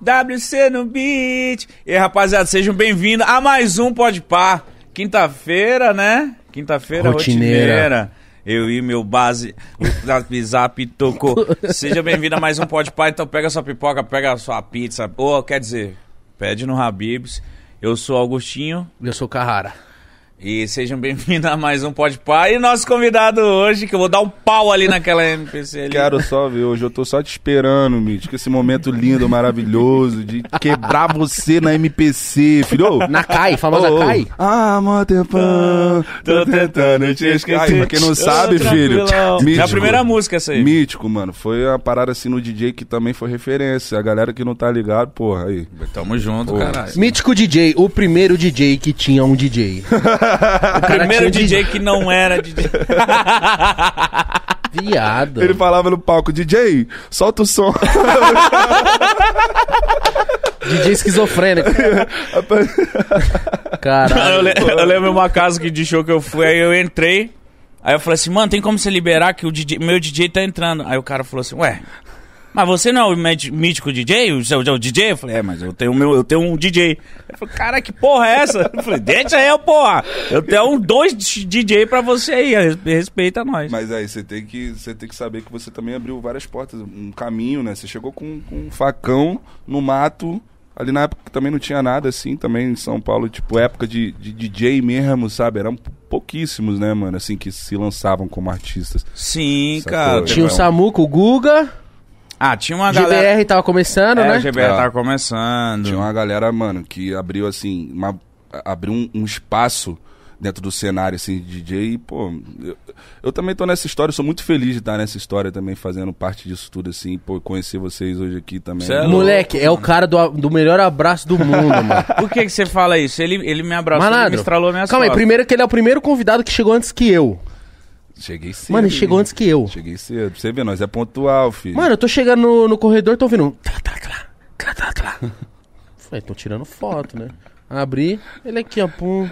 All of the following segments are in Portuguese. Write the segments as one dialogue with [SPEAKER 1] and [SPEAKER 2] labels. [SPEAKER 1] WC no beat. E aí, rapaziada, sejam bem-vindos a mais um Pode Par. Quinta-feira, né? Quinta-feira rotineira.
[SPEAKER 2] Rotineira.
[SPEAKER 1] Eu e meu base, o zap zap tocou. Seja bem-vindo a mais um Pode Par. Então pega sua pipoca, pega sua pizza. Ou, quer dizer, pede no Habibs. Eu sou Augustinho.
[SPEAKER 2] Eu sou Carrara.
[SPEAKER 1] E sejam bem-vindos a mais um Pode Par. E nosso convidado hoje, que eu vou dar um pau ali naquela NPC ali.
[SPEAKER 3] Quero só ver hoje, eu tô só te esperando, Mitch, com esse momento lindo, maravilhoso, de quebrar você na MPC, filho.
[SPEAKER 2] Na CAI, famosa
[SPEAKER 3] Ô, ô.
[SPEAKER 2] CAI.
[SPEAKER 3] Ah, mó tempão, tô tentando te esquecer. Ai, pra quem não sabe, filho,
[SPEAKER 1] É a primeira música essa aí.
[SPEAKER 3] Mítico, mano, foi a parada assim no DJ que também foi referência. A galera que não tá ligado, porra, aí.
[SPEAKER 1] Tamo junto,
[SPEAKER 3] Pô.
[SPEAKER 1] caralho.
[SPEAKER 2] Mítico DJ, o primeiro DJ que tinha um DJ. o cara
[SPEAKER 1] Primeiro
[SPEAKER 2] tinha um
[SPEAKER 1] DJ que não era DJ.
[SPEAKER 2] Viado.
[SPEAKER 3] Ele falava no palco, DJ, solta o som.
[SPEAKER 2] DJ esquizofrênico.
[SPEAKER 1] eu,
[SPEAKER 2] Caralho.
[SPEAKER 1] le- eu lembro uma casa que de show que eu fui, aí eu entrei. Aí eu falei assim, mano, tem como você liberar que o DJ, meu DJ tá entrando. Aí o cara falou assim, ué, mas você não é o med- mítico DJ? O seu é o DJ? Eu falei, é, mas eu tenho, o meu, eu tenho um DJ. Ele falou, cara, que porra é essa? Eu falei, deixa eu, porra. Eu tenho um dois DJ pra você aí, res- respeita nós.
[SPEAKER 3] Mas aí, você tem, que, você tem que saber que você também abriu várias portas, um caminho, né? Você chegou com, com um facão no mato, ali na época que também não tinha nada assim, também em São Paulo, tipo, época de, de DJ mesmo, sabe? Eram pouquíssimos, né, mano, assim, que se lançavam como artistas.
[SPEAKER 1] Sim,
[SPEAKER 3] Sacou?
[SPEAKER 1] cara.
[SPEAKER 2] Tinha o
[SPEAKER 3] Não.
[SPEAKER 2] Samuco, o Guga.
[SPEAKER 1] Ah, tinha uma
[SPEAKER 2] GBR
[SPEAKER 1] galera...
[SPEAKER 2] tava começando,
[SPEAKER 1] É,
[SPEAKER 2] né?
[SPEAKER 1] o GBR
[SPEAKER 3] É.
[SPEAKER 1] tava começando.
[SPEAKER 3] Tinha uma galera, mano, que abriu, assim, uma- abriu um, um espaço dentro do cenário, assim, de DJ e, pô, eu, eu também tô nessa história, sou muito feliz de estar nessa história também, fazendo parte disso tudo, assim, pô, conhecer vocês hoje aqui também.
[SPEAKER 1] Cê é louco.
[SPEAKER 2] Moleque, é o cara do, do melhor abraço do mundo, mano.
[SPEAKER 1] Por que que você fala isso? Ele, ele me abraçou, ele me
[SPEAKER 2] Malandro,
[SPEAKER 1] estralou
[SPEAKER 2] calma
[SPEAKER 1] minhas
[SPEAKER 2] aí,
[SPEAKER 1] costas.
[SPEAKER 2] primeiro que ele é o primeiro convidado que chegou antes que eu.
[SPEAKER 3] Cheguei cedo.
[SPEAKER 2] Mano, ele chegou antes que eu.
[SPEAKER 3] Cheguei cedo. Pra Você vê, nós é pontual, filho.
[SPEAKER 2] Mano, eu tô chegando no, no corredor, tô ouvindo um... Tlá, tlá, tlá, tlá, tlá, tlá. Falei, tô tirando foto, né? Abri, ele aqui, ó, pum,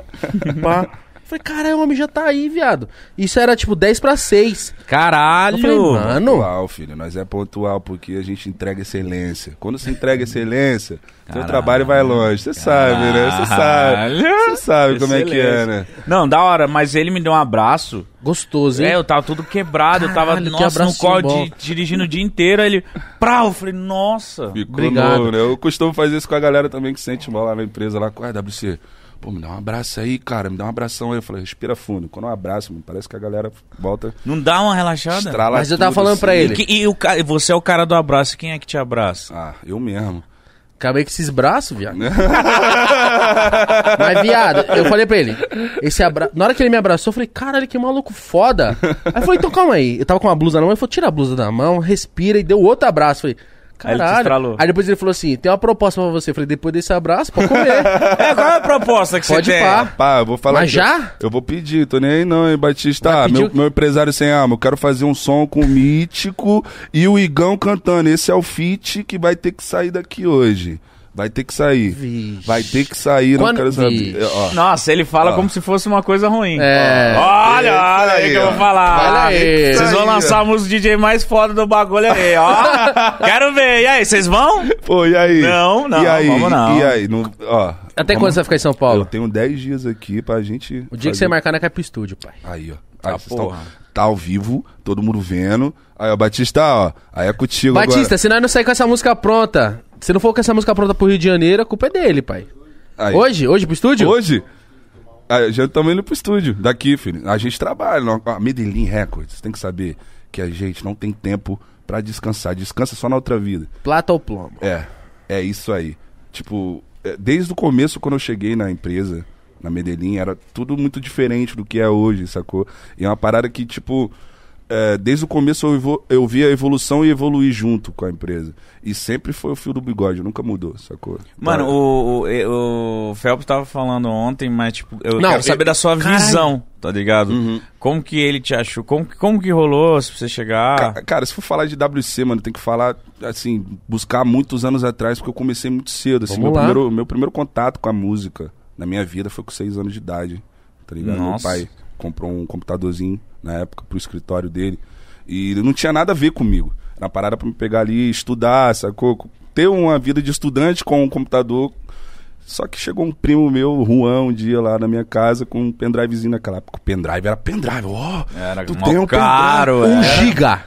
[SPEAKER 2] pá. Falei, caralho, o homem já tá aí, viado. Isso era tipo 10 pra 6. Eu
[SPEAKER 1] Caralho!
[SPEAKER 2] falei, mano,
[SPEAKER 3] Pontual, filho. Nós é pontual porque a gente entrega excelência. Quando você entrega excelência, seu
[SPEAKER 1] Caralho.
[SPEAKER 3] trabalho vai longe. Você sabe, né? Você sabe. Você sabe como é que é, né?
[SPEAKER 1] Não, da hora, mas ele me deu um abraço.
[SPEAKER 2] gostoso, hein?
[SPEAKER 1] É, eu tava tudo quebrado, eu
[SPEAKER 2] Caralho, que
[SPEAKER 1] tava, nossa, no
[SPEAKER 2] abraço
[SPEAKER 1] colo
[SPEAKER 2] bom.
[SPEAKER 1] de- dirigindo o dia inteiro. Aí ele, prá, eu falei, nossa.
[SPEAKER 3] Ficou
[SPEAKER 2] Obrigado.
[SPEAKER 3] novo, né? Eu costumo fazer isso com a galera também que sente mal lá na empresa, lá com a WC. Pô, me dá um abraço aí, cara. Me dá um abração aí. Eu falei, respira fundo. Quando eu abraço, mano, parece que a galera volta,
[SPEAKER 1] Não dá uma relaxada?
[SPEAKER 3] estrala
[SPEAKER 2] Mas eu tava
[SPEAKER 3] tudo,
[SPEAKER 2] falando
[SPEAKER 3] assim.
[SPEAKER 2] pra
[SPEAKER 1] E, que- e o, ca- você é o cara do abraço, quem é que te abraça?
[SPEAKER 3] Ah, eu mesmo.
[SPEAKER 2] Acabei com esses braços, viado.
[SPEAKER 3] Né?
[SPEAKER 2] Mas, viado, eu falei pra ele, esse abra... na hora que ele me abraçou, eu falei, caralho, que maluco foda. Aí eu falei, então calma aí. Eu tava com uma blusa na mão, ele falou, tira a blusa da mão, respira, e deu outro abraço. Eu falei,
[SPEAKER 1] Aí ele te
[SPEAKER 2] caralho.
[SPEAKER 1] estralou.
[SPEAKER 2] Aí, depois ele falou assim, tem uma proposta pra você. Eu falei, depois desse abraço, pode comer.
[SPEAKER 1] É, qual é a proposta que
[SPEAKER 2] Pode
[SPEAKER 1] você tem?
[SPEAKER 2] pá.
[SPEAKER 3] Pá, eu vou falar.
[SPEAKER 2] Mas
[SPEAKER 3] que eu-
[SPEAKER 2] já?
[SPEAKER 3] Eu vou pedir, tô nem aí não, hein, Batista. Ah,
[SPEAKER 2] Vai pedir
[SPEAKER 3] meu,
[SPEAKER 2] o-
[SPEAKER 3] meu empresário sem alma, eu quero fazer um som com o Mítico e o Igão cantando. Esse é o feat que vai ter que sair daqui hoje. Vai ter que sair.
[SPEAKER 2] Vixe.
[SPEAKER 3] Vai ter que sair, não
[SPEAKER 2] Quando-
[SPEAKER 3] quero
[SPEAKER 2] Vixe.
[SPEAKER 3] saber. É, ó.
[SPEAKER 1] Nossa, ele fala
[SPEAKER 3] Ó.
[SPEAKER 1] como se fosse uma coisa ruim.
[SPEAKER 2] É.
[SPEAKER 1] Olha,
[SPEAKER 3] Isso
[SPEAKER 1] olha aí
[SPEAKER 3] aí,
[SPEAKER 1] que eu vou
[SPEAKER 3] ó.
[SPEAKER 1] falar.
[SPEAKER 2] Olha aí.
[SPEAKER 1] Vocês vão
[SPEAKER 3] Isso aí,
[SPEAKER 1] lançar a música do DJ mais foda do bagulho aí, ó. Quero ver. E aí, vocês vão?
[SPEAKER 3] Pô, e aí?
[SPEAKER 1] Não, não,
[SPEAKER 3] e aí?
[SPEAKER 1] vamos não.
[SPEAKER 3] E aí? Não- ó,
[SPEAKER 2] Até
[SPEAKER 3] vamos-
[SPEAKER 2] quando você vai ficar em São
[SPEAKER 3] Eu
[SPEAKER 2] Paulo?
[SPEAKER 3] tenho 10 dias aqui pra gente.
[SPEAKER 2] O dia que
[SPEAKER 3] fazer-
[SPEAKER 2] você marcar na Cap Studio, pai.
[SPEAKER 3] Aí, ó.
[SPEAKER 1] Ah,
[SPEAKER 3] Aí, vocês tão-
[SPEAKER 1] porra.
[SPEAKER 3] tá ao vivo, todo mundo vendo. Aí, ó, Batista, ó. Aí é contigo
[SPEAKER 2] Batista,
[SPEAKER 3] agora.
[SPEAKER 2] se nós não sair com essa música pronta, se não for com essa música pronta pro Rio de Janeiro, a culpa é dele, pai.
[SPEAKER 3] Aí.
[SPEAKER 2] Hoje? Hoje pro estúdio?
[SPEAKER 3] Hoje? A gente também indo pro estúdio, daqui, filho. A gente trabalha. não- A Medellín Records, tem que saber que a gente não tem tempo pra descansar. Descansa só na outra vida.
[SPEAKER 2] Plata ou plomo?
[SPEAKER 3] É, é isso aí. Tipo, é, desde o começo, quando eu cheguei na empresa, na Medellín, era tudo muito diferente do que é hoje, sacou? E é uma parada que, tipo, é, desde o começo eu, evo- eu vi a evolução e evoluir junto com a empresa. E sempre foi o fio do bigode, nunca mudou, sacou?
[SPEAKER 1] Mano,
[SPEAKER 3] Então,
[SPEAKER 1] o, o, e- o Phelps tava falando ontem, mas tipo, eu
[SPEAKER 2] Não,
[SPEAKER 1] quero saber
[SPEAKER 2] eu-
[SPEAKER 1] da sua
[SPEAKER 2] caralho.
[SPEAKER 1] visão, tá ligado?
[SPEAKER 3] Uhum.
[SPEAKER 1] Como que ele te achou? Como, que- como que rolou se você chegar?
[SPEAKER 3] Ca- Cara, se for falar de WC, mano, tem que falar, assim, buscar muitos anos atrás, porque eu comecei muito cedo. Assim,
[SPEAKER 2] Vamos
[SPEAKER 3] meu,
[SPEAKER 2] lá.
[SPEAKER 3] primeiro, meu primeiro contato com a música na minha vida foi com seis anos de idade, tá ligado? Meu
[SPEAKER 1] Nossa.
[SPEAKER 3] pai comprou um computadorzinho na época pro escritório dele e não tinha nada a ver comigo. Era uma parada pra me pegar ali e estudar, sacou? ter uma vida de estudante com um computador. Só que chegou um primo meu, o Juan, um dia lá na minha casa com um pendrivezinho naquela época. O pendrive era pendrive, ó.
[SPEAKER 1] Era
[SPEAKER 3] tu
[SPEAKER 1] mó
[SPEAKER 3] tem um
[SPEAKER 1] caro,
[SPEAKER 3] pendrive.
[SPEAKER 1] é.
[SPEAKER 2] Um giga.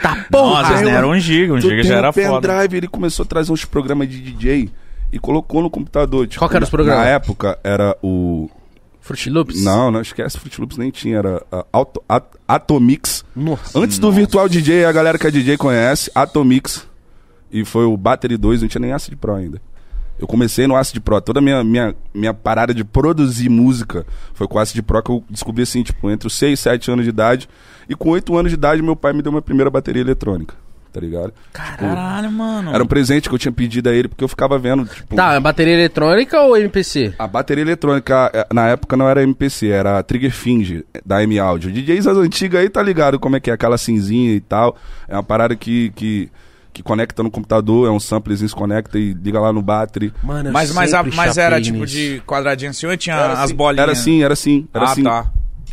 [SPEAKER 2] tá porra.
[SPEAKER 1] Nossa, né? era um giga, um
[SPEAKER 3] Tu
[SPEAKER 1] giga
[SPEAKER 3] tem
[SPEAKER 1] já
[SPEAKER 3] um
[SPEAKER 1] era foda.
[SPEAKER 3] pendrive, ele começou a trazer uns programas de DJ e colocou no computador. Tipo,
[SPEAKER 2] Qual que era os
[SPEAKER 3] na-
[SPEAKER 2] programas?
[SPEAKER 3] Na época era
[SPEAKER 2] um
[SPEAKER 3] o...
[SPEAKER 2] Fruit Loops?
[SPEAKER 3] Não, não esquece, Fruit Loops nem tinha, era a Auto- A- Atomix.
[SPEAKER 2] Nossa.
[SPEAKER 3] Antes do Virtual DJ, a galera que é DJ conhece, Atomix. E foi o Battery 2, não tinha nem Acid Pro ainda. Eu comecei no Acid Pro. Toda a minha, minha, minha parada de produzir música foi com o Acid Pro que eu descobri assim, tipo, entre os 6 e 7 anos de idade. E com 8 anos de idade, meu pai me deu minha primeira bateria eletrônica, tá ligado?
[SPEAKER 1] Caralho, mano.
[SPEAKER 3] Era um presente que eu tinha pedido a ele, porque eu ficava vendo, tipo...
[SPEAKER 2] Tá, é bateria eletrônica ou MPC?
[SPEAKER 3] A bateria eletrônica, eh, na época, não era MPC, era a Trigger Finge, da M-Audio. DJs as antigas aí, tá ligado como é que é, aquela cinzinha e tal. É uma parada que, que, que conecta no computador, é um samplezinho que se conecta e liga lá no battery.
[SPEAKER 2] Mano, eu
[SPEAKER 1] Mas, mas, a-
[SPEAKER 2] sempre
[SPEAKER 1] mas era
[SPEAKER 2] chapei
[SPEAKER 1] tipo
[SPEAKER 2] nisso.
[SPEAKER 1] de quadradinho assim ou tinha
[SPEAKER 3] Era
[SPEAKER 1] as
[SPEAKER 3] assim,
[SPEAKER 1] bolinhas?
[SPEAKER 3] Era assim, era assim, era
[SPEAKER 1] ah,
[SPEAKER 3] assim.
[SPEAKER 1] tá.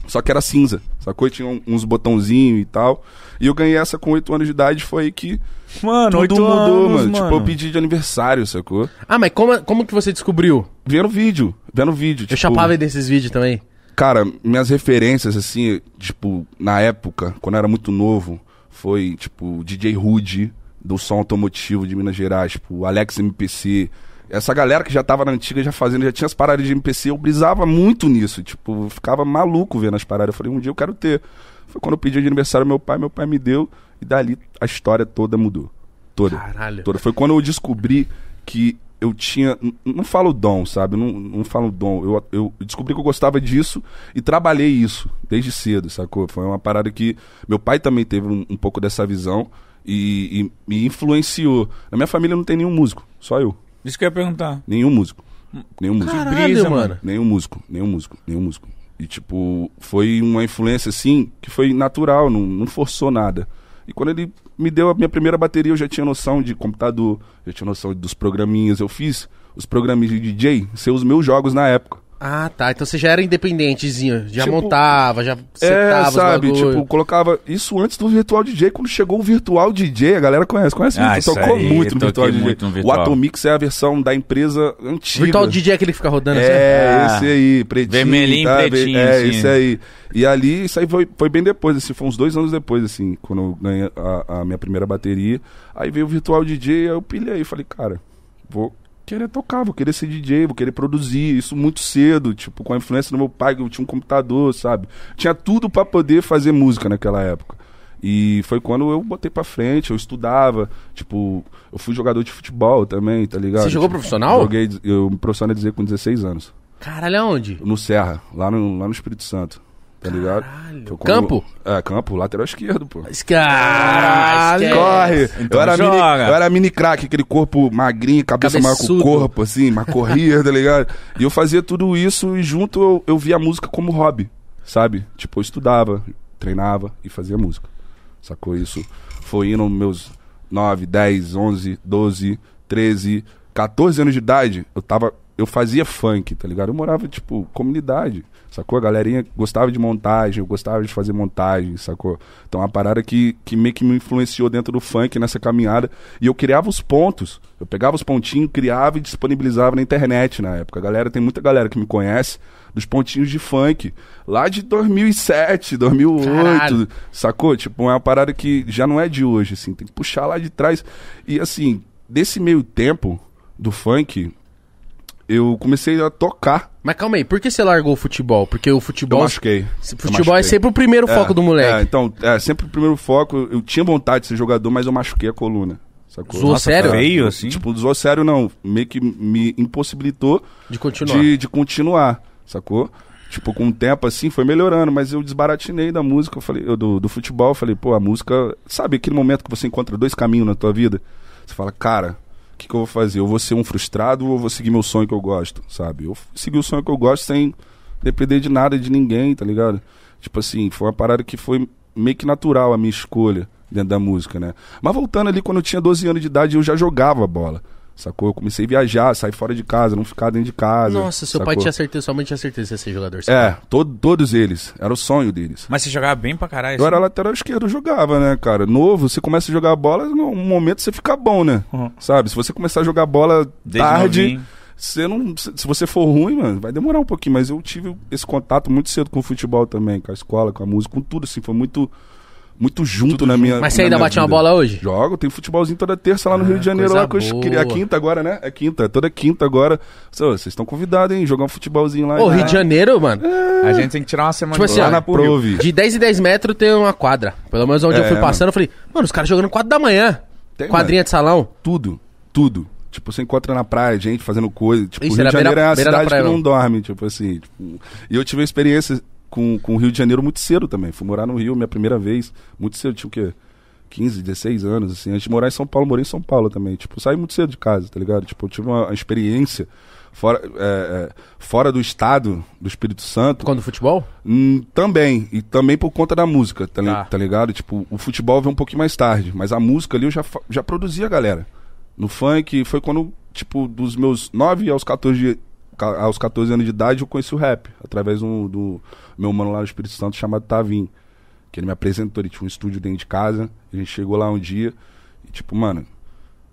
[SPEAKER 3] Só que era cinza, sacou? E tinha um- uns botãozinhos e tal. E eu ganhei essa com 8 anos de idade, foi aí que
[SPEAKER 1] Mano,
[SPEAKER 3] tudo
[SPEAKER 1] oito
[SPEAKER 3] mudou,
[SPEAKER 1] anos,
[SPEAKER 3] mano. Tipo, eu pedi de aniversário, sacou?
[SPEAKER 2] Ah, mas como, como que você descobriu?
[SPEAKER 3] Vendo vídeo, vendo vídeo.
[SPEAKER 2] Eu
[SPEAKER 3] tipo-
[SPEAKER 2] chapava desses vídeos também.
[SPEAKER 3] Cara, minhas referências, assim, tipo, na época, quando eu era muito novo, foi, tipo, DJ Rude, do som automotivo de Minas Gerais, tipo, Alex MPC. Essa galera que já tava na antiga, já fazendo, já tinha as paradas de MPC, eu brisava muito nisso, tipo, eu ficava maluco vendo as paradas. Eu falei, um dia eu quero ter. Foi quando eu pedi de aniversário ao meu pai, meu pai me deu, e dali a história toda mudou. Toda.
[SPEAKER 2] Caralho.
[SPEAKER 3] Toda. Foi quando eu descobri que eu tinha. n- Não falo dom, sabe? Não, não falo dom. Eu, eu descobri que eu gostava disso e trabalhei isso desde cedo, sacou? Foi uma parada que. Meu pai também teve um, um pouco dessa visão e, e me influenciou. Na minha família não tem nenhum músico, só eu.
[SPEAKER 1] Isso que eu ia perguntar.
[SPEAKER 3] Nenhum músico. Nenhum músico.
[SPEAKER 2] Caralho,
[SPEAKER 1] brisa,
[SPEAKER 2] mano.
[SPEAKER 1] mano.
[SPEAKER 3] Nenhum músico, nenhum músico, nenhum músico. E, tipo, foi uma influência, assim, que foi natural, não, não forçou nada. E quando ele me deu a minha primeira bateria, eu já tinha noção de computador, já tinha noção dos programinhas. Eu fiz os programinhas de DJ ser os meus jogos na época.
[SPEAKER 2] Ah, tá. Então você já era independentezinho. Já
[SPEAKER 3] Tipo,
[SPEAKER 2] montava, já
[SPEAKER 3] é,
[SPEAKER 2] setava
[SPEAKER 3] sabe?
[SPEAKER 2] os
[SPEAKER 3] Tipo,
[SPEAKER 2] bagulho.
[SPEAKER 3] colocava isso antes do Virtual DJ. Quando chegou o Virtual DJ, a galera conhece, conhece
[SPEAKER 1] Ah,
[SPEAKER 3] muito,
[SPEAKER 1] isso
[SPEAKER 3] tocou
[SPEAKER 1] aí,
[SPEAKER 3] muito no
[SPEAKER 1] toquei
[SPEAKER 3] Virtual DJ.
[SPEAKER 1] muito no Virtual.
[SPEAKER 3] O Atomix é a versão da empresa antiga.
[SPEAKER 2] Virtual DJ é aquele que fica rodando
[SPEAKER 3] É,
[SPEAKER 1] assim?
[SPEAKER 3] esse aí, pretinho.
[SPEAKER 1] Vermelhinho,
[SPEAKER 3] Ve-
[SPEAKER 1] pretinho,
[SPEAKER 3] É,
[SPEAKER 1] assim.
[SPEAKER 3] esse aí. E ali, isso aí foi, foi bem depois, assim, foi uns dois anos depois, assim, quando eu ganhei a, a minha primeira bateria. Aí veio o Virtual DJ, aí eu pilhei, falei, cara, vou querer tocar, vou querer ser DJ, vou querer produzir, isso muito cedo, tipo, com a influência do meu pai, que eu tinha um computador, sabe? Tinha tudo pra poder fazer música naquela época. E foi quando eu botei pra frente, eu estudava, tipo, eu fui jogador de futebol também, tá ligado?
[SPEAKER 2] Você jogou
[SPEAKER 3] Tipo,
[SPEAKER 2] profissional?
[SPEAKER 3] Joguei, eu me profissionalizei com 16 anos.
[SPEAKER 2] assim. Caralho, aonde?
[SPEAKER 3] No Serra, lá no, lá no Espírito Santo. Tá ligado?
[SPEAKER 2] Caralho.
[SPEAKER 3] Foi quando-
[SPEAKER 2] Campo?
[SPEAKER 3] É, campo, lateral esquerdo, pô.
[SPEAKER 2] Caralho.
[SPEAKER 3] Corre!
[SPEAKER 2] é,
[SPEAKER 3] eu,
[SPEAKER 2] então
[SPEAKER 3] era mini,
[SPEAKER 1] joga.
[SPEAKER 3] eu era mini crack, aquele corpo magrinho, cabeça maior com o
[SPEAKER 2] Cabeçudo.
[SPEAKER 3] corpo, assim, mas corria, tá ligado? E eu fazia tudo isso e junto eu, eu via a música como hobby, sabe? Tipo, eu estudava, treinava e fazia música. Sacou isso? Foi indo meus 9, 10, 11, 12, 13, 14 anos de idade, eu tava. Eu fazia funk, tá ligado? Eu morava, tipo, comunidade, sacou? A galerinha gostava de montagem, eu gostava de fazer montagem, sacou? Então, uma parada que, que meio que me influenciou dentro do funk, nessa caminhada. E eu criava os pontos. Eu pegava os pontinhos, criava e disponibilizava na internet na época. A galera, tem muita galera que me conhece dos pontinhos de funk. Lá de 2007, 2008,
[SPEAKER 2] Caralho.
[SPEAKER 3] Sacou? Tipo, é uma parada que já não é de hoje, assim. Tem que puxar lá de trás. E, assim, desse meio tempo do funk, eu comecei a tocar.
[SPEAKER 2] Mas calma aí, por que você largou o futebol? Porque o
[SPEAKER 3] Eu
[SPEAKER 2] futebol.
[SPEAKER 3] machuquei.
[SPEAKER 2] se-
[SPEAKER 3] Eu
[SPEAKER 2] Futebol é
[SPEAKER 3] machuquei.
[SPEAKER 2] sempre o primeiro foco do
[SPEAKER 3] É,
[SPEAKER 2] moleque.
[SPEAKER 3] então, é, sempre o primeiro foco. Eu eu tinha vontade de ser jogador, mas eu machuquei a coluna. Sacou?
[SPEAKER 2] Zoou sério?
[SPEAKER 1] Feio, assim?
[SPEAKER 3] Tipo, zoou sério não. Meio que me impossibilitou
[SPEAKER 2] De continuar.
[SPEAKER 3] de, de continuar, sacou? Tipo, com o tempo assim, foi melhorando, mas eu desbaratinei da música, eu falei, eu do, do futebol, eu falei, pô, a música. Sabe aquele momento que você encontra dois caminhos na tua vida? Você fala, cara, o que, que eu vou fazer? Eu vou ser um frustrado ou eu vou seguir meu sonho que eu gosto, sabe? Eu f- segui o sonho que eu gosto sem depender de nada, de ninguém, tá ligado? Tipo assim, foi uma parada que foi meio que natural a minha escolha dentro da música, né? Mas voltando ali, quando eu tinha 12 anos de idade, eu já jogava bola. Sacou? Eu comecei a viajar, sair fora de casa, não ficar dentro de casa.
[SPEAKER 2] Nossa, seu pai
[SPEAKER 3] sacou?
[SPEAKER 2] tinha certeza, sua mãe tinha certeza que você ia ser jogador.
[SPEAKER 3] É, todo- todos eles. Era o sonho deles.
[SPEAKER 1] Mas você jogava bem pra caralho. assim.
[SPEAKER 3] Eu era lateral esquerdo, eu jogava, né, cara? Novo, você começa a jogar bola, no momento você fica bom, né?
[SPEAKER 1] Uhum.
[SPEAKER 3] Sabe? Se você começar a jogar bola
[SPEAKER 1] Desde
[SPEAKER 3] tarde,
[SPEAKER 1] novinho.
[SPEAKER 3] você não, se se você for ruim, mano, vai demorar um pouquinho. Mas eu tive esse contato muito cedo com o futebol também, com a escola, com a música, com tudo, assim. Foi muito, muito junto na minha.
[SPEAKER 2] Mas você
[SPEAKER 3] na
[SPEAKER 2] ainda
[SPEAKER 3] minha
[SPEAKER 2] bate uma
[SPEAKER 3] vida.
[SPEAKER 2] bola hoje?
[SPEAKER 3] Jogo, tem futebolzinho toda terça lá no
[SPEAKER 2] Ah,
[SPEAKER 3] Rio de Janeiro,
[SPEAKER 2] coisa
[SPEAKER 3] lá com os
[SPEAKER 2] boa.
[SPEAKER 3] cri- a quinta agora, né? É quinta, toda quinta agora. Ô, Vocês estão convidados, hein? Jogar um futebolzinho lá.
[SPEAKER 2] Ô,
[SPEAKER 3] lá,
[SPEAKER 2] Rio de Janeiro, mano,
[SPEAKER 3] É,
[SPEAKER 4] A gente tem que tirar uma semana
[SPEAKER 2] Tipo assim,
[SPEAKER 3] lá
[SPEAKER 2] ó,
[SPEAKER 3] na Prove.
[SPEAKER 2] de 10 em 10 metros tem uma quadra. Pelo menos onde eu
[SPEAKER 3] É,
[SPEAKER 2] fui
[SPEAKER 3] mano.
[SPEAKER 2] passando, eu falei, mano, os caras jogando 4 da manhã.
[SPEAKER 3] Tem,
[SPEAKER 2] quadrinha de salão.
[SPEAKER 3] tudo, tudo. Tipo, você encontra na praia, gente fazendo coisa. Tipo,
[SPEAKER 2] Ixi,
[SPEAKER 3] Rio
[SPEAKER 2] era
[SPEAKER 3] de Janeiro
[SPEAKER 2] beira-
[SPEAKER 3] é uma
[SPEAKER 2] beira da
[SPEAKER 3] cidade
[SPEAKER 2] praia,
[SPEAKER 3] que não
[SPEAKER 2] não.
[SPEAKER 3] dorme, tipo assim. tipo, E eu tive a experiência com, com o Rio de Janeiro muito cedo também. Fui morar no Rio minha primeira vez, muito cedo, tinha o quê? 15, 16 anos, assim. Antes de morar em São Paulo, morei em São Paulo também. Tipo, saí muito cedo de casa, tá ligado? Tipo, eu tive uma, uma experiência fora, é, é, fora do estado do Espírito Santo.
[SPEAKER 2] Quando futebol?
[SPEAKER 3] Hum, também, e também por conta da música, tá, li-
[SPEAKER 2] Tá.
[SPEAKER 3] tá ligado? Tipo, o futebol veio um pouquinho mais tarde, mas a música ali eu já, fa- já produzia, galera. No funk, foi quando, tipo, dos meus 9 aos 14, de- ca- aos 14 anos de idade, eu conheci o rap, através do, do meu mano lá no Espírito Santo chamado Tavim, que ele me apresentou, ele tinha um estúdio dentro de casa, a gente chegou lá um dia, e tipo, mano,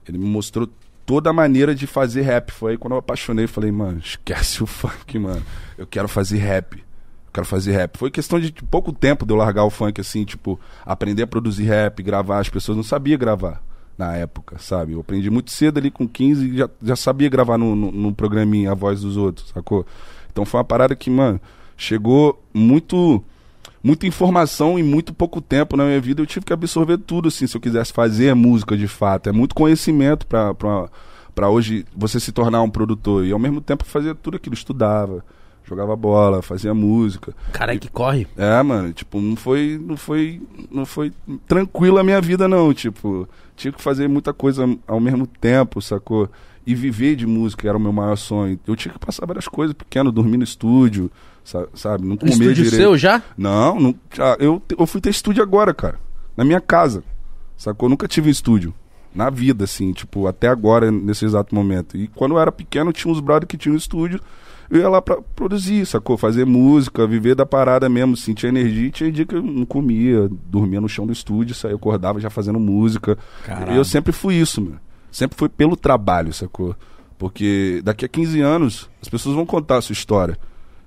[SPEAKER 3] ele me mostrou toda a maneira de fazer rap. Foi aí quando eu apaixonei, falei, mano, esquece o funk, mano. Eu quero fazer rap. Eu quero fazer rap. Foi questão de tipo, pouco tempo de eu largar o funk, assim, tipo, aprender a produzir rap, gravar. As pessoas não sabiam gravar na época, sabe? Eu aprendi muito cedo ali com 15 e já, já sabia gravar no, no, no programinha A Voz dos Outros, sacou? Então foi uma parada que, mano, chegou muito muita informação em muito pouco tempo na minha vida. Eu tive que absorver tudo, assim, se eu quisesse fazer música de fato. É muito conhecimento pra, pra, pra hoje você se tornar um produtor. E ao mesmo tempo fazia tudo aquilo. Estudava, jogava bola, fazia música.
[SPEAKER 2] Caralho, que corre.
[SPEAKER 3] É, mano, tipo, não foi, não foi, não foi tranquila a minha vida não, tipo, tinha que fazer muita coisa ao mesmo tempo, sacou? E viver de música era o meu maior sonho. Eu tinha que passar várias coisas, pequeno, dormir no estúdio, sa- sabe, não comer
[SPEAKER 2] Estúdio
[SPEAKER 3] direito.
[SPEAKER 2] seu já?
[SPEAKER 3] Não, não ah, eu, te- eu fui ter estúdio agora, cara. Na minha casa. Sacou? Eu nunca tive um estúdio. Na vida, assim, tipo, até agora, nesse exato momento. E quando eu era pequeno, tinha uns brothers que tinham estúdio. Eu ia lá pra produzir, sacou? Fazer música, viver da parada mesmo, sentir energia. E tinha dia que eu não comia, dormia no chão do estúdio, saía, eu acordava já fazendo música.
[SPEAKER 1] Caralho.
[SPEAKER 3] E eu sempre fui isso, mano. Sempre foi pelo trabalho, sacou? Porque daqui a 15 anos, as pessoas vão contar a sua história.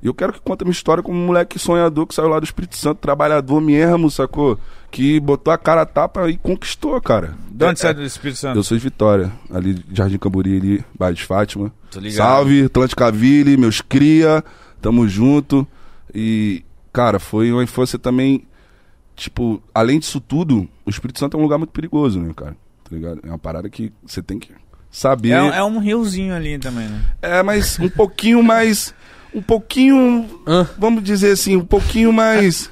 [SPEAKER 3] E eu quero que conte a minha história como um moleque sonhador que saiu lá do Espírito Santo, trabalhador mesmo, sacou? Que botou a cara a tapa e conquistou, cara.
[SPEAKER 4] De onde você
[SPEAKER 3] É,
[SPEAKER 4] é do Espírito
[SPEAKER 1] Ah.
[SPEAKER 4] Santo?
[SPEAKER 3] Eu sou de Vitória, ali de Jardim Camburi, ali, bairro de Fátima.
[SPEAKER 1] Tô ligado.
[SPEAKER 3] Salve, Atlanticaville, meus cria, tamo junto. E, cara, foi uma infância também, tipo, além disso tudo, o Espírito Santo é um lugar muito perigoso, né, cara? Tá ligado? É uma parada que você tem que saber.
[SPEAKER 1] É, é um riozinho ali também, né?
[SPEAKER 3] É, mas um pouquinho mais. Um pouquinho.
[SPEAKER 2] Hã?
[SPEAKER 3] Vamos dizer assim, um pouquinho mais.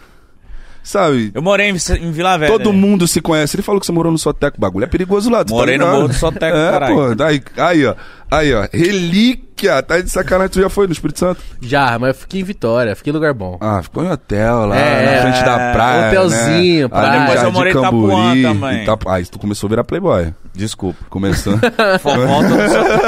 [SPEAKER 3] Sabe?
[SPEAKER 1] Eu morei em, Vice- em Vila Velha.
[SPEAKER 3] Todo
[SPEAKER 1] né?
[SPEAKER 3] mundo se conhece. Ele falou que você morou no Soteco. O bagulho é perigoso lá. tu
[SPEAKER 1] Morei
[SPEAKER 3] tá
[SPEAKER 1] no
[SPEAKER 3] ligado?
[SPEAKER 1] Morro do Soteco,
[SPEAKER 3] é,
[SPEAKER 1] caralho.
[SPEAKER 3] Pô, aí, aí, ó. Aí, ó. Relíquia. Tá de sacanagem. Tu já foi no Espírito Santo?
[SPEAKER 2] Já, mas eu fiquei em Vitória, fiquei em lugar bom.
[SPEAKER 3] Ah, ficou em hotel lá,
[SPEAKER 2] É,
[SPEAKER 3] na frente da praia.
[SPEAKER 2] hotelzinho,
[SPEAKER 3] né?
[SPEAKER 2] praia.
[SPEAKER 3] Ali no
[SPEAKER 2] Depois eu
[SPEAKER 3] Jardim
[SPEAKER 1] morei em
[SPEAKER 3] Camburi,
[SPEAKER 1] Itapuã também.
[SPEAKER 3] Itapu- Ah, isso tu começou a virar playboy.
[SPEAKER 1] Desculpa.
[SPEAKER 3] Começando.
[SPEAKER 1] Fo- Volta no Soteco.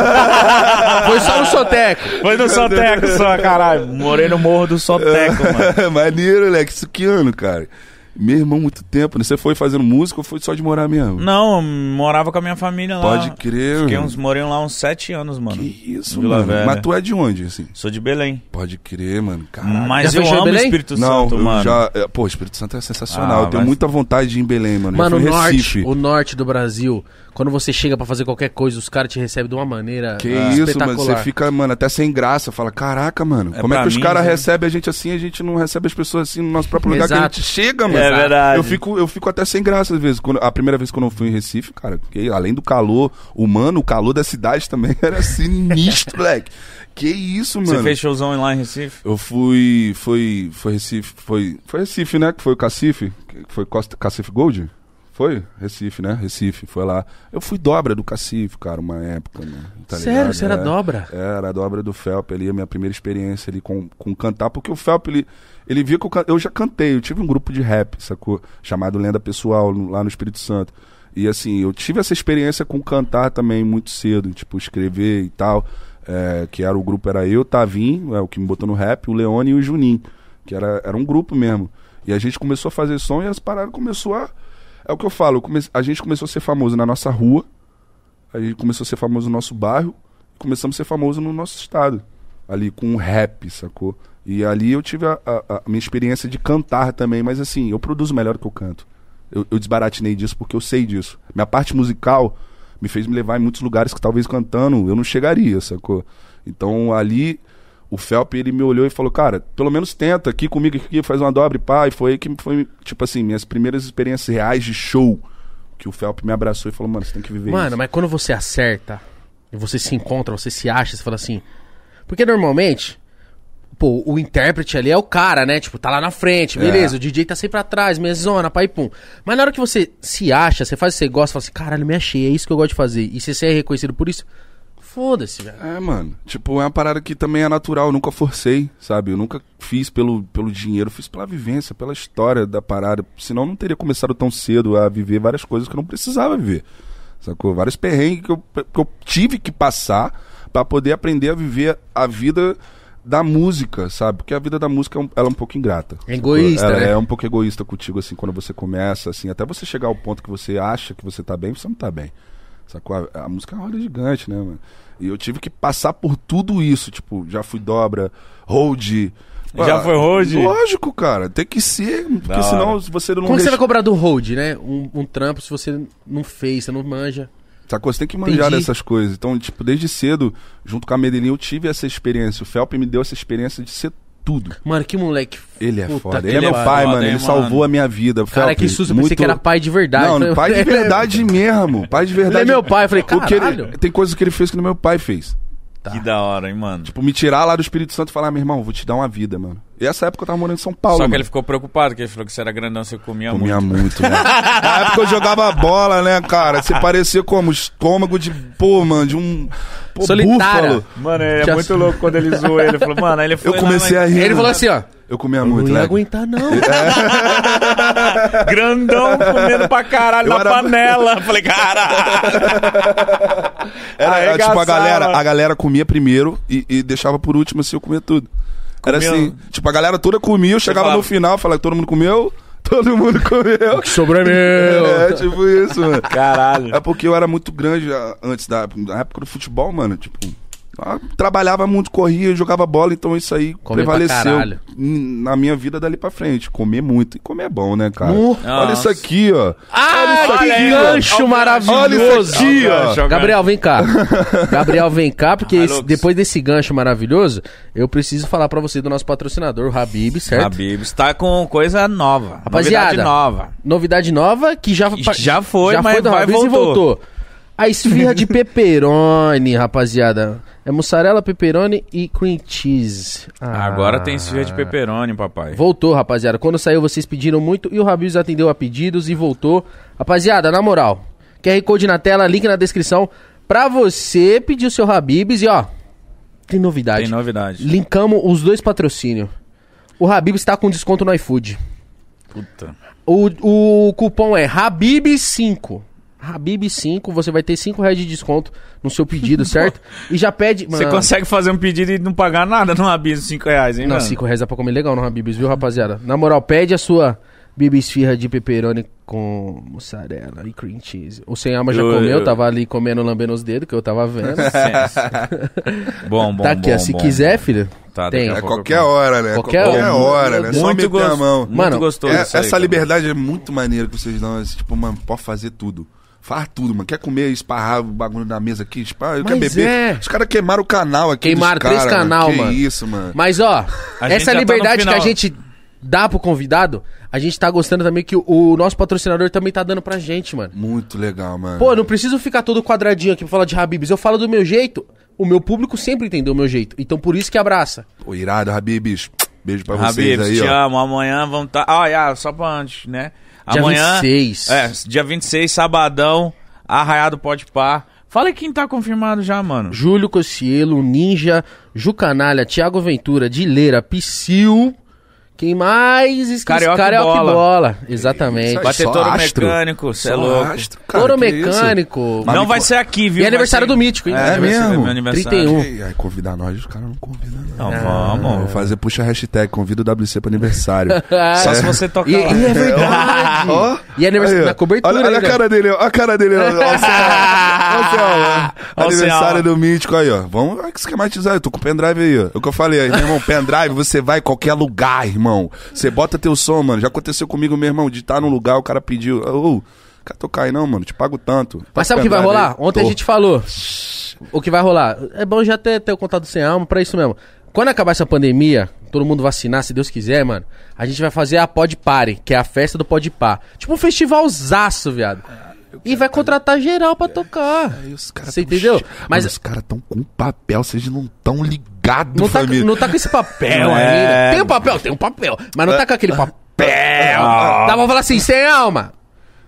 [SPEAKER 2] Foi só no Soteco.
[SPEAKER 1] Foi no Soteco só, caralho. Morei no Morro do Soteco, mano.
[SPEAKER 3] Maneiro, moleque. Isso que ano, cara. Meu irmão, muito tempo. né? Você foi fazendo música ou foi só de morar mesmo?
[SPEAKER 1] Não, eu morava com a minha família lá.
[SPEAKER 3] Pode crer.
[SPEAKER 1] Fiquei
[SPEAKER 3] mano.
[SPEAKER 1] uns, morei lá uns sete anos, mano.
[SPEAKER 3] Que isso,
[SPEAKER 1] Vila
[SPEAKER 3] mano.
[SPEAKER 1] Velha.
[SPEAKER 3] Mas tu é de onde, assim?
[SPEAKER 1] Sou de Belém.
[SPEAKER 3] Pode crer, mano. Caraca.
[SPEAKER 1] Mas
[SPEAKER 2] Já
[SPEAKER 1] eu
[SPEAKER 2] fechou
[SPEAKER 1] amo o
[SPEAKER 2] Belém?
[SPEAKER 1] Espírito
[SPEAKER 3] não,
[SPEAKER 1] Santo,
[SPEAKER 3] eu
[SPEAKER 1] mano.
[SPEAKER 3] já... é, Pô, Espírito Santo é sensacional.
[SPEAKER 1] Ah,
[SPEAKER 3] eu tenho
[SPEAKER 1] mas-
[SPEAKER 3] muita vontade de ir em Belém, mano.
[SPEAKER 2] Mano, o
[SPEAKER 3] eu fui em
[SPEAKER 2] norte,
[SPEAKER 3] Recife.
[SPEAKER 2] o norte do Brasil, quando você chega pra fazer qualquer coisa, os caras te recebem de uma maneira
[SPEAKER 3] Que
[SPEAKER 2] ah,
[SPEAKER 3] isso, mano. Você
[SPEAKER 2] espetacular.
[SPEAKER 3] fica, mano, até sem graça. Fala, caraca, mano.
[SPEAKER 1] É
[SPEAKER 3] como é
[SPEAKER 1] pra
[SPEAKER 3] que os
[SPEAKER 1] mim,
[SPEAKER 3] caras
[SPEAKER 1] né?
[SPEAKER 3] recebem a gente assim? A gente não recebe as pessoas assim no nosso próprio lugar que a
[SPEAKER 2] Exato.
[SPEAKER 3] gente chega, mano.
[SPEAKER 1] É verdade.
[SPEAKER 3] Eu fico, eu fico até sem graça às vezes. Quando, a primeira vez quando eu fui em Recife, cara, que além do calor humano, o calor da cidade também era sinistro, moleque. Que isso, mano.
[SPEAKER 1] Você fez showzão lá em Recife?
[SPEAKER 3] Eu fui. Foi. Foi Recife. Foi. Foi Recife, né? Que foi o Cacife. que Foi Costa, Cacife Gold? Foi? Recife, né? Recife, foi lá. Eu fui dobra do Cacife, cara, uma época, né? Tá
[SPEAKER 2] Sério,
[SPEAKER 3] ligado?
[SPEAKER 2] você era
[SPEAKER 3] É.
[SPEAKER 2] dobra?
[SPEAKER 3] É, Era a dobra do Felp ali, a minha primeira experiência ali com, com cantar, porque o Felp, ele, ele via que eu, can- eu já cantei, eu tive um grupo de rap, sacou? Chamado Lenda Pessoal, no- lá no Espírito Santo. E assim, eu tive essa experiência com cantar também muito cedo, tipo, escrever e tal. é, que era o grupo, era eu, Tavim, é, o que me botou no rap, o Leone e o Juninho, que era, era um grupo mesmo. E a gente começou a fazer som e as paradas começou a. É o que eu falo, eu comece- a gente começou a ser famoso na nossa rua, a gente começou a ser famoso no nosso bairro, começamos a ser famoso no nosso estado, ali com o rap, sacou? E ali eu tive a, a- a minha experiência de cantar também, mas assim, eu produzo melhor do que eu canto. Eu, eu desbaratinei disso porque eu sei disso. Minha parte musical me fez me levar em muitos lugares que talvez cantando eu não chegaria, sacou? Então ali o Felp ele me olhou e falou: Cara, pelo menos tenta aqui comigo, aqui, faz uma dobra e pá. E foi aí que foi, tipo assim, minhas primeiras experiências reais de show. Que o Felp me abraçou e falou: Mano, você tem que viver
[SPEAKER 2] Mano,
[SPEAKER 3] isso.
[SPEAKER 2] mas quando você acerta, e você se encontra, você se acha, você fala assim. Porque normalmente, pô, o intérprete ali é o cara, né? Tipo, tá lá na frente,
[SPEAKER 3] É.
[SPEAKER 2] beleza. O DJ tá sempre atrás, minha zona, pai pum. Mas na hora que você se acha, você faz o que você gosta, fala assim, caralho, me achei, é isso que eu gosto de fazer. E você é reconhecido por isso, foda-se, velho.
[SPEAKER 3] É, mano. Tipo, é uma parada que também é natural. Eu nunca forcei, sabe? Eu nunca fiz pelo, pelo dinheiro. eu Fiz pela vivência, pela história da parada. Senão eu não teria começado tão cedo a viver várias coisas que eu não precisava viver. Sacou? Vários perrengues que eu, que eu tive que passar pra poder aprender a viver a vida da música, sabe? Porque a vida da música é um, ela é um pouco ingrata.
[SPEAKER 2] É egoísta,
[SPEAKER 3] Ela
[SPEAKER 2] né?
[SPEAKER 3] É um pouco egoísta contigo, assim, quando você começa, assim, até você chegar ao ponto que você acha que você tá bem, você não tá bem. Sacou? A, a música é uma roda gigante, né, mano? E eu tive que passar por tudo isso, tipo, já fui dobra, hold.
[SPEAKER 1] Já
[SPEAKER 3] Ah,
[SPEAKER 1] foi hold?
[SPEAKER 3] Lógico, cara, tem que ser, porque
[SPEAKER 1] Da
[SPEAKER 3] senão
[SPEAKER 1] hora.
[SPEAKER 3] se você não
[SPEAKER 2] Como que você
[SPEAKER 3] respeita-
[SPEAKER 2] vai cobrar do hold, né? Um, um trampo se você não fez, você não manja.
[SPEAKER 3] Sacou? Você tem que manjar
[SPEAKER 2] Entendi.
[SPEAKER 3] dessas coisas. Então, tipo, desde cedo, junto com a Medellín, eu tive essa experiência. O Felp me deu essa experiência de ser tudo.
[SPEAKER 2] Mano, que moleque.
[SPEAKER 3] Ele é
[SPEAKER 2] Puta,
[SPEAKER 3] foda.
[SPEAKER 2] que
[SPEAKER 3] Ele é meu
[SPEAKER 1] legal.
[SPEAKER 3] pai,
[SPEAKER 1] Foda,
[SPEAKER 3] mano.
[SPEAKER 1] hein,
[SPEAKER 3] Ele
[SPEAKER 1] mano?
[SPEAKER 3] salvou a minha vida.
[SPEAKER 2] Cara,
[SPEAKER 3] Felp,
[SPEAKER 2] que susto, eu pensei que era pai de verdade.
[SPEAKER 3] Não, pai de verdade mesmo. Pai de verdade.
[SPEAKER 2] Ele é meu pai. Eu falei,
[SPEAKER 3] O que ele-
[SPEAKER 2] caralho.
[SPEAKER 3] Tem coisas que ele fez que no meu pai fez. Tá.
[SPEAKER 1] Que da hora, hein, mano.
[SPEAKER 3] Tipo, me tirar lá do Espírito Santo e falar, ah, meu irmão, vou te dar uma vida, mano. E essa época eu tava morando em São Paulo.
[SPEAKER 1] Só que
[SPEAKER 3] mano.
[SPEAKER 1] ele ficou preocupado, que ele falou que você era grandão, você comia muito.
[SPEAKER 3] Comia muito, mano. Na época eu jogava bola, né, cara? Você parecia como? Estômago de, pô, mano, de um. Pô,
[SPEAKER 2] Solitária.
[SPEAKER 3] búfalo.
[SPEAKER 1] Mano, ele
[SPEAKER 2] Já-
[SPEAKER 1] é muito louco quando ele zoou ele. Falou, mano, aí ele foi
[SPEAKER 3] Eu comecei
[SPEAKER 1] lá,
[SPEAKER 3] a rir.
[SPEAKER 2] Ele falou
[SPEAKER 3] mano.
[SPEAKER 2] assim, ó. É.
[SPEAKER 3] Eu comia
[SPEAKER 2] Não
[SPEAKER 3] muito,
[SPEAKER 2] ia
[SPEAKER 3] né?
[SPEAKER 2] aguentar, não.
[SPEAKER 1] a... Grandão comendo pra caralho
[SPEAKER 3] Eu
[SPEAKER 1] na
[SPEAKER 3] era-
[SPEAKER 1] panela. Falei, caralho.
[SPEAKER 3] Era, era, tipo, a
[SPEAKER 1] Arregaçava.
[SPEAKER 3] galera, a galera comia primeiro e, e deixava por último, assim, eu comia tudo. Era
[SPEAKER 1] Comia- um.
[SPEAKER 3] assim, tipo, a galera toda comia, eu chegava
[SPEAKER 1] falava-
[SPEAKER 3] no final, falava que todo mundo comeu, todo mundo comeu.
[SPEAKER 2] Sobrou
[SPEAKER 3] É, tipo isso, mano.
[SPEAKER 1] Caralho.
[SPEAKER 3] É porque eu era muito grande ah, antes da na época do futebol, mano. Tipo, ah, trabalhava muito, corria, jogava bola, então isso aí
[SPEAKER 2] Comer pra
[SPEAKER 3] prevaleceu
[SPEAKER 2] caralho.
[SPEAKER 3] n- na minha vida dali pra frente. Comer muito. E comer é bom, né, cara?
[SPEAKER 2] Nu.
[SPEAKER 3] Olha isso
[SPEAKER 1] Nossa.
[SPEAKER 3] aqui, ó.
[SPEAKER 2] Ah,
[SPEAKER 3] Olha
[SPEAKER 1] isso
[SPEAKER 2] que
[SPEAKER 1] aqui,
[SPEAKER 2] gancho
[SPEAKER 1] ó.
[SPEAKER 2] maravilhoso.
[SPEAKER 3] Olha isso aqui, ó.
[SPEAKER 1] Joga-
[SPEAKER 2] Gabriel, vem cá. Gabriel, vem cá, porque
[SPEAKER 1] Alô,
[SPEAKER 2] esse-
[SPEAKER 1] Lucas.
[SPEAKER 2] depois desse gancho maravilhoso, eu preciso falar pra você do nosso patrocinador, o Habib, certo?
[SPEAKER 1] Habib está com coisa nova.
[SPEAKER 2] Rapaziada.
[SPEAKER 1] Novidade nova.
[SPEAKER 2] Novidade nova que já,
[SPEAKER 1] Já foi, mas
[SPEAKER 2] do
[SPEAKER 1] vai-
[SPEAKER 2] Habib's
[SPEAKER 1] voltou.
[SPEAKER 2] A esfirra de pepperoni, rapaziada. É mussarela, pepperoni e cream cheese. Ah.
[SPEAKER 1] Agora tem esfirra de peperoni, papai.
[SPEAKER 2] Voltou, rapaziada. Quando saiu, vocês pediram muito e o Rabis atendeu a pedidos e voltou. Rapaziada, na moral, QR Code na tela, link na descrição pra você pedir o seu Rabibs e ó, tem novidade.
[SPEAKER 1] Tem novidade.
[SPEAKER 2] Linkamos os dois patrocínios. O Rabibs tá com desconto no iFood.
[SPEAKER 1] Puta.
[SPEAKER 2] O, o cupom é Habib5. Habib5, você vai ter 5 reais de desconto no seu pedido, certo? E já pede.
[SPEAKER 1] Você
[SPEAKER 2] Mano,
[SPEAKER 1] consegue fazer um pedido e não pagar nada no Habib 5 reais, hein,
[SPEAKER 2] Não,
[SPEAKER 1] mano?
[SPEAKER 2] 5 reais dá pra comer legal no Habibs, viu, rapaziada? Na moral, pede a sua bibisfirra de pepperoni com mussarela e cream cheese. O Senhama já
[SPEAKER 1] Eu-
[SPEAKER 2] comeu,
[SPEAKER 1] eu-
[SPEAKER 2] tava ali comendo, lambendo os dedos, que eu tava vendo.
[SPEAKER 1] bom, bom,
[SPEAKER 2] tá aqui,
[SPEAKER 1] bom,
[SPEAKER 2] ó, se
[SPEAKER 1] bom.
[SPEAKER 2] quiser, filho.
[SPEAKER 1] Tá,
[SPEAKER 2] tem.
[SPEAKER 1] daqui a
[SPEAKER 3] É
[SPEAKER 1] pouco eu
[SPEAKER 3] qualquer
[SPEAKER 1] como.
[SPEAKER 3] hora, né?
[SPEAKER 2] Qualquer
[SPEAKER 3] Qualquer,
[SPEAKER 2] hora.
[SPEAKER 3] hora, né? Só meter
[SPEAKER 1] Muito, gostoso.
[SPEAKER 3] a mão.
[SPEAKER 2] Mano,
[SPEAKER 1] Muito gostoso.
[SPEAKER 3] É,
[SPEAKER 1] isso aí,
[SPEAKER 3] essa
[SPEAKER 1] cara.
[SPEAKER 3] liberdade é muito maneira que vocês dão. assim, Tipo, mano, pode fazer tudo. Faz tudo, mano. Quer comer, esparrar o bagulho na mesa aqui? Esparra, eu quero
[SPEAKER 2] Mas
[SPEAKER 3] beber.
[SPEAKER 2] é.
[SPEAKER 3] Os caras queimaram o canal aqui. dos
[SPEAKER 2] Queimaram três
[SPEAKER 3] caras,
[SPEAKER 2] canal,
[SPEAKER 3] Que
[SPEAKER 2] mano.
[SPEAKER 3] isso, mano.
[SPEAKER 2] Mas, ó,
[SPEAKER 1] A gente
[SPEAKER 2] essa
[SPEAKER 1] já tá no
[SPEAKER 2] liberdade que a
[SPEAKER 1] final.
[SPEAKER 2] gente dá pro convidado, a gente tá gostando também que o, o nosso patrocinador também tá dando pra gente, mano.
[SPEAKER 3] Muito legal, mano.
[SPEAKER 2] Pô, eu não preciso ficar todo quadradinho aqui pra falar de Habibs. Eu falo do meu jeito, o meu público sempre entendeu o meu jeito. Então por isso que abraça.
[SPEAKER 3] Pô, irado, Habibis. Beijo pra vocês
[SPEAKER 1] Habib,
[SPEAKER 3] aí,
[SPEAKER 1] te
[SPEAKER 3] ó.
[SPEAKER 1] amo. Amanhã vamos tá... Ah, yeah, só pra antes, né?
[SPEAKER 2] Dia
[SPEAKER 1] Amanhã.
[SPEAKER 2] 26.
[SPEAKER 1] É, dia 26, sabadão, Arraiado Pode Par. Fala aí quem tá confirmado já, mano.
[SPEAKER 2] Júlio Cossielo, Ninja, Jucanalha, Thiago Ventura, Dileira, Psyu. Quem mais? Esqueci.
[SPEAKER 1] Carioca e Bola.
[SPEAKER 2] Bola.
[SPEAKER 3] Isso
[SPEAKER 2] Exatamente.
[SPEAKER 3] aí.
[SPEAKER 1] Batetor
[SPEAKER 3] só astro.
[SPEAKER 1] mecânico, cê é
[SPEAKER 3] Só
[SPEAKER 1] louco.
[SPEAKER 3] astro, cara,
[SPEAKER 2] Coro
[SPEAKER 3] que isso?
[SPEAKER 2] mecânico.
[SPEAKER 3] Mas
[SPEAKER 1] Não
[SPEAKER 3] me
[SPEAKER 1] vai
[SPEAKER 3] co-
[SPEAKER 1] ser aqui, viu?
[SPEAKER 2] E
[SPEAKER 1] Vai
[SPEAKER 2] aniversário
[SPEAKER 1] ser-
[SPEAKER 2] do Mítico, hein? um.
[SPEAKER 1] É,
[SPEAKER 2] Aniversário-
[SPEAKER 1] mesmo?
[SPEAKER 3] mesmo?
[SPEAKER 1] Meu aniversário.
[SPEAKER 2] 31.
[SPEAKER 3] E aí, convidar nós, os caras não convidam, não. É.
[SPEAKER 1] Não, vamos.
[SPEAKER 3] Vou fazer, puxa a hashtag, convida o WC pro aniversário.
[SPEAKER 1] Só
[SPEAKER 2] Ah,
[SPEAKER 1] se você tocar
[SPEAKER 2] E,
[SPEAKER 1] lá.
[SPEAKER 2] e é verdade.
[SPEAKER 3] Ó.
[SPEAKER 2] E é aniversário
[SPEAKER 3] Aí, ó.
[SPEAKER 2] na cobertura. né,
[SPEAKER 3] Olha, olha a
[SPEAKER 2] ainda.
[SPEAKER 3] cara dele, ó. a cara dele. ó. Ó, o Céu, ó, o Céu, ó.
[SPEAKER 1] Ó, o Céu.
[SPEAKER 3] Aniversário do Mítico aí, ó. Vamos esquematizar. Eu tô com o pendrive aí, ó. É o que eu falei aí, meu irmão. Pendrive, você vai em qualquer lugar, irmão. Você bota teu som, mano. Já aconteceu comigo, meu irmão, de estar num lugar, o cara pediu. Ô, ô, quer tocar aí não, mano? Te pago tanto. Tá
[SPEAKER 2] Mas sabe o que vai
[SPEAKER 3] Pendrive
[SPEAKER 2] rolar?
[SPEAKER 3] aí.
[SPEAKER 2] Ontem
[SPEAKER 3] Tô.
[SPEAKER 2] a gente falou. O que vai rolar? É bom já ter, ter o contato sem alma pra isso mesmo. Quando acabar essa pandemia, todo mundo vacinar, se Deus quiser, mano, a gente vai fazer a Pod Party, que é a festa do Pod Par. Tipo um festivalzaço, viado. E vai contratar geral pra tocar.
[SPEAKER 3] Aí os caras
[SPEAKER 2] Você
[SPEAKER 3] tão
[SPEAKER 2] entendeu?
[SPEAKER 3] che-
[SPEAKER 2] Mas-
[SPEAKER 3] Mano, os caras tão com papel, vocês não tão ligados,
[SPEAKER 2] Não tá,
[SPEAKER 3] família.
[SPEAKER 2] não tá com esse papel
[SPEAKER 1] É.
[SPEAKER 2] ainda. Tem o papel? Tem o papel. Mas não tá com aquele papel.
[SPEAKER 1] Ah.
[SPEAKER 2] Dá pra falar assim, sem alma.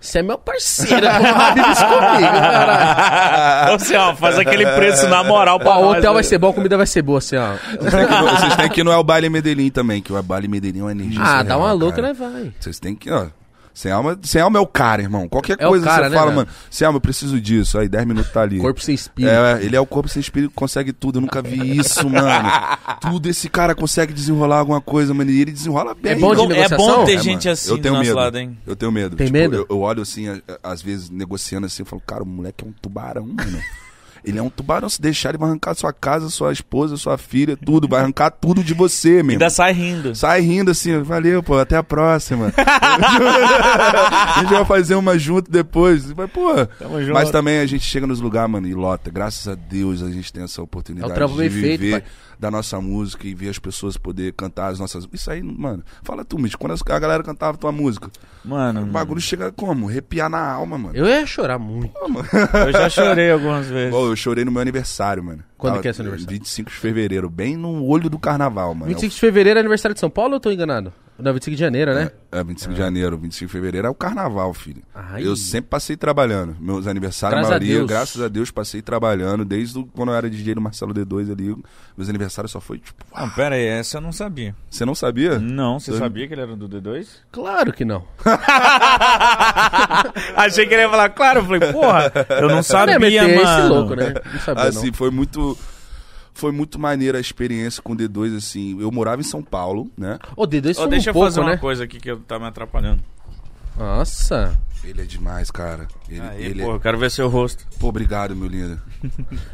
[SPEAKER 2] Você é meu parceiro, é como Habibs comigo, caralho.
[SPEAKER 1] Ô, Céu, faz aquele preço na moral pra
[SPEAKER 2] Ó, o
[SPEAKER 1] nós,
[SPEAKER 2] hotel
[SPEAKER 1] né?
[SPEAKER 3] é.
[SPEAKER 2] vai ser bom, a comida vai ser boa, assim, ó.
[SPEAKER 3] Vocês têm que no- Vocês têm que ir no El Baile Medellín também, que o El Baile Medellín é uma energia
[SPEAKER 2] Ah,
[SPEAKER 3] surreal,
[SPEAKER 2] dá uma louca,
[SPEAKER 3] cara.
[SPEAKER 2] né, vai.
[SPEAKER 3] Vocês têm que, ó. Sem alma, sem alma é o cara, irmão. Qualquer
[SPEAKER 2] É o
[SPEAKER 3] coisa
[SPEAKER 2] cara,
[SPEAKER 3] você
[SPEAKER 2] né,
[SPEAKER 3] fala,
[SPEAKER 2] velho?
[SPEAKER 3] mano, sem alma, eu preciso disso. Aí 10 minutos tá ali.
[SPEAKER 2] Corpo sem espírito.
[SPEAKER 3] É, ele é o corpo sem espírito, consegue tudo. Eu nunca vi isso, mano. Tudo esse cara consegue desenrolar alguma coisa, mano. E ele desenrola bem.
[SPEAKER 2] É bom
[SPEAKER 3] irmão.
[SPEAKER 2] de
[SPEAKER 1] É bom
[SPEAKER 2] negociação?
[SPEAKER 1] ter
[SPEAKER 3] É,
[SPEAKER 1] gente
[SPEAKER 3] mano,
[SPEAKER 1] assim do nosso lado, hein?
[SPEAKER 3] Eu tenho medo.
[SPEAKER 2] Tem
[SPEAKER 3] Tipo,
[SPEAKER 2] medo?
[SPEAKER 3] Eu, eu olho assim, a- a- às vezes, negociando assim, eu falo, cara, o moleque é um tubarão, mano. Ele é um tubarão, se deixar, ele vai arrancar sua casa, sua esposa, sua filha, tudo. Vai arrancar tudo de você, mesmo.
[SPEAKER 1] Ainda sai rindo.
[SPEAKER 3] Sai rindo assim, valeu, pô, até a próxima. a gente vai fazer uma junto depois. Mas, pô,
[SPEAKER 1] Tamo junto.
[SPEAKER 3] mas também a gente chega nos lugares, mano, e lota. Graças a Deus a gente tem essa oportunidade
[SPEAKER 2] É o trampo
[SPEAKER 3] de
[SPEAKER 2] bem feito,
[SPEAKER 3] viver
[SPEAKER 2] pai.
[SPEAKER 3] da nossa música e ver as pessoas poder cantar as nossas. Isso aí, mano, fala tu, Mitch, quando as- a galera cantava tua música,
[SPEAKER 1] Mano,
[SPEAKER 3] o bagulho chega como? Arrepiar na alma, mano.
[SPEAKER 2] Eu ia chorar muito.
[SPEAKER 1] eu já chorei algumas vezes.
[SPEAKER 3] Pô, eu chorei no meu aniversário, mano.
[SPEAKER 2] Quando que é seu aniversário?
[SPEAKER 3] 25 de fevereiro, bem no olho do carnaval, mano. É o
[SPEAKER 2] 25 de fevereiro é aniversário de São Paulo ou eu tô enganado? Não, 25 de janeiro, né?
[SPEAKER 3] É, 25 de janeiro, 25 de fevereiro é o carnaval, filho.
[SPEAKER 2] Ai.
[SPEAKER 3] Eu sempre passei trabalhando. Meus aniversários,
[SPEAKER 2] Graças
[SPEAKER 3] a
[SPEAKER 2] a
[SPEAKER 3] maioria,
[SPEAKER 2] Deus.
[SPEAKER 3] graças a Deus, passei trabalhando. Desde o- quando eu era DJ do Marcelo D2 ali, meus aniversários só foi tipo.
[SPEAKER 1] Não, ah, pera aí, essa eu não sabia.
[SPEAKER 3] Você não sabia?
[SPEAKER 2] Hum,
[SPEAKER 1] Não, você sabia que ele era do D2?
[SPEAKER 2] Claro que não.
[SPEAKER 1] Achei que ele ia falar, claro. Eu falei, porra, É, eu não sabia,
[SPEAKER 2] não ia meter
[SPEAKER 1] mano.
[SPEAKER 2] esse louco, né? Não sabia,
[SPEAKER 3] assim, foi muito. Foi muito maneira a experiência com o D2, assim. Eu morava em São Paulo, né?
[SPEAKER 2] não. Ô, D2
[SPEAKER 1] Ó,
[SPEAKER 2] foi
[SPEAKER 1] deixa
[SPEAKER 2] um
[SPEAKER 1] eu
[SPEAKER 2] pouco,
[SPEAKER 1] fazer uma
[SPEAKER 2] né?
[SPEAKER 1] coisa aqui que eu tá me atrapalhando.
[SPEAKER 2] Nossa.
[SPEAKER 3] Ele é demais, cara. Ele,
[SPEAKER 1] Aí,
[SPEAKER 3] ele é-
[SPEAKER 1] porra, eu quero ver seu rosto.
[SPEAKER 3] Pô, obrigado, meu lindo.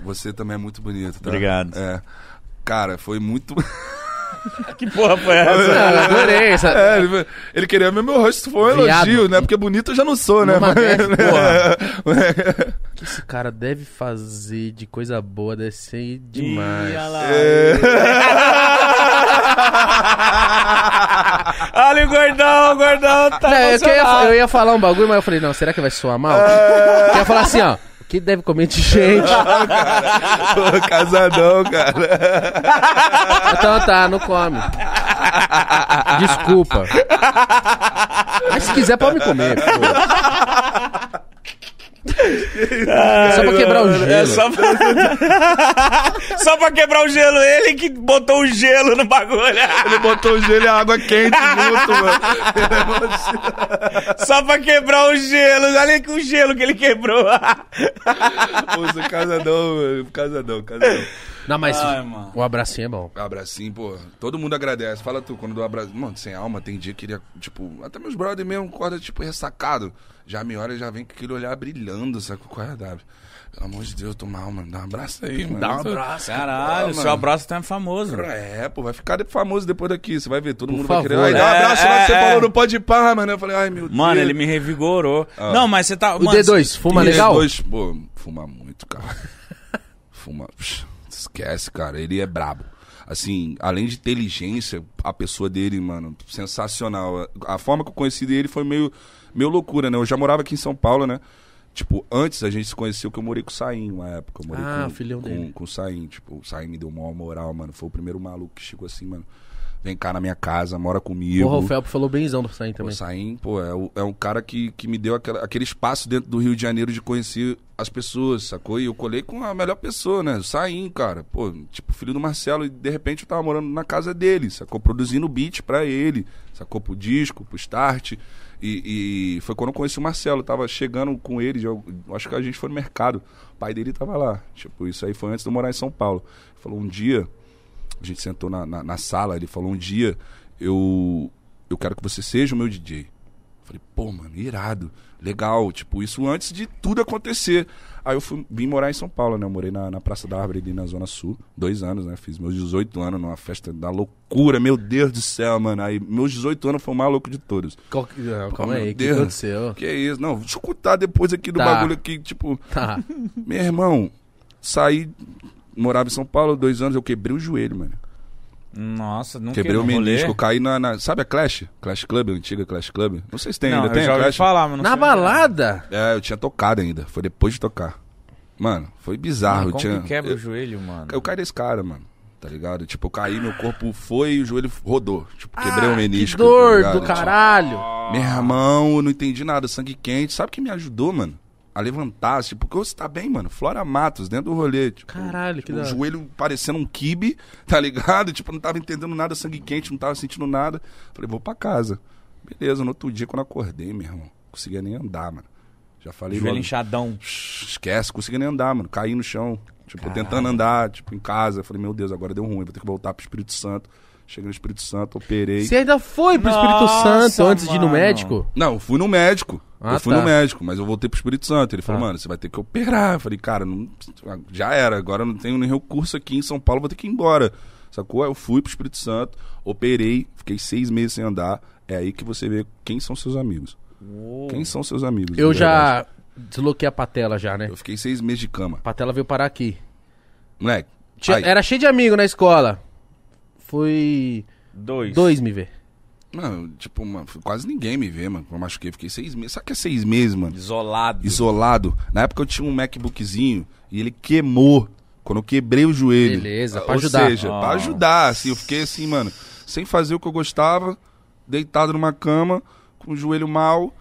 [SPEAKER 3] Você também é muito bonito, tá?
[SPEAKER 1] Obrigado.
[SPEAKER 3] É. Cara, foi muito.
[SPEAKER 1] Que porra foi essa?
[SPEAKER 2] Não, eu Ah, adorei essa.
[SPEAKER 3] É, ele, ele queria mesmo meu rosto, foi um
[SPEAKER 2] Viado.
[SPEAKER 3] elogio, né? Porque bonito eu já não sou, né?
[SPEAKER 2] Numa dessa,
[SPEAKER 3] porra.
[SPEAKER 2] O que esse cara deve fazer de coisa boa deve ser demais.
[SPEAKER 1] Ih, olha lá. Olha o gordão, o gordão tá
[SPEAKER 2] Não, é que eu, ia, fa-
[SPEAKER 1] emocionado.
[SPEAKER 2] eu ia falar um bagulho, mas eu falei, não, será que vai soar mal? Eu ia falar assim, ó. O que deve comer de gente?
[SPEAKER 3] Pô, casadão, cara.
[SPEAKER 2] Então tá, não come. Desculpa. Mas se quiser, pode me comer. Pô. É só pra quebrar o gelo.
[SPEAKER 1] É só pra... só pra quebrar o gelo. Ele que botou o gelo no bagulho.
[SPEAKER 3] Ele botou o gelo e a água quente junto, mano.
[SPEAKER 1] Só pra quebrar o gelo. Olha que o gelo que ele quebrou.
[SPEAKER 3] Pô, casadão, mano. Casadão, casadão.
[SPEAKER 2] Não, mas
[SPEAKER 1] Ai, mano.
[SPEAKER 2] o abracinho é bom.
[SPEAKER 3] Abracinho, pô. Todo mundo agradece. Fala tu, quando dou abraço. Mano, sem alma, tem dia que ele, é, tipo, até meus brother mesmo acorda, tipo, ressacado. Já me olha e já vem com aquele olhar brilhando, sabe? Qual é, W? Pelo amor de Deus, eu tô mal, mano. Dá um abraço aí, mano. Eu tô-
[SPEAKER 1] Caralho,
[SPEAKER 3] Ah,
[SPEAKER 1] seu
[SPEAKER 3] mano.
[SPEAKER 1] abraço tá famoso.
[SPEAKER 3] É, pô, vai ficar de- famoso depois daqui. Você vai ver, todo mundo
[SPEAKER 2] favor.
[SPEAKER 3] vai querer. Ai, dá um
[SPEAKER 1] É,
[SPEAKER 3] abraço lá
[SPEAKER 1] é,
[SPEAKER 3] que você
[SPEAKER 1] é.
[SPEAKER 3] falou no pode par, mano. Eu falei, ai, meu Deus.
[SPEAKER 1] Mano, ele me revigorou.
[SPEAKER 3] Ah.
[SPEAKER 1] Não, mas você tá...
[SPEAKER 2] O D2, fuma
[SPEAKER 3] Ele é
[SPEAKER 2] legal?
[SPEAKER 3] Dois, pô, fuma muito, cara. fuma. psh, Esquece, cara. Ele é brabo. Assim, além de inteligência, a pessoa dele, mano, sensacional. A a forma que eu conheci dele foi meio, meio loucura, né? Eu já morava aqui em São Paulo, né? Tipo, antes a gente se conheceu que eu morei com o Saim uma época. Eu morei
[SPEAKER 2] Ah,
[SPEAKER 3] com,
[SPEAKER 2] filhão
[SPEAKER 3] com,
[SPEAKER 2] dele.
[SPEAKER 3] com o Saim. Tipo, o Saim me deu maior moral, mano. Foi o primeiro maluco que chegou assim, mano. vem cá na minha casa, mora comigo.
[SPEAKER 2] Porra, o Felpo falou benzão do Sain
[SPEAKER 3] Pô,
[SPEAKER 2] também.
[SPEAKER 3] Saim, pô, é, o- é um cara que, que me deu aquela- aquele espaço dentro do Rio de Janeiro de conhecer as pessoas, sacou? E eu colei com a melhor pessoa, né? O Saim, cara. Pô, tipo, filho do Marcelo. E de repente eu tava morando na casa dele, sacou? Produzindo beat pra ele, sacou? Pro disco, pro start. E, e foi quando eu conheci o Marcelo. Eu tava chegando com ele, já- eu acho que a gente foi no mercado. O pai dele tava lá. Tipo, isso aí foi antes de eu morar em São Paulo. Ele falou, um dia... A gente sentou na, na, na sala, ele falou um dia, eu, eu quero que você seja o meu DJ. Eu Falei, pô, mano, irado, legal, tipo, isso antes de tudo acontecer. Aí eu fui, vim morar em São Paulo, né? Eu morei na, na Praça da Árvore ali na Zona Sul, dois anos, né? Fiz meus 18 anos numa festa da loucura, meu Deus do céu, mano. Aí meus 18 anos foi o mais louco de todos.
[SPEAKER 2] Qual que- não,
[SPEAKER 3] Pô,
[SPEAKER 2] calma
[SPEAKER 3] é? meu
[SPEAKER 2] aí, o que
[SPEAKER 3] Deus.
[SPEAKER 2] aconteceu?
[SPEAKER 3] Que isso? Não, deixa eu contar depois aqui do
[SPEAKER 2] Tá.
[SPEAKER 3] bagulho aqui, tipo,
[SPEAKER 2] Tá.
[SPEAKER 3] meu irmão, saí, morava em São Paulo dois anos, eu quebrei o joelho, mano.
[SPEAKER 1] Nossa, nunca
[SPEAKER 3] Quebrei
[SPEAKER 1] no
[SPEAKER 3] o menisco, eu caí na, na- Sabe a Clash? Clash Club, a antiga Clash Club? Não sei se tem
[SPEAKER 1] Não,
[SPEAKER 3] ainda. Tem
[SPEAKER 1] eu
[SPEAKER 3] a
[SPEAKER 1] já ouvi
[SPEAKER 3] Clash?
[SPEAKER 1] falar, mas não
[SPEAKER 2] Na
[SPEAKER 1] sei-
[SPEAKER 2] balada?
[SPEAKER 3] É, eu tinha tocado ainda. Foi depois de tocar. Mano, foi bizarro.
[SPEAKER 1] Mano,
[SPEAKER 3] eu
[SPEAKER 1] como
[SPEAKER 3] tinha...
[SPEAKER 1] que quebra
[SPEAKER 3] eu,
[SPEAKER 1] o joelho, mano?
[SPEAKER 3] eu caí desse cara, mano. Tá ligado? Tipo, eu caí, meu corpo foi e o joelho rodou. Tipo, quebrei
[SPEAKER 2] Ah,
[SPEAKER 3] o menisco.
[SPEAKER 2] Que dor
[SPEAKER 3] tá ligado?
[SPEAKER 2] do caralho.
[SPEAKER 3] Tipo, meu irmão, eu não entendi nada. Sangue quente. Sabe o que me ajudou, mano? A levantar, tipo, porque você tá bem, mano. Flora Matos, dentro do rolê. Tipo,
[SPEAKER 2] Caralho, que
[SPEAKER 3] o
[SPEAKER 2] da hora.
[SPEAKER 3] joelho parecendo um kibe, tá ligado? Tipo, não tava entendendo nada, sangue quente, não tava sentindo nada. Falei, vou pra casa. Beleza, no outro dia, quando eu acordei, meu irmão, não conseguia nem andar, mano. Já falei,
[SPEAKER 1] Joelho
[SPEAKER 3] logo,
[SPEAKER 1] inchadão.
[SPEAKER 3] esquece, conseguia nem andar, mano. Caí no chão, tipo, tentando andar, tipo, em casa. Falei, meu Deus, agora deu ruim, vou ter que voltar pro Espírito Santo. Cheguei no Espírito Santo, operei.
[SPEAKER 2] Você ainda foi pro Espírito
[SPEAKER 1] Nossa,
[SPEAKER 2] Santo antes de ir no
[SPEAKER 1] mano.
[SPEAKER 2] médico?
[SPEAKER 3] Não, eu fui no médico.
[SPEAKER 2] Ah,
[SPEAKER 3] eu fui
[SPEAKER 2] tá.
[SPEAKER 3] no médico, mas eu voltei pro Espírito Santo. Ele falou,
[SPEAKER 2] Tá.
[SPEAKER 3] mano, você vai ter que operar. Eu falei, cara, não- já era, agora eu não tenho nem recurso aqui em São Paulo, vou ter que ir embora. Sacou? Aí Eu fui pro Espírito Santo, operei, fiquei seis meses sem andar. É aí que você vê quem são seus amigos. Quem são seus amigos?
[SPEAKER 2] Eu
[SPEAKER 3] de verdade.
[SPEAKER 2] já desloquei a patela já, né?
[SPEAKER 3] Eu fiquei seis meses de cama.
[SPEAKER 2] A patela veio parar aqui.
[SPEAKER 3] Moleque.
[SPEAKER 2] Tinha- é-
[SPEAKER 3] aí-
[SPEAKER 2] era cheio de amigo na escola. Foi
[SPEAKER 1] Dois.
[SPEAKER 2] dois me ver.
[SPEAKER 3] Mano, tipo, mano, quase ninguém me vê, mano. Eu machuquei, fiquei seis meses. Sabe o que é seis meses, mano?
[SPEAKER 1] Isolado.
[SPEAKER 3] isolado. Na época eu tinha um MacBookzinho e ele queimou quando eu quebrei o joelho.
[SPEAKER 2] Beleza,
[SPEAKER 3] Ah,
[SPEAKER 2] pra
[SPEAKER 3] Ou
[SPEAKER 2] ajudar.
[SPEAKER 3] seja, pra
[SPEAKER 1] Ah.
[SPEAKER 3] ajudar, assim, eu fiquei assim, mano, sem fazer o que eu gostava, deitado numa cama, com o joelho mal.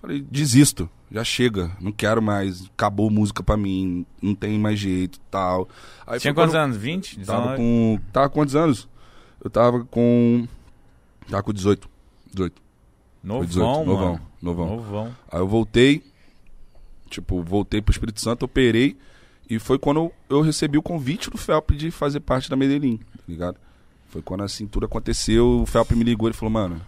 [SPEAKER 3] Falei, desisto, já chega, não quero mais, acabou música pra mim, não tem mais jeito, tal. Aí
[SPEAKER 1] Tinha
[SPEAKER 3] foi quando-
[SPEAKER 1] quantos anos? Então, 20?
[SPEAKER 3] Tava
[SPEAKER 1] 19?
[SPEAKER 3] com. Tava com quantos anos? Eu tava com. Tava com 18. 18. Foi 18.
[SPEAKER 1] Novão,
[SPEAKER 3] novão,
[SPEAKER 1] mano.
[SPEAKER 3] novão.
[SPEAKER 1] Novão.
[SPEAKER 3] Aí eu voltei, tipo, voltei pro Espírito Santo, operei, e foi quando eu, eu recebi o convite do Felp de fazer parte da Medellín, tá ligado? Foi quando assim tudo aconteceu, o Felp me ligou, ele falou, mano,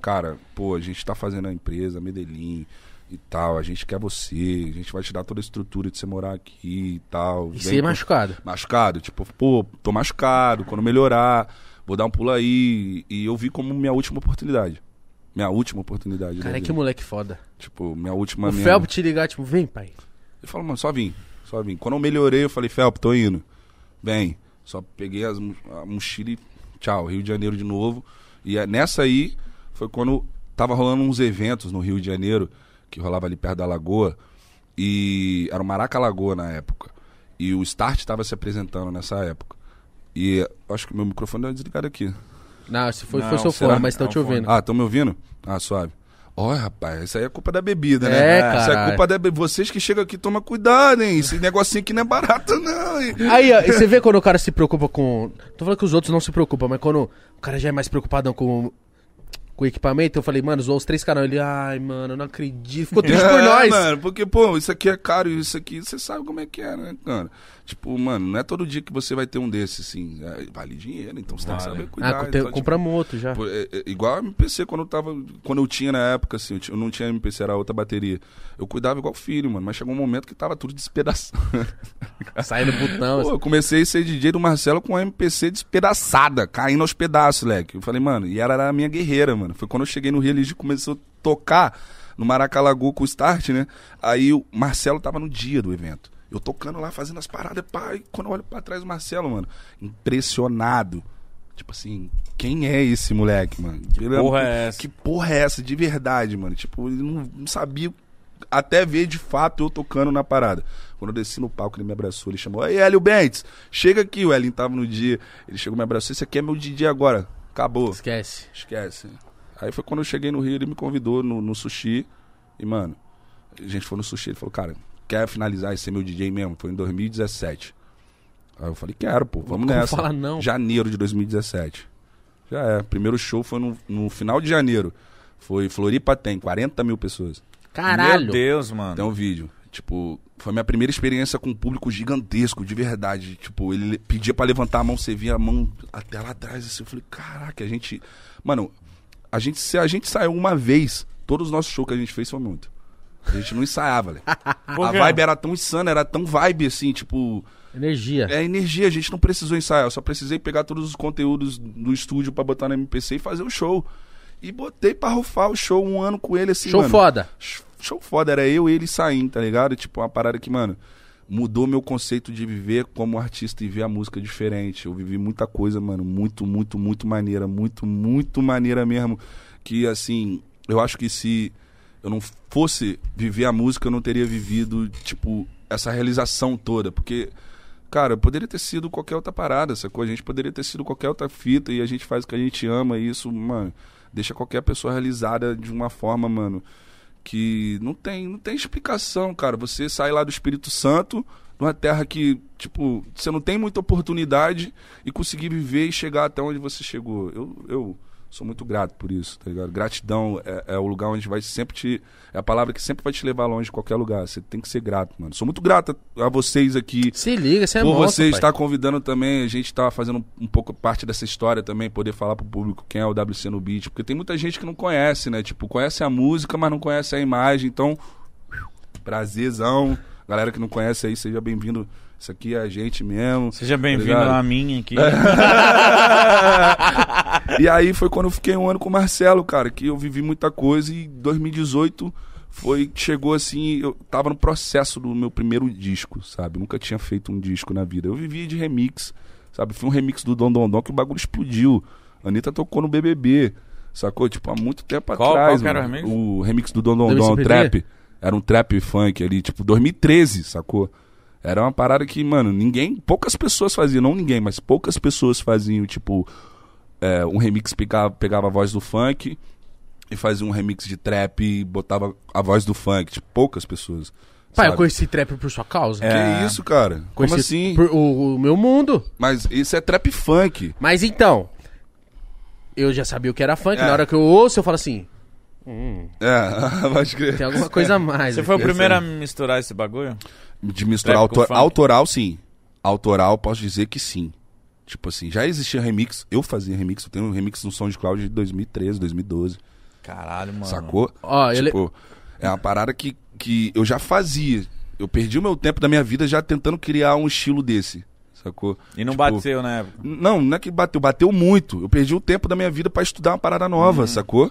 [SPEAKER 3] cara, pô, a gente tá fazendo a empresa, Medellín e tal, a gente quer você, a gente vai te dar toda a estrutura de você morar aqui e tal.
[SPEAKER 2] E
[SPEAKER 3] vem
[SPEAKER 2] ser
[SPEAKER 3] com-
[SPEAKER 2] é machucado.
[SPEAKER 3] machucado, tipo, pô, tô machucado, quando melhorar, vou dar um pulo aí, e eu vi como minha última oportunidade. Minha última oportunidade. da
[SPEAKER 2] Cara, que
[SPEAKER 3] vida.
[SPEAKER 2] moleque foda.
[SPEAKER 3] Tipo, minha última.
[SPEAKER 2] o
[SPEAKER 3] minha-
[SPEAKER 2] Felpo te ligar, tipo, vem, pai.
[SPEAKER 3] Ele falou, mano, só vim, só vim. Quando eu melhorei, eu falei, Felp, tô indo. Bem, só peguei as mo- a mochila e tchau, Rio de Janeiro de novo. E eh, nessa aí foi quando tava rolando uns eventos no Rio de Janeiro, que rolava ali perto da Lagoa. E era o Maraca Lagoa na época. E o Start tava se apresentando nessa época. E eh, acho que meu microfone deu desligado aqui.
[SPEAKER 2] Não, se foi,
[SPEAKER 1] Não,
[SPEAKER 2] foi seu
[SPEAKER 1] será?
[SPEAKER 2] fone, mas estão
[SPEAKER 1] É
[SPEAKER 2] te
[SPEAKER 1] o fone.
[SPEAKER 2] ouvindo.
[SPEAKER 3] Ah, estão me ouvindo? Ah, suave. Olha, rapaz, isso aí é culpa da bebida, né?
[SPEAKER 2] É,
[SPEAKER 3] Isso é
[SPEAKER 2] caralho.
[SPEAKER 3] culpa da bebida. Vocês que chegam aqui, toma cuidado, hein? Esse negocinho aqui não é barato, não. hein?
[SPEAKER 2] Aí, ó, e você vê quando o cara se preocupa com. Tô falando que os outros não se preocupam, mas quando o cara já é mais preocupadão com, com o equipamento, eu falei, mano, zoou os três canais. Ele, ai, mano, eu não acredito. Ficou triste por
[SPEAKER 3] É,
[SPEAKER 2] nós.
[SPEAKER 3] mano, porque, pô, isso aqui é caro, isso aqui, você sabe como é que é, né, cara? Tipo, mano, não é todo dia que você vai ter um desses, assim. É, vale dinheiro, então você tem que
[SPEAKER 1] Vale.
[SPEAKER 3] saber cuidar.
[SPEAKER 2] Ah, com- te-
[SPEAKER 3] então, tipo,
[SPEAKER 2] compramos outro já.
[SPEAKER 3] Pô, é- é igual a MPC quando eu tava. Quando eu tinha na época, assim, eu, ti- eu não tinha MPC, era outra bateria. Eu cuidava igual filho, mano. Mas chegou um momento que tava tudo despedaçado.
[SPEAKER 2] Saindo do botão.
[SPEAKER 3] Pô, eu comecei a ser DJ do Marcelo com a MPC despedaçada, caindo aos pedaços, leque. Eu falei, mano, e ela era a minha guerreira, mano. Foi quando eu cheguei no Rio, ele começou a tocar no Maracalagu com o Start, né? Aí o Marcelo tava no dia do evento. Eu tocando lá, fazendo as paradas, pá, e quando eu olho pra trás o Marcelo, mano, impressionado. Tipo assim, quem é esse moleque, mano? Que
[SPEAKER 1] porra é essa?
[SPEAKER 3] Que porra é essa, de verdade, mano? Tipo, ele não, não sabia até ver de fato eu tocando na parada. Quando eu desci no palco, ele me abraçou, ele chamou, Ei, Hélio Bentes, chega aqui, o Hélio tava no dia. Ele chegou, me abraçou, esse aqui é meu DJ agora. Acabou.
[SPEAKER 2] Esquece.
[SPEAKER 3] Esquece. Aí foi quando eu cheguei no Rio, ele me convidou no, no sushi. E, mano, a gente foi no sushi. Ele falou, cara, quer finalizar e ser meu DJ mesmo? Foi em 2017. Aí eu falei, quero, pô, vamos
[SPEAKER 2] Como
[SPEAKER 3] nessa.
[SPEAKER 2] fala não?
[SPEAKER 3] Janeiro de 2017. Já é. Primeiro show foi no, no final de janeiro. Foi Floripa tem, 40 mil pessoas.
[SPEAKER 2] Caralho.
[SPEAKER 1] Meu Deus, mano.
[SPEAKER 3] Tem um vídeo. Tipo, foi minha primeira experiência com um público gigantesco, de verdade. Tipo, ele le- pedia pra levantar a mão, você via a mão até lá atrás, assim. Eu falei, caraca, a gente. Mano, a gente, se a gente saiu uma vez, todos os nossos shows que a gente fez foi muito. A gente não ensaiava, velho.
[SPEAKER 1] Por
[SPEAKER 3] A
[SPEAKER 1] quê?
[SPEAKER 3] vibe era tão insana, era tão vibe, assim, tipo.
[SPEAKER 2] Energia.
[SPEAKER 3] É energia, a gente não precisou ensaiar. Eu só precisei pegar todos os conteúdos do estúdio pra botar no MPC e fazer o show. E botei pra rufar o show um ano com ele, assim,
[SPEAKER 2] Show
[SPEAKER 3] mano.
[SPEAKER 2] foda.
[SPEAKER 3] Show foda, era eu e ele saindo, tá ligado? Tipo, uma parada que, mano, mudou meu conceito de viver como artista e ver a música diferente. Eu vivi muita coisa, mano, muito, muito, muito maneira, muito, muito maneira mesmo. Que, assim, eu acho que se eu não fosse viver a música, eu não teria vivido, tipo, essa realização toda, porque. Cara, poderia ter sido qualquer outra parada, sacou? A gente poderia ter sido qualquer outra fita e a gente faz o que a gente ama e isso, mano, deixa qualquer pessoa realizada de uma forma, mano, que não tem, não tem explicação, cara. Você sai lá do Espírito Santo, numa terra que, tipo, você não tem muita oportunidade e conseguir viver e chegar até onde você chegou. Eu, eu sou muito grato por isso, tá ligado? Gratidão é, é o lugar onde vai sempre te. É a palavra que sempre vai te levar longe de qualquer lugar. Você tem que ser grato, mano. Sou muito grato a a vocês aqui.
[SPEAKER 2] Se liga, você é
[SPEAKER 3] Por
[SPEAKER 2] monstro,
[SPEAKER 3] você
[SPEAKER 2] pai.
[SPEAKER 3] estar convidando também, a gente está fazendo um pouco parte dessa história também, poder falar pro público quem é o WC no Beat, porque tem muita gente que não conhece, né? Tipo, conhece a música, mas não conhece a imagem, então, prazerzão. Galera que não conhece aí, seja bem-vindo. Isso aqui é a gente mesmo.
[SPEAKER 1] Seja bem-vindo
[SPEAKER 3] Obrigado.
[SPEAKER 1] à minha aqui.
[SPEAKER 3] E aí foi quando eu fiquei um ano com o Marcelo, cara, que eu vivi muita coisa e 2018 foi chegou assim, eu tava no processo do meu primeiro disco, sabe? Nunca tinha feito um disco na vida. Eu vivia de remix, sabe? Foi um remix do Dom Dom Dom que o bagulho explodiu. A Anitta tocou no BBB, sacou? Tipo, há muito tempo
[SPEAKER 1] Qual- qual
[SPEAKER 3] atrás.
[SPEAKER 1] que era
[SPEAKER 3] mano.
[SPEAKER 1] o remix?
[SPEAKER 3] o remix do Dom Dom Dom,
[SPEAKER 2] WCPD?
[SPEAKER 3] trap. Era um trap funk ali, tipo, 2013, sacou? Era uma parada que, mano, ninguém, poucas pessoas faziam, não ninguém, mas poucas pessoas faziam, tipo, é, um remix pegava, pegava a voz do funk e fazia um remix de trap e botava a voz do funk, tipo, poucas pessoas.
[SPEAKER 2] Pai, eu
[SPEAKER 3] sabe? É.
[SPEAKER 2] conheci trap por sua causa.
[SPEAKER 3] Que isso, cara? Como
[SPEAKER 2] Conheci
[SPEAKER 3] assim?
[SPEAKER 2] por- o, o meu mundo.
[SPEAKER 3] Mas isso é trap funk.
[SPEAKER 2] Mas então, eu já sabia o que era funk.
[SPEAKER 3] É.
[SPEAKER 2] Na hora que eu ouço, eu falo assim,
[SPEAKER 3] É, pode crer.
[SPEAKER 2] tem alguma coisa a mais.
[SPEAKER 1] Você foi o
[SPEAKER 3] é
[SPEAKER 2] aqui. assim."
[SPEAKER 1] primeiro a misturar esse bagulho?
[SPEAKER 3] De misturar
[SPEAKER 1] Trap com
[SPEAKER 3] autor-
[SPEAKER 1] funk.
[SPEAKER 3] autoral, sim. Autoral, posso dizer que sim. Tipo assim, já existia remix, eu fazia remix, eu tenho um remix no SoundCloud de 2013, 2012,
[SPEAKER 1] Caralho, mano.
[SPEAKER 3] sacou?
[SPEAKER 2] Ó, eu le-
[SPEAKER 3] Tipo, é uma parada que, que eu já fazia. Eu perdi o meu tempo da minha vida já tentando criar um estilo desse, sacou?
[SPEAKER 1] E não
[SPEAKER 3] Tipo,
[SPEAKER 1] bateu, né?
[SPEAKER 3] Não, não é que bateu, bateu muito. Eu perdi o tempo da minha vida pra estudar uma parada nova, sacou?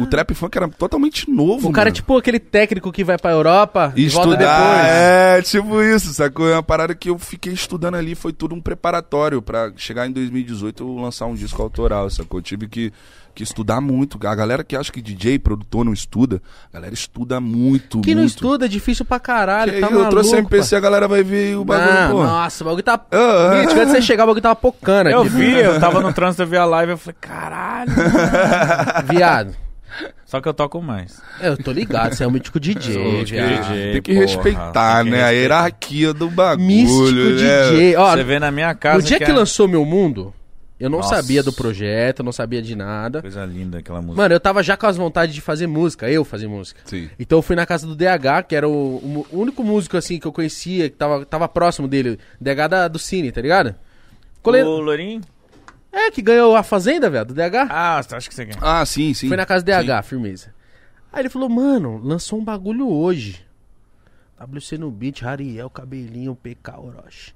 [SPEAKER 3] O trap funk era totalmente novo,
[SPEAKER 2] O cara é
[SPEAKER 3] mano.
[SPEAKER 2] tipo aquele técnico que vai pra Europa
[SPEAKER 3] E
[SPEAKER 2] e volta
[SPEAKER 3] estudar,
[SPEAKER 2] depois.
[SPEAKER 3] é, tipo isso, sacou? É uma parada que eu fiquei estudando ali, foi tudo um preparatório pra chegar em 2018 eu lançar um disco autoral, sacou? Eu tive que, que estudar muito. A galera que acha que DJ, produtor, não estuda, a galera estuda muito,
[SPEAKER 2] Quem não
[SPEAKER 3] muito.
[SPEAKER 2] estuda é difícil pra caralho,
[SPEAKER 3] Que
[SPEAKER 2] tá
[SPEAKER 3] aí
[SPEAKER 2] maluco.
[SPEAKER 3] eu trouxe
[SPEAKER 2] pai.
[SPEAKER 3] MPC, a galera vai ver o bagulho,
[SPEAKER 2] Não,
[SPEAKER 3] pô.
[SPEAKER 2] nossa, o bagulho tá.
[SPEAKER 3] Ah, ah.
[SPEAKER 2] Gente, antes de você chegar, o bagulho tava pocando aqui.
[SPEAKER 1] Eu vi, eu tava no trânsito, eu vi a live, eu falei, caralho.
[SPEAKER 2] Viado.
[SPEAKER 1] Só que eu toco mais.
[SPEAKER 2] Eu tô ligado, você é um mítico DJ, viado.
[SPEAKER 1] DJ,
[SPEAKER 3] Ah, Tem que
[SPEAKER 1] porra,
[SPEAKER 3] respeitar,
[SPEAKER 1] tem que
[SPEAKER 3] né? A
[SPEAKER 1] respeitar.
[SPEAKER 3] hierarquia do bagulho.
[SPEAKER 2] Místico
[SPEAKER 3] né?
[SPEAKER 2] DJ. Ó,
[SPEAKER 1] Você vê na minha casa.
[SPEAKER 2] o dia que,
[SPEAKER 1] é-
[SPEAKER 2] lançou Meu Mundo, eu não
[SPEAKER 1] Nossa.
[SPEAKER 2] sabia do projeto, eu não sabia de nada.
[SPEAKER 1] Coisa linda aquela música.
[SPEAKER 2] Mano, eu tava já com as vontades de fazer música, eu fazer música.
[SPEAKER 3] Sim.
[SPEAKER 2] Então eu fui na casa do DH, que era o, o mu- o único músico assim que eu conhecia, que tava, tava próximo dele. DH da, do Cine, tá ligado? Colei-
[SPEAKER 1] O Lourinho?
[SPEAKER 2] É, que ganhou a Fazenda, velho, do DH.
[SPEAKER 1] Ah, você acha que você quer?
[SPEAKER 3] Ah, sim, sim.
[SPEAKER 2] Foi na casa do DH, firmeza. Aí ele falou, mano, lançou um bagulho hoje. WC no beat, Ariel, cabelinho, PK, Orochi.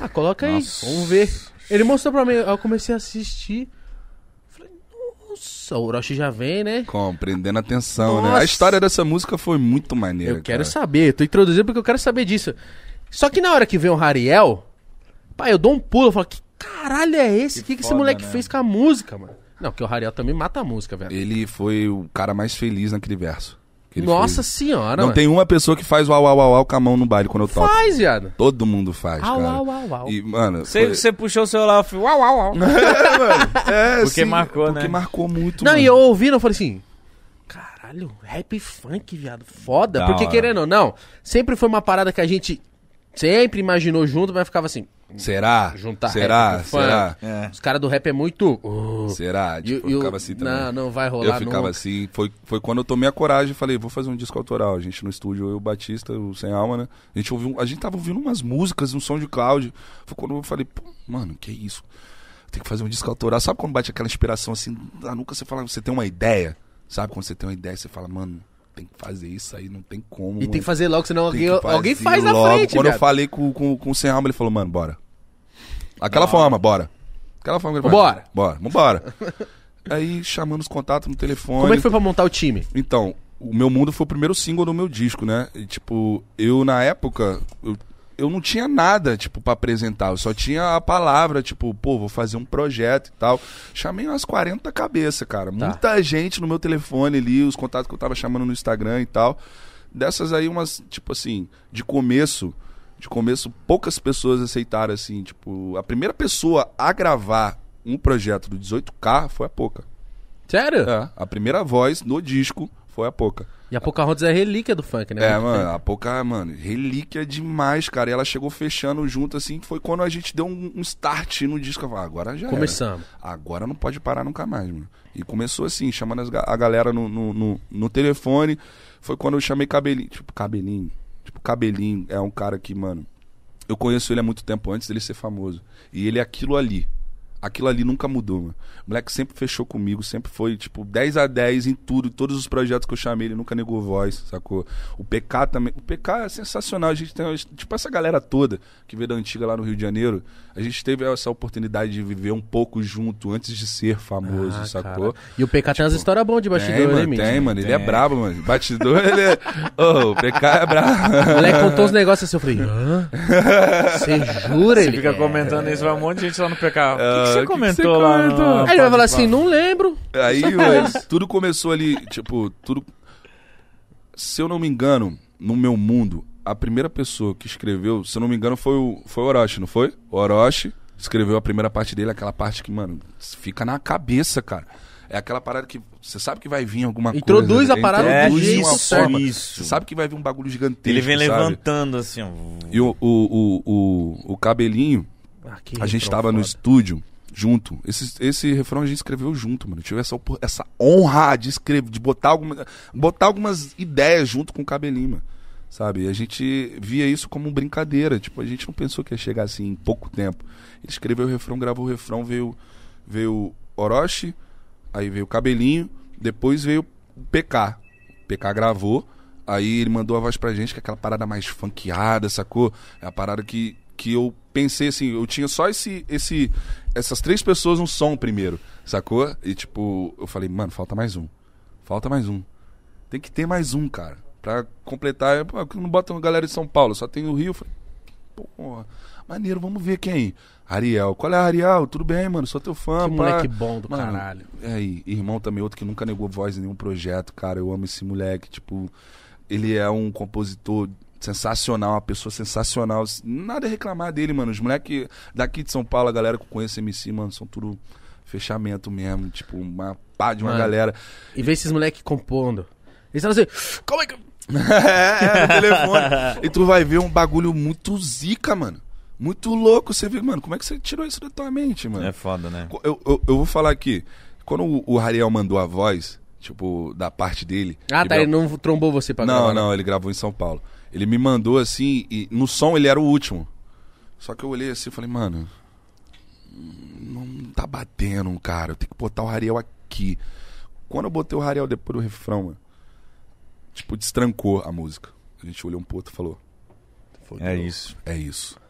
[SPEAKER 2] Ah, coloca aí,
[SPEAKER 1] Nossa.
[SPEAKER 2] vamos ver. Ele mostrou pra mim, aí eu comecei a assistir. Falei, nossa, o Orochi já vem, né?
[SPEAKER 3] Com, prendendo atenção, né?
[SPEAKER 2] Nossa.
[SPEAKER 3] A história dessa música foi muito maneira.
[SPEAKER 2] Eu quero
[SPEAKER 3] cara.
[SPEAKER 2] saber, eu tô introduzindo porque eu quero saber disso. Só que na hora que vem o Ariel, pai, eu dou um pulo, eu falo, que caralho é esse? O que, que, esse
[SPEAKER 1] foda,
[SPEAKER 2] moleque
[SPEAKER 1] né?
[SPEAKER 2] fez com a música, mano? Não, porque o Ariel também mata a música, velho.
[SPEAKER 3] Ele foi o cara mais feliz naquele verso. que ele
[SPEAKER 2] Nossa
[SPEAKER 3] fez.
[SPEAKER 2] senhora,
[SPEAKER 3] Não
[SPEAKER 2] mano.
[SPEAKER 3] tem uma pessoa que faz o au, au, au, au com a mão no baile quando eu toco.
[SPEAKER 2] Faz, viado.
[SPEAKER 3] Todo mundo faz,
[SPEAKER 2] Au,
[SPEAKER 3] cara.
[SPEAKER 2] au, au, au.
[SPEAKER 3] E, mano... foi-
[SPEAKER 1] Você puxou o celular e falou, uau, uau, uau.
[SPEAKER 3] É, mano. É,
[SPEAKER 1] Porque marcou,
[SPEAKER 3] porque
[SPEAKER 1] né?
[SPEAKER 3] marcou muito,
[SPEAKER 2] Não,
[SPEAKER 3] mano.
[SPEAKER 2] e eu ouvindo, eu falei assim. Caralho, rap e funk, viado. Foda.
[SPEAKER 1] Da
[SPEAKER 2] Porque
[SPEAKER 1] hora.
[SPEAKER 2] querendo ou não, sempre foi uma parada que a gente sempre imaginou junto, mas ficava assim.
[SPEAKER 3] Será?
[SPEAKER 2] Juntar
[SPEAKER 3] Será?
[SPEAKER 2] rap com
[SPEAKER 3] Será?
[SPEAKER 2] funk. Os caras do rap é muito. uh,
[SPEAKER 3] Será?
[SPEAKER 2] e-
[SPEAKER 3] Tipo,
[SPEAKER 2] e
[SPEAKER 3] eu
[SPEAKER 2] o-
[SPEAKER 3] ficava assim também.
[SPEAKER 2] Não, não vai rolar
[SPEAKER 3] Eu ficava
[SPEAKER 2] nunca.
[SPEAKER 3] assim, foi, foi quando eu tomei a coragem e falei, vou fazer um disco autoral. A gente no estúdio, eu, o Batista, o Sem Alma, né? A gente, ouviu, a gente tava ouvindo umas músicas, um som de Cláudio. Foi quando eu falei, pô, mano, que isso? Tem que fazer um disco autoral. Sabe quando bate aquela inspiração assim, na nuca você fala, você tem uma ideia? Sabe quando você tem uma ideia, você fala, mano, tem que fazer isso aí, não tem
[SPEAKER 2] E
[SPEAKER 3] como.
[SPEAKER 2] tem
[SPEAKER 3] mano.
[SPEAKER 2] que fazer logo, senão
[SPEAKER 3] Tem
[SPEAKER 2] alguém,
[SPEAKER 3] que fazer
[SPEAKER 2] alguém faz
[SPEAKER 3] logo.
[SPEAKER 2] na frente,
[SPEAKER 3] Quando eu
[SPEAKER 2] viado.
[SPEAKER 3] falei com, com, com o Sem Alma, ele falou, mano, bora. Aquela forma, bora. Aquela forma que ele falou,
[SPEAKER 2] Bora.
[SPEAKER 3] Bora, vambora. Aí chamando os contatos no telefone.
[SPEAKER 2] Como é que foi pra montar o time?
[SPEAKER 3] Então, o meu mundo foi o primeiro single do meu disco, né? E, tipo, eu na época, eu, eu não tinha nada, tipo, pra apresentar. Eu só tinha a palavra, tipo, pô, vou fazer um projeto e tal. Chamei umas 40 cabeças, cara. Muita gente no meu telefone ali, os contatos que eu tava chamando no Instagram e tal. Dessas aí, umas, tipo assim, de começo. De começo, poucas pessoas aceitaram, assim, tipo, a primeira pessoa a gravar um projeto do 18K foi a Pouca.
[SPEAKER 2] Sério?
[SPEAKER 3] É, a primeira voz no disco foi a Poca.
[SPEAKER 2] E a Pocahontas é relíquia do funk, né?
[SPEAKER 3] É, mano, a Poca, mano, relíquia demais, cara. E ela chegou fechando junto, assim, foi quando a gente deu um, um start no disco. Eu falei, "Ah, agora já era.
[SPEAKER 2] Começamos.
[SPEAKER 3] Agora não pode parar nunca mais, mano. E começou assim, chamando as ga- a galera no, no, no- no telefone. Foi quando eu chamei Cabelinho. Tipo, Cabelinho. Tipo, Cabelinho é um cara que, mano, eu conheço ele há muito tempo antes dele ser famoso. E ele é aquilo ali. Aquilo ali nunca mudou, mano. O moleque sempre fechou comigo, sempre foi, tipo, 10 a 10 em tudo, em todos os projetos que eu chamei, ele nunca negou voz, sacou? O PK também. O PK é sensacional, a gente tem, tipo, essa galera toda que veio da antiga lá no Rio de Janeiro, a gente teve essa oportunidade de viver um pouco junto antes de ser famoso,
[SPEAKER 2] Ah,
[SPEAKER 3] sacou? Tipo,
[SPEAKER 2] cara. E o PK tem umas histórias boas de
[SPEAKER 3] Tem,
[SPEAKER 2] bastidor, né,
[SPEAKER 3] mano,
[SPEAKER 2] Mitch?
[SPEAKER 3] tem, mano. Ele é
[SPEAKER 1] Tem.
[SPEAKER 3] brabo, mano. Batidor, ele é. Ô, o PK é
[SPEAKER 2] O
[SPEAKER 3] brabo.
[SPEAKER 2] moleque contou uns negócios assim, eu falei, hã? Você jura
[SPEAKER 1] Você
[SPEAKER 2] ele?
[SPEAKER 1] fica
[SPEAKER 2] É.
[SPEAKER 1] comentando isso, vai um monte de gente lá no PK. O que,
[SPEAKER 3] Ah,
[SPEAKER 1] que
[SPEAKER 3] o que
[SPEAKER 1] você
[SPEAKER 3] que
[SPEAKER 1] comentou
[SPEAKER 3] você
[SPEAKER 1] lá?
[SPEAKER 3] comentou?
[SPEAKER 1] No...
[SPEAKER 3] Aí
[SPEAKER 2] Aí ele vai falar assim, não lembro.
[SPEAKER 3] Aí, velho, tudo começou ali, tipo, tudo. Se eu não me engano, no meu mundo, a primeira pessoa que escreveu, se eu não me engano, foi o, foi o Orochi, não foi? O Orochi escreveu a primeira parte dele, aquela parte que, mano, fica na cabeça, cara. É aquela parada que você sabe que vai vir alguma
[SPEAKER 2] Introduz
[SPEAKER 3] coisa.
[SPEAKER 2] a parada
[SPEAKER 3] né?
[SPEAKER 1] do
[SPEAKER 3] Introduz de
[SPEAKER 1] jeito
[SPEAKER 3] uma
[SPEAKER 1] certo.
[SPEAKER 3] forma.
[SPEAKER 1] Isso.
[SPEAKER 3] Você sabe que vai vir um bagulho gigantesco.
[SPEAKER 1] Ele vem
[SPEAKER 3] sabe?
[SPEAKER 1] levantando assim, ó.
[SPEAKER 3] E o, o, o, o, o cabelinho,
[SPEAKER 2] Ah, que
[SPEAKER 3] a gente
[SPEAKER 2] refrão
[SPEAKER 3] tava no
[SPEAKER 2] foda.
[SPEAKER 3] estúdio junto. Esse, esse refrão a gente escreveu junto, mano. Eu tive essa, opor- essa honra de escrever, de botar, alguma, botar algumas ideias junto com o cabelinho, mano. Sabe? E A gente via isso como brincadeira. Tipo, a gente não pensou que ia chegar assim em pouco tempo. Ele escreveu o refrão, gravou o refrão, veio, veio Orochi, aí veio o cabelinho, depois veio o PK. O PK gravou, aí ele mandou a voz pra gente, que é aquela parada mais funkeada, sacou? É a parada que, que eu pensei assim, eu tinha só esse, esse. Essas três pessoas no som primeiro, sacou? E tipo, eu falei, mano, falta mais um. Falta mais um. Tem que ter mais um, cara. Pra completar, eu, pô, não botam a galera de São Paulo, só tem o Rio. Eu falei, porra, maneiro, vamos ver quem. Ariel, qual é Ariel? Tudo bem, mano, sou teu fã.
[SPEAKER 2] Que
[SPEAKER 3] pá."
[SPEAKER 2] moleque bom do
[SPEAKER 3] Mano,
[SPEAKER 2] caralho.
[SPEAKER 3] É, e irmão também, outro que nunca negou voz em nenhum projeto, cara. Eu amo esse moleque, tipo, ele é um compositor sensacional, uma pessoa sensacional. assim, Nada a reclamar dele, mano. Os moleques daqui de São Paulo, a galera que eu conheço MC, mano, são tudo fechamento mesmo, tipo, uma pá de uma
[SPEAKER 2] Mano.
[SPEAKER 3] galera.
[SPEAKER 2] E vê esses moleque compondo. Eles falam assim, como é que...
[SPEAKER 3] é, é, no telefone. E tu vai ver um bagulho muito zica, mano. Muito louco. Você vê, mano, como é que você tirou isso da tua mente, mano?
[SPEAKER 1] É foda, né?
[SPEAKER 3] Co- Eu, eu, eu vou falar aqui. Quando o, o Ariel mandou a voz, tipo, da parte dele.
[SPEAKER 2] Ah, tá,
[SPEAKER 3] ele
[SPEAKER 2] ele não trombou você pra
[SPEAKER 3] Não,
[SPEAKER 2] gravar, né?
[SPEAKER 3] não, ele gravou em São Paulo. Ele me mandou assim, e no som ele era o último. Só que eu olhei assim e falei, mano. Não tá batendo, cara. Eu tenho que botar o Ariel aqui. Quando eu botei o Ariel depois do refrão, mano, tipo, destrancou a música. A gente olhou um pro outro e falou:
[SPEAKER 1] É isso.
[SPEAKER 3] é isso.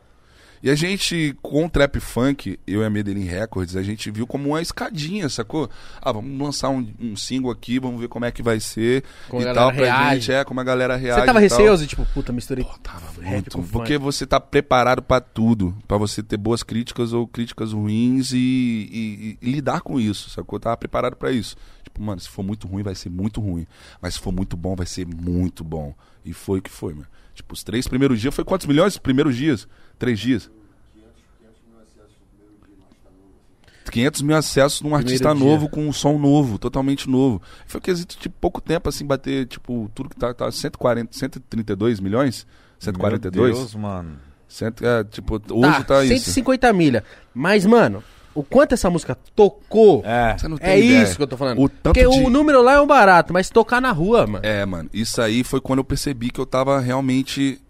[SPEAKER 3] E a gente, com o Trap Funk, eu e a Medellín Records, a gente viu como uma escadinha, sacou? Ah, vamos lançar um, um single aqui, vamos ver como é que vai ser.
[SPEAKER 2] Como a
[SPEAKER 3] e
[SPEAKER 2] galera
[SPEAKER 3] tal, pra
[SPEAKER 2] reage.
[SPEAKER 3] gente, é, como a galera reage.
[SPEAKER 2] Você tava
[SPEAKER 3] e tal.
[SPEAKER 2] receoso, tipo, puta, misturei.
[SPEAKER 3] Pô, tava
[SPEAKER 2] Rap
[SPEAKER 3] muito,
[SPEAKER 2] com funk.
[SPEAKER 3] porque você tá preparado pra tudo, pra você ter boas críticas ou críticas ruins e, e- e- e lidar com isso, sacou? Eu tava preparado pra isso. Tipo, mano, se for muito ruim, vai ser muito ruim. Mas se for muito bom, vai ser muito bom. E foi o que foi, mano. Tipo, os três primeiros dias, foi quantos milhões os primeiros dias? Três dias? 500 mil acessos num artista
[SPEAKER 2] dia.
[SPEAKER 3] novo com um som novo, totalmente novo. Foi um quesito de pouco tempo, assim, bater, tipo, tudo que tá, tá 140, 132 milhões? 142?
[SPEAKER 4] Meu Deus, mano.
[SPEAKER 3] Cento, é, tipo, hoje tá, isso.
[SPEAKER 2] 150 milha. Mas, mano, o quanto essa música tocou. É,
[SPEAKER 4] É.
[SPEAKER 3] Você não tem ideia.
[SPEAKER 2] isso que eu tô falando.
[SPEAKER 3] O tanto
[SPEAKER 2] Porque
[SPEAKER 3] de...
[SPEAKER 2] o número lá é um barato, mas tocar na rua, mano.
[SPEAKER 3] É, mano, isso aí foi quando eu percebi que eu tava realmente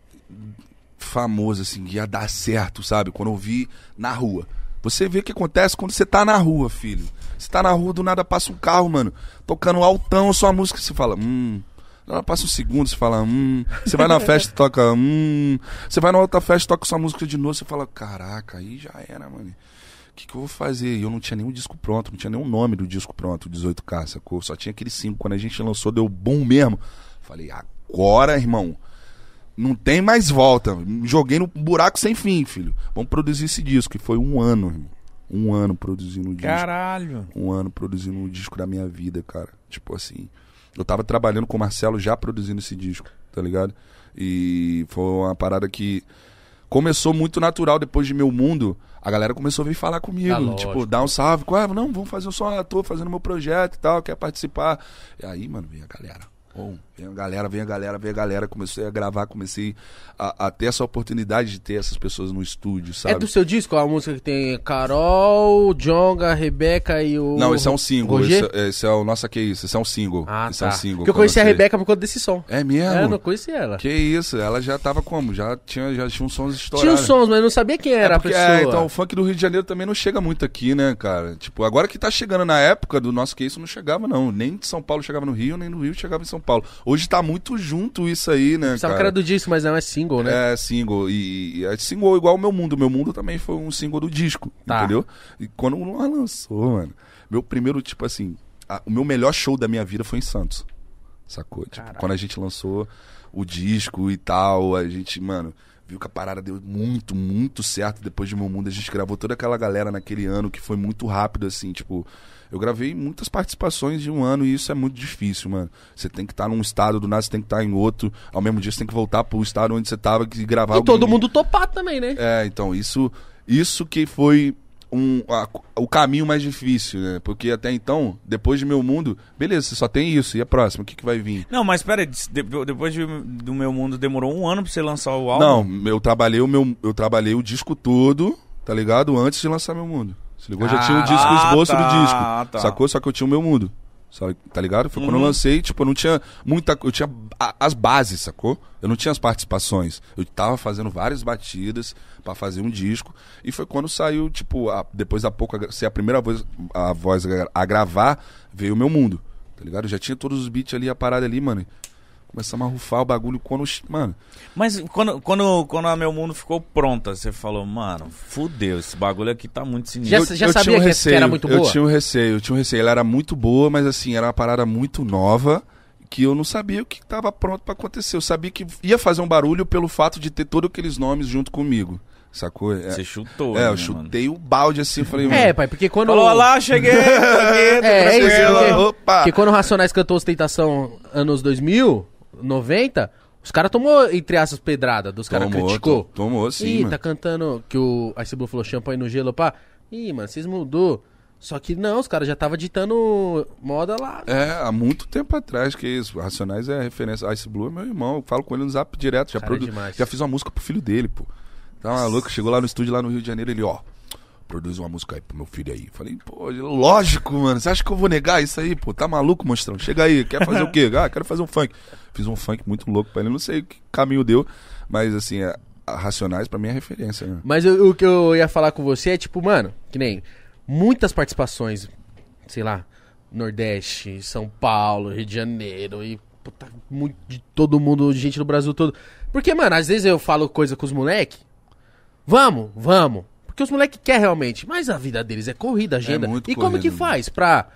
[SPEAKER 3] famoso, assim, ia dar certo, sabe? Quando eu vi na rua. Você vê o que acontece quando você tá na rua, filho. Você tá na rua, do nada passa um carro, mano, tocando altão sua música, você fala, hum. Do nada passa um segundo, você fala, hum. Você vai na festa e toca, hum. Você vai na outra festa e toca sua música de novo, você fala, caraca, aí já era, mano. O que, que eu vou fazer? E eu não tinha nenhum disco pronto, não tinha nenhum nome do disco pronto, 18K, sacou? Só tinha aquele 5. Quando a gente lançou, deu bom mesmo. Falei, agora, irmão, não tem mais volta. Joguei no buraco sem fim, filho. Vamos produzir esse disco. E foi um ano, irmão. Um ano produzindo o disco
[SPEAKER 1] Caralho.
[SPEAKER 3] um ano produzindo um disco da minha vida, cara. Tipo assim, eu tava trabalhando com o Marcelo já produzindo esse disco, tá ligado? E foi uma parada que começou muito natural depois de meu mundo. A galera começou a vir falar comigo,
[SPEAKER 2] Ah, lógico.
[SPEAKER 3] tipo, dar um salve, ah, não, vamos fazer eu só tô fazendo meu projeto e tal, quer participar. E aí, mano, vem a galera. Bom, vem a galera, vem a galera, vem a galera. Comecei a gravar, comecei a, a ter essa oportunidade de ter essas pessoas no estúdio, sabe?
[SPEAKER 2] É do seu disco a música que tem Carol, Jonga, Rebeca e o.
[SPEAKER 3] Não, esse é um single.
[SPEAKER 2] Roger?
[SPEAKER 3] Esse, é- esse é o. Nossa, que isso? Esse é um single.
[SPEAKER 2] Ah,
[SPEAKER 3] esse
[SPEAKER 2] tá.
[SPEAKER 3] é um single.
[SPEAKER 2] Porque eu
[SPEAKER 3] quando
[SPEAKER 2] conheci a
[SPEAKER 3] você-
[SPEAKER 2] Rebeca por conta desse som.
[SPEAKER 3] É
[SPEAKER 2] É, eu
[SPEAKER 3] mesmo?
[SPEAKER 2] não conheci ela.
[SPEAKER 3] Que isso? Ela já tava como? Já tinha, já tinha uns sons estourados.
[SPEAKER 2] Tinha os sons, mas eu não sabia quem era
[SPEAKER 3] É,
[SPEAKER 2] a
[SPEAKER 3] porque-
[SPEAKER 2] pessoa.
[SPEAKER 3] é, então o funk do Rio de Janeiro também não chega muito aqui, né, cara? Tipo, agora que tá chegando na época do nosso que isso não chegava, não. Nem de São Paulo chegava no Rio, nem no Rio chegava em São Paulo. Hoje tá muito junto isso aí, né,
[SPEAKER 2] Pensava
[SPEAKER 3] cara?
[SPEAKER 2] que era do disco, mas não é single, né?
[SPEAKER 3] É, single. E, e é single igual o Meu Mundo. Meu Mundo também foi um single do disco,
[SPEAKER 2] Tá.
[SPEAKER 3] entendeu? E quando o Luan lançou, mano, meu primeiro, tipo assim, a- o meu melhor show da minha vida foi em Santos. Sacou? Tipo, quando a gente lançou o disco e tal, a gente, mano, viu que a parada deu muito, muito certo depois de Meu Mundo. A gente gravou toda aquela galera naquele ano que foi muito rápido, assim, tipo. Eu gravei muitas participações de um ano e isso é muito difícil, mano. Você tem que estar num estado, do nada você tem que estar em outro. Ao mesmo dia você tem que voltar pro estado onde você tava e gravar
[SPEAKER 2] E todo
[SPEAKER 3] alguém-
[SPEAKER 2] mundo topar também, né?
[SPEAKER 3] é, então, isso, isso que foi um, a- o caminho mais difícil, né? Porque até então, depois de meu mundo, beleza, você só tem isso. E a próxima? O que, que vai vir?
[SPEAKER 1] Não, mas pera, aí, de- depois de- do meu mundo demorou um ano pra você lançar o álbum.
[SPEAKER 3] Não, eu trabalhei o meu. Eu trabalhei o disco todo, tá ligado? Antes de lançar meu mundo. Se ligou? já tinha o disco, o
[SPEAKER 1] Ah,
[SPEAKER 3] esboço
[SPEAKER 1] tá,
[SPEAKER 3] do disco.
[SPEAKER 1] tá. Uhum.
[SPEAKER 3] Sacou? Só que eu tinha o meu mundo. Sabe, tá ligado? Foi quando eu lancei, tipo, eu não tinha muita. Eu tinha a- as bases, sacou? Eu não tinha as participações. Eu tava fazendo várias batidas pra fazer um disco. E foi quando saiu, tipo, a- depois da pouco, a- ser a primeira voz a, voz a- a gravar, veio o meu mundo. Tá ligado? Eu já tinha todos os beats ali, a parada ali, mano. Começamos a rufar o bagulho quando. Mano,
[SPEAKER 1] Mas quando, quando, quando a Meu Mundo ficou pronta, você falou, mano, fudeu, esse bagulho aqui tá muito sinistro.
[SPEAKER 2] Já- já sabia
[SPEAKER 3] tinha
[SPEAKER 2] que- que era muito
[SPEAKER 3] Eu
[SPEAKER 2] boa?
[SPEAKER 3] tinha um receio, eu tinha um receio. Ela era muito boa, mas assim, era uma parada muito nova que eu não sabia o que estava pronto pra acontecer. Eu sabia que ia fazer um barulho pelo fato de ter todos aqueles nomes junto comigo. Sacou? É,
[SPEAKER 1] Você chutou,
[SPEAKER 3] é,
[SPEAKER 1] né,
[SPEAKER 3] eu chutei o balde assim, eu falei,
[SPEAKER 2] É,
[SPEAKER 3] mano,
[SPEAKER 2] pai, porque quando.
[SPEAKER 1] Mano? Falou, lá, cheguei,
[SPEAKER 2] É, é isso.
[SPEAKER 3] tranquilo,
[SPEAKER 2] porque-
[SPEAKER 3] opa.
[SPEAKER 2] Porque quando o Racionais cantou Ostentação anos 2000, 90, os caras tomou, entre aspas, pedrada. Dos caras
[SPEAKER 3] tomou,
[SPEAKER 2] criticou.
[SPEAKER 3] to- tomou sim,
[SPEAKER 2] Ih,
[SPEAKER 3] mano.
[SPEAKER 2] tá cantando que o Ice Blue falou champanhe no gelo, pá. Ih, mano, vocês mudou. Só que não, os caras já tava ditando moda lá. né?
[SPEAKER 3] É, há muito tempo atrás que isso. Racionais é referência. Ice Blue é meu irmão. Eu falo com ele no zap direto. Já,
[SPEAKER 2] Cara, é
[SPEAKER 3] produ...
[SPEAKER 2] demais.
[SPEAKER 3] já fiz uma música pro filho dele, pô. Tá maluco? Chegou lá no estúdio, lá no Rio de Janeiro, ele, ó. Produz uma música aí pro meu filho aí. Falei, pô, lógico, mano. Você acha que eu vou negar isso aí, pô? Tá maluco, monstrão? Chega aí, quer fazer o quê? Ah, quero fazer um funk. Fiz um funk muito louco pra ele. Não sei que caminho deu, mas assim, é- a Racionais pra mim é referência, né?
[SPEAKER 2] Mas eu- o que eu ia falar com você é tipo, mano, que nem muitas participações, sei lá, Nordeste, São Paulo, Rio de Janeiro e puta, muito de todo mundo, de gente do Brasil todo. Porque, mano, às vezes eu falo coisa com os moleque, Vamos, vamos. Porque os moleques querem realmente. Mas a vida deles é corrida, agenda.
[SPEAKER 3] muito
[SPEAKER 2] e como
[SPEAKER 3] corrida,
[SPEAKER 2] que
[SPEAKER 3] né?
[SPEAKER 2] faz pra.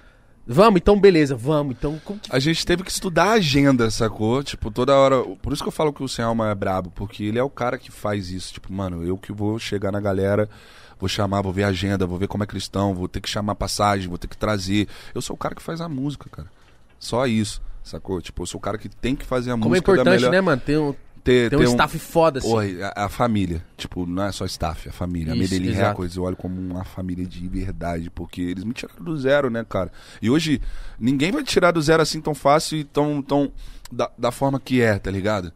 [SPEAKER 2] Vamos, então, beleza, vamos, então. Como que...
[SPEAKER 3] A gente teve que estudar a agenda, sacou? Tipo, toda hora. Por isso que eu falo que o Selma é brabo, porque ele é o cara que faz isso. Tipo, mano, eu que vou chegar na galera, vou chamar, vou ver a agenda, vou ver como é que eles estão, vou ter que chamar passagem, vou ter que trazer. Eu sou o cara que faz a música, cara. Só isso, sacou? Tipo, eu sou o cara que tem que fazer a
[SPEAKER 2] Como é
[SPEAKER 3] música da
[SPEAKER 2] importante,
[SPEAKER 3] melhor.
[SPEAKER 2] né, mano? Ter um,
[SPEAKER 3] Ter,
[SPEAKER 2] ter um
[SPEAKER 3] ter
[SPEAKER 2] staff foda, assim.
[SPEAKER 3] Porra, a, a família. Tipo, não é só staff, a família.
[SPEAKER 2] Isso,
[SPEAKER 3] a Medellín
[SPEAKER 2] exato.
[SPEAKER 3] Records eu olho como uma família de verdade, porque eles me tiraram do zero, né, cara? E hoje, ninguém vai te tirar do zero assim tão fácil e tão. tão da, da forma que é, tá ligado?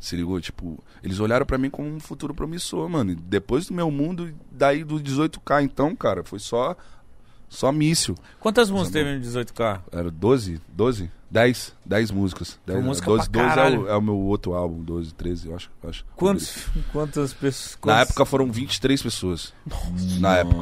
[SPEAKER 3] Se ligou? Tipo, eles olharam pra mim como um futuro promissor, mano. E Depois do meu mundo, daí do 18K, então, cara, foi só. Só míssil.
[SPEAKER 1] Quantas músicas teve no 18K?
[SPEAKER 3] Era 12? 12? 10? 10 músicas. 10,
[SPEAKER 1] música
[SPEAKER 3] 12,
[SPEAKER 1] pra
[SPEAKER 3] 12 é, o,
[SPEAKER 1] caralho.
[SPEAKER 3] é o meu outro álbum, 12, 13, eu acho. eu acho
[SPEAKER 1] Quantos, quantas pessoas?
[SPEAKER 3] na
[SPEAKER 1] quantos-
[SPEAKER 3] época foram 23 pessoas. Na época.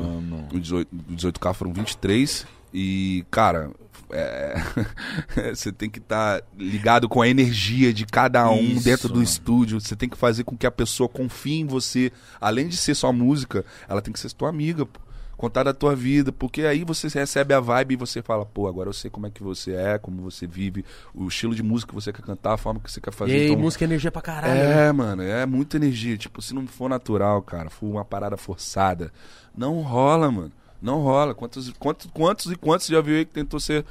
[SPEAKER 3] O 18, o 18K foram 23. E, cara, é, você tem que estar ligado com a energia de cada um
[SPEAKER 1] Isso,
[SPEAKER 3] dentro do
[SPEAKER 1] mano.
[SPEAKER 3] estúdio. Você tem que fazer com que a pessoa confie em você. Além de ser sua música, ela tem que ser tua amiga, pô. Contar da tua vida, porque aí você recebe a vibe e você fala, pô, agora eu sei como é que você é, como você vive, o estilo de música que você quer cantar, a forma que você quer
[SPEAKER 2] E
[SPEAKER 3] fazer.
[SPEAKER 2] aí,
[SPEAKER 3] Então,
[SPEAKER 2] música é energia pra caralho. né?
[SPEAKER 3] é, mano, é muita energia. Tipo, se não for natural, cara, for uma parada forçada, não rola, mano. Não rola. Quantos, quantos, quantos e quantos já viu aí que tentou ser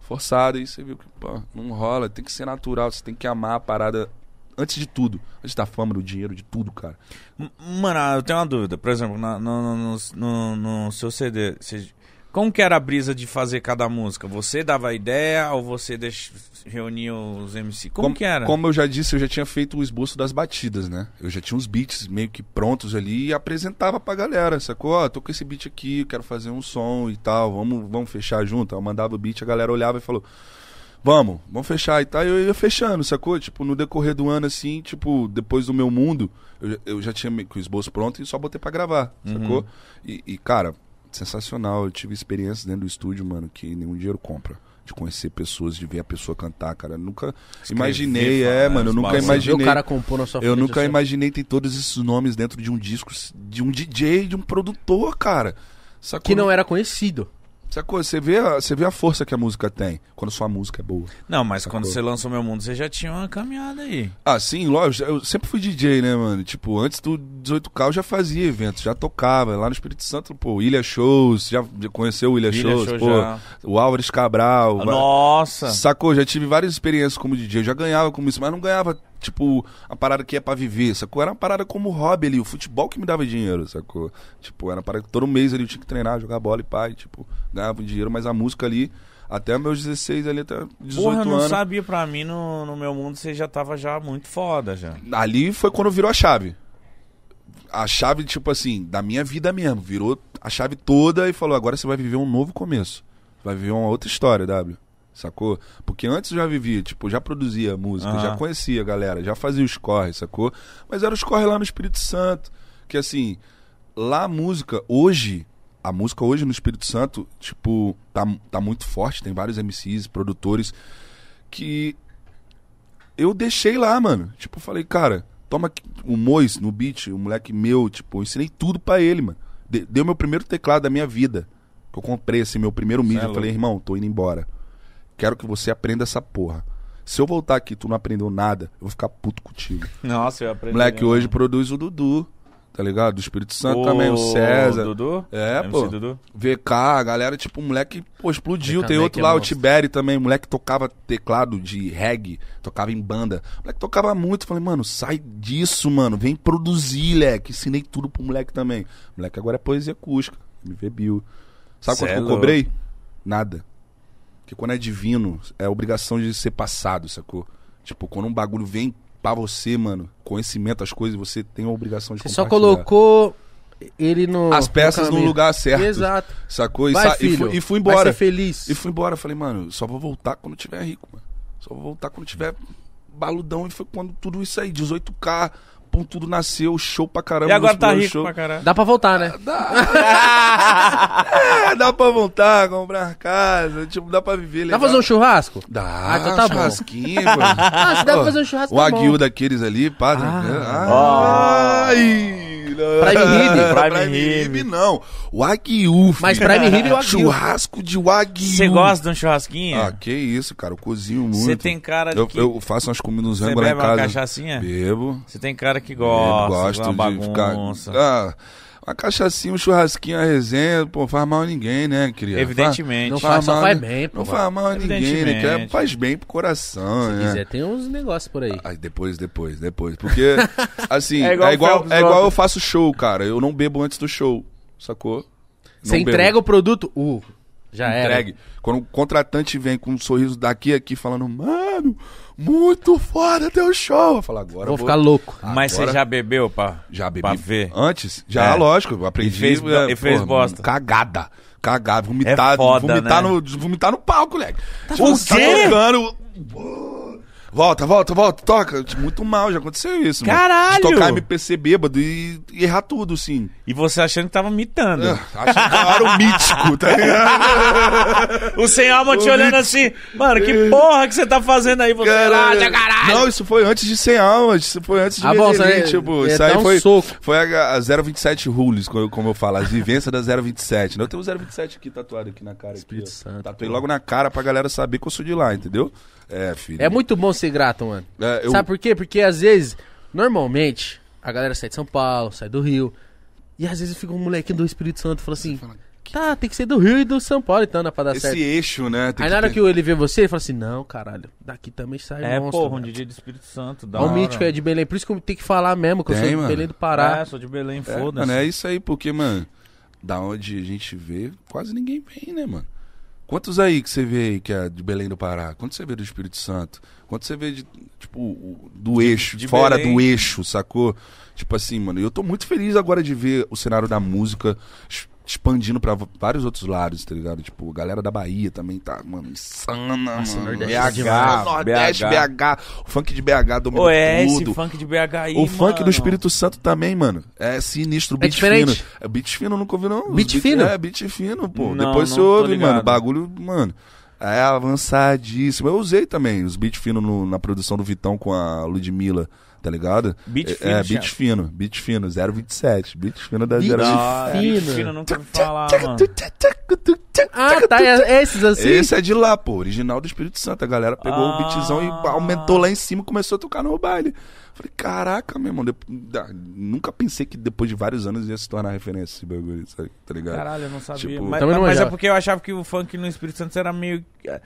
[SPEAKER 3] forçado e você viu que, pô, não rola. Tem que ser natural, você tem que amar a parada antes de tudo. Antes da fama, do dinheiro, de tudo, cara.
[SPEAKER 1] M- Mano, ah, eu tenho uma dúvida. Por exemplo, na- no, no, no- no- no seu CD, você- como que era a brisa de fazer cada música? Você dava a ideia ou você deix... reunia os MC? Como, que era?
[SPEAKER 3] Como eu já disse, eu já tinha feito o esboço das batidas, né? Eu já tinha uns beats meio que prontos ali e apresentava pra galera, sacou? Ó, tô com esse beat aqui, quero fazer um som e tal, vamos, vamos fechar junto? Eu mandava o beat, a galera olhava e falou, vamos, vamos fechar e tal. E eu ia fechando, sacou? Tipo, no decorrer do ano, assim, tipo, depois do meu mundo, eu, já- eu já tinha meio que o esboço pronto e só botei pra gravar,
[SPEAKER 2] Uhum.
[SPEAKER 3] sacou? E, e, cara, sensacional. Eu tive experiências dentro do estúdio, mano, que nenhum dinheiro compra. De conhecer pessoas, de ver a pessoa cantar, cara. Eu nunca imaginei,
[SPEAKER 1] falar
[SPEAKER 3] é, mano. Eu
[SPEAKER 1] os
[SPEAKER 3] nunca
[SPEAKER 1] bagulho.
[SPEAKER 2] Você vê
[SPEAKER 3] imaginei.
[SPEAKER 2] o cara compor na sua
[SPEAKER 3] Eu
[SPEAKER 2] frente,
[SPEAKER 3] nunca
[SPEAKER 2] assim, ó.
[SPEAKER 3] imaginei ter todos esses nomes dentro de um disco, de um DJ, de um produtor, cara. Sacou?
[SPEAKER 2] Que não é- era conhecido.
[SPEAKER 3] Sacou? Você vê, a, você vê a força que a música tem quando sua música é boa.
[SPEAKER 1] Não, mas quando
[SPEAKER 3] Sacou?
[SPEAKER 1] você lançou Meu Mundo, você já tinha uma caminhada aí.
[SPEAKER 3] Ah, sim, lógico. Eu sempre fui DJ, né, mano? Tipo, antes do 18K eu já fazia eventos, já tocava. Lá no Espírito Santo, pô, Ilha Shows, já já conheceu o Ilha,
[SPEAKER 1] Ilha
[SPEAKER 3] Shows,
[SPEAKER 1] Show
[SPEAKER 3] pô.
[SPEAKER 1] já. Ah,
[SPEAKER 3] O Álvares Cabral. va-
[SPEAKER 1] Nossa!
[SPEAKER 3] Sacou? Já tive várias experiências como DJ. Eu já ganhava como isso, mas não ganhava, tipo, a parada que é pra viver, sacou? Era uma parada como hobby ali, o futebol que me dava dinheiro, sacou? Tipo, era uma parada que todo mês ali eu tinha que treinar, jogar bola e pai, tipo, ganhava um dinheiro, mas a música ali, até meus 16 ali, até 18
[SPEAKER 1] Porra, não
[SPEAKER 3] anos.
[SPEAKER 1] sabia pra mim, no, no Meu Mundo você já tava já muito foda já.
[SPEAKER 3] Ali foi quando virou a chave. A chave, tipo assim, da minha vida mesmo. Virou a chave toda e falou: agora você vai viver um novo começo. Vai viver uma outra história, W. Sacou? Porque antes eu já vivia, tipo, já produzia música,
[SPEAKER 1] Aham.
[SPEAKER 3] já conhecia a galera, já fazia os corres, sacou? Mas era os corres lá no Espírito Santo. Que assim, lá a música, hoje, a música hoje no Espírito Santo, tipo, tá, tá muito forte. Tem vários MCs, produtores que eu deixei lá, mano. Tipo, eu falei, cara, toma aqui o Mois no beat, o moleque meu, tipo, eu ensinei tudo pra ele, mano. De- deu meu primeiro teclado da minha vida. Que eu comprei, assim, meu primeiro mídia. Eu
[SPEAKER 1] é louco.
[SPEAKER 3] falei, irmão, tô indo embora. Quero que você aprenda essa porra. Se eu voltar aqui e tu não aprendeu nada, eu vou ficar puto contigo.
[SPEAKER 1] Nossa, eu aprendi.
[SPEAKER 3] Moleque
[SPEAKER 1] né?
[SPEAKER 3] hoje produz o Dudu, tá ligado? Do Espírito Santo
[SPEAKER 1] Ô,
[SPEAKER 3] também, o César.
[SPEAKER 1] Dudu?
[SPEAKER 3] É,
[SPEAKER 1] MC
[SPEAKER 3] pô.
[SPEAKER 1] Dudu?
[SPEAKER 3] VK, a galera, tipo, o moleque, pô, explodiu.
[SPEAKER 2] VK
[SPEAKER 3] Tem
[SPEAKER 2] Mac
[SPEAKER 3] outro
[SPEAKER 2] é
[SPEAKER 3] lá, o
[SPEAKER 2] monstro.
[SPEAKER 3] Tiberi também, o moleque tocava teclado de reggae, tocava em banda. O moleque tocava muito. Falei, mano, sai disso, mano, vem produzir, leque. Ensinei tudo pro moleque também. O moleque agora é poesia acústica, MV Bill. Sabe
[SPEAKER 1] Cê
[SPEAKER 3] quanto
[SPEAKER 1] é
[SPEAKER 3] que eu
[SPEAKER 1] louco.
[SPEAKER 3] cobrei? Nada. Porque quando é divino, é obrigação de ser passado, sacou? Tipo, quando um bagulho vem pra você, mano, conhecimento, as coisas, você tem a obrigação de
[SPEAKER 2] Você só
[SPEAKER 3] compartilhar.
[SPEAKER 2] colocou ele no.
[SPEAKER 3] As peças no
[SPEAKER 2] caminho.
[SPEAKER 3] lugar certo.
[SPEAKER 2] Exato.
[SPEAKER 3] Sacou? E,
[SPEAKER 2] Vai,
[SPEAKER 3] sa- e
[SPEAKER 2] filho.
[SPEAKER 3] fui- e fui
[SPEAKER 2] Vai
[SPEAKER 3] embora.
[SPEAKER 2] ser feliz.
[SPEAKER 3] E fui embora. Falei, mano, só vou voltar quando tiver rico, mano. Só vou voltar quando tiver baludão. E foi quando tudo isso aí, 18K, pum, tudo nasceu, show pra caramba.
[SPEAKER 1] E agora tá
[SPEAKER 3] explodiu o
[SPEAKER 1] rico
[SPEAKER 3] show.
[SPEAKER 1] pra caralho.
[SPEAKER 2] Dá pra voltar, né?
[SPEAKER 3] É, dá pra voltar, comprar casa, tipo, dá pra viver
[SPEAKER 2] Dá
[SPEAKER 3] legal. É.
[SPEAKER 2] pra fazer um churrasco?
[SPEAKER 3] Dá,
[SPEAKER 2] Ah, então tá bom.
[SPEAKER 3] churrasquinho, mano.
[SPEAKER 2] Ah, se dá pra fazer um churrasco,
[SPEAKER 3] Um
[SPEAKER 2] tá bom.
[SPEAKER 3] aguil daqueles ali, padre.
[SPEAKER 2] Ah.
[SPEAKER 3] Ah. né? Ai, não.
[SPEAKER 2] Prime Rib.
[SPEAKER 1] Prime
[SPEAKER 3] Prime
[SPEAKER 1] Rib.
[SPEAKER 3] Rib, não. Wagyu,
[SPEAKER 2] Mas
[SPEAKER 3] filho.
[SPEAKER 2] Prime Rib e Wagyu.
[SPEAKER 3] Churrasco de Wagyu.
[SPEAKER 1] Você gosta de um churrasquinho?
[SPEAKER 3] Ah, que isso, cara. Eu cozinho muito.
[SPEAKER 1] Você tem cara de
[SPEAKER 3] Eu,
[SPEAKER 1] que...
[SPEAKER 3] eu faço umas comidas
[SPEAKER 1] Você
[SPEAKER 3] lá em
[SPEAKER 1] bebe uma
[SPEAKER 3] casa.
[SPEAKER 1] cachaçinha?
[SPEAKER 3] Bebo.
[SPEAKER 1] Você tem cara que
[SPEAKER 3] Eu
[SPEAKER 1] gosta,
[SPEAKER 3] gosto
[SPEAKER 1] uma
[SPEAKER 3] de
[SPEAKER 1] bagunça.
[SPEAKER 3] ficar. Ah, uma cachaçinha, um churrasquinho, a resenha, pô, faz mal a ninguém, né, criança?
[SPEAKER 1] Evidentemente.
[SPEAKER 2] Não
[SPEAKER 1] Não,
[SPEAKER 3] Faz-
[SPEAKER 2] faz, só
[SPEAKER 3] mal-
[SPEAKER 2] faz bem, pô.
[SPEAKER 3] Não faz mal a ninguém, né? Que é-
[SPEAKER 1] Evidentemente.
[SPEAKER 3] faz bem pro coração,
[SPEAKER 2] Se
[SPEAKER 3] né?
[SPEAKER 2] quiser, é, tem uns negócios por aí.
[SPEAKER 3] Aí depois, depois, depois. Porque, assim,
[SPEAKER 1] É
[SPEAKER 3] é
[SPEAKER 1] igual
[SPEAKER 3] igual,
[SPEAKER 1] o
[SPEAKER 3] é igual,
[SPEAKER 1] Phelps Rock.
[SPEAKER 3] eu faço show, cara. Eu não bebo antes do show, sacou?
[SPEAKER 2] Você
[SPEAKER 3] Não bebo.
[SPEAKER 2] entrega o produto? Uh, já era.
[SPEAKER 3] Entregue. Quando o contratante vem com um sorriso daqui e aqui falando, mano, muito foda teu show. Eu falo, agora eu
[SPEAKER 2] Vou ficar louco.
[SPEAKER 1] Mas
[SPEAKER 3] agora-
[SPEAKER 1] você já bebeu, pá?
[SPEAKER 3] Já bebi. Ah.
[SPEAKER 1] Pra ver.
[SPEAKER 3] Antes? Já,
[SPEAKER 1] É.
[SPEAKER 3] lógico. Eu aprendi.
[SPEAKER 1] E fez bo-
[SPEAKER 3] é,
[SPEAKER 1] e fez bosta.
[SPEAKER 3] Cagada. Cagada. Vomitar.
[SPEAKER 1] É foda,
[SPEAKER 3] vomitar,
[SPEAKER 1] né?
[SPEAKER 3] no, vomitar no palco, moleque. Tipo, tá
[SPEAKER 1] bom. Quê?
[SPEAKER 3] tocando. Volta, volta, volta, toca. Tipo, Muito mal, já aconteceu isso. mano.
[SPEAKER 1] Caralho!
[SPEAKER 3] De tocar MPC bêbado e, e errar tudo, sim. Ah,
[SPEAKER 1] E você achando que tava mitando.
[SPEAKER 3] Acho que era o mítico, tá ligado?
[SPEAKER 1] O sem alma te olhando assim, mano, que porra que você tá fazendo aí? Você "Ah, Caralho, caralho.
[SPEAKER 3] Não, isso foi antes de 100 almas, isso foi antes de
[SPEAKER 2] Ah, bom,
[SPEAKER 3] Medellín,
[SPEAKER 2] isso aí-
[SPEAKER 3] tipo,
[SPEAKER 2] é
[SPEAKER 3] isso aí
[SPEAKER 2] dar um
[SPEAKER 3] foi,
[SPEAKER 2] soco.
[SPEAKER 3] foi a, a 027 rules, como eu, como eu falo, as vivências da 027. Não, eu tenho um o 027 aqui tatuado aqui na cara.
[SPEAKER 2] Espírito
[SPEAKER 3] aqui, ó.
[SPEAKER 2] Santo,
[SPEAKER 3] Tatuei
[SPEAKER 2] pô.
[SPEAKER 3] logo na cara pra galera saber que eu sou de lá, entendeu? É, filho.
[SPEAKER 2] É muito bom ser grato, mano.
[SPEAKER 3] É, eu-
[SPEAKER 2] Sabe por quê? Porque às vezes, normalmente, a galera sai de São Paulo, sai do Rio. E às vezes fica um molequinho do Espírito Santo e fala assim: Tá, tem que ser do Rio e do São Paulo, então, né, pra dar
[SPEAKER 3] Esse
[SPEAKER 2] certo.
[SPEAKER 3] eixo, né? tem
[SPEAKER 2] Aí na hora
[SPEAKER 3] ter-
[SPEAKER 2] que ele vê você, ele fala assim: Não, caralho, daqui também sai
[SPEAKER 1] É,
[SPEAKER 2] monstro.
[SPEAKER 1] porra, um
[SPEAKER 2] né?
[SPEAKER 1] DJ do Espírito Santo.
[SPEAKER 2] Ó
[SPEAKER 1] Da
[SPEAKER 2] o
[SPEAKER 1] hora.
[SPEAKER 2] mítico é de Belém, por isso que eu tenho que falar mesmo, que eu
[SPEAKER 3] Tem,
[SPEAKER 2] sou de
[SPEAKER 3] mano.
[SPEAKER 2] Belém do Pará.
[SPEAKER 1] É, sou de Belém,
[SPEAKER 3] É,
[SPEAKER 1] foda-se.
[SPEAKER 3] mano, é isso aí, porque, mano, da onde a gente vê, quase ninguém vem, né, mano? Quantos aí que você vê aí que é de Belém do Pará? Quanto você vê do Espírito Santo? Quanto você vê de, tipo, o- do eixo,
[SPEAKER 1] de
[SPEAKER 3] fora
[SPEAKER 1] Belém.
[SPEAKER 3] do eixo, sacou? Tipo assim, mano, eu tô muito feliz agora de ver o cenário da música es- expandindo pra v- vários outros lados, tá ligado? Tipo, a galera da Bahia também tá, mano, insana, mano.
[SPEAKER 2] Nordeste
[SPEAKER 3] BH,
[SPEAKER 2] é demais.
[SPEAKER 3] Nordeste,
[SPEAKER 1] BH.
[SPEAKER 3] BH, o funk de BH dominou
[SPEAKER 1] Ô, é
[SPEAKER 3] tudo.
[SPEAKER 1] esse funk de BH aí,
[SPEAKER 3] O funk
[SPEAKER 1] mano.
[SPEAKER 3] do Espírito Santo também, mano. É sinistro, o
[SPEAKER 2] É
[SPEAKER 3] beat
[SPEAKER 2] diferente?
[SPEAKER 3] fino. É beat fino, eu nunca ouvi, não. Os
[SPEAKER 2] Beat fino?
[SPEAKER 3] É, beat fino, pô.
[SPEAKER 1] Não,
[SPEAKER 3] Depois
[SPEAKER 1] não
[SPEAKER 3] você
[SPEAKER 1] tô
[SPEAKER 3] ouve,
[SPEAKER 1] ligado.
[SPEAKER 3] mano. Bagulho, mano. É avançadíssimo. Eu usei também os beat fino no- na produção do Vitão com a Ludmilla, tá ligado?
[SPEAKER 1] Beat
[SPEAKER 3] É-
[SPEAKER 1] fino,
[SPEAKER 3] É,
[SPEAKER 1] chama.
[SPEAKER 3] beat fino, beat fino, 027. Beat fino da
[SPEAKER 2] Beat
[SPEAKER 3] 027.
[SPEAKER 1] Da hora, Beat
[SPEAKER 2] Fino.
[SPEAKER 1] Fino, nunca ouvi falar, mano.
[SPEAKER 2] Ah, tá, é- esses assim?
[SPEAKER 3] Esse é de lá, pô, original do Espírito Santo. A galera pegou
[SPEAKER 1] Ah.
[SPEAKER 3] o beatzão e aumentou lá em cima e começou a tocar no baile. Falei, caraca, meu irmão, dep- da- nunca pensei que depois de vários anos ia se tornar referência esse bagulho, sabe? tá ligado?
[SPEAKER 1] Caralho, eu não sabia.
[SPEAKER 3] Tipo,
[SPEAKER 1] mas
[SPEAKER 2] Também não
[SPEAKER 1] mas é
[SPEAKER 2] manjava.
[SPEAKER 1] porque eu achava que o funk no Espírito Santo era meio... é,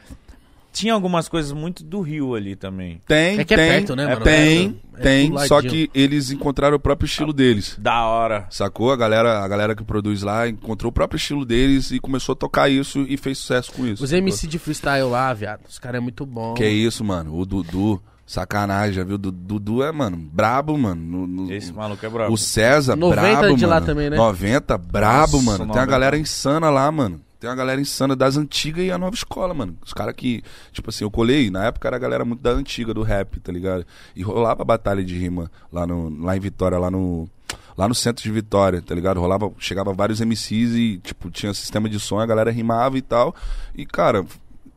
[SPEAKER 1] Tinha algumas coisas muito do Rio ali também.
[SPEAKER 3] Tem,
[SPEAKER 2] É que é
[SPEAKER 3] tem,
[SPEAKER 2] perto, né, mano?
[SPEAKER 3] Tem,
[SPEAKER 2] É- Ah. é do
[SPEAKER 3] tem,
[SPEAKER 2] ladinho.
[SPEAKER 3] só que eles encontraram o próprio estilo deles.
[SPEAKER 1] Da hora.
[SPEAKER 3] Sacou? A galera, a galera que produz lá encontrou o próprio estilo deles e começou a tocar isso e fez sucesso com isso.
[SPEAKER 2] Os
[SPEAKER 3] sacou?
[SPEAKER 2] MC de freestyle lá, viado. Os caras é muito bom.
[SPEAKER 3] Que isso, mano. O Dudu, sacanagem, já viu? Du- Dudu é, mano, brabo, mano. No- no-
[SPEAKER 1] Esse maluco é brabo.
[SPEAKER 3] O César,
[SPEAKER 2] 90
[SPEAKER 3] brabo,
[SPEAKER 2] de
[SPEAKER 3] mano.
[SPEAKER 2] lá também, né?
[SPEAKER 3] 90, brabo,
[SPEAKER 1] Nossa,
[SPEAKER 3] mano. Tem
[SPEAKER 1] 90.
[SPEAKER 3] uma galera insana lá, mano. Tem uma galera insana das antigas e a nova escola, mano. Os caras que, tipo assim, eu colei, na época era a galera muito da antiga do rap, tá ligado? E rolava batalha de rima lá, no, lá em Vitória, lá no, lá no centro de Vitória, tá ligado? Rolava, chegava vários MCs e, tipo, tinha sistema de som, a galera rimava e tal. E, cara,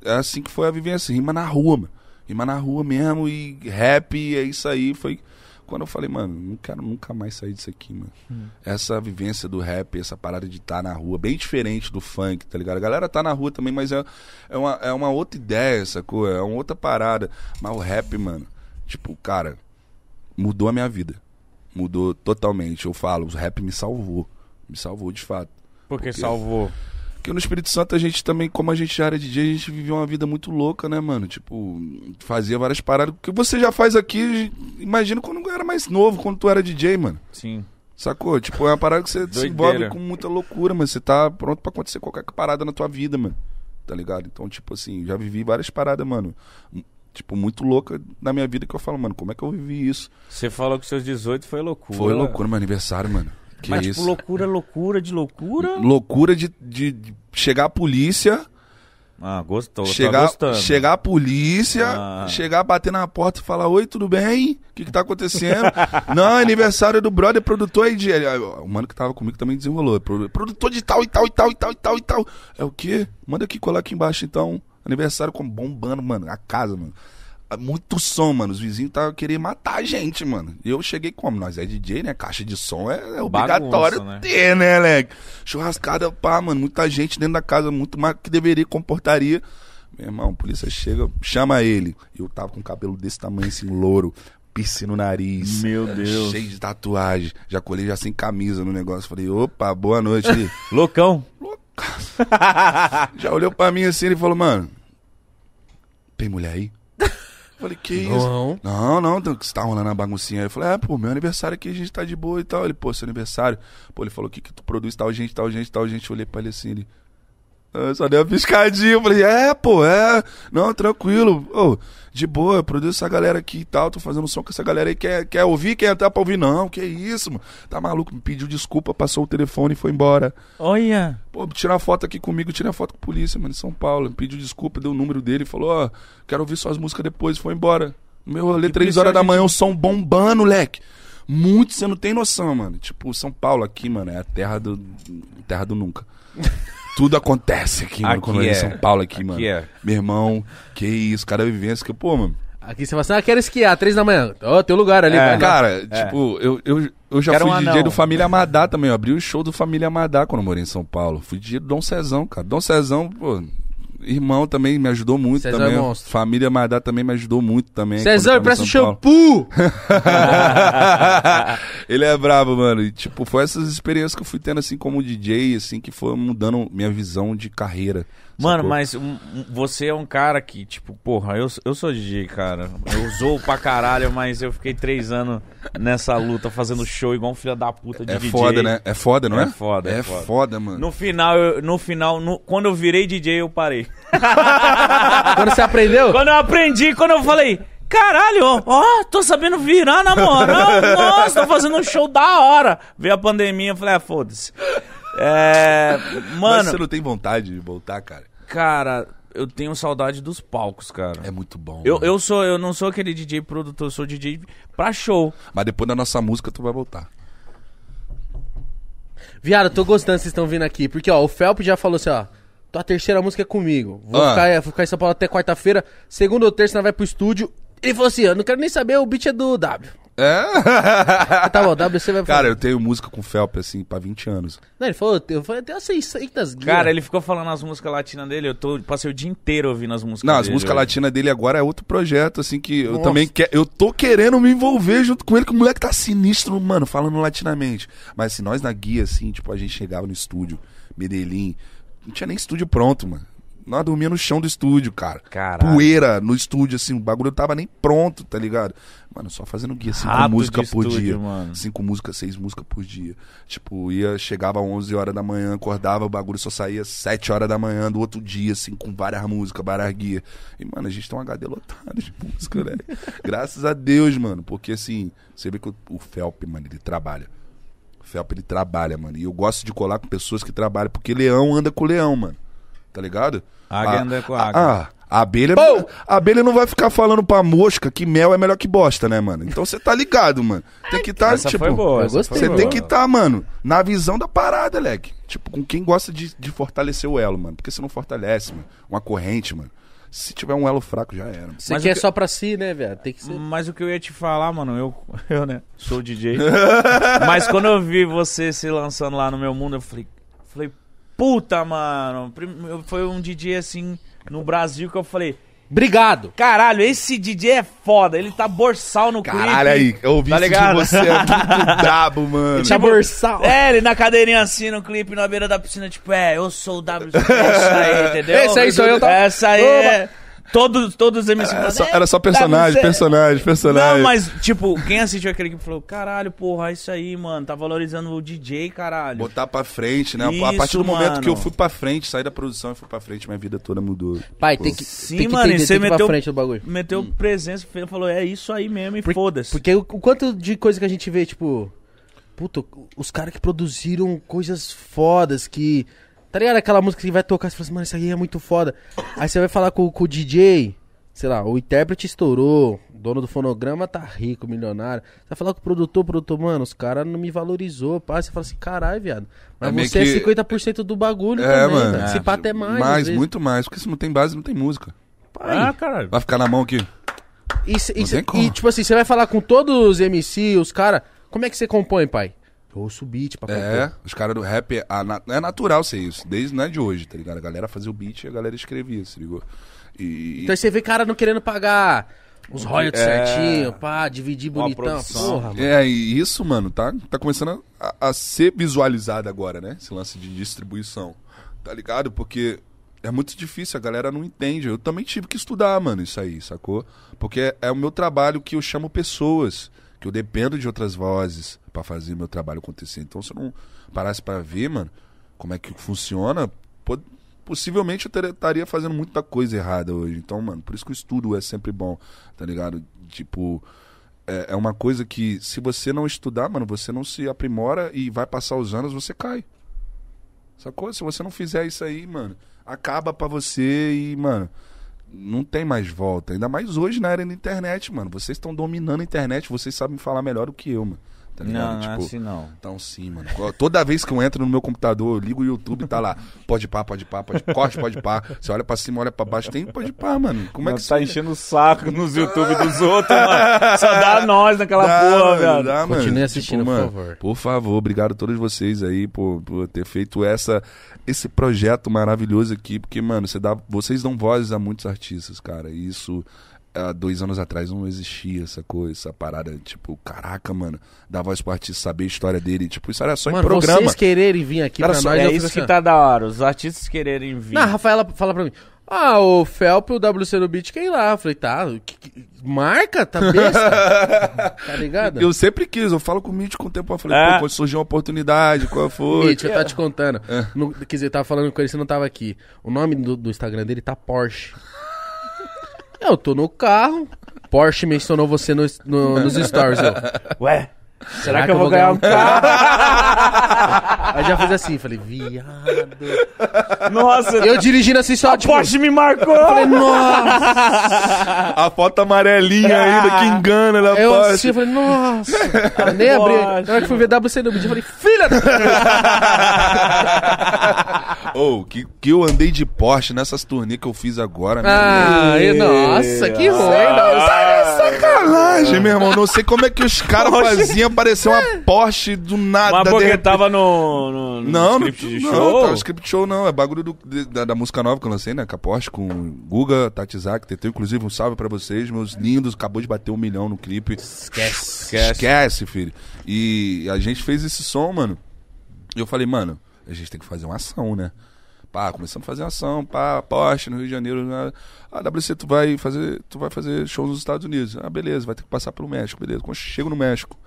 [SPEAKER 3] é assim que foi a vivência, rima na rua, mano. Rima na rua mesmo e rap, e é isso aí, foi quando eu falei, mano, não quero nunca mais sair disso aqui, mano. Essa vivência do rap, essa parada de estar na rua, bem diferente do funk, tá ligado? A galera tá na rua também, mas é, é, uma, é uma outra ideia, sacou? É uma outra parada. Mas o rap, mano, tipo, cara, mudou a minha vida. Mudou totalmente. Eu falo, o rap me salvou. Me salvou de fato.
[SPEAKER 1] Porque
[SPEAKER 3] quê?
[SPEAKER 1] salvou.
[SPEAKER 3] Porque no Espírito Santo a gente também, como a gente já era DJ, a gente vivia uma vida muito louca, né, mano? Tipo, fazia várias paradas. O que você já faz aqui, imagina quando eu era mais novo, quando tu era DJ, mano.
[SPEAKER 1] Sim.
[SPEAKER 3] Sacou? Tipo, é uma parada que você se
[SPEAKER 1] Doideira.
[SPEAKER 3] envolve com muita loucura, mas você tá pronto pra acontecer qualquer parada na tua vida, mano. Tá ligado? Então, tipo assim, já vivi várias paradas, mano. m- Tipo, muito louca na minha vida que eu falo, mano, como é que eu vivi isso?
[SPEAKER 1] Você falou que seus 18 foi loucura.
[SPEAKER 3] Foi loucura meu aniversário, mano. Que
[SPEAKER 1] Mas,
[SPEAKER 3] isso?
[SPEAKER 1] tipo, loucura, loucura de loucura.
[SPEAKER 3] Loucura de, de- de chegar a polícia,
[SPEAKER 1] Ah, gostou. tá
[SPEAKER 3] chegar,
[SPEAKER 1] gostando.
[SPEAKER 3] chegar a polícia,
[SPEAKER 1] Ah.
[SPEAKER 3] chegar, bater na porta e falar: Oi, tudo bem? O que, que tá acontecendo? Não, é aniversário do brother, produtor aí de. Aí, ó, O mano que tava comigo também desenrolou. Pro- Produtor de tal e tal e tal e tal e tal e tal. É o quê? Manda aqui, colar aqui embaixo então. Aniversário com bombando, mano. A casa, mano. Muito som, mano. Os vizinhos estavam querendo matar a gente, mano. E eu cheguei como? Nós é DJ, né? Caixa de som é, é obrigatório
[SPEAKER 4] né?
[SPEAKER 3] ter, né, Leg? Churrascada, pá, mano. Muita gente dentro da casa, muito mais do que deveria, comportaria. Meu irmão, a polícia chega, chama ele. Eu tava com o cabelo desse tamanho, assim, louro. Piercing no nariz.
[SPEAKER 4] Meu Deus.
[SPEAKER 3] Cheio de tatuagem. Já colei já sem camisa no negócio. Falei, opa, boa noite.
[SPEAKER 4] Loucão.
[SPEAKER 3] Loucaço. Já olhou pra mim assim e falou, mano, tem mulher aí? Falei, que isso?
[SPEAKER 2] Não.
[SPEAKER 3] Não, não, então, você tá rolando uma baguncinha. Eu falei, é, pô, meu aniversário aqui, a gente tá de boa e tal. Ele, pô, seu aniversário. Pô, ele falou, o que que tu produz, tal gente, tal gente, tal gente. Eu olhei pra ele assim, ele... "Ah, Só deu uma piscadinha, eu falei, é, pô, é, não, tranquilo, ô, de boa, eu produzo essa galera aqui e tal, tô fazendo um som com essa galera aí, quer, quer ouvir, quer entrar pra ouvir, não, que isso, mano, tá maluco, me pediu desculpa, passou o telefone e foi embora.
[SPEAKER 4] Olha.
[SPEAKER 3] Pô, tira uma foto aqui comigo, tira uma foto com a polícia, mano, em São Paulo. Pediu desculpa, deu o número dele, falou, ó, quero ouvir suas músicas depois, foi embora. No Meu rolê, três
[SPEAKER 4] policial
[SPEAKER 3] horas da
[SPEAKER 4] gentil.
[SPEAKER 3] manhã, o som bombando, moleque. Muito, você não tem noção, mano. Tipo, São Paulo aqui, mano, é a terra do. Terra do nunca. Tudo acontece aqui, mano,
[SPEAKER 1] Aqui
[SPEAKER 3] quando é.
[SPEAKER 1] é.
[SPEAKER 3] em São Paulo aqui, mano.
[SPEAKER 1] é.
[SPEAKER 3] Meu irmão, que isso, cada vivência que, pô, mano.
[SPEAKER 2] Aqui você fala assim, ah, quero esquiar, três da manhã. Ó, tem um lugar ali, vai lá.
[SPEAKER 3] É. Cara, tipo, eu, eu, eu já
[SPEAKER 4] Quero
[SPEAKER 3] fui
[SPEAKER 4] um
[SPEAKER 3] DJ
[SPEAKER 4] anão.
[SPEAKER 3] do Família Amadá também. Eu abri o show do Família Amadá quando eu morei em São Paulo. Fui DJ do Dom Cezão, cara. Dom Cezão, pô, irmão também me ajudou muito
[SPEAKER 2] Cezão
[SPEAKER 3] também.
[SPEAKER 2] é monstro.
[SPEAKER 3] Família Amadá também me ajudou muito também. quando eu
[SPEAKER 2] Cezão,
[SPEAKER 3] tava em
[SPEAKER 2] presta o
[SPEAKER 3] São Paulo.
[SPEAKER 2] shampoo!
[SPEAKER 3] Ele é brabo, mano. E, tipo, foi essas experiências que eu fui tendo, assim, como DJ, assim, que foi mudando minha visão de carreira.
[SPEAKER 1] Mano,
[SPEAKER 3] sacou?
[SPEAKER 1] mas um- um- você é um cara que, tipo, porra, eu, eu sou DJ, cara. Eu sou pra caralho, mas eu fiquei três anos nessa luta fazendo show igual um filho da puta de
[SPEAKER 3] É
[SPEAKER 1] DJ.
[SPEAKER 3] foda, né? É foda, não é?
[SPEAKER 1] É foda, é
[SPEAKER 3] É
[SPEAKER 1] foda.
[SPEAKER 3] foda, mano.
[SPEAKER 1] No final, eu- no final, no- quando eu virei DJ, eu parei.
[SPEAKER 2] Quando você aprendeu,
[SPEAKER 1] Quando eu aprendi, quando eu falei, caralho, ó, ó, tô sabendo virar na moral, nossa, tô fazendo um show da hora. Veio a pandemia, eu falei, ah, foda-se. É,
[SPEAKER 3] Mas
[SPEAKER 1] mano,
[SPEAKER 3] você não tem vontade de voltar, cara?
[SPEAKER 1] cara, eu tenho saudade dos palcos, cara.
[SPEAKER 3] É muito bom.
[SPEAKER 1] Eu,
[SPEAKER 3] mano.
[SPEAKER 1] eu sou, eu não sou aquele DJ produtor, eu sou DJ pra show.
[SPEAKER 3] Mas depois da nossa música, tu vai voltar.
[SPEAKER 2] Viado, tô gostando que vocês estão vindo aqui. Porque, ó, o Felp já falou assim, ó. Tua terceira música é comigo. Vou,
[SPEAKER 3] Ah.
[SPEAKER 2] ficar, vou ficar em São Paulo até quarta-feira. Segunda ou terça, nós vai pro estúdio. Ele falou assim, eu não quero nem saber, o beat é do W.
[SPEAKER 3] É?
[SPEAKER 2] Ah, tá bom, W você vai
[SPEAKER 3] Cara, eu tenho música com Felp, assim, pra 20 anos.
[SPEAKER 2] Não, ele falou, eu falei, tem umas 600 guias.
[SPEAKER 1] Cara, ele ficou falando as músicas latinas dele, eu tô, passei o dia inteiro ouvindo as músicas
[SPEAKER 3] Não, as
[SPEAKER 1] dele
[SPEAKER 3] músicas
[SPEAKER 1] hoje.
[SPEAKER 3] latinas dele agora é outro projeto, assim, que eu
[SPEAKER 2] Nossa.
[SPEAKER 3] também quero. Eu tô querendo me envolver junto com ele, que o moleque tá sinistro, mano, falando latinamente. Mas se nós na guia, assim, tipo, a gente chegava no estúdio, Medellín, não tinha nem estúdio pronto, mano. Nós dormia no chão do estúdio, cara.
[SPEAKER 1] Caralho.
[SPEAKER 3] Poeira no estúdio, assim, o bagulho não tava nem pronto, tá ligado? Mano, só fazendo guia, assim, cinco
[SPEAKER 1] Rato de
[SPEAKER 3] músicas por
[SPEAKER 1] estúdio,
[SPEAKER 3] dia.
[SPEAKER 1] mano.
[SPEAKER 3] Cinco músicas, seis músicas por dia. Tipo, ia, chegava às 11 horas da manhã, acordava, o bagulho só saía 7 horas da manhã do outro dia, assim, com várias músicas, várias guias. E, mano, a gente tem um HD lotado de música, né? Graças a Deus, mano, porque, assim, você vê que o, o Felp, mano, ele trabalha. O Felp, ele trabalha, mano. E eu gosto de colar com pessoas que trabalham, porque leão anda com leão, mano. Tá ligado?
[SPEAKER 1] Águia
[SPEAKER 3] A-
[SPEAKER 1] anda com
[SPEAKER 3] a-
[SPEAKER 1] águia.
[SPEAKER 3] Ah, a abelha, não, a abelha não vai ficar falando pra mosca que mel é melhor que bosta, né, mano? Então você tá ligado, mano. Tem que tá,
[SPEAKER 1] Essa
[SPEAKER 3] tipo.
[SPEAKER 1] foi boa,
[SPEAKER 2] eu
[SPEAKER 1] essa
[SPEAKER 2] gostei.
[SPEAKER 1] foi
[SPEAKER 3] Você
[SPEAKER 1] boa.
[SPEAKER 3] tem que estar, tá, mano, na visão da parada, leque. Tipo, com quem gosta de, de fortalecer o elo, mano. Porque você não fortalece, mano. Uma corrente, mano. Se tiver um elo fraco, já era. Mano.
[SPEAKER 2] Você
[SPEAKER 1] Mas
[SPEAKER 2] quer
[SPEAKER 1] o que- Hum.
[SPEAKER 2] só pra si, né, velho? Tem que ser...
[SPEAKER 1] Mas o que eu ia te falar, mano, eu, eu né, sou DJ. mas quando eu vi você se lançando lá no meu mundo, eu falei, falei puta, mano. prim- eu- Foi um DJ assim no Brasil que eu falei,
[SPEAKER 2] Obrigado!
[SPEAKER 1] caralho, esse DJ é foda, ele tá borsal no clipe.
[SPEAKER 3] Caralho aí, eu ouvi
[SPEAKER 1] Tá
[SPEAKER 3] isso de
[SPEAKER 1] ligado?
[SPEAKER 3] você, é muito brabo, mano.
[SPEAKER 2] Tinha borsal.
[SPEAKER 1] É, ele na cadeirinha assim no clipe, na beira da piscina, tipo, é, eu sou o W. Essa aí, entendeu?
[SPEAKER 2] Esse aí sou eu, tá?
[SPEAKER 1] Essa aí
[SPEAKER 2] Oba.
[SPEAKER 1] é. Todos, todos os MC
[SPEAKER 3] Era só, era só personagem,
[SPEAKER 1] personagem.
[SPEAKER 3] personagem, personagem.
[SPEAKER 1] "É, Não, mas, tipo, quem assistiu aquele clipe falou: caralho, porra, é isso aí, mano. Tá valorizando o DJ, caralho.
[SPEAKER 3] Botar pra frente, né? a
[SPEAKER 1] Isso,
[SPEAKER 3] partir do momento
[SPEAKER 1] mano.
[SPEAKER 3] que eu fui pra frente, saí da produção e fui pra frente, minha vida toda mudou.
[SPEAKER 2] Pai, tem que,
[SPEAKER 1] Sim,
[SPEAKER 2] tem que
[SPEAKER 1] mano,
[SPEAKER 2] entender,
[SPEAKER 1] e você
[SPEAKER 2] tem que ir pra
[SPEAKER 1] meteu-
[SPEAKER 2] frente do bagulho.
[SPEAKER 1] Meteu presença, fe- falou: é isso aí mesmo, e
[SPEAKER 2] Por-
[SPEAKER 1] foda-se.
[SPEAKER 2] Porque o, o quanto de coisa que a gente vê, tipo. Puta, os caras que produziram coisas fodas que. Tá ligado? Aquela música que vai tocar, você fala assim, mano, isso aí é muito foda. Aí você vai falar com, com o DJ, sei lá, o intérprete estourou, o dono do fonograma tá rico, milionário. Você vai falar com o produtor, o produtor, mano, os caras não me valorizou, pá. Você fala assim, caralho, viado. Mas
[SPEAKER 3] É meio
[SPEAKER 2] você
[SPEAKER 3] que-
[SPEAKER 2] é 50% do bagulho
[SPEAKER 3] É,
[SPEAKER 2] também,
[SPEAKER 3] mano.
[SPEAKER 2] cara.
[SPEAKER 3] É.
[SPEAKER 2] Se pá até mais. às
[SPEAKER 3] Mais,
[SPEAKER 2] vezes.
[SPEAKER 3] muito mais. Porque se não tem base, não tem música.
[SPEAKER 1] Ah, caralho.
[SPEAKER 3] Vai ficar na mão aqui.
[SPEAKER 2] E, cê- e,
[SPEAKER 3] Não
[SPEAKER 2] cê-
[SPEAKER 3] tem como.
[SPEAKER 2] e, tipo assim, você vai falar com todos os MC, os caras, como é que você compõe, pai? Eu ouço beat pra
[SPEAKER 3] É,
[SPEAKER 2] compor.
[SPEAKER 3] os caras do rap, é, a na- é natural ser isso. Desde não é de hoje, tá ligado? A galera fazia o beat e a galera escrevia, se ligou? E.
[SPEAKER 2] Então aí você vê cara não querendo pagar os royalties
[SPEAKER 3] É.
[SPEAKER 2] certinho, pá, dividir
[SPEAKER 1] Uma
[SPEAKER 2] bonitão.
[SPEAKER 1] produção.
[SPEAKER 2] Porra, mano.
[SPEAKER 3] É, e isso, mano, tá, tá começando a, a ser visualizado agora, né? Esse lance de distribuição. Tá ligado? Porque é muito difícil, a galera não entende. Eu também tive que estudar, mano, isso aí, sacou? Porque é, o meu trabalho que eu chamo pessoas, que eu dependo de outras vozes pra fazer meu trabalho acontecer. Então, se eu não parasse pra ver, mano, como é que funciona, po- possivelmente eu teria- estaria fazendo muita coisa errada hoje. Então, mano, por isso que o estudo é sempre bom, tá ligado? Tipo, é, é uma coisa que se você não estudar, mano, você não se aprimora e vai passar os anos, você cai. Sacou? Se você não fizer isso aí, mano, acaba pra você e, mano, não tem mais volta. Ainda mais hoje na era da internet, mano. Vocês estão dominando a internet, vocês sabem falar melhor do que eu, mano. Tá ligado?
[SPEAKER 1] Não, não é assim não.
[SPEAKER 3] Então sim, mano. Toda vez que eu entro no meu computador, eu ligo o YouTube e tá lá. Pode pá, pode pá, pode corte, pode pá. Você olha pra cima, olha pra baixo, tem pode pá, mano. Como é que
[SPEAKER 1] Não, tá enchendo o saco nos YouTube dos outros, mano. Só dá nós naquela porra,
[SPEAKER 3] mano,
[SPEAKER 1] velho.
[SPEAKER 3] dá,
[SPEAKER 2] Continue
[SPEAKER 3] mano.
[SPEAKER 2] assistindo, por favor.
[SPEAKER 3] Por favor, obrigado a todos vocês aí por, por ter feito essa, esse projeto maravilhoso aqui, porque, mano, você dá, vocês dão vozes a muitos artistas, cara. E isso há dois anos atrás não existia essa coisa, essa parada, tipo, caraca, mano, dar voz pro artista saber a história dele. Tipo, isso era só em
[SPEAKER 2] Mano,
[SPEAKER 3] programa.
[SPEAKER 2] vocês quererem vir aqui
[SPEAKER 3] Cara,
[SPEAKER 2] pra
[SPEAKER 3] só-
[SPEAKER 2] nós,
[SPEAKER 1] É
[SPEAKER 2] eu
[SPEAKER 1] isso
[SPEAKER 2] fico
[SPEAKER 1] que
[SPEAKER 2] assim,
[SPEAKER 1] tá da hora. Os artistas quererem vir.
[SPEAKER 2] Não, a Rafaela fala pra mim. Ah, o Felp e o WC no beat, quem lá? Eu falei, tá, que- que- marca, tá besta. tá ligado?
[SPEAKER 3] Eu sempre quis, eu falo com o Mítico com o tempo, eu falei,
[SPEAKER 1] Ah.
[SPEAKER 3] pô, quando surgiu uma oportunidade, qual foi?
[SPEAKER 2] Mitch, eu tava te contando. No, quer dizer, eu tava falando com ele, você não tava aqui. O nome do, do Instagram dele tá Porsche. eu tô no carro, Porsche mencionou você no- no- nos stories. eu.
[SPEAKER 1] Ué, será, que eu vou ganhar um carro?
[SPEAKER 2] Aí já fez assim, falei, viado.
[SPEAKER 1] Nossa,
[SPEAKER 2] Eu dirigindo assim só,
[SPEAKER 1] a
[SPEAKER 2] tipo...
[SPEAKER 1] Porsche me marcou.
[SPEAKER 2] Nossa,
[SPEAKER 3] A foto amarelinha ainda que engana da
[SPEAKER 2] eu
[SPEAKER 3] parte.
[SPEAKER 2] assim, eu falei, nossa. Eu nem abri. Na hora que fui ver WC no beat, eu falei, filha da...
[SPEAKER 3] Ô, Oh, que, que eu andei de Porsche nessas turnê que eu fiz agora, meu irmão.
[SPEAKER 2] Ah, e- nossa, que ruim. nossa.
[SPEAKER 3] Sacanagem, meu irmão. Não sei como é que os caras faziam aparecer uma Porsche do nada.
[SPEAKER 1] Mas
[SPEAKER 3] de
[SPEAKER 1] porque
[SPEAKER 3] repente.
[SPEAKER 1] tava no, no, Tá no
[SPEAKER 3] Não, não,
[SPEAKER 1] script de
[SPEAKER 3] não,
[SPEAKER 1] show.
[SPEAKER 3] tá, o script show não, é bagulho do- de- da, da música nova que eu lancei, né, com a Porsche, com o Guga, Tatizak, Teteu, inclusive um salve pra vocês, meus lindos, acabou de bater um milhão no clipe.
[SPEAKER 2] Esquece.
[SPEAKER 3] Esquece. filho. E a gente fez esse som, mano. E eu falei, mano, a gente tem que fazer uma ação, né? Pá, começamos a fazer uma ação, pá, Porsche no Rio de Janeiro. na- Ah, WC, tu vai fazer, tu vai fazer show nos Estados Unidos. Ah, beleza, vai ter que passar pelo México, beleza. Quando eu chego no México,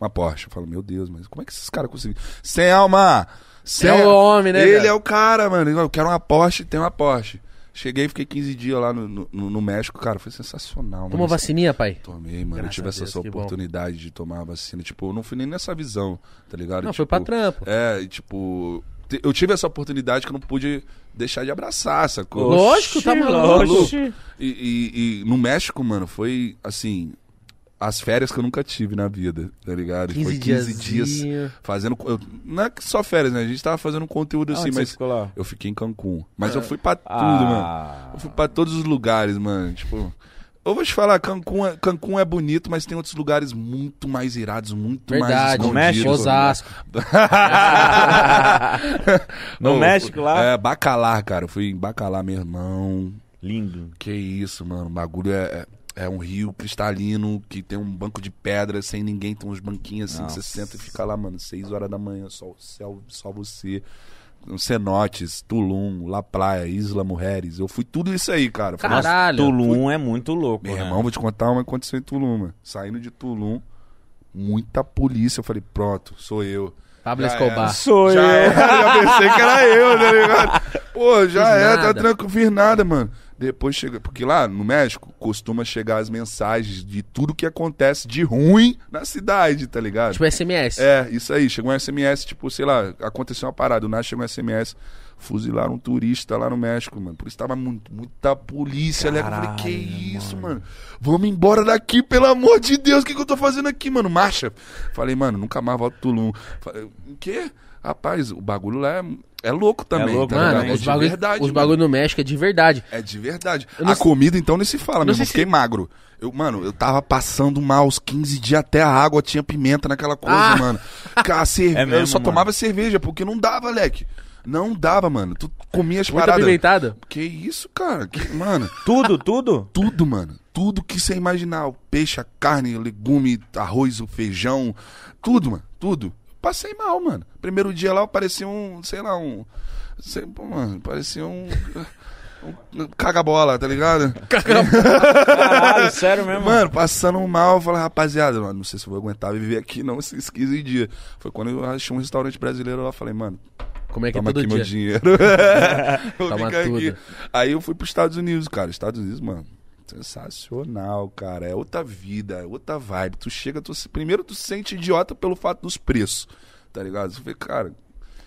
[SPEAKER 3] uma Porsche. Eu falo, meu Deus, mas como é que esses caras conseguiram? Sem alma! Sem...
[SPEAKER 2] É o homem, né,
[SPEAKER 3] Ele
[SPEAKER 2] cara?
[SPEAKER 3] é o cara, mano. Eu quero uma Porsche, tem uma Porsche. Cheguei, fiquei 15 dias lá no, no, no México, cara, foi sensacional.
[SPEAKER 2] Tomou
[SPEAKER 3] mano.
[SPEAKER 2] vacininha, pai?
[SPEAKER 3] Tomei, mano.
[SPEAKER 2] Graças
[SPEAKER 3] eu tive
[SPEAKER 2] a
[SPEAKER 3] essa,
[SPEAKER 2] Deus,
[SPEAKER 3] essa
[SPEAKER 2] que bom.
[SPEAKER 3] oportunidade de tomar a vacina. Tipo, eu não fui nem nessa visão, tá ligado?
[SPEAKER 2] Não,
[SPEAKER 3] tipo,
[SPEAKER 2] foi pra trampo.
[SPEAKER 3] É, e, tipo, te- eu tive essa oportunidade que eu não pude deixar de abraçar, sacou?
[SPEAKER 2] Lógico. tá maluco.
[SPEAKER 1] lógico.
[SPEAKER 3] E, e- e no México, mano, foi assim. As férias que eu nunca tive na vida, tá ligado? foi 15 dias
[SPEAKER 2] diazinho.
[SPEAKER 3] fazendo. co- eu- não é que só férias, né? A gente tava fazendo um conteúdo assim,
[SPEAKER 1] Onde você
[SPEAKER 3] mas.
[SPEAKER 1] ficou lá?
[SPEAKER 3] Eu fiquei em Cancún. Mas eu fui pra tudo, mano.
[SPEAKER 1] Ah.
[SPEAKER 3] Eu fui pra todos os lugares, mano. Tipo. Eu vou te falar, Cancún é, Cancún é bonito, mas tem outros lugares muito mais irados, muito
[SPEAKER 2] Verdade,
[SPEAKER 1] No
[SPEAKER 3] mais
[SPEAKER 1] México?
[SPEAKER 3] escondidos.
[SPEAKER 2] Osasco.
[SPEAKER 1] No
[SPEAKER 3] Ô,
[SPEAKER 1] México lá?
[SPEAKER 3] É, Bacalar, cara. Eu fui em Bacalar, meu irmão.
[SPEAKER 1] Lindo.
[SPEAKER 3] Que isso, mano. O bagulho é, é é um rio cristalino que tem um banco de pedra sem ninguém, tem uns banquinhos assim que você senta e fica lá, mano. Seis horas da manhã, só, o céu, só você. Cenotes, Tulum, La Playa, Isla Mujeres. Eu fui tudo isso aí, cara. Fui-
[SPEAKER 2] Cara, Caralho.
[SPEAKER 1] Tulum é muito louco,
[SPEAKER 3] Meu
[SPEAKER 1] né?
[SPEAKER 3] irmão, vou te contar uma que aconteceu em Tulum, mano. Saindo de Tulum, muita polícia. Eu falei, pronto, sou eu.
[SPEAKER 2] Pablo
[SPEAKER 3] Já
[SPEAKER 2] Escobar.
[SPEAKER 1] Sou
[SPEAKER 3] Já
[SPEAKER 1] eu.
[SPEAKER 3] era, eu pensei que era eu, tá ligado? Pô, já
[SPEAKER 2] Fiz
[SPEAKER 3] é,
[SPEAKER 2] nada.
[SPEAKER 3] tá tranquilo, fiz nada, mano. Depois chega. Porque lá no México costuma chegar as mensagens de tudo que acontece de ruim na cidade, tá ligado?
[SPEAKER 2] Tipo SMS.
[SPEAKER 3] É, isso aí. Chegou um SMS, tipo, sei lá, aconteceu uma parada. O Nath chegou um SMS, fuzilaram um turista lá no México, mano. Por isso tava muito, muita polícia ali. Eu falei, que isso, mano? Vamos embora daqui, pelo amor de Deus. O que, que eu tô fazendo aqui, mano? Marcha. Falei, mano, nunca mais volto pro Tulum. Falei, o quê? Rapaz, o bagulho lá é, é louco também.
[SPEAKER 1] louco,
[SPEAKER 3] tá ligado?
[SPEAKER 2] Mano,
[SPEAKER 1] também.
[SPEAKER 3] é
[SPEAKER 2] os
[SPEAKER 3] de
[SPEAKER 2] bagulho,
[SPEAKER 3] verdade.
[SPEAKER 2] os
[SPEAKER 3] mano.
[SPEAKER 2] bagulho no México é de verdade.
[SPEAKER 3] É de verdade.
[SPEAKER 2] Eu não
[SPEAKER 3] A
[SPEAKER 2] sei-
[SPEAKER 3] comida, então, nem se fala, meu
[SPEAKER 2] sei
[SPEAKER 3] irmão.
[SPEAKER 2] se-
[SPEAKER 3] Fiquei magro. Eu, mano, eu tava passando mal os 15 dias, até a água tinha pimenta naquela coisa,
[SPEAKER 2] Ah!
[SPEAKER 3] mano. Cara, cerve...
[SPEAKER 1] É mesmo,
[SPEAKER 3] eu só
[SPEAKER 1] mano.
[SPEAKER 3] tomava cerveja, porque não dava, leque. Não dava, mano. Tu comia as
[SPEAKER 2] Muito
[SPEAKER 3] paradas.
[SPEAKER 2] apimentada.
[SPEAKER 3] Que isso, cara? Que- Mano,
[SPEAKER 1] Tudo, tudo?
[SPEAKER 3] tudo, mano. Tudo que você imaginar. O peixe, a carne, o legume, arroz, o feijão. Tudo, mano. Tudo. Passei mal, mano. Primeiro dia lá eu parecia um, sei lá, um. Sei, pô, mano, parecia um. um caga-bola, tá ligado?
[SPEAKER 1] Caralho, sério mesmo?
[SPEAKER 3] Mano, passando mal, eu falei, rapaziada, mano, não sei se eu vou aguentar viver aqui não esses 15 dias. Foi quando eu achei um restaurante brasileiro lá, eu falei, mano,
[SPEAKER 2] Como é que
[SPEAKER 3] toma
[SPEAKER 2] é todo
[SPEAKER 3] aqui meu
[SPEAKER 2] dia?
[SPEAKER 3] dinheiro. vou
[SPEAKER 2] Toma
[SPEAKER 3] ficar aqui.
[SPEAKER 2] tudo.
[SPEAKER 3] Aí eu fui pros Estados Unidos, cara. Estados Unidos, mano, sensacional, cara. É outra vida, é outra vibe. Tu chega, tu, se- primeiro tu se sente idiota pelo fato dos preços, tá ligado? Você fica, cara,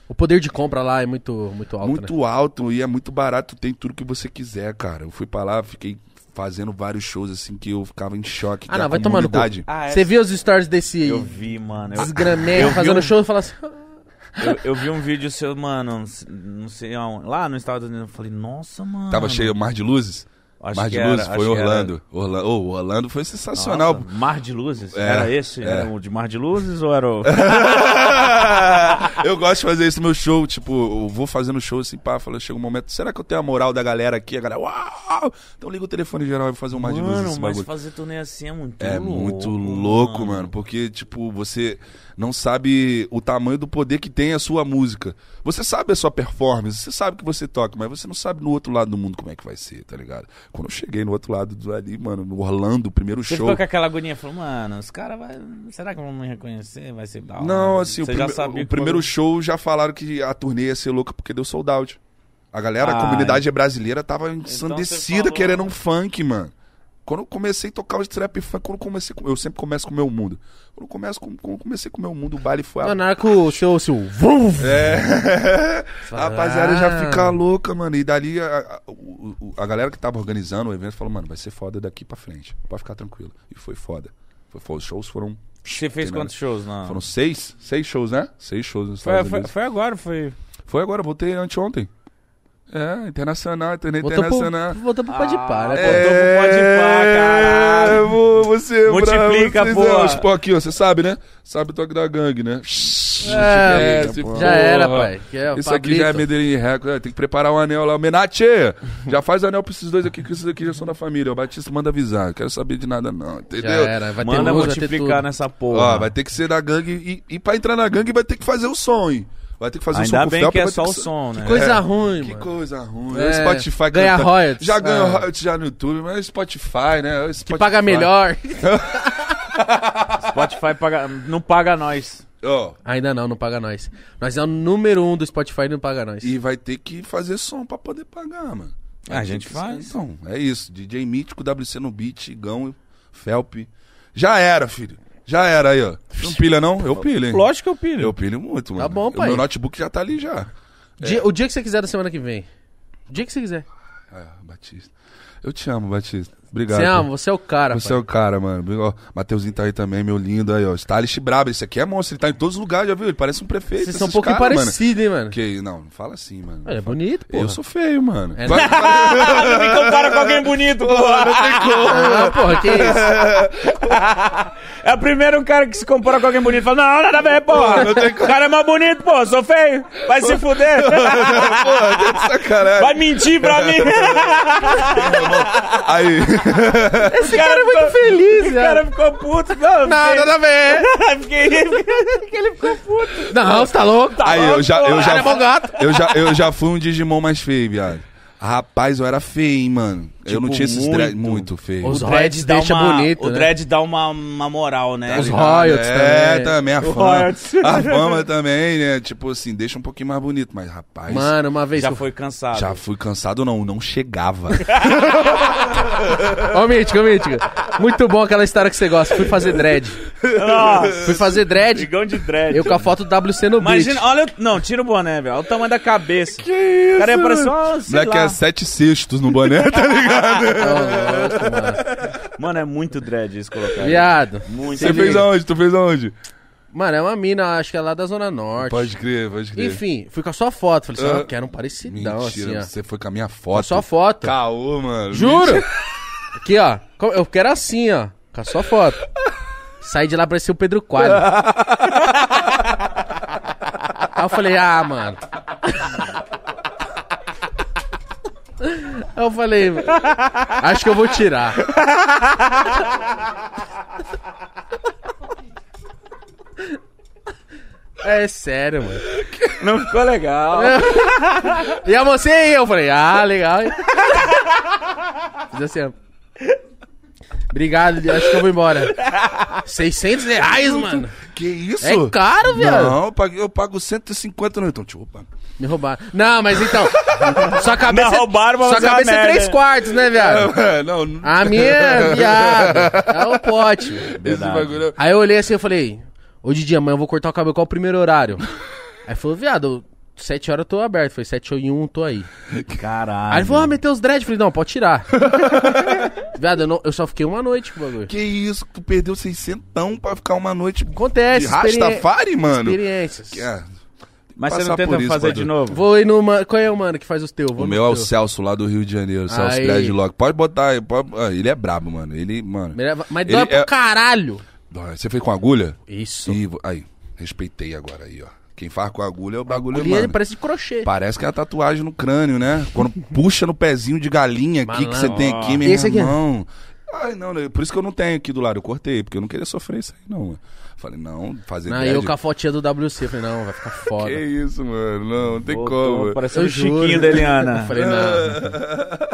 [SPEAKER 2] O poder de compra lá é muito, muito alto, né?
[SPEAKER 3] muito alto e é muito barato, tem tudo que você quiser, cara. Eu fui pra lá, fiquei fazendo vários shows assim que eu ficava em choque.
[SPEAKER 2] Ah,
[SPEAKER 3] da
[SPEAKER 2] não, vai tomar no cu.
[SPEAKER 3] comunidade.
[SPEAKER 1] Ah, é.
[SPEAKER 2] Você viu os stories desse
[SPEAKER 1] Eu vi,
[SPEAKER 3] né?
[SPEAKER 1] mano. Eu, eu
[SPEAKER 2] desgrameiro
[SPEAKER 1] vi
[SPEAKER 2] fazendo
[SPEAKER 1] um-
[SPEAKER 2] show e fala assim...
[SPEAKER 1] eu, eu vi um vídeo seu, mano, não sei- não sei aonde. Lá nos Estados Unidos. Eu falei, nossa, mano.
[SPEAKER 3] Tava cheio o Mar de Luzes?
[SPEAKER 1] Acho
[SPEAKER 3] Mar
[SPEAKER 1] que
[SPEAKER 3] de
[SPEAKER 1] era,
[SPEAKER 3] Luzes
[SPEAKER 1] acho
[SPEAKER 3] foi
[SPEAKER 1] que era.
[SPEAKER 3] Orlando. Orlando, Ô, Orlando foi sensacional.
[SPEAKER 1] Nossa, Mar de Luzes?
[SPEAKER 3] É,
[SPEAKER 1] era esse?
[SPEAKER 3] é.
[SPEAKER 1] Era o de Mar de Luzes ou era o.
[SPEAKER 3] eu gosto de fazer isso no meu show, tipo, eu vou fazendo show assim, pá, fala, chega um momento, será que eu tenho a moral da galera aqui? A galera, uau! Então liga o telefone geral e vou fazer um Mar de Luzes.
[SPEAKER 1] Mano,
[SPEAKER 3] esse
[SPEAKER 1] mas
[SPEAKER 3] bagulho.
[SPEAKER 1] fazer turnê assim é muito
[SPEAKER 3] É
[SPEAKER 1] louco.
[SPEAKER 3] muito louco, mano. porque, tipo, você não sabe o tamanho do poder que tem a sua música. Você sabe a sua performance, você sabe que você toca, mas você não sabe no outro lado do mundo como é que vai ser, tá ligado? Quando eu cheguei no outro lado do ali, mano, no Orlando, o primeiro
[SPEAKER 1] Você
[SPEAKER 3] show.
[SPEAKER 1] ficou com aquela agonia, falou, mano, os caras vai. Será que vão me reconhecer? Vai ser da hora.
[SPEAKER 3] Não, assim, o,
[SPEAKER 1] Ah, Você
[SPEAKER 3] prime-
[SPEAKER 1] já sabia que
[SPEAKER 3] o primeiro
[SPEAKER 1] bagulho-
[SPEAKER 3] show já falaram que a turnê ia ser louca porque deu sold out. A galera, a
[SPEAKER 1] Ah, Então
[SPEAKER 3] comunidade brasileira tava
[SPEAKER 1] você
[SPEAKER 3] ensandecida
[SPEAKER 1] falou-
[SPEAKER 3] querendo um funk, mano. Quando eu comecei a tocar o trap funk, quando eu comecei com- Eu sempre começo com o meu mundo. Quando eu, começo com- quando eu comecei com o meu mundo, o baile foi a
[SPEAKER 2] Não, na hora que o seu... seu vum,
[SPEAKER 3] é. A rapaziada já
[SPEAKER 2] Ah.
[SPEAKER 3] fica louca, mano. E dali a, a- o- o- a galera que tava organizando o evento falou, mano, vai ser foda daqui pra frente. Pode ficar tranquilo. E foi foda. Foi foda. Os shows foram.
[SPEAKER 1] Você fez
[SPEAKER 3] Tem
[SPEAKER 1] quantos shows? Não.
[SPEAKER 3] Foram seis? Seis shows, né? Seis shows nos
[SPEAKER 1] Ah. Foi,
[SPEAKER 3] Estados
[SPEAKER 1] É, foi,
[SPEAKER 3] Unidos.
[SPEAKER 1] foi agora, foi.
[SPEAKER 3] Foi agora, voltei anteontem. É, internacional, turnê
[SPEAKER 2] Voltou pro,
[SPEAKER 3] internacional.
[SPEAKER 2] voltou pro pá de pá, né?
[SPEAKER 1] Ah,
[SPEAKER 2] pô?
[SPEAKER 1] é. Pode pá, caralho.
[SPEAKER 3] vou- Você,
[SPEAKER 1] Multiplica,
[SPEAKER 3] bravo,
[SPEAKER 1] boa.
[SPEAKER 3] Tipo, aqui, ó, você sabe, né? Sabe o toque da gangue, né?
[SPEAKER 2] É,
[SPEAKER 3] se
[SPEAKER 2] Já era,
[SPEAKER 3] né, porra.
[SPEAKER 2] pai. Que é o
[SPEAKER 3] Isso aqui já é
[SPEAKER 2] Pablito.
[SPEAKER 3] Medellín Record. É, Tem que preparar um anel lá. Menate! Já faz anel pra esses dois aqui, que esses aqui já são da família. O Batista manda avisar. Não quero saber de nada, não.
[SPEAKER 2] Já
[SPEAKER 3] Entendeu?
[SPEAKER 2] era, vai ter
[SPEAKER 1] Manda
[SPEAKER 2] luz, vai ter
[SPEAKER 1] multiplicar
[SPEAKER 2] tudo.
[SPEAKER 1] nessa porra.
[SPEAKER 3] Ó, vai ter que ser da gangue. E, e pra entrar na gangue vai ter que fazer o som, hein? Vai ter que fazer o som
[SPEAKER 1] Ainda
[SPEAKER 3] com
[SPEAKER 1] bem
[SPEAKER 3] Felpa,
[SPEAKER 1] que é
[SPEAKER 3] vai ter
[SPEAKER 1] só o
[SPEAKER 3] sa-
[SPEAKER 1] som, né?
[SPEAKER 2] Coisa
[SPEAKER 3] É,
[SPEAKER 2] ruim,
[SPEAKER 3] Que
[SPEAKER 2] mano.
[SPEAKER 3] coisa ruim.
[SPEAKER 2] É,
[SPEAKER 3] o Spotify
[SPEAKER 2] ganha
[SPEAKER 3] canta-
[SPEAKER 2] royalties.
[SPEAKER 3] Já ganha
[SPEAKER 2] É.
[SPEAKER 3] royalties já no YouTube, mas o Spotify, né? O
[SPEAKER 2] Que
[SPEAKER 3] Spotify.
[SPEAKER 2] paga melhor.
[SPEAKER 1] Spotify paga- não paga nós.
[SPEAKER 3] Ó,
[SPEAKER 2] Ainda não, não paga nós. Nós é o número um do Spotify e não paga nós.
[SPEAKER 3] e vai ter que fazer som pra poder pagar, mano.
[SPEAKER 1] Ah, a
[SPEAKER 3] ter
[SPEAKER 1] gente
[SPEAKER 3] que-
[SPEAKER 1] faz.
[SPEAKER 3] Então, é isso. DJ Mítico, WC no beat, Gão, Felp. Já era, filho. Já era aí, ó. Não pilha, não? Eu pilho, hein?
[SPEAKER 1] Lógico que eu pilho.
[SPEAKER 3] Eu pilho muito, mano.
[SPEAKER 2] bom, pai.
[SPEAKER 3] O meu notebook já tá ali já.
[SPEAKER 2] Dia- O dia que você quiser da semana que vem. O dia que você quiser.
[SPEAKER 3] Ah, Batista. Eu te amo, Batista. Obrigado.
[SPEAKER 2] Você
[SPEAKER 3] pô.
[SPEAKER 2] ama, você é o cara,
[SPEAKER 3] Você
[SPEAKER 2] pai.
[SPEAKER 3] é o cara, mano. Ó, Mateuzinho tá aí também, meu lindo aí, ó. Stylish brabo, esse aqui é monstro, ele tá em todos os lugares, já viu? Ele parece um prefeito.
[SPEAKER 2] Vocês são um
[SPEAKER 3] esses
[SPEAKER 2] pouquinho
[SPEAKER 3] cara, mano.
[SPEAKER 2] parecidos, hein, mano.
[SPEAKER 3] Que, não, não fala assim, mano.
[SPEAKER 2] Olha, é bonito, pô.
[SPEAKER 3] Eu sou feio, mano.
[SPEAKER 2] É,
[SPEAKER 3] Vai-
[SPEAKER 1] Ah, tem que um cara com alguém bonito, porra.
[SPEAKER 2] Não, Ah, porra, que isso?
[SPEAKER 1] É o primeiro cara que se compara com alguém bonito. Fala, não, nada a ver, porra. O cara é mais bonito, pô. Sou feio. Vai se fuder.
[SPEAKER 3] Sacanagem.
[SPEAKER 1] Vai mentir pra mim.
[SPEAKER 3] é Aí.
[SPEAKER 1] Esse cara, é muito
[SPEAKER 2] Feliz,
[SPEAKER 1] O cara ficou puto. Não,
[SPEAKER 2] a ver.
[SPEAKER 1] Fiquei... Ele ficou puto.
[SPEAKER 2] Não, você tá louco?
[SPEAKER 1] Tá
[SPEAKER 3] Aí,
[SPEAKER 1] bom,
[SPEAKER 3] eu já, eu
[SPEAKER 1] porra.
[SPEAKER 3] já,
[SPEAKER 1] Era bom
[SPEAKER 3] eu já, eu já fui um Digimon mais feio, viado. Rapaz, eu era feio, hein, mano. eu não
[SPEAKER 1] Tipo,
[SPEAKER 3] tinha esses dread
[SPEAKER 1] muito.
[SPEAKER 3] muito feio.
[SPEAKER 2] Os dreads deixa
[SPEAKER 1] uma,
[SPEAKER 2] bonito,
[SPEAKER 1] O
[SPEAKER 2] né? Tá.
[SPEAKER 1] dread dá uma, uma moral, né?
[SPEAKER 2] Os
[SPEAKER 1] Ele-
[SPEAKER 2] royalties
[SPEAKER 3] Tá é,
[SPEAKER 2] também.
[SPEAKER 3] também, a
[SPEAKER 1] O
[SPEAKER 3] fama.
[SPEAKER 1] royalties.
[SPEAKER 3] A fama também, né? Tipo assim, deixa um pouquinho mais bonito, mas rapaz.
[SPEAKER 2] Mano, uma vez...
[SPEAKER 1] Já
[SPEAKER 2] que eu-
[SPEAKER 1] foi cansado.
[SPEAKER 3] Já fui cansado, não, não chegava.
[SPEAKER 2] Ó, Mítico, ó, Mítico. Muito bom aquela história que você gosta. Fui fazer dread.
[SPEAKER 1] Nossa,
[SPEAKER 2] Fui fazer dread.
[SPEAKER 1] Digão de dread.
[SPEAKER 2] Eu com a foto do WC no beat.
[SPEAKER 1] Imagina, olha. Não, tira o boné, velho. Olha o tamanho da cabeça. Que isso? O cara ia parecer uma. sei
[SPEAKER 3] Moleque
[SPEAKER 1] lá.
[SPEAKER 3] é sete cestos no boné,
[SPEAKER 2] Ah,
[SPEAKER 3] tá ligado?
[SPEAKER 2] Nossa, mano.
[SPEAKER 1] Mano, é muito dread isso colocar.
[SPEAKER 2] Viado.
[SPEAKER 1] Muito
[SPEAKER 3] Você fez
[SPEAKER 1] dread.
[SPEAKER 3] aonde? Tu fez aonde?
[SPEAKER 2] Mano, é uma mina, acho que é lá da Zona Norte.
[SPEAKER 3] Pode crer, pode crer.
[SPEAKER 2] Enfim, fui com a sua foto. Falei assim,
[SPEAKER 3] É. Ah.
[SPEAKER 2] ah, eu quero um parecidão,
[SPEAKER 3] Mentira,
[SPEAKER 2] assim, ó.
[SPEAKER 3] você é foi com a minha
[SPEAKER 2] Com a
[SPEAKER 3] foto.
[SPEAKER 2] sua foto.
[SPEAKER 3] Caô, mano.
[SPEAKER 2] Juro! Aqui, ó. Co- Eu quero assim, ó. Com a sua foto. Saí de lá, parecia o Pedro Coelho. Aí eu falei, ah, mano. Aí eu falei, acho que eu vou tirar. É sério, mano.
[SPEAKER 1] Não ficou legal.
[SPEAKER 2] E a mocinha aí, eu falei, ah, legal. hein? Fiz assim, ó. Obrigado, acho que eu vou embora. 600 reais, mano.
[SPEAKER 3] Que isso?
[SPEAKER 2] É caro, velho.
[SPEAKER 3] Não, eu pago, eu pago 150 no então, tipo, opa.
[SPEAKER 2] Me roubaram. Não, mas então. Sua cabeça.
[SPEAKER 1] Não, roubaram, mas
[SPEAKER 2] Sua
[SPEAKER 1] você é uma
[SPEAKER 2] cabeça é
[SPEAKER 1] merda.
[SPEAKER 2] 3 quartos, né, viado?
[SPEAKER 3] É, não, não.
[SPEAKER 2] A minha, é viado. É o pote.
[SPEAKER 3] Esse bagulho. é-
[SPEAKER 2] Aí eu olhei assim e falei, ô Didi, amanhã eu vou cortar o cabelo, qual é o primeiro horário? Aí falou, viado, 7 horas eu tô aberto. Foi 7 e 1, tô aí.
[SPEAKER 1] Caralho.
[SPEAKER 2] Aí ele falou, ah, meteu os dread. Falei, não, pode tirar. Viado, eu, não- eu só fiquei uma noite com o bagulho.
[SPEAKER 3] Que isso? Tu perdeu 600 pra ficar uma noite de
[SPEAKER 2] Acontece,
[SPEAKER 1] tá
[SPEAKER 2] experiên-
[SPEAKER 3] Rastafari, mano?
[SPEAKER 2] experiências.
[SPEAKER 3] Que é.
[SPEAKER 1] Mas você
[SPEAKER 3] Passar
[SPEAKER 1] não tenta
[SPEAKER 3] por isso,
[SPEAKER 1] fazer
[SPEAKER 3] Badu.
[SPEAKER 1] de novo?
[SPEAKER 2] Vou ir no... ma- Qual é o mano que faz os teus? Vou
[SPEAKER 3] O
[SPEAKER 2] no
[SPEAKER 3] meu é o
[SPEAKER 2] teu.
[SPEAKER 3] Celso lá do Rio de Janeiro, Celso
[SPEAKER 2] Aí.
[SPEAKER 3] Dreadlock. Pode botar aí, pode... ah, ele é brabo, mano. Ele, mano.
[SPEAKER 2] Melhor- Mas
[SPEAKER 3] Ele
[SPEAKER 2] dói pro
[SPEAKER 3] é-
[SPEAKER 2] caralho.
[SPEAKER 3] Dói. Você fez com agulha?
[SPEAKER 2] Isso.
[SPEAKER 3] Ih, vo- aí, respeitei agora aí, ó. Quem faz com agulha é o bagulho,
[SPEAKER 2] Ele,
[SPEAKER 3] mano.
[SPEAKER 2] ele parece de crochê.
[SPEAKER 3] Parece que é a tatuagem no crânio, né? Quando puxa no pezinho de galinha aqui que você
[SPEAKER 2] Malandro.
[SPEAKER 3] tem aqui, meu
[SPEAKER 2] E esse aqui? é.
[SPEAKER 3] irmão. Ai, não, não, por isso que eu não tenho aqui do lado. Eu cortei, porque eu não queria sofrer isso aí, não. Falei, não, fazer
[SPEAKER 2] Não,
[SPEAKER 3] dread-
[SPEAKER 2] eu com a fotinha do WC. Falei, não, vai ficar foda.
[SPEAKER 3] é Que isso, mano. Não, não tem
[SPEAKER 1] Voltou,
[SPEAKER 3] como.
[SPEAKER 1] Parecendo
[SPEAKER 2] Eu
[SPEAKER 1] o
[SPEAKER 2] juro.
[SPEAKER 1] Chiquinho da Eliana.
[SPEAKER 2] Falei, não.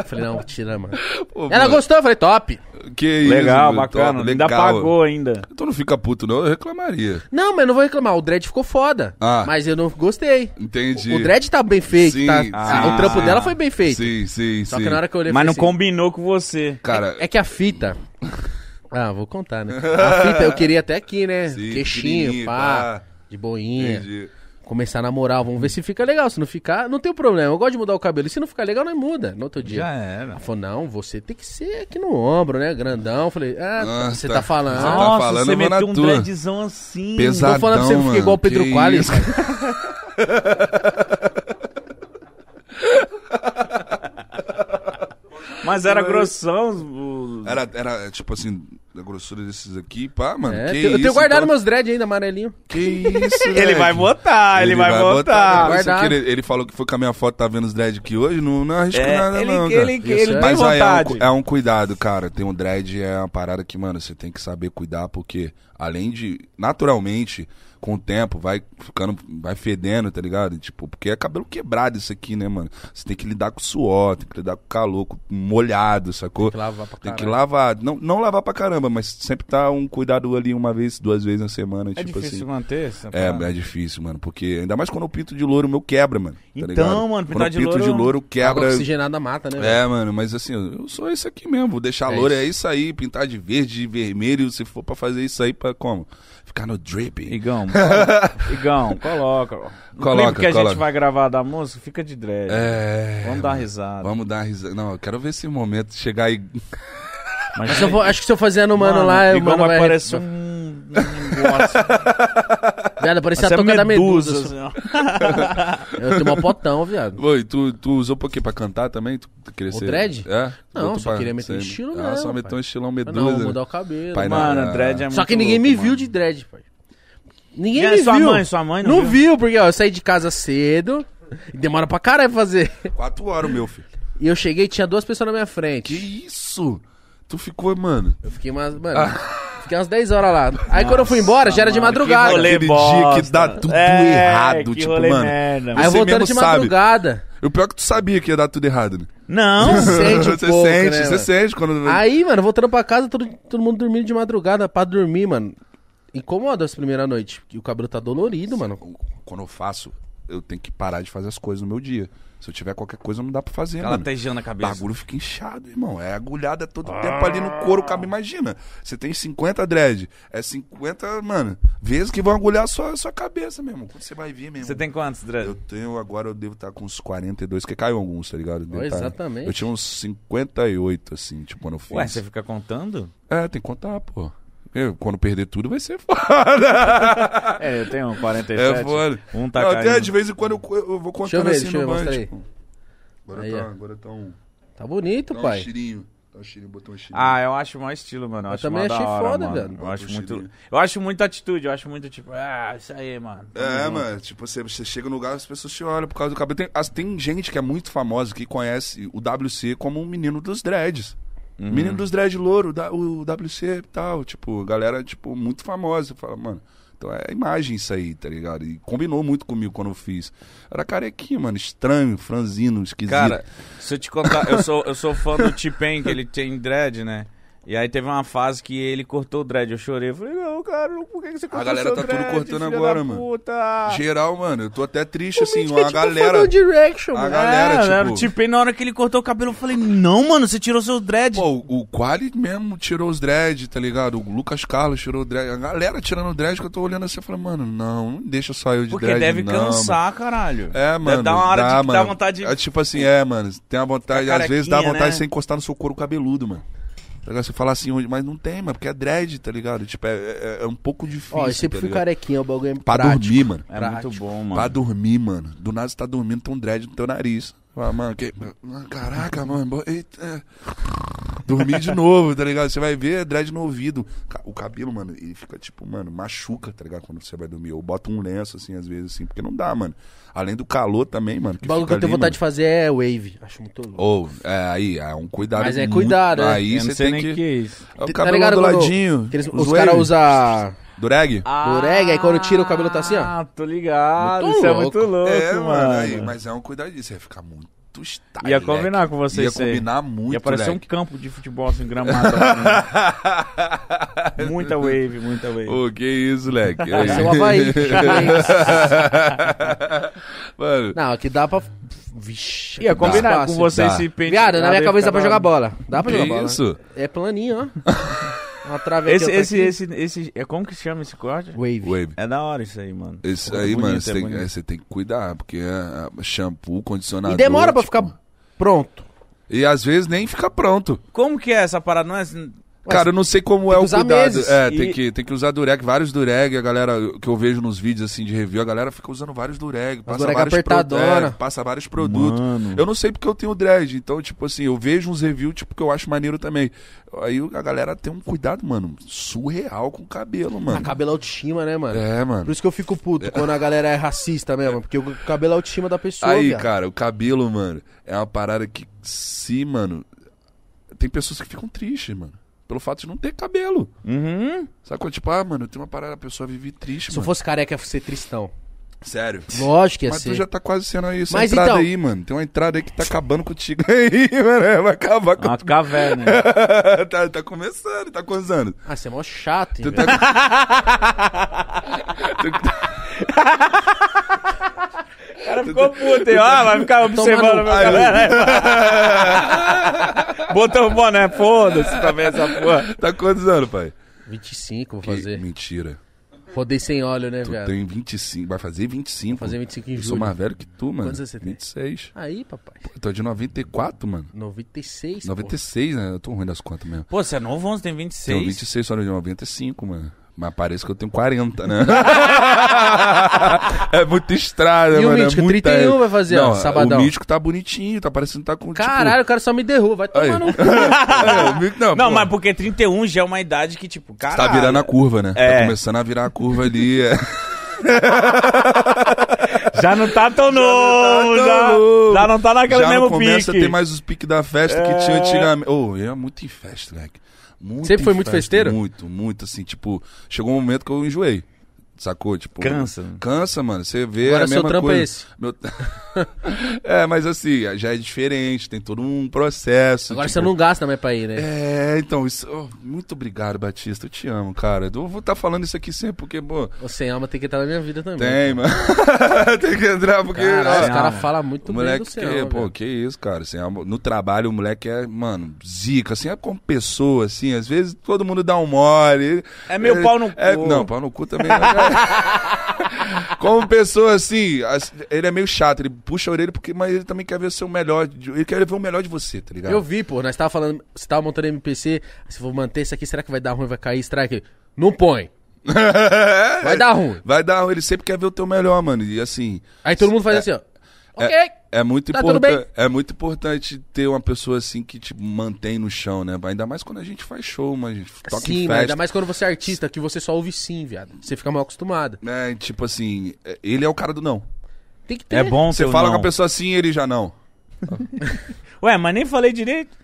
[SPEAKER 2] Falei, não, tira, mano.
[SPEAKER 3] Pô,
[SPEAKER 2] Ela
[SPEAKER 3] mano,
[SPEAKER 2] gostou, eu falei, top.
[SPEAKER 3] Que isso,
[SPEAKER 1] Legal,
[SPEAKER 3] mano,
[SPEAKER 1] bacana.
[SPEAKER 3] top,
[SPEAKER 1] Ainda pagou ainda.
[SPEAKER 3] Tu não fica puto, não? Eu reclamaria.
[SPEAKER 2] Não, mas eu não vou reclamar, o dread ficou foda.
[SPEAKER 3] Ah.
[SPEAKER 2] Mas eu não gostei.
[SPEAKER 3] Entendi.
[SPEAKER 2] O dread tá bem feito,
[SPEAKER 3] Sim,
[SPEAKER 2] tá?
[SPEAKER 3] sim,
[SPEAKER 2] o trampo
[SPEAKER 1] sim.
[SPEAKER 2] dela foi bem feito.
[SPEAKER 3] Sim, sim,
[SPEAKER 2] Só
[SPEAKER 3] sim.
[SPEAKER 2] que na hora que eu olhei eu
[SPEAKER 1] Mas não
[SPEAKER 2] falei assim,
[SPEAKER 1] combinou com você.
[SPEAKER 3] Cara,
[SPEAKER 2] É que a fita. Ah, vou contar, né? A fita eu queria até aqui, né?
[SPEAKER 3] Sim,
[SPEAKER 2] Queixinho,
[SPEAKER 3] pequenininho,
[SPEAKER 2] pá,
[SPEAKER 3] pá.
[SPEAKER 2] de boinha.
[SPEAKER 3] entendi.
[SPEAKER 2] Começar na moral, vamos ver se fica legal. Se não ficar, não tem problema. Eu gosto de mudar o cabelo. E se não ficar legal, nós muda no outro dia.
[SPEAKER 4] é.
[SPEAKER 1] era.
[SPEAKER 2] Ela falou, não, você tem que ser aqui no ombro, né? Grandão. Eu Falei, ah,
[SPEAKER 3] Ah,
[SPEAKER 2] você
[SPEAKER 3] tá.
[SPEAKER 2] tá, falando.
[SPEAKER 3] Você tá
[SPEAKER 1] Nossa,
[SPEAKER 3] falando,
[SPEAKER 1] você
[SPEAKER 3] eu vou na
[SPEAKER 1] meteu um
[SPEAKER 3] tua.
[SPEAKER 1] dreadzão assim.
[SPEAKER 3] tá Pesadão,
[SPEAKER 2] Tô falando pra você que
[SPEAKER 3] mano.
[SPEAKER 2] fica igual o Pedro É,
[SPEAKER 3] Que
[SPEAKER 2] Qualis.
[SPEAKER 3] isso.
[SPEAKER 1] Mas era grossão. o-
[SPEAKER 3] Era, era, tipo assim, da grossura desses aqui, pá, mano.
[SPEAKER 2] É,
[SPEAKER 3] que
[SPEAKER 2] eu
[SPEAKER 3] isso,
[SPEAKER 2] tenho guardado
[SPEAKER 3] então-
[SPEAKER 2] meus dread ainda, amarelinho.
[SPEAKER 3] Que isso,
[SPEAKER 1] Ele vai
[SPEAKER 3] botar.
[SPEAKER 1] botar, ele, vai, botar.
[SPEAKER 3] Depois você
[SPEAKER 2] Guardar.
[SPEAKER 3] queira- ele, falou né? que foi com a minha foto, tá vendo os dread aqui hoje, não, não arrisco
[SPEAKER 1] É,
[SPEAKER 3] nada
[SPEAKER 1] ele,
[SPEAKER 3] não, cara.
[SPEAKER 1] ele, ele,
[SPEAKER 2] Isso é.
[SPEAKER 1] tem
[SPEAKER 3] Mas aí é um,
[SPEAKER 1] vontade.
[SPEAKER 3] cu- é um cuidado, cara. Tem um dread, é uma parada que, mano, você tem que saber cuidar, porque além de, naturalmente, com o tempo, vai ficando, vai fedendo, tá ligado? E, Tipo, porque é cabelo quebrado isso aqui, né, mano? Você tem que lidar com suor, tem que lidar com calor, com molhado, sacou?
[SPEAKER 2] Tem que lavar pra
[SPEAKER 3] Tem que
[SPEAKER 2] caralho.
[SPEAKER 3] lavar, não, não lavar pra caramba, mas sempre tá um cuidado ali uma vez, duas vezes na semana,
[SPEAKER 1] É
[SPEAKER 3] tipo
[SPEAKER 1] difícil
[SPEAKER 3] assim.
[SPEAKER 1] manter essa
[SPEAKER 3] É,
[SPEAKER 1] parada.
[SPEAKER 3] é difícil, mano, porque ainda mais quando eu pinto de louro, o meu quebra, mano. tá
[SPEAKER 1] Então,
[SPEAKER 3] ligado?
[SPEAKER 1] mano,
[SPEAKER 3] quando
[SPEAKER 1] pintar
[SPEAKER 3] eu
[SPEAKER 1] de
[SPEAKER 3] pinto
[SPEAKER 1] louro-
[SPEAKER 3] de louro
[SPEAKER 2] Água
[SPEAKER 3] quebra.
[SPEAKER 2] oxigenada mata, né? velho?
[SPEAKER 3] É, mano, mas assim, eu sou esse aqui mesmo. Vou deixar
[SPEAKER 2] É
[SPEAKER 3] louro,
[SPEAKER 2] isso.
[SPEAKER 3] é isso aí. Pintar de verde, de vermelho, se for pra fazer isso aí, pra como? Ficar no dripping.
[SPEAKER 1] Igão, colo- Igão, coloca. No
[SPEAKER 3] Coloca,
[SPEAKER 1] clipe que a
[SPEAKER 3] coloca.
[SPEAKER 1] gente vai gravar da música, fica de dread.
[SPEAKER 3] É.
[SPEAKER 1] Vamos dar risada.
[SPEAKER 3] Vamos dar risada. Não, eu quero ver esse momento chegar aí.
[SPEAKER 1] Mas,
[SPEAKER 2] Se eu for- acho que se eu fazer no mano, lá, o
[SPEAKER 1] Igão
[SPEAKER 2] mano vai...
[SPEAKER 1] vai parecer um... um negócio.
[SPEAKER 2] Viado, parecia a
[SPEAKER 1] Você é
[SPEAKER 2] toca da medusa.
[SPEAKER 1] medusa. assim, ó.
[SPEAKER 2] Eu tenho mó potão, viado.
[SPEAKER 3] Oi, tu, tu usou pra quê? Pra cantar também? Tu queria
[SPEAKER 2] O
[SPEAKER 3] ser-
[SPEAKER 2] dread?
[SPEAKER 3] É?
[SPEAKER 2] Não,
[SPEAKER 3] Botou
[SPEAKER 2] só queria meter um
[SPEAKER 3] ser-
[SPEAKER 2] estilo
[SPEAKER 3] Ah, só
[SPEAKER 2] mesmo,
[SPEAKER 3] meteu um
[SPEAKER 2] pai.
[SPEAKER 3] estilão
[SPEAKER 2] Eu Não, vou
[SPEAKER 3] medusa.
[SPEAKER 2] mudar o cabelo.
[SPEAKER 3] Pai, não.
[SPEAKER 1] Mano, dread é muito
[SPEAKER 2] Só que ninguém
[SPEAKER 1] louco,
[SPEAKER 2] me viu
[SPEAKER 1] mano.
[SPEAKER 2] de dread, pai. Ninguém
[SPEAKER 1] E a
[SPEAKER 2] me
[SPEAKER 1] sua
[SPEAKER 2] viu.
[SPEAKER 1] mãe? Sua mãe não
[SPEAKER 2] não
[SPEAKER 1] viu?
[SPEAKER 2] viu, porque ó, eu saí de casa cedo. e Demora pra caralho pra fazer.
[SPEAKER 3] Quatro horas, meu filho.
[SPEAKER 2] E eu cheguei e tinha duas pessoas na minha
[SPEAKER 3] Que
[SPEAKER 2] frente.
[SPEAKER 3] isso? Tu ficou, mano.
[SPEAKER 2] Eu fiquei umas. Mano, fiquei umas 10 horas lá. Aí quando eu fui embora, já era de
[SPEAKER 1] Ah. mano,
[SPEAKER 2] madrugada.
[SPEAKER 1] que rolê
[SPEAKER 3] Aquele dia
[SPEAKER 1] bosta.
[SPEAKER 3] que dá tudo
[SPEAKER 1] É,
[SPEAKER 3] errado,
[SPEAKER 1] que
[SPEAKER 3] tipo,
[SPEAKER 1] rolê
[SPEAKER 3] mano.
[SPEAKER 1] merda,
[SPEAKER 2] Aí eu
[SPEAKER 3] você
[SPEAKER 2] voltando
[SPEAKER 3] mesmo
[SPEAKER 2] de
[SPEAKER 3] sabe.
[SPEAKER 2] madrugada.
[SPEAKER 3] O pior é que tu sabia que ia dar tudo errado, né?
[SPEAKER 1] Não,
[SPEAKER 2] Sente um
[SPEAKER 3] você
[SPEAKER 2] pouco,
[SPEAKER 3] sente,
[SPEAKER 2] né,
[SPEAKER 3] você
[SPEAKER 2] mano?
[SPEAKER 3] sente quando.
[SPEAKER 2] Aí, mano, voltando pra casa, todo, todo mundo dormindo de madrugada pra dormir, mano. Incomoda as primeiras noites. porque o cabelo tá dolorido, mano.
[SPEAKER 3] Quando eu faço, eu tenho que parar de fazer as coisas no meu dia. Se eu tiver qualquer coisa, não dá pra fazer, mano.
[SPEAKER 1] latejando tá a
[SPEAKER 3] O
[SPEAKER 1] cabeça. Ah.
[SPEAKER 3] bagulho fica inchado, irmão. É agulhada todo tempo ali no couro. Cabe. Imagina, você tem 50 dread. É 50, mano, vezes que vão agulhar a sua, a sua cabeça mesmo. Quando você vai ver mesmo.
[SPEAKER 1] Você tem quantos, dread?
[SPEAKER 3] Eu tenho, agora eu devo estar com uns 42, que caiu alguns, tá ligado? Devo
[SPEAKER 2] Oh,
[SPEAKER 3] tá-
[SPEAKER 2] exatamente.
[SPEAKER 3] Eu tinha uns 58, assim, tipo, quando eu fiz.
[SPEAKER 1] Ué, você fica contando?
[SPEAKER 3] É, tem que contar, pô. Eu, quando perder tudo vai ser foda.
[SPEAKER 1] É, eu tenho um 47.
[SPEAKER 3] é foda.
[SPEAKER 1] Um tá
[SPEAKER 3] Não, até
[SPEAKER 1] caindo.
[SPEAKER 3] de vez em quando eu, eu vou
[SPEAKER 2] Deixa eu
[SPEAKER 3] contando
[SPEAKER 2] ver,
[SPEAKER 3] assim
[SPEAKER 2] deixa eu ver,
[SPEAKER 3] no
[SPEAKER 2] mostra
[SPEAKER 3] banho.
[SPEAKER 2] aí.
[SPEAKER 3] Tipo, agora,
[SPEAKER 2] Aí,
[SPEAKER 3] tá,
[SPEAKER 2] ó.
[SPEAKER 3] agora tá um.
[SPEAKER 2] Tá bonito,
[SPEAKER 3] Dá um
[SPEAKER 2] pai.
[SPEAKER 3] cheirinho. Dá um cheirinho, botou um cheirinho.
[SPEAKER 1] Ah, eu acho mais estilo, mano. Eu,
[SPEAKER 2] Eu
[SPEAKER 1] acho
[SPEAKER 2] também
[SPEAKER 1] mó da
[SPEAKER 2] achei
[SPEAKER 1] hora,
[SPEAKER 2] foda,
[SPEAKER 1] mano.
[SPEAKER 2] velho.
[SPEAKER 1] Eu acho,
[SPEAKER 3] Puxa,
[SPEAKER 1] muito,
[SPEAKER 3] né?
[SPEAKER 1] eu acho muita atitude, eu acho muito tipo, ah, isso aí, mano. Tamo
[SPEAKER 3] É,
[SPEAKER 1] junto.
[SPEAKER 3] mano, tipo, você, você chega no lugar, as pessoas te olham por causa do cabelo. Tem, as- tem gente que é muito famosa que conhece o WC como um menino dos dreads.
[SPEAKER 1] Uhum.
[SPEAKER 3] Menino dos dreads louro, da- o WC e tal. Tipo, galera, tipo, muito famosa. Fala, mano. Então é imagem isso aí, tá ligado? E combinou muito comigo quando eu fiz. Era carequinho, mano, estranho, franzino, esquisito.
[SPEAKER 1] Cara, se eu te contar, eu sou, eu sou fã do T-Pain, que ele tem dread, né? E aí teve uma fase que ele cortou o dread, eu chorei. Eu falei, não, cara, por que que você cortou
[SPEAKER 3] galera
[SPEAKER 1] seu
[SPEAKER 3] tá tudo
[SPEAKER 1] dread,
[SPEAKER 3] cortando
[SPEAKER 1] filha
[SPEAKER 3] agora,
[SPEAKER 1] da
[SPEAKER 3] mano.
[SPEAKER 1] Puta.
[SPEAKER 3] geral, mano, eu tô até triste, assim,
[SPEAKER 2] Gente,
[SPEAKER 3] uma
[SPEAKER 2] é tipo
[SPEAKER 3] galera.
[SPEAKER 2] fã do Direction,
[SPEAKER 3] a
[SPEAKER 2] mano.
[SPEAKER 3] galera- tipo-
[SPEAKER 1] É, era o T-Pain, na hora que ele cortou o cabelo, eu falei, não, mano, você tirou seu dread.
[SPEAKER 3] Pô, o Quali mesmo tirou os dread, tá ligado? O Lucas Carlos tirou o dread. A galera tirando o dread que eu tô olhando assim, eu falei, mano, não, não deixa só eu de
[SPEAKER 1] porque
[SPEAKER 3] dread,
[SPEAKER 1] deve
[SPEAKER 3] não, mano.
[SPEAKER 1] cansar, caralho.
[SPEAKER 3] É, mano.
[SPEAKER 1] Deve dar uma hora de, que dá
[SPEAKER 3] mano.
[SPEAKER 1] vontade de
[SPEAKER 3] É tipo assim, é, mano. Tem a vontade,
[SPEAKER 1] Fica
[SPEAKER 3] às vezes dá
[SPEAKER 1] carequinha,
[SPEAKER 3] vontade
[SPEAKER 1] né?
[SPEAKER 3] de você encostar no seu couro cabeludo, mano. Tá ligado? Você fala assim, hoje, mas não tem, mano, porque é dread, tá ligado? Tipo, é, é- é um pouco difícil.
[SPEAKER 2] Ó, eu sempre
[SPEAKER 3] tá
[SPEAKER 2] fui
[SPEAKER 3] ligado?
[SPEAKER 2] carequinha, o bagulho é
[SPEAKER 3] Pra
[SPEAKER 2] prático.
[SPEAKER 3] dormir, mano.
[SPEAKER 1] É
[SPEAKER 2] Prático.
[SPEAKER 1] muito bom, mano.
[SPEAKER 3] Pra dormir, mano. Do nada você tá dormindo, tem um dread no teu nariz. Fala, mano, que... Caraca, mano. bo- Eita. Dormir de novo, tá ligado? Você vai ver dread no ouvido. Ca- O cabelo, mano, ele fica tipo, mano, machuca, tá ligado? Quando você vai dormir. Ou bota um lenço, assim, às vezes, assim, porque não dá, mano. Além do calor também, mano.
[SPEAKER 2] O bagulho que eu tenho vontade de fazer é wave. Acho muito louco.
[SPEAKER 3] Ou, é, aí, é um cuidado.
[SPEAKER 2] Mas é
[SPEAKER 3] muito-
[SPEAKER 2] cuidado, né?
[SPEAKER 3] Aí
[SPEAKER 1] Eu não
[SPEAKER 3] você
[SPEAKER 1] sei
[SPEAKER 3] tem
[SPEAKER 1] nem
[SPEAKER 3] que.
[SPEAKER 1] que é isso.
[SPEAKER 3] É O
[SPEAKER 2] Tá
[SPEAKER 3] cabelo
[SPEAKER 2] ligado
[SPEAKER 3] do
[SPEAKER 2] quando-
[SPEAKER 3] ladinho.
[SPEAKER 2] que eles-
[SPEAKER 3] os
[SPEAKER 2] os caras
[SPEAKER 3] waves
[SPEAKER 2] usam.
[SPEAKER 3] Do reggae?
[SPEAKER 2] Durega, aí quando tira o cabelo tá assim, ó.
[SPEAKER 1] Ah, tô ligado.
[SPEAKER 2] Muito
[SPEAKER 1] isso é
[SPEAKER 2] louco.
[SPEAKER 1] muito louco,
[SPEAKER 3] é, mano.
[SPEAKER 1] mano.
[SPEAKER 3] Aí, mas é um cuidadinho. Você vai ficar muito style.
[SPEAKER 1] Ia combinar com vocês.
[SPEAKER 3] Ia
[SPEAKER 1] isso aí.
[SPEAKER 3] combinar muito,
[SPEAKER 1] Ia parecer um
[SPEAKER 3] leque.
[SPEAKER 1] campo de futebol assim, gramado. assim. muita wave, muita wave.
[SPEAKER 3] Ô, que isso, leque.
[SPEAKER 2] Vai ser o Havaí.
[SPEAKER 3] Mano,
[SPEAKER 2] Não, aqui dá pra. Vixe.
[SPEAKER 1] Ia
[SPEAKER 2] aqui dá
[SPEAKER 1] combinar
[SPEAKER 2] espaço,
[SPEAKER 1] com
[SPEAKER 2] hein?
[SPEAKER 1] vocês
[SPEAKER 3] dá.
[SPEAKER 1] se pentear.
[SPEAKER 2] Viado, na minha cabeça dá pra jogar bola. Dá pra
[SPEAKER 3] que
[SPEAKER 2] jogar bola.
[SPEAKER 3] isso?
[SPEAKER 2] É planinho, ó. Uma trave
[SPEAKER 1] Esse,
[SPEAKER 2] aqui, outra
[SPEAKER 1] esse,
[SPEAKER 2] aqui.
[SPEAKER 1] esse, esse, é como que chama esse corte?
[SPEAKER 2] Wave.
[SPEAKER 3] Wave.
[SPEAKER 1] É da hora isso aí, mano.
[SPEAKER 3] Isso
[SPEAKER 1] É
[SPEAKER 3] aí,
[SPEAKER 1] bonito,
[SPEAKER 3] mano, você
[SPEAKER 1] é
[SPEAKER 3] tem,
[SPEAKER 1] bonito.
[SPEAKER 3] é, você tem que cuidar, porque é, é, shampoo, condicionador.
[SPEAKER 2] E demora pra
[SPEAKER 3] tipo,
[SPEAKER 2] ficar pronto.
[SPEAKER 3] E às vezes nem fica pronto.
[SPEAKER 1] Como que é essa parada? Não é...
[SPEAKER 2] Ué,
[SPEAKER 3] Cara, eu não sei como
[SPEAKER 2] tem
[SPEAKER 3] é
[SPEAKER 2] que
[SPEAKER 3] o
[SPEAKER 2] usar
[SPEAKER 3] cuidado.
[SPEAKER 2] meses.
[SPEAKER 3] É,
[SPEAKER 1] E-
[SPEAKER 3] tem, que, tem que usar dureg, vários dureg. A galera que eu vejo nos vídeos assim de review, a galera fica usando vários dureg. Passa
[SPEAKER 2] dureg
[SPEAKER 3] vários,
[SPEAKER 2] apertadona.
[SPEAKER 3] é, passa vários produtos.
[SPEAKER 1] Mano.
[SPEAKER 3] Eu não sei porque eu tenho dread. Então, tipo assim, eu vejo uns reviews tipo, que eu acho maneiro também. Aí a galera tem um cuidado, mano, surreal com o cabelo,
[SPEAKER 2] Ah,
[SPEAKER 3] mano.
[SPEAKER 2] cabelo é autoestima, né, mano?
[SPEAKER 3] É,
[SPEAKER 2] Por
[SPEAKER 3] mano.
[SPEAKER 2] isso que eu fico puto quando a galera é racista mesmo. Porque o cabelo é autoestima da pessoa,
[SPEAKER 3] Aí,
[SPEAKER 2] viado.
[SPEAKER 3] cara, o cabelo, mano, é uma parada que, se, mano. Tem pessoas que ficam tristes, mano. Pelo fato de não ter cabelo.
[SPEAKER 1] Uhum.
[SPEAKER 3] Sacou? Tipo, ah, mano, eu tenho uma parada, a pessoa vive triste,
[SPEAKER 2] Se eu
[SPEAKER 3] mano.
[SPEAKER 2] fosse careca, ia ser tristão.
[SPEAKER 3] Sério.
[SPEAKER 2] Lógico que ia
[SPEAKER 3] Mas
[SPEAKER 2] ser.
[SPEAKER 3] tu já tá quase sendo isso.
[SPEAKER 2] Mas
[SPEAKER 3] Mas entrada
[SPEAKER 2] então-
[SPEAKER 3] aí, mano. Tem uma entrada aí que tá acabando contigo aí, mano. É, Vai acabar com.
[SPEAKER 1] Uma
[SPEAKER 2] Ah,
[SPEAKER 1] caverna.
[SPEAKER 3] tá, tá começando, tá quantos anos?
[SPEAKER 2] Ah, você é mó chato, hein,
[SPEAKER 3] Tu
[SPEAKER 2] velho?
[SPEAKER 3] tá...
[SPEAKER 1] o cara ficou puto, hein? Ó,
[SPEAKER 3] tá
[SPEAKER 1] vai ficar observando
[SPEAKER 2] no-
[SPEAKER 1] meu cabelo. Botou o boné, foda-se também essa porra.
[SPEAKER 3] tá quantos anos, pai?
[SPEAKER 2] 25 vou
[SPEAKER 3] Que
[SPEAKER 2] fazer.
[SPEAKER 3] Mentira.
[SPEAKER 2] Rodei sem óleo, né,
[SPEAKER 3] Tu
[SPEAKER 2] viado?
[SPEAKER 3] tem 25. Vai fazer 25.
[SPEAKER 2] Vou fazer 25 em
[SPEAKER 3] Eu
[SPEAKER 2] julho.
[SPEAKER 3] sou mais velho que tu, mano.
[SPEAKER 2] Quantos anos você tem?
[SPEAKER 3] 26.
[SPEAKER 2] Aí, papai.
[SPEAKER 3] Eu tô é de 94, mano.
[SPEAKER 2] 96, 96.
[SPEAKER 3] 96, né? Eu tô ruim das contas mesmo.
[SPEAKER 1] Pô, você é novo, você tem
[SPEAKER 3] Tenho
[SPEAKER 1] 26.
[SPEAKER 3] 26, só de 95, mano. Mas parece que eu tenho 40, né? é muita estrada,
[SPEAKER 2] E o
[SPEAKER 3] mano.
[SPEAKER 2] Mítico,
[SPEAKER 3] é muita...
[SPEAKER 2] 31 vai fazer, ó, sabadão.
[SPEAKER 3] O Mítico tá bonitinho, tá parecendo que tá com. tipo,
[SPEAKER 2] Caralho, o cara só me derruba. Vai
[SPEAKER 3] Aí.
[SPEAKER 2] tomar no cu.
[SPEAKER 3] É, o Mítico- não,
[SPEAKER 1] Não,
[SPEAKER 3] pô,
[SPEAKER 1] mas porque 31 já é uma idade que, tipo, cara.
[SPEAKER 3] Tá virando a curva, né?
[SPEAKER 1] É.
[SPEAKER 3] Tá começando a virar a curva ali. É.
[SPEAKER 1] Já não tá tão novo, já.
[SPEAKER 3] tão novo.
[SPEAKER 1] Já não tá naquele
[SPEAKER 3] Já
[SPEAKER 1] mesmo
[SPEAKER 3] não começa
[SPEAKER 1] pique. É.
[SPEAKER 3] a ter mais os piques da festa que tinha antigamente. Ô, eu ia muito em festa, moleque. Muito
[SPEAKER 2] Sempre
[SPEAKER 3] em
[SPEAKER 2] foi muito
[SPEAKER 3] festa,
[SPEAKER 2] festeiro?
[SPEAKER 3] Muito, muito, assim, tipo, chegou um momento que eu enjoei. Sacou? Tipo,
[SPEAKER 1] Cansa.
[SPEAKER 3] Cansa, mano. Você vê
[SPEAKER 2] Agora
[SPEAKER 3] a
[SPEAKER 2] seu
[SPEAKER 3] mesma
[SPEAKER 2] trampo
[SPEAKER 3] coisa.
[SPEAKER 2] é esse.
[SPEAKER 3] Meu- é, mas assim, já é diferente, tem todo um processo.
[SPEAKER 2] Agora
[SPEAKER 3] tipo,
[SPEAKER 2] você não gasta mais pra ir, né?
[SPEAKER 3] É, então, isso... oh, muito obrigado, Batista. Eu te amo, cara. Eu vou estar falando isso aqui sempre, porque, pô,
[SPEAKER 2] Você ama, tem que estar na minha vida também.
[SPEAKER 3] tem, mano. tem que entrar, porque.
[SPEAKER 2] Caralho,
[SPEAKER 3] ó,
[SPEAKER 2] os caras
[SPEAKER 1] Não,
[SPEAKER 2] falam muito bem do
[SPEAKER 3] o moleque,
[SPEAKER 2] céu.
[SPEAKER 3] que,
[SPEAKER 2] velho.
[SPEAKER 3] pô, que isso, cara. Assim, é uma- no trabalho, o moleque é, mano, zica, assim, é como pessoa, assim. Às vezes todo mundo dá um mole.
[SPEAKER 1] É meio pau no
[SPEAKER 3] é-
[SPEAKER 1] cu.
[SPEAKER 3] Não, pau no cu também. não. como pessoa, assim, as- ele é meio chato, ele puxa a orelha, porque, mas ele também quer ver o seu melhor. de- Ele quer ver o melhor de você, tá ligado?
[SPEAKER 2] Eu vi, pô, nós tava falando, você tava montando MPC, se vou manter isso aqui, será que vai dar ruim, vai cair, strike? Não põe. Vai dar ruim.
[SPEAKER 3] Vai dar, ruim, ele sempre quer ver o teu melhor, mano. E assim,
[SPEAKER 2] Aí todo mundo faz assim, ó. Ok.
[SPEAKER 3] é muito,
[SPEAKER 2] Tá tudo bem?
[SPEAKER 3] importa- é muito importante ter uma pessoa assim que te mantém no chão, né? Ainda mais quando a gente faz show, mano. A gente toca
[SPEAKER 2] sim,
[SPEAKER 3] em
[SPEAKER 2] mas
[SPEAKER 3] festa.
[SPEAKER 2] ainda mais quando você é artista, que você só ouve sim, viado. Você fica mal acostumado.
[SPEAKER 3] né? Tipo assim, é- ele é o cara do não.
[SPEAKER 2] Tem que ter.
[SPEAKER 4] É bom
[SPEAKER 3] Você
[SPEAKER 4] teu
[SPEAKER 3] fala
[SPEAKER 4] não.
[SPEAKER 3] com a pessoa assim, ele já não.
[SPEAKER 4] Ué, mas nem falei direito.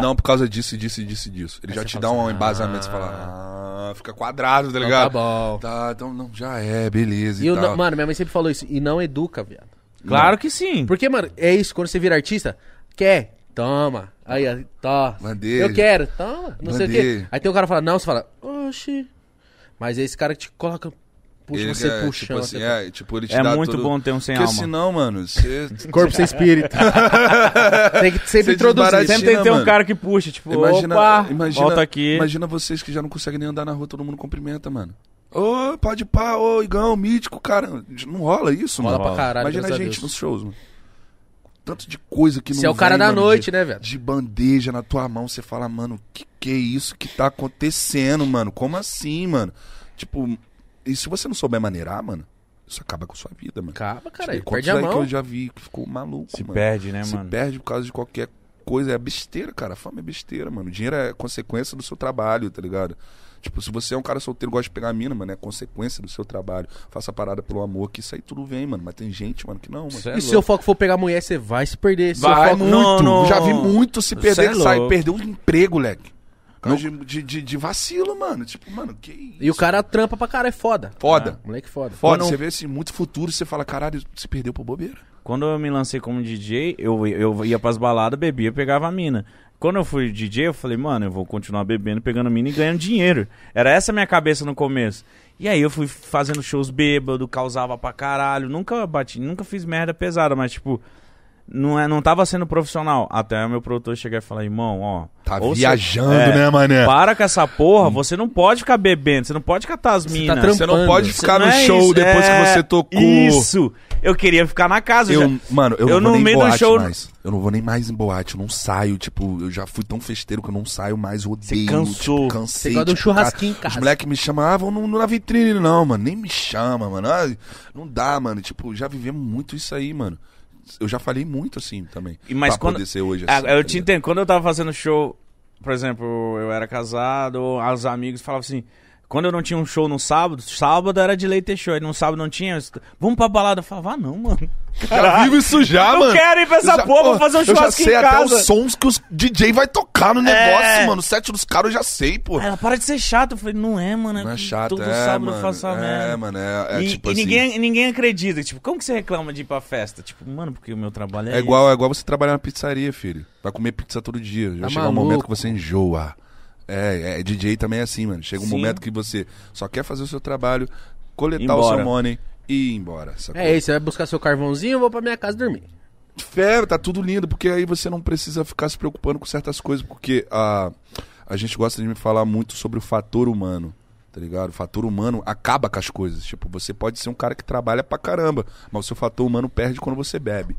[SPEAKER 3] Não, por causa disso, disso, disso, disso. Ele já
[SPEAKER 2] você
[SPEAKER 3] te
[SPEAKER 2] fala
[SPEAKER 3] dá um
[SPEAKER 2] assim,
[SPEAKER 3] embasamento, você fala, ah, fica quadrado, tá ligado?
[SPEAKER 2] bom.
[SPEAKER 3] Tá, então não, já é, beleza
[SPEAKER 2] E
[SPEAKER 3] e,
[SPEAKER 2] eu
[SPEAKER 3] tal.
[SPEAKER 2] não- mano, minha mãe sempre falou isso. E não educa, viado.
[SPEAKER 4] Claro que sim.
[SPEAKER 2] Porque, mano, é isso. Quando você vira artista, quer, toma. Aí, ó, tó.
[SPEAKER 3] Bandeja.
[SPEAKER 2] Eu quero, toma. Não sei o quê.
[SPEAKER 3] Bandeja.
[SPEAKER 2] Aí tem o cara que fala, não, você fala, oxi. Mas é esse cara que te coloca, puxa
[SPEAKER 3] Ele
[SPEAKER 2] você
[SPEAKER 3] é,
[SPEAKER 2] puxa.
[SPEAKER 3] Tipo assim,
[SPEAKER 2] você-
[SPEAKER 3] é, tipo, ele te
[SPEAKER 4] É
[SPEAKER 3] dá
[SPEAKER 4] muito
[SPEAKER 3] todo-
[SPEAKER 4] bom ter um sem
[SPEAKER 3] Porque
[SPEAKER 4] alma.
[SPEAKER 3] senão, mano, você...
[SPEAKER 2] Corpo sem espírito. tem que sempre
[SPEAKER 3] Você
[SPEAKER 2] introduzir.
[SPEAKER 3] desbarata-
[SPEAKER 4] Sempre tem que ter um
[SPEAKER 3] mano.
[SPEAKER 4] cara que puxa, tipo,
[SPEAKER 3] Imagina,
[SPEAKER 4] opa,
[SPEAKER 3] imagina,
[SPEAKER 4] volta aqui.
[SPEAKER 3] imagina vocês que já não conseguem nem andar na rua, todo mundo cumprimenta, mano. Ô, pode pá, ô, Igão, mítico, cara. Não rola isso,
[SPEAKER 2] Rola
[SPEAKER 3] mano.
[SPEAKER 2] pra caralho,
[SPEAKER 3] Imagina a
[SPEAKER 2] graças a
[SPEAKER 3] gente
[SPEAKER 2] Deus.
[SPEAKER 3] nos shows, mano. Tanto de coisa que não
[SPEAKER 2] Você é o cara
[SPEAKER 3] vem,
[SPEAKER 2] da
[SPEAKER 3] mano,
[SPEAKER 2] noite,
[SPEAKER 3] de-
[SPEAKER 2] né, velho?
[SPEAKER 3] De bandeja na tua mão, você fala, mano, que que é isso que tá acontecendo, mano? Como assim, mano? Tipo, e se você não souber maneirar, mano, isso acaba com a sua vida, mano.
[SPEAKER 2] Acaba, cara.
[SPEAKER 3] Tem
[SPEAKER 2] aí,
[SPEAKER 3] quantos
[SPEAKER 2] Perde a
[SPEAKER 3] aí que
[SPEAKER 2] mão.
[SPEAKER 3] eu já vi que ficou maluco,
[SPEAKER 4] Se
[SPEAKER 3] mano.
[SPEAKER 4] perde, né,
[SPEAKER 3] Se
[SPEAKER 4] mano?
[SPEAKER 3] perde por causa de qualquer coisa. É besteira, cara. Fama é besteira, mano. Dinheiro é consequência do seu trabalho, tá ligado? Tipo, se você é um cara solteiro e gosta de pegar mina, mano, é consequência do seu trabalho. Faça a parada pelo amor, que isso aí tudo vem, mano. Mas tem gente, mano, que não, mano.
[SPEAKER 4] Cê é
[SPEAKER 2] E se seu foco for pegar mulher, você vai se perder. Se seu
[SPEAKER 4] Vai,
[SPEAKER 2] foco-
[SPEAKER 4] não.
[SPEAKER 3] Já vi muito se perder,
[SPEAKER 4] Cê é
[SPEAKER 3] sai,
[SPEAKER 4] louco.
[SPEAKER 3] perdeu um emprego, leque. Mas De, de, de- de vacilo, mano. Tipo, mano, que isso?
[SPEAKER 2] E o cara trampa pra cara, é foda.
[SPEAKER 3] Foda.
[SPEAKER 2] Moleque foda.
[SPEAKER 3] Foda,
[SPEAKER 4] Quando-
[SPEAKER 3] você vê assim, muito futuro, você fala, caralho, se perdeu por bobeira.
[SPEAKER 4] Quando eu me lancei como DJ, eu, eu ia pras baladas, bebia, pegava a mina. Quando eu fui DJ, eu falei, mano, eu vou continuar bebendo, pegando mina e ganhando dinheiro. Era essa a minha cabeça no começo. E aí eu fui fazendo shows bêbado, causava pra caralho. Nunca bati, nunca fiz merda pesada, mas tipo, não, é, não tava sendo profissional. Até o meu produtor chegar e falar, irmão, ó.
[SPEAKER 3] Tá
[SPEAKER 4] ou você-
[SPEAKER 3] viajando,
[SPEAKER 4] é,
[SPEAKER 3] né, mané?
[SPEAKER 4] Para com essa porra, você não pode ficar bebendo, você não pode catar as minas.
[SPEAKER 2] trampando.
[SPEAKER 3] Você tá não pode
[SPEAKER 4] Você
[SPEAKER 3] ficar
[SPEAKER 4] não
[SPEAKER 3] no
[SPEAKER 4] é
[SPEAKER 3] show
[SPEAKER 4] isso,
[SPEAKER 3] depois
[SPEAKER 4] é
[SPEAKER 3] que você tocou.
[SPEAKER 4] Isso! Eu queria ficar na casa.
[SPEAKER 3] Eu,
[SPEAKER 4] já.
[SPEAKER 3] mano, eu,
[SPEAKER 4] eu
[SPEAKER 3] não
[SPEAKER 4] no
[SPEAKER 3] vou nem
[SPEAKER 4] meio
[SPEAKER 3] em
[SPEAKER 4] do
[SPEAKER 3] boate
[SPEAKER 4] show-
[SPEAKER 3] mais. Eu não vou nem mais em boate, eu não saio, tipo, eu já fui tão festeiro que eu não saio mais, eu odeio.
[SPEAKER 4] cansou.
[SPEAKER 3] Tipo, cansei.
[SPEAKER 2] Você gosta de um
[SPEAKER 3] tipo, cara,
[SPEAKER 2] churrasquinho em casa.
[SPEAKER 3] Os moleques me chamam, ah, vão no- no- na vitrine, não, mano, nem me chama, mano. Ah, não dá, mano, tipo, já vivemos muito isso aí, mano. Eu já falei muito assim também.
[SPEAKER 4] E mas
[SPEAKER 3] pra
[SPEAKER 4] quando-
[SPEAKER 3] poder ser hoje
[SPEAKER 4] Ah,
[SPEAKER 3] assim.
[SPEAKER 4] eu
[SPEAKER 3] tá
[SPEAKER 4] te
[SPEAKER 3] ligado?
[SPEAKER 4] entendo. Quando eu tava fazendo show, por exemplo, eu era casado, os amigos falavam assim. Quando eu não tinha um show no sábado, sábado era de leite show. Aí no sábado não tinha. eu est- Vamos pra balada. Eu falava, ah, não, mano.
[SPEAKER 3] Já vivo isso já,
[SPEAKER 4] Eu
[SPEAKER 3] mano.
[SPEAKER 4] quero ir pra essa
[SPEAKER 3] Eu já-
[SPEAKER 4] porra, vou
[SPEAKER 3] pô,
[SPEAKER 4] fazer um churrasco
[SPEAKER 3] Eu já sei
[SPEAKER 4] em
[SPEAKER 3] até
[SPEAKER 4] casa.
[SPEAKER 3] os sons que os DJ vai tocar no negócio,
[SPEAKER 4] É.
[SPEAKER 3] mano. O set dos caras eu já sei, pô.
[SPEAKER 4] Aí ela, para de ser chato. Eu falei, não é, mano.
[SPEAKER 3] Não é
[SPEAKER 4] que
[SPEAKER 3] chato,
[SPEAKER 4] Todo
[SPEAKER 3] é,
[SPEAKER 4] sábado
[SPEAKER 3] mano.
[SPEAKER 4] eu faço a
[SPEAKER 3] é,
[SPEAKER 4] merda.
[SPEAKER 3] mano, é, é
[SPEAKER 4] e
[SPEAKER 3] tipo
[SPEAKER 4] e
[SPEAKER 3] assim.
[SPEAKER 4] ninguém, ninguém acredita. Tipo, como que você reclama de ir pra festa? Tipo, mano, porque o meu trabalho é.
[SPEAKER 3] É igual, é igual você trabalhar na pizzaria, filho. Vai comer pizza todo dia. Já
[SPEAKER 2] Tá
[SPEAKER 3] chega um
[SPEAKER 2] maluco.
[SPEAKER 3] momento que você enjoa. É, é, DJ também é assim, mano. Chega um
[SPEAKER 4] Sim.
[SPEAKER 3] momento que você só quer fazer o seu trabalho, coletar o
[SPEAKER 4] Embora.
[SPEAKER 3] seu money e ir embora. sacou?
[SPEAKER 2] É isso, você vai buscar seu carvãozinho, eu vou pra minha casa dormir.
[SPEAKER 3] Fera, tá tudo lindo, porque aí você não precisa ficar se preocupando com certas coisas, porque a, a gente gosta de me falar muito sobre o fator humano, tá ligado? O fator humano acaba com as coisas. Tipo, você pode ser um cara que trabalha pra caramba, mas o seu fator humano perde quando você bebe.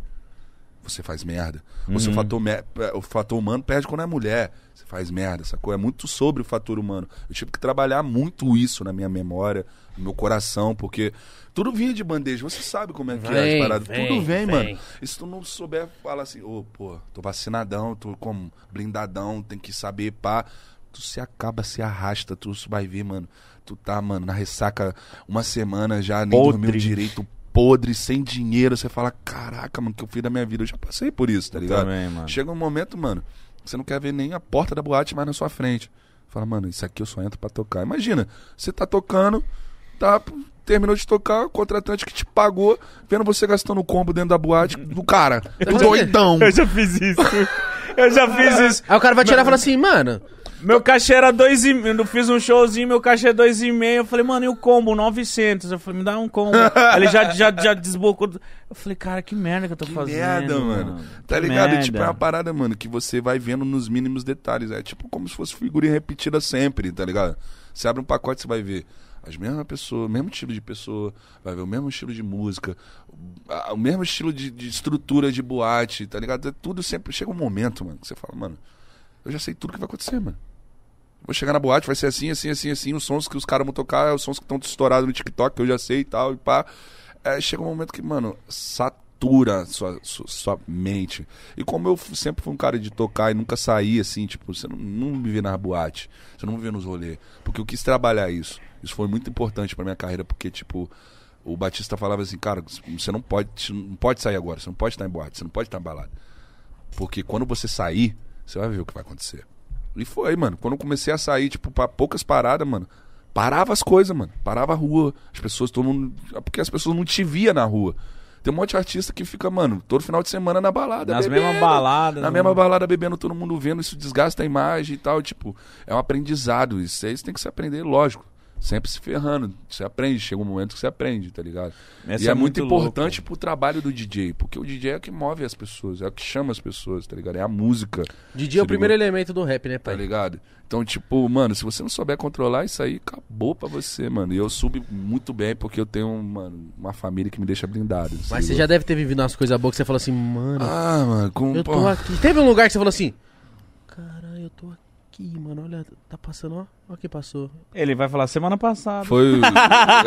[SPEAKER 3] Você faz merda. O
[SPEAKER 2] Uhum.
[SPEAKER 3] seu fator, me- o fator humano perde quando é mulher. Você faz merda, sacou? É muito sobre o fator humano. Eu tive que trabalhar muito isso na minha memória, no meu coração, porque tudo vinha de bandeja. Você sabe como é que é
[SPEAKER 2] Vem,
[SPEAKER 3] as paradas.
[SPEAKER 2] vem,
[SPEAKER 3] tudo
[SPEAKER 2] vem.
[SPEAKER 3] vem, mano. E se tu não souber, fala assim, ô, pô, tô vacinadão, tô como blindadão, tem que saber, pá. Tu se acaba, se arrasta, tu vai ver, mano. Tu tá, mano, na ressaca uma semana já, nem
[SPEAKER 4] Podre.
[SPEAKER 3] dormiu direito, podre, sem dinheiro. Você fala, caraca, mano, que eu fui da minha vida. Eu já passei por isso, tá ligado?
[SPEAKER 4] também, mano.
[SPEAKER 3] Chega um momento, mano, que você não quer ver nem a porta da boate mais na sua frente. Fala, mano, isso aqui eu só entro pra tocar. Imagina, você tá tocando, tá, p- terminou de tocar, o contratante que te pagou, vendo você gastando o combo dentro da boate do cara, do
[SPEAKER 2] faz o quê?
[SPEAKER 3] doidão.
[SPEAKER 4] Eu já fiz isso. eu já fiz
[SPEAKER 3] É,
[SPEAKER 4] isso.
[SPEAKER 2] Aí o cara vai tirar e fala assim, mano,
[SPEAKER 4] Meu cachê era dois e Eu fiz um showzinho, meu cachê é dois e meio. Eu falei, mano, e o combo? 900. Eu falei, me dá um combo. Aí Ele já, já, já desbocou. Eu falei, cara, que merda que eu tô
[SPEAKER 3] Que
[SPEAKER 4] fazendo.
[SPEAKER 3] merda, mano. Tá
[SPEAKER 4] Que
[SPEAKER 3] ligado?
[SPEAKER 4] merda.
[SPEAKER 3] Tipo, é uma parada, mano, que você vai vendo nos mínimos detalhes. É tipo como se fosse figurinha repetida sempre, tá ligado? Você abre um pacote, você vai ver as mesmas pessoas, o mesmo estilo de pessoa, vai ver o mesmo estilo de música, a- o mesmo estilo de, de estrutura de boate, tá ligado? É tudo sempre. Chega um momento, mano, que você fala, mano, eu já sei tudo que vai acontecer, mano. Vou chegar na boate, vai ser assim, assim, assim, assim. Os sons que os caras vão tocar, é os sons que estão estourados no TikTok, que eu já sei e tal, e pá. É, chega um momento que, mano, satura sua, sua, sua mente. E como eu f- sempre fui um cara de tocar e nunca saí assim, tipo, você não, não me vê na boate, você não me vê nos rolês. Porque eu quis trabalhar isso. Isso foi muito importante pra minha carreira, porque, tipo, o Batista falava assim, cara, você não pode, você não pode sair agora, você não pode estar em boate, você não pode estar em balada. Porque quando você sair, você vai ver o que vai acontecer. E foi, mano. Quando eu comecei a sair, tipo, pra poucas paradas, mano, parava as coisas, mano. Parava a rua. As pessoas, todo mundo. Porque as pessoas não te via na rua. Tem um monte de artista que fica, mano, todo final de semana na balada.
[SPEAKER 1] Nas
[SPEAKER 3] bebendo,
[SPEAKER 1] mesmas baladas,
[SPEAKER 3] Na
[SPEAKER 1] né?
[SPEAKER 3] mesma balada bebendo, todo mundo vendo, isso desgasta a imagem e tal. Tipo, é um aprendizado. Isso aí você tem que se aprender, lógico. Sempre se ferrando. Você aprende, chega um momento que você aprende, tá ligado?
[SPEAKER 1] Essa
[SPEAKER 3] e
[SPEAKER 1] é
[SPEAKER 3] é, muito,
[SPEAKER 1] muito louco.
[SPEAKER 3] importante pro trabalho do DJ, porque o DJ é o que move as pessoas, é o que chama as pessoas, tá ligado? É a música.
[SPEAKER 2] Didi é o
[SPEAKER 3] Se
[SPEAKER 2] primeiro
[SPEAKER 3] ligou?
[SPEAKER 2] elemento do rap, né,
[SPEAKER 3] Tá
[SPEAKER 2] pai?
[SPEAKER 3] ligado? Então, tipo, mano, se você não souber controlar isso aí, acabou pra você, mano. E eu subi muito bem porque eu tenho, mano, uma família que me deixa blindado. tá se
[SPEAKER 2] Mas você
[SPEAKER 3] ligou?
[SPEAKER 2] já deve ter vivido umas coisas boas que você falou assim, mano,
[SPEAKER 3] Ah, mano, com.
[SPEAKER 2] eu tô
[SPEAKER 3] pô,
[SPEAKER 2] aqui. Teve um lugar que você falou assim, caralho, eu tô aqui, mano, olha, tá passando, ó, olha quem passou.
[SPEAKER 1] Ele vai falar semana passada.
[SPEAKER 3] Foi.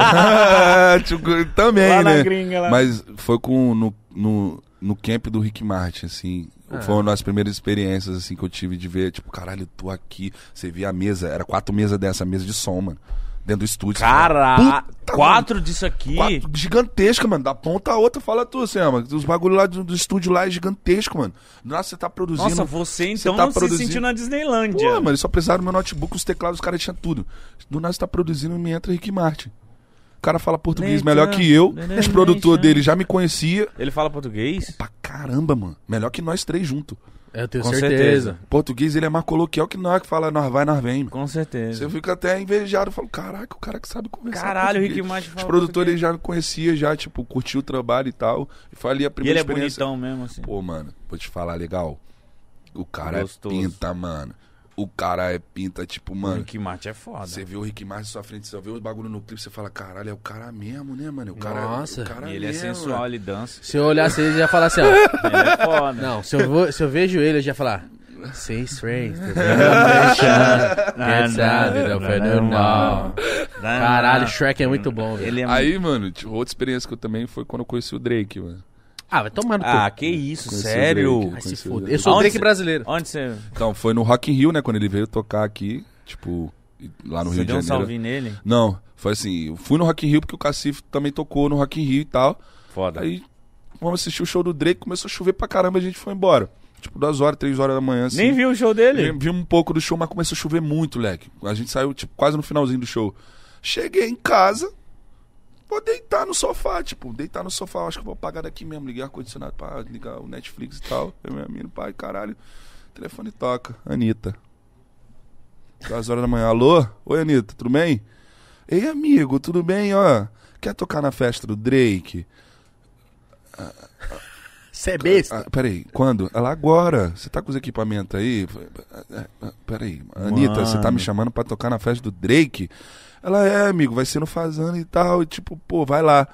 [SPEAKER 3] Ah, tipo, também,
[SPEAKER 1] Lá
[SPEAKER 3] né?
[SPEAKER 1] na gringa, lá.
[SPEAKER 3] Mas foi com no, no, no camp do Rick Martin, assim.
[SPEAKER 1] É.
[SPEAKER 2] Ah.
[SPEAKER 3] Foi uma das primeiras experiências, assim, que eu tive de ver, tipo, caralho, eu tô aqui. Você via a mesa, era quatro mesas dessa, mesa de som, mano. Dentro do estúdio. assim,
[SPEAKER 1] Cara,
[SPEAKER 3] Puta,
[SPEAKER 1] Ah, quatro disso aqui.
[SPEAKER 3] Quatro, gigantesca, mano. Da ponta a outra, fala tu, assim, ó, mano. Os bagulho lá do, do estúdio lá é gigantesco, mano. Nossa, você tá produzindo.
[SPEAKER 1] Nossa, você então
[SPEAKER 3] tá
[SPEAKER 1] não se
[SPEAKER 3] produzindo.
[SPEAKER 1] sentiu na
[SPEAKER 3] Pô,
[SPEAKER 1] Disneylândia.
[SPEAKER 3] mano, eles só precisaram do meu notebook, os teclados, os caras tinham tudo. Do nada você tá produzindo e me entra Rick Martin. O cara fala português melhor que eu. Os produtor dele já me conhecia.
[SPEAKER 1] Ele fala português?
[SPEAKER 3] Pra caramba, mano. Melhor que nós três juntos.
[SPEAKER 2] Eu tenho
[SPEAKER 1] Com
[SPEAKER 2] certeza.
[SPEAKER 1] certeza.
[SPEAKER 3] Português, ele é mais coloquial que nós, que fala nós vai, nós vem, mano.
[SPEAKER 1] Com certeza.
[SPEAKER 3] Você fica até invejado, falo, caraca, o cara que sabe conversar.
[SPEAKER 1] Caralho, o
[SPEAKER 3] português."
[SPEAKER 1] Rick Martin
[SPEAKER 3] Os
[SPEAKER 1] fala
[SPEAKER 3] produtores já me conheciam, já, tipo, curtiu o trabalho e tal. E foi ali a
[SPEAKER 1] E ele
[SPEAKER 3] primeira
[SPEAKER 1] é
[SPEAKER 3] experiência.
[SPEAKER 1] bonitão mesmo, assim.
[SPEAKER 3] Pô, mano, vou te falar, legal. O cara
[SPEAKER 1] Gostoso.
[SPEAKER 3] é pinta, mano. O cara é pinta, tipo,
[SPEAKER 1] O
[SPEAKER 3] mano.
[SPEAKER 1] Rick Martin é foda.
[SPEAKER 3] Você vê o Rick Martin na sua frente, você vê os bagulho no clipe, você fala, caralho, é o cara mesmo, né, mano? O cara,
[SPEAKER 2] Nossa.
[SPEAKER 3] o cara
[SPEAKER 1] E ele é
[SPEAKER 3] mesmo,
[SPEAKER 1] sensual,
[SPEAKER 3] mano.
[SPEAKER 1] ele dança.
[SPEAKER 2] Se eu olhasse ele, eu ia falar assim, ó,
[SPEAKER 1] Ele é foda.
[SPEAKER 2] não, se eu, vou, se eu vejo ele, eu já "Ah, ia falar... Say strange, the revolution, get started, open the door." Caralho, Shrek é muito bom, velho.
[SPEAKER 1] Ele é muito...
[SPEAKER 3] Aí, mano, tipo, outra experiência que eu também foi quando eu conheci o Drake, mano.
[SPEAKER 2] Ah, vai tomar no cu.
[SPEAKER 1] Ah, que isso,
[SPEAKER 3] Conheci o
[SPEAKER 1] sério?
[SPEAKER 3] Drake.
[SPEAKER 2] Vai se
[SPEAKER 3] conheci o
[SPEAKER 2] foder.
[SPEAKER 3] Drake.
[SPEAKER 2] Eu sou o
[SPEAKER 1] Aonde
[SPEAKER 2] Drake
[SPEAKER 1] cê-
[SPEAKER 2] brasileiro.
[SPEAKER 1] Onde você...
[SPEAKER 3] Então, foi no Rock in Rio, né, quando ele veio tocar aqui, tipo, lá no
[SPEAKER 1] Você
[SPEAKER 3] Rio de
[SPEAKER 1] deu um
[SPEAKER 3] Janeiro.
[SPEAKER 1] salvinho nele?
[SPEAKER 3] Não, foi assim, eu fui no Rock in Rio porque o Cacife também tocou no Rock in Rio e tal.
[SPEAKER 1] Foda.
[SPEAKER 3] Aí vamos assistir o show do Drake, começou a chover pra caramba, a gente foi embora. Tipo, duas horas, três horas da manhã, assim.
[SPEAKER 1] Nem viu o show dele?
[SPEAKER 3] Vi, vi um pouco do show, mas começou a chover muito, leque. A gente saiu, tipo, quase no finalzinho do show. Cheguei em casa, vou deitar no sofá, tipo, deitar no sofá, acho que eu vou apagar daqui mesmo, ligar o ar-condicionado pra ligar o Netflix e tal. Eu, minha mina, pai, caralho. O telefone toca, Anitta. Duas horas da manhã, alô? Oi, Anitta, tudo bem? Ei, amigo, tudo bem, ó? Quer tocar na festa do Drake?
[SPEAKER 2] Você é besta.
[SPEAKER 3] Ah, peraí, quando? Ela agora. Você tá com os equipamentos aí? Falei, ah, ah, Peraí, Anitta,
[SPEAKER 1] Mano.
[SPEAKER 3] você tá me chamando pra tocar na festa do Drake? Ela é, amigo, vai ser no Fazano e tal. E tipo, pô, vai lá.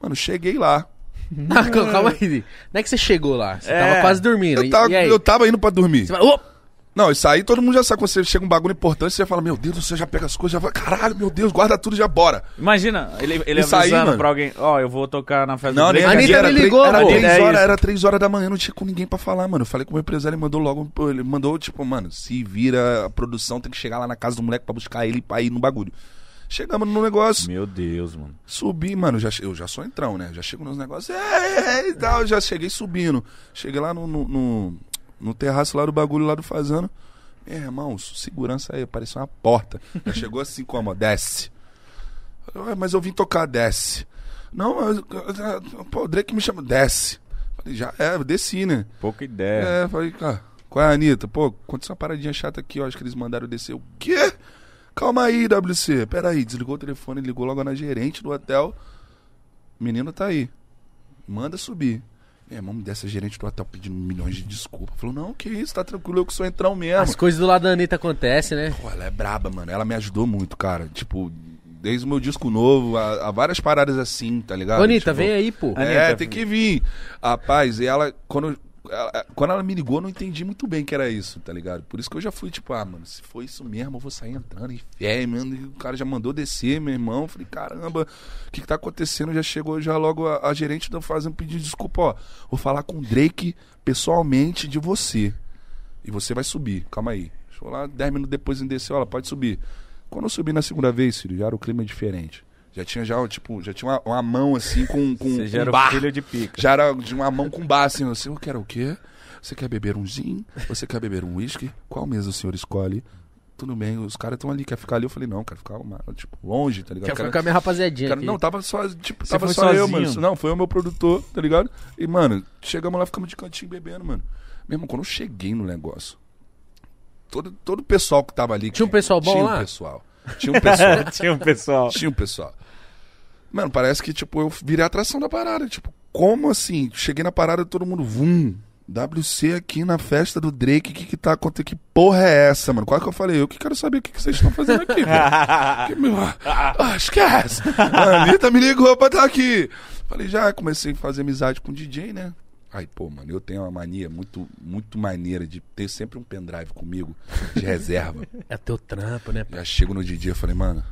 [SPEAKER 3] Mano, cheguei lá.
[SPEAKER 2] Ah, cal- calma aí. Não é que você chegou lá. Você
[SPEAKER 1] É.
[SPEAKER 2] tava quase dormindo.
[SPEAKER 3] Hum. Eu
[SPEAKER 2] E-
[SPEAKER 3] tava,
[SPEAKER 2] e aí?
[SPEAKER 3] eu tava indo pra dormir.
[SPEAKER 2] Você fala, "Ô,
[SPEAKER 3] Não, isso aí todo mundo já sabe. Quando você chega um bagulho importante, você já fala, meu Deus do céu, já pega as coisas, já fala, caralho, meu Deus, guarda tudo e já bora.
[SPEAKER 1] Imagina, ele, ele
[SPEAKER 3] Isso aí,
[SPEAKER 1] avisando
[SPEAKER 3] mano.
[SPEAKER 1] pra alguém, ó, eu vou tocar na festa
[SPEAKER 3] Não,
[SPEAKER 1] do
[SPEAKER 3] nem
[SPEAKER 1] Drake.
[SPEAKER 2] a Anitta
[SPEAKER 3] era,
[SPEAKER 2] me
[SPEAKER 3] três-
[SPEAKER 2] ligou,
[SPEAKER 3] era
[SPEAKER 2] pô. É
[SPEAKER 3] três
[SPEAKER 1] Ideia
[SPEAKER 3] horas,
[SPEAKER 1] isso.
[SPEAKER 3] era três horas da manhã, não tinha com ninguém pra falar, mano. Eu falei com o meu empresário, ele mandou logo, pô, ele mandou, tipo, mano, se vira a produção, tem que chegar lá na casa do moleque pra buscar ele pra ir no bagulho. Chegamos no negócio,
[SPEAKER 1] Meu Deus, mano.
[SPEAKER 3] subi, mano, já, che- eu já sou entrão, né? Já chego nos negócios, é, é, é, e tal, já cheguei subindo. Cheguei lá no, no, no- no terraço lá do bagulho, lá do fazano. Meu irmão, segurança aí, parecia uma porta. Já chegou assim como, ó, desce. Ué, mas eu vim tocar, desce. Não, mas, ah, pô, o Drake me chama, desce. Falei, já é, eu desci, né?
[SPEAKER 1] Pouca ideia.
[SPEAKER 3] É, falei, cara, qual é, Anitta? Pô, aconteceu uma paradinha chata aqui, ó, acho que eles mandaram eu descer. O quê? Calma aí, WC. Pera aí, desligou o telefone, ligou logo na gerente do hotel. Menino tá aí. Manda subir. Meu irmão me dessa gerente do hotel pedindo milhões de desculpas. Falou, não, que isso, tá tranquilo, eu que sou entrão mesmo.
[SPEAKER 2] As coisas do lado da Anitta acontecem, né?
[SPEAKER 3] Pô, ela é braba, mano. Ela me ajudou muito, cara. Tipo, desde o meu disco novo, a, a várias paradas assim, tá ligado?
[SPEAKER 2] Ô, Anitta,
[SPEAKER 3] Tipo,
[SPEAKER 2] vem aí, pô.
[SPEAKER 1] É.
[SPEAKER 3] é,
[SPEAKER 1] Anitta.
[SPEAKER 3] tem que vir. Rapaz, e ela, quando. ela- ela- quando ela me ligou, eu não entendi muito bem que era isso, tá ligado? Por isso que eu já fui, tipo, ah, mano, se for isso mesmo, eu vou sair entrando e fé, mano. E o cara já mandou descer, meu irmão. Eu falei, caramba, o que, que tá acontecendo? Já chegou já logo a, a gerente da fazendo pedir desculpa, ó. Vou falar com o Drake pessoalmente de você. E você vai subir, calma aí. Deixa eu lá, 10 minutos depois em desceu, ela pode subir. Quando eu subi na segunda vez, filho, já era o clima diferente. Já tinha já, tipo, já tinha uma, uma mão assim com, com
[SPEAKER 4] Você já
[SPEAKER 3] um
[SPEAKER 4] era o
[SPEAKER 3] bar.
[SPEAKER 4] filho de pica.
[SPEAKER 3] Já era de uma mão com bar, assim, assim, eu quero o quê? Você quer beber um gin? Você quer beber um whisky? Qual mesa o senhor escolhe? Tudo bem, os caras estão ali, quer ficar ali? Eu falei, não, quero ficar uma- tipo, longe, tá ligado?
[SPEAKER 2] Quero
[SPEAKER 3] Quero-
[SPEAKER 2] ficar com a minha rapaziadinha.
[SPEAKER 3] Cara,
[SPEAKER 2] aqui.
[SPEAKER 3] não, tava só, tipo,
[SPEAKER 4] Você
[SPEAKER 3] tava
[SPEAKER 4] foi
[SPEAKER 3] só eu,
[SPEAKER 4] sozinho?
[SPEAKER 3] mano. Não, foi o meu produtor, tá ligado? E, mano, chegamos lá, ficamos de cantinho bebendo, mano. Mesmo quando eu cheguei no negócio, todo, todo o pessoal que tava ali.
[SPEAKER 2] Tinha um pessoal bom
[SPEAKER 3] tinha
[SPEAKER 2] lá?
[SPEAKER 3] Um pessoal, tinha um pessoal.
[SPEAKER 4] Tinha um pessoal.
[SPEAKER 3] tinha um pessoal. Mano, parece que, tipo, eu virei a atração da parada. Tipo, como assim? Cheguei na parada todo mundo, vum. WC aqui na festa do Drake, que que tá acontecendo? Que porra é essa, mano? Quase que eu falei, eu que quero saber o que, que vocês estão fazendo aqui, velho. Que meu- ah, esquece! A Anitta me ligou pra estar aqui. Falei, já comecei a fazer amizade com o DJ, né? Aí, pô, mano, eu tenho uma mania muito, muito maneira de ter sempre um pendrive comigo, de reserva.
[SPEAKER 2] É teu trampo, né?
[SPEAKER 3] Já chego no DJ e falei, mano,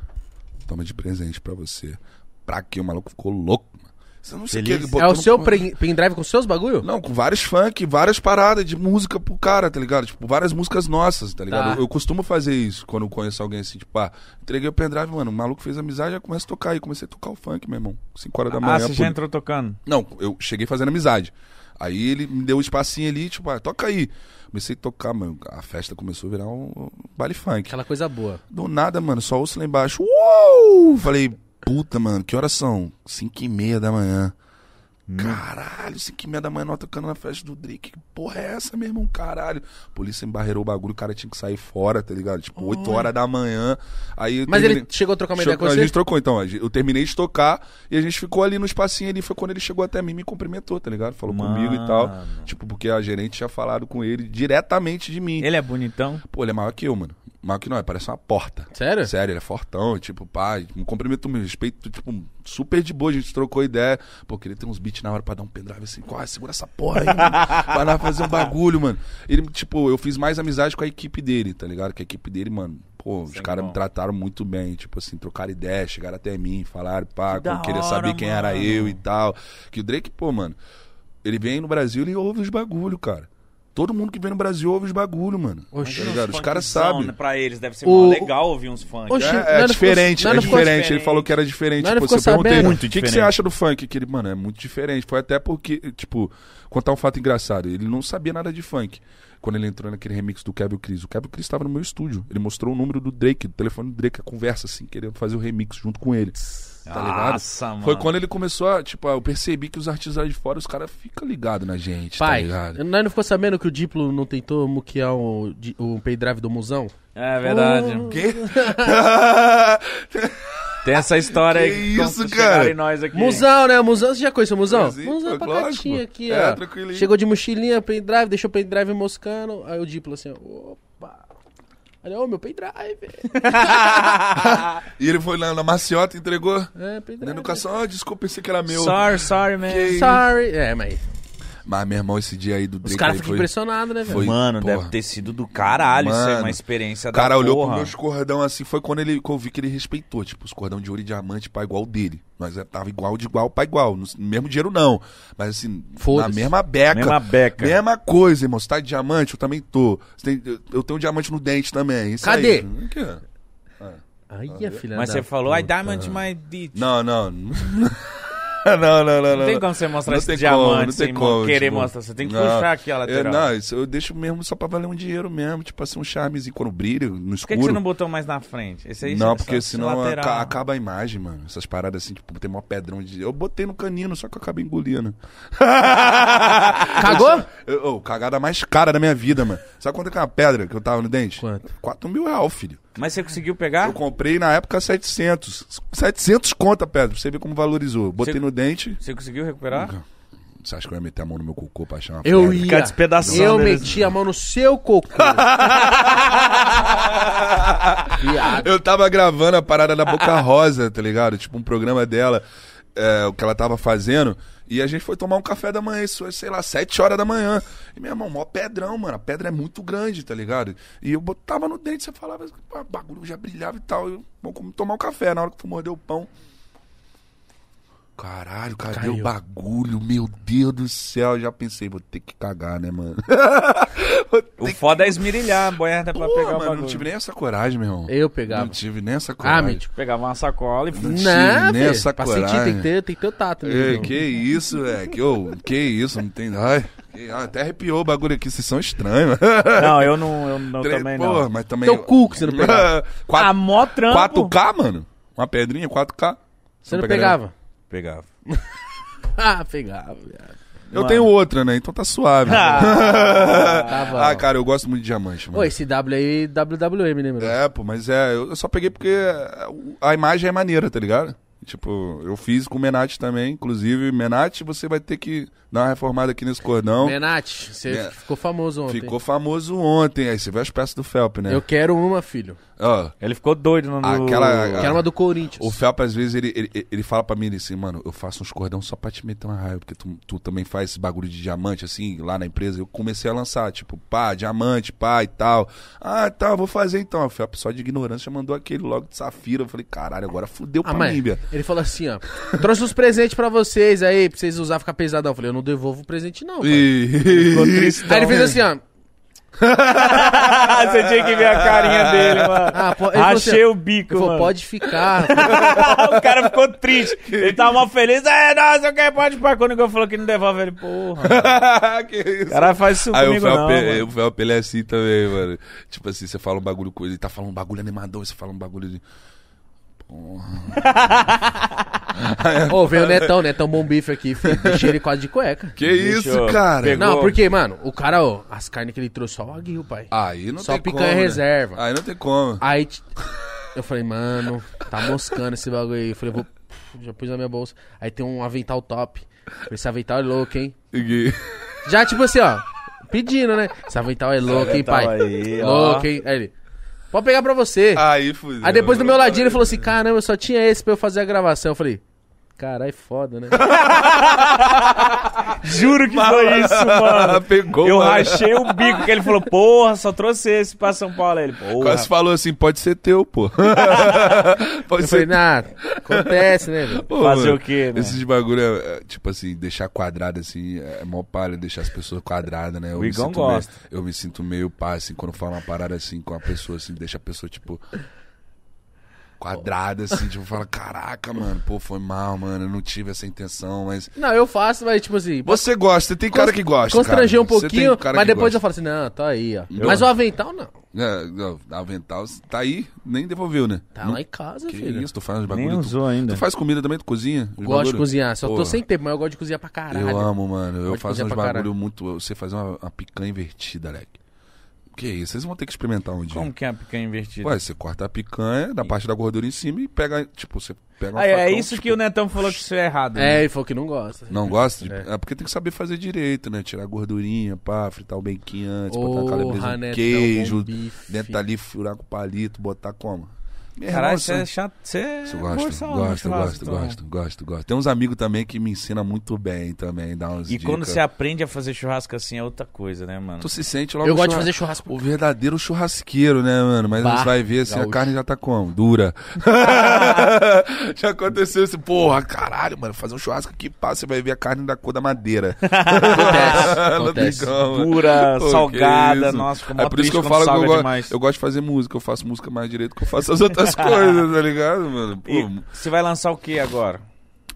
[SPEAKER 3] toma de presente pra você. Pra quê? O maluco ficou louco, mano. Você não sei o que. ele
[SPEAKER 2] É
[SPEAKER 3] botou
[SPEAKER 2] o
[SPEAKER 3] no-
[SPEAKER 2] seu pen- pendrive com os seus bagulho?
[SPEAKER 3] Não, com vários funk, várias paradas de música pro cara, tá ligado? Tipo, várias músicas nossas, tá ligado?
[SPEAKER 2] Tá.
[SPEAKER 3] Eu, eu costumo fazer isso quando eu conheço alguém assim, tipo, ah, entreguei o pendrive, mano, o maluco fez amizade, já começa a tocar. Aí comecei a tocar o funk, meu irmão. 5 horas da manhã.
[SPEAKER 4] Ah, você já
[SPEAKER 3] pô.
[SPEAKER 4] entrou tocando.
[SPEAKER 3] Não, eu cheguei fazendo amizade. Aí ele me deu um espacinho ali, tipo, ah, toca aí. Comecei a tocar, mano. A festa começou a virar um um baile funk.
[SPEAKER 2] Aquela coisa boa.
[SPEAKER 3] Do nada, mano, só ouço lá embaixo. Uou! Falei, puta, mano, que horas são? 5 e meia da manhã.
[SPEAKER 2] Hum.
[SPEAKER 3] Caralho, 5 e meia da manhã nós tocando na festa do Drake. Que porra é essa, meu irmão? Caralho. A polícia embarreirou o bagulho, o cara tinha que sair fora, tá ligado? Tipo, 8 horas da manhã. Aí eu
[SPEAKER 2] Mas
[SPEAKER 3] terminei-
[SPEAKER 2] ele chegou a trocar uma
[SPEAKER 3] Cho-
[SPEAKER 2] ideia com
[SPEAKER 3] a
[SPEAKER 2] você?
[SPEAKER 3] gente trocou, então. A gente- Eu terminei de tocar e a gente ficou ali no espacinho ali. Foi quando ele chegou até mim e me cumprimentou, tá ligado? Falou comigo e tal.
[SPEAKER 4] Mano.
[SPEAKER 3] Tipo, porque a gerente tinha falado com ele diretamente de mim.
[SPEAKER 4] Ele é bonitão.
[SPEAKER 3] Pô, ele é maior que eu, mano. Maior que não, é, parece uma porta.
[SPEAKER 2] Sério?
[SPEAKER 3] Sério, ele é fortão, tipo, pá, um cumprimento, meu respeito, tipo, super de boa, a gente trocou ideia. Pô, queria ter uns beats na hora pra dar um pendrive assim, quase, segura essa porra aí, mano, pra nós fazer um bagulho, mano. Ele, tipo, eu fiz mais amizade com a equipe dele, tá ligado? Que a equipe dele, mano, pô, os
[SPEAKER 4] Sem
[SPEAKER 3] caras me
[SPEAKER 4] bom.
[SPEAKER 3] trataram muito bem, tipo assim, trocaram ideia, chegaram até mim, falaram, pá,
[SPEAKER 1] Que da
[SPEAKER 3] que queria
[SPEAKER 1] hora,
[SPEAKER 3] saber quem era
[SPEAKER 1] mano.
[SPEAKER 3] eu e tal. Que o Drake, pô, mano, ele vem no Brasil e ouve os bagulho, cara. Todo mundo que vem no Brasil ouve os bagulho, mano.
[SPEAKER 2] Oxi.
[SPEAKER 3] Tá ligado? Os caras
[SPEAKER 1] Funkzão,
[SPEAKER 3] sabem.
[SPEAKER 1] né, Pra eles deve ser
[SPEAKER 2] O-
[SPEAKER 1] mó legal ouvir uns funk.
[SPEAKER 2] Oxi.
[SPEAKER 3] É, É,
[SPEAKER 2] Nada
[SPEAKER 3] diferente,
[SPEAKER 2] ficou-
[SPEAKER 3] é
[SPEAKER 2] nada ficou
[SPEAKER 3] diferente. Ele
[SPEAKER 1] diferente.
[SPEAKER 3] falou que era diferente.
[SPEAKER 2] Nada
[SPEAKER 3] Tipo,
[SPEAKER 2] ficou
[SPEAKER 3] você perguntei,
[SPEAKER 2] sabendo.
[SPEAKER 4] Muito
[SPEAKER 3] o que, que você
[SPEAKER 4] diferente.
[SPEAKER 3] acha do funk? Que ele, mano, é muito diferente. Foi até porque, tipo, contar um fato engraçado. Ele não sabia nada de funk. Quando ele entrou naquele remix do Kevin Cris. O Kevin Cris estava no meu estúdio. Ele mostrou o número do Drake, do telefone do Drake, a conversa, assim, querendo fazer o remix junto com ele. Tá ligado?
[SPEAKER 4] Nossa, mano.
[SPEAKER 3] Foi quando ele começou a, tipo, ah, eu percebi que os artistas de fora, os caras ficam ligados na gente, tá
[SPEAKER 2] Pai,
[SPEAKER 3] ligado?
[SPEAKER 2] nós não ficou sabendo que o Diplo não tentou muquear o, di- o pendrive do Musão?
[SPEAKER 1] É verdade.
[SPEAKER 3] Quê?
[SPEAKER 4] Tem essa história aí.
[SPEAKER 3] Que
[SPEAKER 4] como
[SPEAKER 3] isso,
[SPEAKER 4] chegaram
[SPEAKER 3] cara?
[SPEAKER 4] em nós aqui.
[SPEAKER 2] Musão, né? Musão, você já conheceu o Musão?
[SPEAKER 3] Conheci,
[SPEAKER 2] Musão é
[SPEAKER 3] pô,
[SPEAKER 2] pacatinho
[SPEAKER 3] lógico.
[SPEAKER 2] aqui,
[SPEAKER 3] É,
[SPEAKER 2] ó.
[SPEAKER 3] tranquilinho.
[SPEAKER 2] Chegou de mochilinha, pendrive, deixou o pendrive moscando. Aí o Diplo assim, ó, opa. Olha, ô, meu pendrive.
[SPEAKER 3] E ele foi lá na maciota, entregou.
[SPEAKER 2] É, pendrive.
[SPEAKER 3] Na educação, ah, desculpa, pensei que era meu.
[SPEAKER 1] Sorry, sorry, man.
[SPEAKER 2] Sorry. É, mas
[SPEAKER 3] Mas, meu irmão, esse dia aí do
[SPEAKER 2] os
[SPEAKER 3] Drake
[SPEAKER 2] caras
[SPEAKER 3] aí
[SPEAKER 2] ficam
[SPEAKER 3] foi...
[SPEAKER 2] impressionados, né, velho?
[SPEAKER 3] foi-
[SPEAKER 1] Mano,
[SPEAKER 3] porra.
[SPEAKER 1] deve ter sido do caralho isso é
[SPEAKER 3] Mano,
[SPEAKER 1] uma experiência
[SPEAKER 3] O cara
[SPEAKER 1] da
[SPEAKER 3] olhou
[SPEAKER 1] porra.
[SPEAKER 3] pro meus cordão assim, foi quando ele, que eu vi que ele respeitou, tipo, os cordão de ouro e diamante pra igual dele. Nós é, tava igual de igual pra igual, no mesmo dinheiro não, mas assim, na
[SPEAKER 2] Foda-se.
[SPEAKER 3] mesma beca.
[SPEAKER 4] Mesma beca.
[SPEAKER 3] Mesma coisa, irmão, você tá de diamante, eu também tô. Você tem- eu- eu tenho um diamante no dente também, isso
[SPEAKER 2] Cadê?
[SPEAKER 3] aí. Hum, que é?
[SPEAKER 2] Aí, a filha
[SPEAKER 1] Mas
[SPEAKER 2] da
[SPEAKER 1] você falou, ai,
[SPEAKER 2] puta.
[SPEAKER 1] Diamond My Ditch.
[SPEAKER 3] Não, não. não, não, não, não.
[SPEAKER 1] Não tem como você mostrar
[SPEAKER 3] Não
[SPEAKER 1] esse
[SPEAKER 3] tem
[SPEAKER 1] diamante
[SPEAKER 3] como, não tem
[SPEAKER 1] sem
[SPEAKER 3] como,
[SPEAKER 1] querer
[SPEAKER 3] tipo,
[SPEAKER 1] mostrar. Você tem que
[SPEAKER 3] não.
[SPEAKER 1] puxar aqui a lateral.
[SPEAKER 3] Eu, não, isso eu deixo mesmo só pra valer um dinheiro mesmo, tipo assim, um charmezinho quando brilha, no
[SPEAKER 1] Por
[SPEAKER 3] escuro.
[SPEAKER 1] que, que você não botou mais na frente? Esse aí
[SPEAKER 4] é
[SPEAKER 3] Não,
[SPEAKER 1] só-
[SPEAKER 3] porque
[SPEAKER 1] só-
[SPEAKER 3] senão
[SPEAKER 1] lateral.
[SPEAKER 3] aca- acaba a imagem, mano. Essas paradas assim, tipo, tem mó pedrão de. Eu botei no canino, só que eu acabei engolindo.
[SPEAKER 2] Cagou?
[SPEAKER 3] Eu, ô, cagada mais cara da minha vida, mano. Sabe quanto é que é uma pedra que eu tava no dente?
[SPEAKER 2] Quanto?
[SPEAKER 3] 4 mil real, filho.
[SPEAKER 1] Mas você conseguiu pegar?
[SPEAKER 3] Eu comprei na época 700. 700 conta a pedra, pra você ver como valorizou. Botei
[SPEAKER 1] Você-
[SPEAKER 3] no dente.
[SPEAKER 1] Você conseguiu recuperar?
[SPEAKER 3] Você acha que eu ia meter a mão no meu cocô pra achar uma
[SPEAKER 2] Eu
[SPEAKER 3] pedra?
[SPEAKER 2] ia.
[SPEAKER 4] Ficar despedaçando
[SPEAKER 1] né?
[SPEAKER 2] Eu
[SPEAKER 4] eles.
[SPEAKER 2] meti a mão no seu cocô. Viado.
[SPEAKER 3] Eu tava gravando a parada da Boca Rosa, tá ligado? Tipo, um programa dela. é, o que ela tava fazendo. E a gente foi tomar um café da manhã, isso foi, sei lá, sete horas da manhã. E, meu irmão, mó pedrão, mano. A pedra é muito grande, tá ligado? E eu botava no dente, você falava, "Pá, o bagulho já brilhava e tal. Eu, bom, como tomar um café. Na hora que tu mordeu o pão. Caralho, cadê o
[SPEAKER 2] Caiu.
[SPEAKER 3] bagulho? Meu Deus do céu, eu já pensei, vou ter que cagar, né, mano?
[SPEAKER 4] O foda é esmirilhar a boiada pra
[SPEAKER 3] Pô,
[SPEAKER 4] pegar o
[SPEAKER 3] mano,
[SPEAKER 4] bagulho.
[SPEAKER 3] não tive nem essa coragem, meu irmão.
[SPEAKER 2] Eu
[SPEAKER 3] não
[SPEAKER 2] pegava.
[SPEAKER 3] tive nem essa
[SPEAKER 2] Ah,
[SPEAKER 3] coragem.
[SPEAKER 2] mente.
[SPEAKER 4] Pegava uma sacola e...
[SPEAKER 3] Não tive
[SPEAKER 2] Não,
[SPEAKER 3] nem né, essa
[SPEAKER 2] filho. Pra sentir tem
[SPEAKER 3] coragem.
[SPEAKER 2] que ter, tem que ter o tato. né,
[SPEAKER 3] Ei,
[SPEAKER 2] irmão?
[SPEAKER 3] que isso, velho. Que, ô, que isso, não tem. Ai, que- ah, até arrepiou o bagulho aqui, vocês são estranhos.
[SPEAKER 4] Não, eu não, eu não também
[SPEAKER 3] Porra,
[SPEAKER 4] não.
[SPEAKER 3] mas também.
[SPEAKER 2] Teu um cu que você não pegava. Ah,
[SPEAKER 4] A
[SPEAKER 3] Quatro-
[SPEAKER 4] mó trampo.
[SPEAKER 3] 4K, mano? Uma pedrinha, 4K.
[SPEAKER 2] Você não pegava?
[SPEAKER 4] Pegava.
[SPEAKER 2] Ah, pegava, viado.
[SPEAKER 3] Eu tenho outra, né? Então tá suave.
[SPEAKER 2] Ah, Tava...
[SPEAKER 3] Ah, cara, eu gosto muito de diamante, mano.
[SPEAKER 2] Pô, esse W aí, WWM, né, meu?
[SPEAKER 3] É, pô, mas é, eu eu só peguei porque a imagem é maneira, tá ligado? Tipo, eu fiz com o Menate também, inclusive, Menate, você vai ter que dar uma reformada aqui nesse cordão.
[SPEAKER 2] Menate, você
[SPEAKER 3] É.
[SPEAKER 2] ficou famoso ontem.
[SPEAKER 3] Ficou famoso ontem, aí você vê as peças do Felp, né?
[SPEAKER 2] Eu quero uma, filho.
[SPEAKER 3] Ó,
[SPEAKER 4] Ele ficou doido no... no-
[SPEAKER 3] Aquela- Ah.
[SPEAKER 2] Quero uma do Corinthians.
[SPEAKER 3] o Felp, às vezes, ele, ele, ele fala pra mim ele assim, mano, eu faço uns cordão só pra te meter uma raiva, porque tu, tu também faz esse bagulho de diamante, assim, lá na empresa. Eu comecei a lançar, tipo, pá, diamante, pá e tal. Ah, tá, vou fazer então. O Felp, só de ignorância, mandou aquele logo de safira. Eu falei, caralho, agora fudeu
[SPEAKER 2] Ah,
[SPEAKER 3] pra
[SPEAKER 2] mas
[SPEAKER 3] mim, Bia.
[SPEAKER 2] ele falou assim, ó. Trouxe uns presentes pra vocês aí, pra vocês usar, ficar pesadão. Eu falei, eu não devolvo o presente não, pai.
[SPEAKER 3] Ficou
[SPEAKER 2] Aí
[SPEAKER 3] um
[SPEAKER 2] ele fez assim, ó.
[SPEAKER 4] Ah, você tinha que ver a carinha dele, mano.
[SPEAKER 2] Ah, pô, ele falou assim,
[SPEAKER 4] Achei
[SPEAKER 2] ó,
[SPEAKER 4] o bico,
[SPEAKER 2] Eu falei,
[SPEAKER 4] mano.
[SPEAKER 2] pode ficar.
[SPEAKER 4] o cara ficou triste. Ele tava mal feliz. É, nossa, eu quero pode pra quando que eu falou que não devolve ele. Porra.
[SPEAKER 3] que isso?
[SPEAKER 4] O cara faz isso
[SPEAKER 3] Aí o
[SPEAKER 4] comigo não,
[SPEAKER 3] Felp, é-
[SPEAKER 4] mano.
[SPEAKER 3] o Felp, ele é assim também, mano. Tipo assim, você fala um bagulho coisa, ele tá falando um bagulho animador, você fala um bagulho de.
[SPEAKER 2] Ô, veio o Netão, Netão Bom Bife aqui, filho. Deixei ele quase de cueca.
[SPEAKER 3] Que
[SPEAKER 4] Bicho,
[SPEAKER 3] isso, cara?
[SPEAKER 4] pegou.
[SPEAKER 2] Não, porque, mano, o cara, ó, as carnes que ele trouxe só o aguil, pai.
[SPEAKER 3] Aí não
[SPEAKER 2] Só
[SPEAKER 3] tem
[SPEAKER 2] picanha
[SPEAKER 3] como. né?
[SPEAKER 2] reserva.
[SPEAKER 3] Aí não tem como.
[SPEAKER 2] Aí t- eu falei, mano, tá moscando esse bagulho aí. Eu falei, vou. Já pus na minha bolsa. Aí tem um avental top. Falei, Esse avental é louco, hein?
[SPEAKER 3] E-
[SPEAKER 2] Já tipo assim, ó. Pedindo, né? Esse avental é louco, hein, pai?
[SPEAKER 4] avental aí, ó.
[SPEAKER 2] louco, hein? Aí ele. Pode pegar pra você.
[SPEAKER 3] Aí fudeu.
[SPEAKER 2] Aí depois do meu ladinho ele falou assim: caramba, eu só tinha esse pra eu fazer a gravação. Eu falei, caralho, foda, né?
[SPEAKER 4] Juro que foi isso, mano.
[SPEAKER 3] Ah, Pegou,
[SPEAKER 4] eu
[SPEAKER 3] mano.
[SPEAKER 4] rachei o bico que ele falou, porra, só trouxe esse pra São Paulo. Aí ele, porra.
[SPEAKER 3] Quase falou assim, pode ser teu, pô. pode
[SPEAKER 2] Eu falei,
[SPEAKER 3] ser
[SPEAKER 2] nada, acontece, né, velho?
[SPEAKER 3] Pô,
[SPEAKER 4] Fazer
[SPEAKER 3] mano,
[SPEAKER 4] o quê, né?
[SPEAKER 3] Esses bagulho, é, é, tipo assim, deixar quadrado assim, é mó palha deixar as pessoas quadradas, né? Eu
[SPEAKER 4] O
[SPEAKER 3] me
[SPEAKER 4] Igão
[SPEAKER 3] sinto
[SPEAKER 4] gosta.
[SPEAKER 3] Meio, eu me sinto meio pá, assim, quando falo uma parada assim com a pessoa, assim, deixa a pessoa, tipo. Quadrada, assim, tipo, fala, caraca, mano, pô, foi mal, mano, eu não tive essa intenção, mas.
[SPEAKER 2] Não, eu faço, mas tipo assim.
[SPEAKER 3] Você gosta, tem cara que gosta.
[SPEAKER 2] Constranger um
[SPEAKER 3] cara. Você tem
[SPEAKER 2] pouquinho,
[SPEAKER 3] cara
[SPEAKER 2] mas
[SPEAKER 3] que
[SPEAKER 2] depois eu
[SPEAKER 3] gosta.
[SPEAKER 2] falo assim, não, tá aí, ó. Mas o avental não.
[SPEAKER 3] É, não, avental, tá aí, nem devolveu, né?
[SPEAKER 2] Tá
[SPEAKER 3] Não-
[SPEAKER 2] lá em casa,
[SPEAKER 3] Que
[SPEAKER 2] filho.
[SPEAKER 3] isso, tu faz uns
[SPEAKER 4] Nem
[SPEAKER 3] bagulho. Tu,
[SPEAKER 4] usou ainda.
[SPEAKER 3] tu faz comida também, tu cozinha?
[SPEAKER 2] Gosto de cozinhar, só tô
[SPEAKER 3] sem
[SPEAKER 2] sem tempo, mas eu gosto de cozinhar pra caralho.
[SPEAKER 3] Eu amo, mano. Eu
[SPEAKER 2] Pode
[SPEAKER 3] faço
[SPEAKER 2] cozinhar
[SPEAKER 3] uns
[SPEAKER 2] pra
[SPEAKER 3] bagulho
[SPEAKER 2] caralho.
[SPEAKER 3] muito. Eu sei fazer uma, uma picanha invertida, leque. Que isso? Vocês vão ter que experimentar um dia.
[SPEAKER 1] Como que é a picanha invertida?
[SPEAKER 3] Ué, você corta a picanha da parte da gordura em cima e pega. Tipo, você pega uma
[SPEAKER 4] Aí, é
[SPEAKER 3] facão,
[SPEAKER 4] isso
[SPEAKER 3] tipo,
[SPEAKER 4] que o Netão falou que isso é errado.
[SPEAKER 3] né?
[SPEAKER 2] É, ele falou que não gosta.
[SPEAKER 3] Não gosta? de-
[SPEAKER 2] É.
[SPEAKER 3] É. porque tem que saber fazer direito, né? Tirar a gordurinha, pá, fritar o bacon antes, botar a
[SPEAKER 2] Porra,
[SPEAKER 3] calabresa no
[SPEAKER 2] Netão,
[SPEAKER 3] queijo,
[SPEAKER 2] bom bife.
[SPEAKER 3] dentro ali, furar com palito, botar como? Meu irmão,
[SPEAKER 4] Caralho,
[SPEAKER 3] isso
[SPEAKER 4] você é chato. Você é
[SPEAKER 3] Isso eu gosto, gosto,
[SPEAKER 4] borsal no
[SPEAKER 3] gosto,
[SPEAKER 4] churrasco,
[SPEAKER 3] gosto,
[SPEAKER 4] então.
[SPEAKER 2] né?
[SPEAKER 3] gosto, gosto, Tem uns amigos também que me ensinam muito bem também, dá uns
[SPEAKER 1] E quando
[SPEAKER 3] dicas.
[SPEAKER 1] você aprende a fazer churrasco assim é outra coisa, né, mano?
[SPEAKER 3] Tu se sente logo
[SPEAKER 2] Eu gosto de
[SPEAKER 3] churra-
[SPEAKER 2] fazer churrasco.
[SPEAKER 3] O verdadeiro churrasqueiro, né, mano? Mas
[SPEAKER 2] Bah,
[SPEAKER 3] você vai ver assim,
[SPEAKER 2] gaúcho.
[SPEAKER 3] a carne já tá como? Dura. já aconteceu isso. Porra, caralho, mano, fazer um churrasco aqui, pá, você vai ver a carne da cor da madeira.
[SPEAKER 2] Acontece,
[SPEAKER 3] Não tem
[SPEAKER 2] acontece.
[SPEAKER 3] como.
[SPEAKER 4] Dura,
[SPEAKER 3] Pô, que
[SPEAKER 4] salgada,
[SPEAKER 3] isso.
[SPEAKER 4] nossa, como
[SPEAKER 3] É por isso que eu falo que eu, go- eu gosto de fazer música. Eu faço música mais direito que eu faço as outras coisas, tá ligado, mano? Pô,
[SPEAKER 4] Você vai lançar o que agora?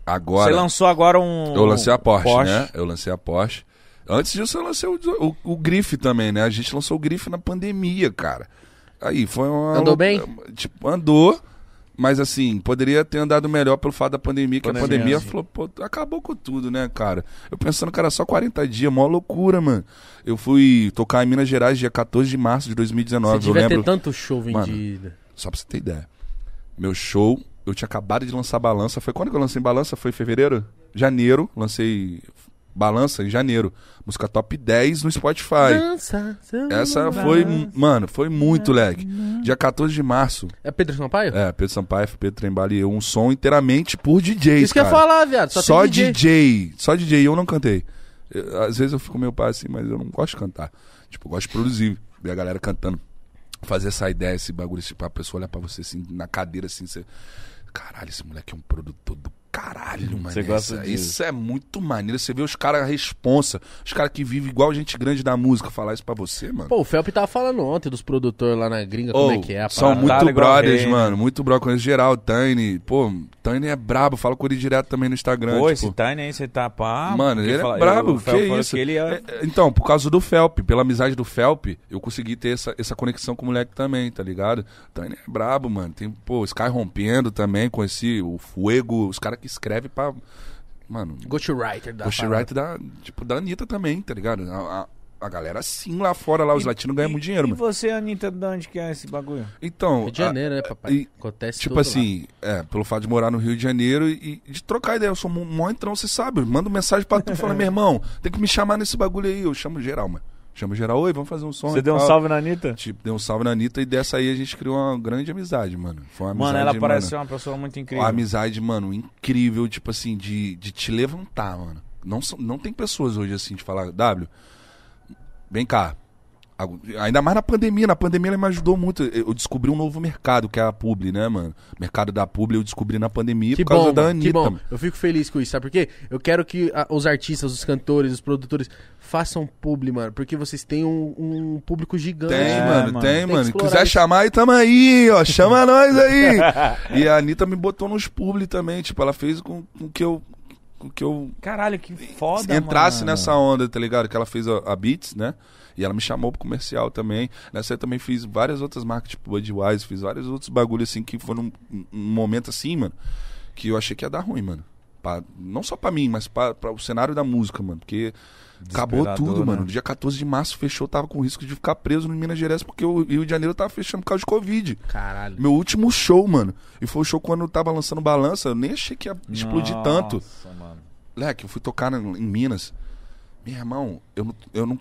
[SPEAKER 4] Você
[SPEAKER 3] agora.
[SPEAKER 4] lançou agora um.
[SPEAKER 3] Eu lancei a Porsche,
[SPEAKER 4] Porsche.
[SPEAKER 3] né? Eu lancei a Porsche. Antes disso, eu lancei o, o, o Grife também, né? A gente lançou o Grife na pandemia, cara. Aí foi uma.
[SPEAKER 2] Andou bem?
[SPEAKER 3] Tipo, andou. Mas assim, poderia ter andado melhor pelo fato da pandemia, que a
[SPEAKER 4] Pandemia,
[SPEAKER 3] pandemia
[SPEAKER 4] sim.
[SPEAKER 3] falou, pô, acabou com tudo, né, cara? Eu pensando que era só 40 dias, mó loucura, mano. Eu fui tocar em Minas Gerais dia 14 de março de 2019,
[SPEAKER 2] Você
[SPEAKER 3] eu
[SPEAKER 2] devia
[SPEAKER 3] lembro.
[SPEAKER 2] ter tanto show
[SPEAKER 3] Mano,
[SPEAKER 2] vendido.
[SPEAKER 3] Só pra você ter ideia. Meu show, eu tinha acabado de lançar Balança. Foi quando que eu lancei Balança? Foi em fevereiro? Janeiro. Lancei Balança, em janeiro. Música top 10 no Spotify.
[SPEAKER 2] Dança. samba,
[SPEAKER 3] Essa
[SPEAKER 2] balança.
[SPEAKER 3] foi, mano, foi muito leque. Dia 14 de março,
[SPEAKER 2] É Pedro Sampaio?
[SPEAKER 3] é, Pedro Sampaio, Pedro Trembala e eu, um som inteiramente por DJs,
[SPEAKER 2] Isso que eu ia
[SPEAKER 3] É cara.
[SPEAKER 2] falar, viado. Só,
[SPEAKER 3] Só,
[SPEAKER 2] tem
[SPEAKER 3] DJ.
[SPEAKER 2] DJ.
[SPEAKER 3] Só DJ, eu não cantei. Eu- às vezes eu fico meio pá assim, mas eu não gosto de cantar. Tipo, eu gosto de produzir, ver a galera cantando. Fazer essa ideia, esse bagulho, esse papo, a pessoa olhar pra você assim, na cadeira assim, você. Caralho, esse moleque é um produtor do caralho,
[SPEAKER 2] Uhum.
[SPEAKER 3] mano.
[SPEAKER 1] Você gosta
[SPEAKER 3] Isso-
[SPEAKER 1] disso.
[SPEAKER 3] Isso é muito maneiro. Você vê os caras a responsa, os caras que vivem igual gente grande da música, falar isso pra você, mano.
[SPEAKER 2] Pô, o Felp tava falando ontem dos produtores lá na gringa,
[SPEAKER 3] Ô, um
[SPEAKER 2] como é que é a
[SPEAKER 3] São
[SPEAKER 2] parada.
[SPEAKER 3] muito
[SPEAKER 1] Tá igual
[SPEAKER 3] brothers,
[SPEAKER 1] rei, né?
[SPEAKER 3] mano. Muito brother. Conheço geral, Tiny. Pô, Tiny é brabo. Falo com ele direto também no Instagram.
[SPEAKER 1] Pô,
[SPEAKER 3] tipo.
[SPEAKER 1] esse Tiny aí, você tá pá.
[SPEAKER 3] Mano,
[SPEAKER 1] porque
[SPEAKER 3] ele
[SPEAKER 1] fala-
[SPEAKER 3] é brabo,
[SPEAKER 1] o
[SPEAKER 3] que
[SPEAKER 1] Fel falou
[SPEAKER 3] isso?
[SPEAKER 1] Que ele é...
[SPEAKER 3] É, é, Então, por causa do Felp, pela amizade do Felp, eu consegui ter essa, essa conexão com o moleque também, tá ligado? Então ele é brabo, mano. Tem, pô, Sky rompendo também, conheci o Fuego, os caras que escrevem pra. Mano,
[SPEAKER 2] Ghostwriter da
[SPEAKER 3] Ghostwriter da, tipo, da Anitta também, tá ligado? A, a, a galera sim lá fora, lá, os latinos ganham muito dinheiro,
[SPEAKER 4] E
[SPEAKER 3] mano.
[SPEAKER 4] você, Anitta, de onde que é esse bagulho?
[SPEAKER 3] Então.
[SPEAKER 2] Rio de
[SPEAKER 3] a-
[SPEAKER 2] Janeiro, né, papai?
[SPEAKER 3] e-
[SPEAKER 2] Acontece
[SPEAKER 3] Tipo
[SPEAKER 2] tudo
[SPEAKER 3] assim, é, pelo fato de morar no Rio de Janeiro e, e de trocar ideia. Eu sou um mó entrão, você sabe. eu Mando mensagem pra tu falando, meu irmão, tem que me chamar nesse bagulho aí. Eu chamo geral, mano. Chamo geral, oi, vamos fazer um som.
[SPEAKER 4] Você
[SPEAKER 3] e
[SPEAKER 4] deu um
[SPEAKER 3] tal."
[SPEAKER 4] salve na Anitta?
[SPEAKER 3] Tipo, deu um salve na Anitta e dessa aí a gente criou uma grande amizade, mano. Foi uma amizade.
[SPEAKER 1] Mano, ela
[SPEAKER 3] mano,
[SPEAKER 1] parece ser uma pessoa muito incrível.
[SPEAKER 3] Uma amizade, mano, incrível, tipo assim, de, de te levantar, mano. Não, são- não tem pessoas hoje assim de falar, W, vem cá. Agu- Ainda mais na pandemia, na pandemia ela me ajudou muito. Eu eu descobri um novo mercado, que é a Publi, né, mano? O mercado da Publi eu descobri na pandemia
[SPEAKER 2] Que
[SPEAKER 3] por causa
[SPEAKER 2] bom,
[SPEAKER 3] da
[SPEAKER 2] mano, que
[SPEAKER 3] Anitta.
[SPEAKER 2] bom.
[SPEAKER 3] mano.
[SPEAKER 2] Eu fico feliz com isso, sabe por quê? Eu quero que ah, os artistas, os cantores, os produtores façam publi, mano, porque vocês têm um, um público gigante. né,
[SPEAKER 3] Tem,
[SPEAKER 1] É,
[SPEAKER 3] mano,
[SPEAKER 1] mano.
[SPEAKER 3] tem,
[SPEAKER 2] Tem que
[SPEAKER 3] mano.
[SPEAKER 2] explorar
[SPEAKER 3] Quiser
[SPEAKER 2] isso.
[SPEAKER 3] chamar aí, tamo aí, ó. Chama nós aí. E a Anitta me botou nos publi também, tipo, ela fez com, com que eu. Com que eu
[SPEAKER 1] Caralho, que foda,
[SPEAKER 3] entrasse
[SPEAKER 1] mano.
[SPEAKER 3] nessa onda, tá ligado? Que ela fez a, a Beats, né? E ela me chamou pro comercial também. Nessa eu também fiz várias outras marcas, tipo Budweiser, fiz vários outros bagulhos assim que foram um, um momento assim, mano, que eu achei que ia dar ruim, mano. Pra- não só pra mim, mas pra, pra o cenário da música, mano. Porque acabou tudo,
[SPEAKER 1] né?
[SPEAKER 3] mano. No dia 14 de março fechou, tava com risco de ficar preso no Minas Gerais, porque o Rio de Janeiro tava fechando por causa de Covid.
[SPEAKER 2] Caralho.
[SPEAKER 3] Meu último show, mano. E foi o show quando eu tava lançando balança. Eu nem achei que ia explodir tanto.
[SPEAKER 1] Nossa, mano.
[SPEAKER 3] Leque, eu fui tocar na- em Minas. Meu irmão, eu não, eu não.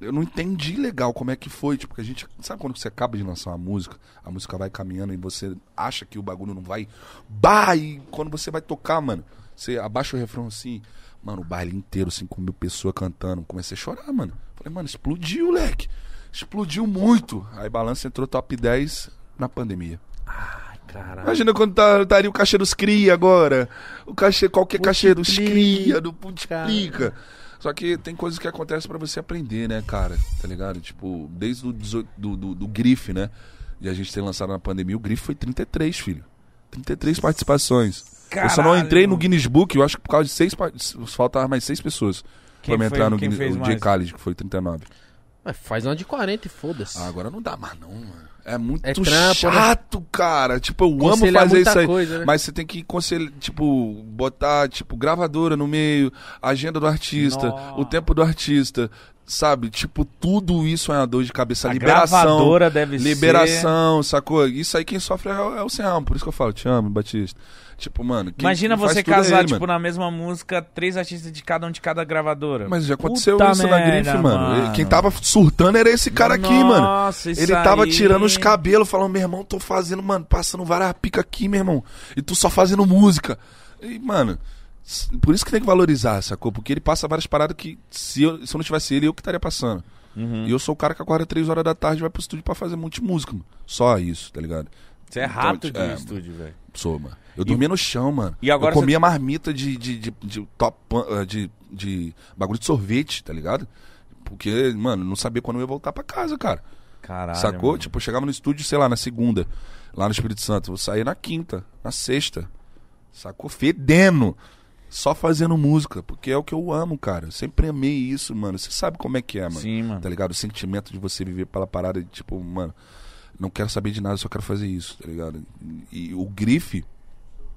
[SPEAKER 3] Eu não entendi legal como é que foi. Tipo, que a gente. Sabe quando você acaba de lançar uma música, a música vai caminhando e você acha que o bagulho não vai. Bah! E quando você vai tocar, mano, você abaixa o refrão assim. Mano, o baile inteiro, 5 mil pessoas cantando. Comecei a chorar, mano. Falei, mano, explodiu, leque. Explodiu muito. Aí balança entrou top 10 na pandemia.
[SPEAKER 2] Caralho.
[SPEAKER 3] Imagina quando tá, estaria o cachê dos CRI agora. O cachê, qualquer cachê dos CRI,
[SPEAKER 2] Multiplica.
[SPEAKER 3] do multiplica. Só que tem coisas que acontecem pra você aprender, né, cara? Tá ligado? Tipo, desde o 18 do, do, do grife, né? E a gente ter lançado na pandemia, o grife foi 33, filho. 33 participações. eu só não
[SPEAKER 1] Caralho.
[SPEAKER 3] entrei no Guinness Book, eu acho que por causa de seis. par- Faltava mais seis pessoas
[SPEAKER 1] Quem
[SPEAKER 3] pra me
[SPEAKER 1] foi-
[SPEAKER 3] entrar no
[SPEAKER 1] quem
[SPEAKER 3] Guinness
[SPEAKER 1] fez
[SPEAKER 3] O Jay
[SPEAKER 1] mais?
[SPEAKER 3] Khalid, que foi 39.
[SPEAKER 2] Mas faz uma de 40 e foda-se.
[SPEAKER 3] Ah, agora não dá mais não, mano. É muito
[SPEAKER 2] É
[SPEAKER 1] né?
[SPEAKER 2] trampo,
[SPEAKER 3] chato, cara. Tipo, eu amo
[SPEAKER 2] Aconselhar
[SPEAKER 3] fazer
[SPEAKER 2] muita
[SPEAKER 3] isso aí.
[SPEAKER 2] coisa, né?
[SPEAKER 3] Mas você tem que conselho, tipo, botar, tipo, gravadora no meio, agenda do artista,
[SPEAKER 1] Nossa.
[SPEAKER 3] o tempo do artista, sabe? Tipo, tudo isso é uma dor de cabeça.
[SPEAKER 1] A
[SPEAKER 3] liberação.
[SPEAKER 1] gravadora deve ser-
[SPEAKER 3] liberação, sacou? Isso aí quem sofre é, o- é o Sem Alma, por isso que eu falo, te amo, Batista. Tipo, mano, quem,
[SPEAKER 1] Imagina
[SPEAKER 3] quem faz
[SPEAKER 1] você
[SPEAKER 3] tudo é
[SPEAKER 1] casar,
[SPEAKER 3] ele,
[SPEAKER 1] tipo,
[SPEAKER 3] mano.
[SPEAKER 1] na mesma música, três artistas de cada um de cada gravadora.
[SPEAKER 3] Mas já aconteceu
[SPEAKER 1] Puta
[SPEAKER 3] isso na
[SPEAKER 1] merda,
[SPEAKER 3] grife, mano.
[SPEAKER 1] mano.
[SPEAKER 3] Quem tava surtando era esse cara aqui, mano.
[SPEAKER 1] Nossa, isso
[SPEAKER 3] Ele tava
[SPEAKER 1] aí-
[SPEAKER 3] tirando os cabelos, falando, meu irmão, tô fazendo, mano, passando várias picas aqui, meu irmão. E tu só fazendo música. E, mano, s- por isso que tem que valorizar, sacou? Porque ele passa várias paradas que, se eu, se eu não tivesse ele, eu que estaria passando.
[SPEAKER 1] Uhum.
[SPEAKER 3] E eu sou o cara que acorda 3 horas da tarde e vai pro estúdio pra fazer multimúsica, mano. Só isso, tá ligado?
[SPEAKER 1] Você é rato
[SPEAKER 3] Então, é,
[SPEAKER 1] de estúdio, velho.
[SPEAKER 3] Sou, mano. Eu dormia no chão, mano.
[SPEAKER 1] e agora
[SPEAKER 3] eu comia marmita de, de, de, de top pan- eh, de, de bagulho de sorvete, tá ligado? Porque, mano, não sabia quando eu ia voltar pra casa, cara.
[SPEAKER 1] Caralho.
[SPEAKER 3] Sacou?
[SPEAKER 1] mano.
[SPEAKER 3] Tipo, eu chegava no estúdio, sei lá, na segunda, lá no Espírito Santo. Eu saía na quinta, na sexta. Sacou? Fedendo. Só fazendo música, porque é o que eu amo, cara. Eu sempre amei isso, mano. Você sabe como é que é, mano.
[SPEAKER 1] Sim, mano.
[SPEAKER 3] Tá ligado? O sentimento de você viver pela parada de tipo, mano, não quero saber de nada, só quero fazer isso, tá ligado? E o grife,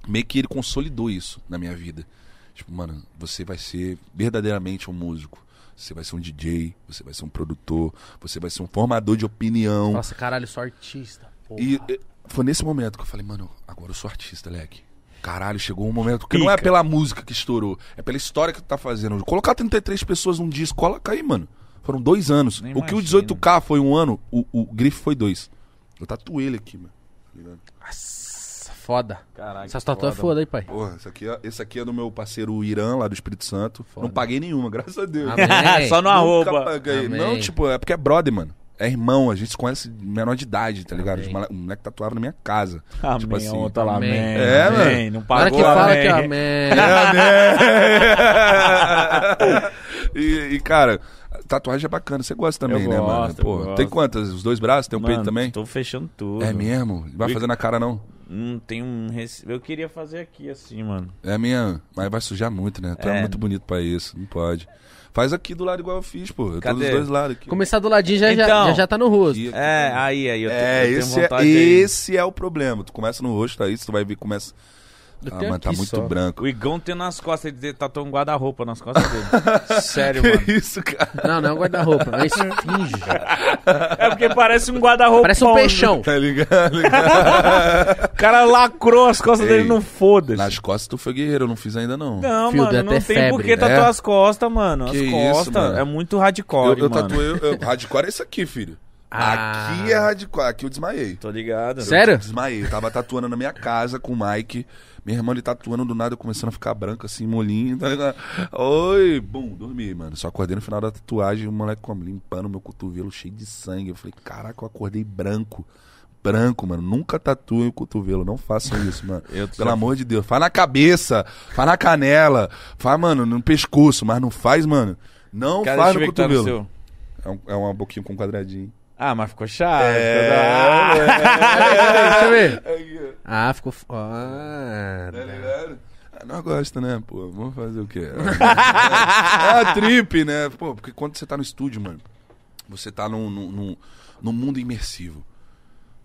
[SPEAKER 3] meio que ele consolidou isso na minha vida. Tipo, mano, você vai ser verdadeiramente um músico. Você vai ser um DJ, você vai ser um produtor, você vai ser um formador de opinião.
[SPEAKER 2] Nossa, caralho, sou artista. Porra.
[SPEAKER 3] E eh, foi nesse momento que eu falei, mano, agora eu sou artista, leque. Caralho, chegou um momento. Porque não é pela música que estourou, é pela história que tu tá fazendo. Colocar 33 pessoas num disco, coloca aí, mano. Foram dois anos.
[SPEAKER 1] Nem
[SPEAKER 3] o que o
[SPEAKER 1] imagino.
[SPEAKER 3] 18K foi um ano, o, o Grife foi dois. Eu tatuei ele aqui, mano. Tá ligado?
[SPEAKER 2] Nossa, foda.
[SPEAKER 4] Caraca,
[SPEAKER 2] Essas tatuagens é foda aí, pai.
[SPEAKER 3] Porra, esse aqui, é- esse aqui é do meu parceiro Irã, lá do Espírito Santo.
[SPEAKER 2] Foda.
[SPEAKER 3] Não paguei nenhuma, graças a Deus.
[SPEAKER 2] Amém.
[SPEAKER 4] Só no
[SPEAKER 3] Nunca
[SPEAKER 4] arroba.
[SPEAKER 3] paguei.
[SPEAKER 2] Amém.
[SPEAKER 3] Não, tipo, é porque é brother, mano. É irmão, a gente se conhece menor de idade, tá ligado?
[SPEAKER 2] Amém.
[SPEAKER 3] Os mala- O moleque tatuava na minha casa.
[SPEAKER 4] Amém,
[SPEAKER 3] tipo assim.
[SPEAKER 4] ó, tá lá,
[SPEAKER 2] amém.
[SPEAKER 4] amém.
[SPEAKER 3] É,
[SPEAKER 4] amém. Não
[SPEAKER 2] Na hora
[SPEAKER 4] pagou, né?
[SPEAKER 2] que fala
[SPEAKER 4] amém.
[SPEAKER 2] que amém.
[SPEAKER 3] É, né? e, e, cara, tatuagem é bacana. Você gosta também,
[SPEAKER 4] Eu
[SPEAKER 3] né, mano?
[SPEAKER 4] gosto, eu
[SPEAKER 3] Pô,
[SPEAKER 4] gosto.
[SPEAKER 3] tem quantas? Os dois braços? Tem um
[SPEAKER 4] Mano,
[SPEAKER 3] peito também?
[SPEAKER 4] Tô fechando tudo.
[SPEAKER 3] É mesmo? Vai fazer na cara, não?
[SPEAKER 4] Hum, tem um. rece- Eu queria fazer aqui assim, mano.
[SPEAKER 3] É mesmo. Mas vai sujar muito, né? Tu é,
[SPEAKER 4] É.
[SPEAKER 3] muito bonito pra isso. Não pode. Faz aqui do lado igual eu fiz, pô. Eu tô dos
[SPEAKER 4] Cadê?
[SPEAKER 3] dois lados aqui.
[SPEAKER 2] Começar do ladinho já, já,
[SPEAKER 4] Então.
[SPEAKER 2] já, já tá no rosto.
[SPEAKER 3] Aqui, aqui,
[SPEAKER 4] É,
[SPEAKER 3] aqui.
[SPEAKER 4] aí, aí. Eu te-
[SPEAKER 3] É,
[SPEAKER 4] eu tenho
[SPEAKER 3] esse, é,
[SPEAKER 4] vontade aí.
[SPEAKER 3] esse é o problema. Tu começa no rosto, aí tu vai ver, começa.
[SPEAKER 2] Eu
[SPEAKER 3] Ah,
[SPEAKER 2] tenho
[SPEAKER 3] mano, tá
[SPEAKER 2] aqui
[SPEAKER 3] muito
[SPEAKER 2] só.
[SPEAKER 3] branco.
[SPEAKER 4] O Igão tem nas costas, ele tatuou um guarda-roupa nas costas dele. Sério, mano.
[SPEAKER 3] Que isso, cara?
[SPEAKER 2] Não, não é um guarda-roupa, é uma esfinge.
[SPEAKER 4] É porque parece um guarda-roupa.
[SPEAKER 2] Parece um
[SPEAKER 4] né?
[SPEAKER 2] peixão.
[SPEAKER 3] Tá ligado? ligado?
[SPEAKER 4] O cara lacrou as
[SPEAKER 3] Ei,
[SPEAKER 4] costas dele, não foda-se.
[SPEAKER 3] Nas costas tu foi guerreiro, eu não fiz ainda não.
[SPEAKER 4] Não,
[SPEAKER 2] Fio
[SPEAKER 4] mano,
[SPEAKER 2] deve
[SPEAKER 4] não
[SPEAKER 2] ter
[SPEAKER 4] tem
[SPEAKER 2] febre,
[SPEAKER 4] por que
[SPEAKER 2] né?
[SPEAKER 4] tatuar as costas, mano. As
[SPEAKER 3] Que isso,
[SPEAKER 4] costas
[SPEAKER 3] mano.
[SPEAKER 4] é muito hardcore,
[SPEAKER 3] eu eu
[SPEAKER 4] mano.
[SPEAKER 3] tatuei. Eu, hardcore é isso aqui, filho.
[SPEAKER 2] Ah.
[SPEAKER 3] Aqui é hardcore, aqui eu desmaiei.
[SPEAKER 4] Tô ligado.
[SPEAKER 2] Sério?
[SPEAKER 3] Desmaiei. Eu tava tatuando na minha casa com o Mike. Minha irmã ele tatuando do nada, eu começando a ficar branco assim, molinho. Tá ligado? Oi, bum, dormi, mano. Só acordei no final da tatuagem, o moleque como, limpando meu cotovelo cheio de sangue. Eu falei, caraca, eu acordei branco. Branco, mano. Nunca tatuem o cotovelo. Não façam isso, mano.
[SPEAKER 4] Eu tô-
[SPEAKER 3] Pelo amor de Deus. Faz na cabeça, faz na canela, faz, mano, no pescoço, mas não faz, mano. Não
[SPEAKER 4] Cara,
[SPEAKER 3] faz
[SPEAKER 4] deixa eu
[SPEAKER 3] no
[SPEAKER 4] ver que tá no
[SPEAKER 3] cotovelo. É,
[SPEAKER 4] seu.
[SPEAKER 3] um, é uma boquinha com um quadradinho.
[SPEAKER 4] Ah, mas ficou chato. Ah,
[SPEAKER 2] Deixa eu ver. Ah, ficou né. foda.
[SPEAKER 3] ligado? Ah, Não gosta, né? Pô, vamos fazer o quê? É a trip, né? Pô, porque quando você tá no estúdio, mano, você tá num, num, num- num mundo imersivo.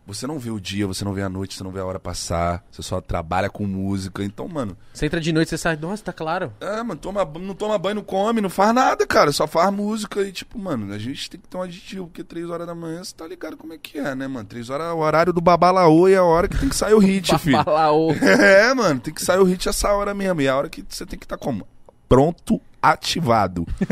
[SPEAKER 3] Você não vê o dia, você não vê a noite, você não vê a hora passar, você só trabalha com música. Então, mano,
[SPEAKER 2] Você entra de noite, você sai, nossa, tá claro.
[SPEAKER 3] é, mano, toma, ban- não toma banho, não come, não faz nada, cara. Só faz música e, tipo, mano, a gente tem que ter um aditivo, porque três horas da manhã você tá ligado como é que é, né, mano? Três horas é o horário do babalaô e é a hora que tem que sair o hit, filho.
[SPEAKER 2] Fala, ô.
[SPEAKER 3] É, mano, tem que sair o hit essa hora mesmo. E a hora que você tem que estar como? Pronto, ativado.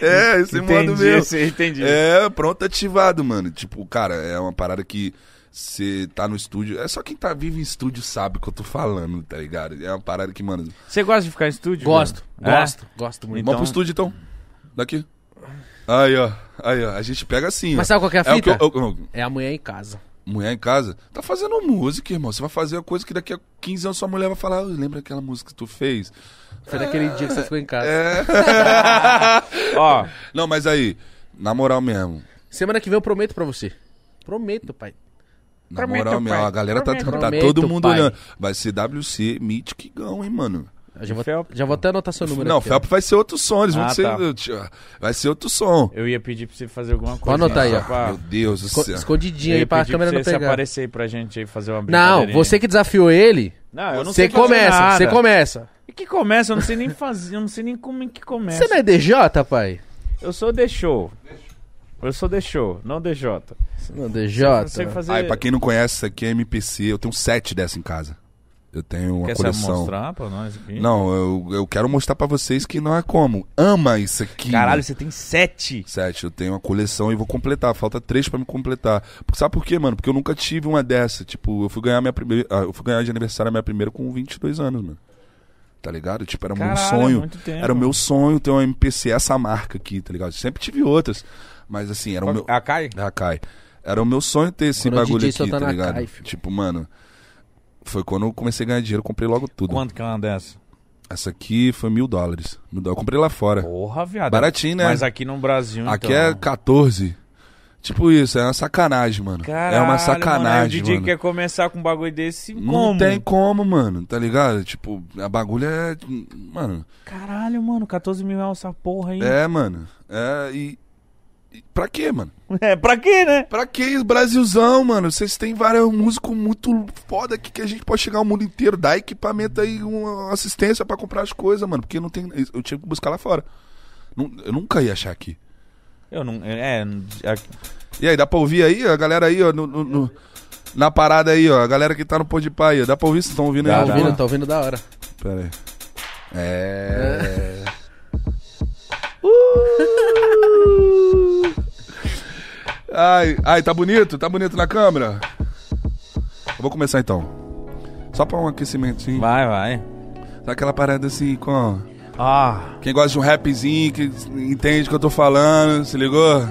[SPEAKER 3] é, esse modo
[SPEAKER 4] entendi,
[SPEAKER 3] mesmo.
[SPEAKER 4] esse- entendi.
[SPEAKER 3] É, pronto, ativado, mano. Tipo, cara, é uma parada que você tá no estúdio. É só quem tá vivo em estúdio sabe o que eu tô falando, tá ligado? É uma parada que, mano.
[SPEAKER 4] Você gosta de ficar em estúdio?
[SPEAKER 2] Gosto,
[SPEAKER 3] É?
[SPEAKER 4] mano?
[SPEAKER 2] gosto, gosto muito.
[SPEAKER 3] Vamos
[SPEAKER 4] Então-
[SPEAKER 3] pro estúdio então. Daqui. Aí, ó. Aí, ó. A gente pega assim,
[SPEAKER 2] Mas
[SPEAKER 3] ó.
[SPEAKER 2] sabe qual que é a
[SPEAKER 3] É o que
[SPEAKER 2] fita?
[SPEAKER 3] eu- eu- eu,
[SPEAKER 2] É a mulher em casa.
[SPEAKER 3] mulher em casa, tá fazendo música, irmão. Você vai fazer a coisa que daqui a 15 anos sua mulher vai falar, "Ah, lembra aquela música que tu fez?
[SPEAKER 2] Foi naquele dia que você ficou em casa.
[SPEAKER 4] É. Ó,
[SPEAKER 3] Não, mas aí, na moral mesmo.
[SPEAKER 2] Semana que vem eu prometo pra você. Prometo, pai.
[SPEAKER 3] Na
[SPEAKER 4] Prometo,
[SPEAKER 3] moral mesmo,
[SPEAKER 4] pai.
[SPEAKER 3] a galera tá,
[SPEAKER 2] Prometo.
[SPEAKER 3] tá
[SPEAKER 2] Prometo,
[SPEAKER 3] todo mundo
[SPEAKER 2] pai.
[SPEAKER 3] olhando. Vai ser WC, Mythic Gão, hein, mano.
[SPEAKER 2] Eu já, vou,
[SPEAKER 4] Felp.
[SPEAKER 2] já vou até anotar seu número
[SPEAKER 3] Não,
[SPEAKER 2] aqui, ó.
[SPEAKER 3] Felp vai ser outro som, eles vão
[SPEAKER 4] Ah,
[SPEAKER 3] ser. Vai ser outro som.
[SPEAKER 4] eu ia pedir pra você fazer alguma coisa.
[SPEAKER 2] Pode anotar aí,
[SPEAKER 4] só
[SPEAKER 2] ó.
[SPEAKER 4] pra-
[SPEAKER 3] Meu Deus do
[SPEAKER 2] Esco-
[SPEAKER 3] céu.
[SPEAKER 2] Escondidinho
[SPEAKER 4] eu
[SPEAKER 2] aí
[SPEAKER 4] ia
[SPEAKER 2] pra
[SPEAKER 4] pedir
[SPEAKER 2] câmera
[SPEAKER 4] pra
[SPEAKER 2] não
[SPEAKER 4] você se
[SPEAKER 2] pegar.
[SPEAKER 4] aparecer aí pra gente aí fazer uma
[SPEAKER 2] Não,
[SPEAKER 4] brincadeirinha.
[SPEAKER 2] você que desafiou ele,
[SPEAKER 4] Não, eu não
[SPEAKER 2] você
[SPEAKER 4] sei fazer
[SPEAKER 2] começa,
[SPEAKER 4] nada.
[SPEAKER 2] você começa.
[SPEAKER 4] E que começa? Eu não sei nem fazer, eu não sei nem como é que começa.
[SPEAKER 2] Você não é DJ, pai?
[SPEAKER 4] Eu sou deixou. Eu sou deixou, não DJ.
[SPEAKER 2] Não, é DJ.
[SPEAKER 4] Não sei fazer.
[SPEAKER 3] Aí, pra quem não conhece, isso aqui é MPC. Eu tenho sete dessa em casa. Eu tenho uma
[SPEAKER 4] Quer se
[SPEAKER 3] coleção.
[SPEAKER 4] mostrar pra nós aqui?
[SPEAKER 3] Não, eu, eu quero mostrar pra vocês que não é como. Ama isso aqui.
[SPEAKER 4] Caralho, você tem sete.
[SPEAKER 3] Sete, eu tenho uma coleção e vou completar. Falta três pra me completar. Porque- Sabe por quê, mano? Porque eu nunca tive uma dessa. Tipo, eu fui ganhar minha primeira. ah, Eu fui ganhar de aniversário a minha primeira com 22 anos, mano. Tá ligado? Tipo, era meu
[SPEAKER 4] Caralho, é
[SPEAKER 3] sonho.
[SPEAKER 4] muito tempo.
[SPEAKER 3] Era o meu sonho ter uma MPC, essa marca aqui, tá ligado? Sempre tive outras. Mas assim, era o meu.
[SPEAKER 4] A Kai?
[SPEAKER 3] Da Kai. Era o meu sonho ter esse
[SPEAKER 2] Quando o
[SPEAKER 3] bagulho
[SPEAKER 2] DJ
[SPEAKER 3] aqui,
[SPEAKER 2] solta
[SPEAKER 3] tá
[SPEAKER 2] na
[SPEAKER 3] ligado?
[SPEAKER 2] Kai, filho.
[SPEAKER 3] tipo, mano. Foi quando eu comecei a ganhar dinheiro, eu comprei logo tudo.
[SPEAKER 4] Quanto que é uma dessa?
[SPEAKER 3] Essa aqui foi mil dólares. Mil dólares. Eu comprei lá fora.
[SPEAKER 4] Porra, viado.
[SPEAKER 3] Baratinho, né?
[SPEAKER 4] Mas aqui no Brasil,
[SPEAKER 3] Aqui
[SPEAKER 4] então.
[SPEAKER 3] é 14. Tipo isso, é uma sacanagem, mano.
[SPEAKER 4] Caralho,
[SPEAKER 3] é uma
[SPEAKER 4] mano, aí o
[SPEAKER 3] sacanagem,
[SPEAKER 4] DJ
[SPEAKER 3] mano.
[SPEAKER 4] quer começar com um bagulho desse,
[SPEAKER 3] Não
[SPEAKER 4] como?
[SPEAKER 3] tem como, mano, tá ligado? Tipo, a bagulho é. Mano,
[SPEAKER 4] Caralho, mano, 14 mil reais essa porra aí.
[SPEAKER 3] é, mano. É, e. e Pra quê, mano?
[SPEAKER 4] É, pra quê, né?
[SPEAKER 3] Pra que Brasilzão, mano? Vocês têm vários músicos muito foda aqui que a gente pode chegar ao mundo inteiro, dar equipamento aí, uma assistência pra comprar as coisas, mano. Porque não tem. Eu tinha que buscar lá fora. Nu- Eu nunca ia achar aqui.
[SPEAKER 4] Eu não... É... é,
[SPEAKER 3] E aí, dá pra ouvir aí? A galera aí, ó, no. no- no- na parada aí, ó. A galera que tá no pôr de pai, ó. Dá pra ouvir se estão ouvindo
[SPEAKER 2] Tá
[SPEAKER 3] aí.
[SPEAKER 2] ouvindo, tá ouvindo da hora.
[SPEAKER 3] Pera aí. É. Uh! Ai, ai, tá bonito? Tá bonito na câmera? Eu vou começar então. Só pra um aquecimentinho.
[SPEAKER 1] Vai, vai.
[SPEAKER 3] Dá aquela parada assim com.
[SPEAKER 1] Ah,
[SPEAKER 3] Quem gosta de um rapzinho, que entende o que eu tô falando, se ligou?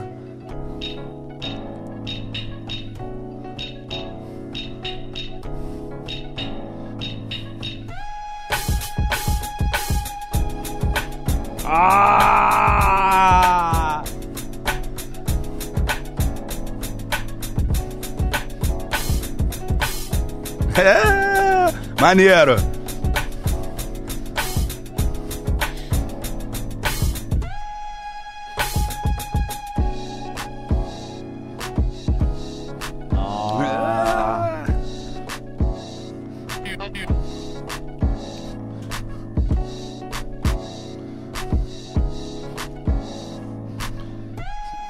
[SPEAKER 4] Ah!
[SPEAKER 3] É, maneiro.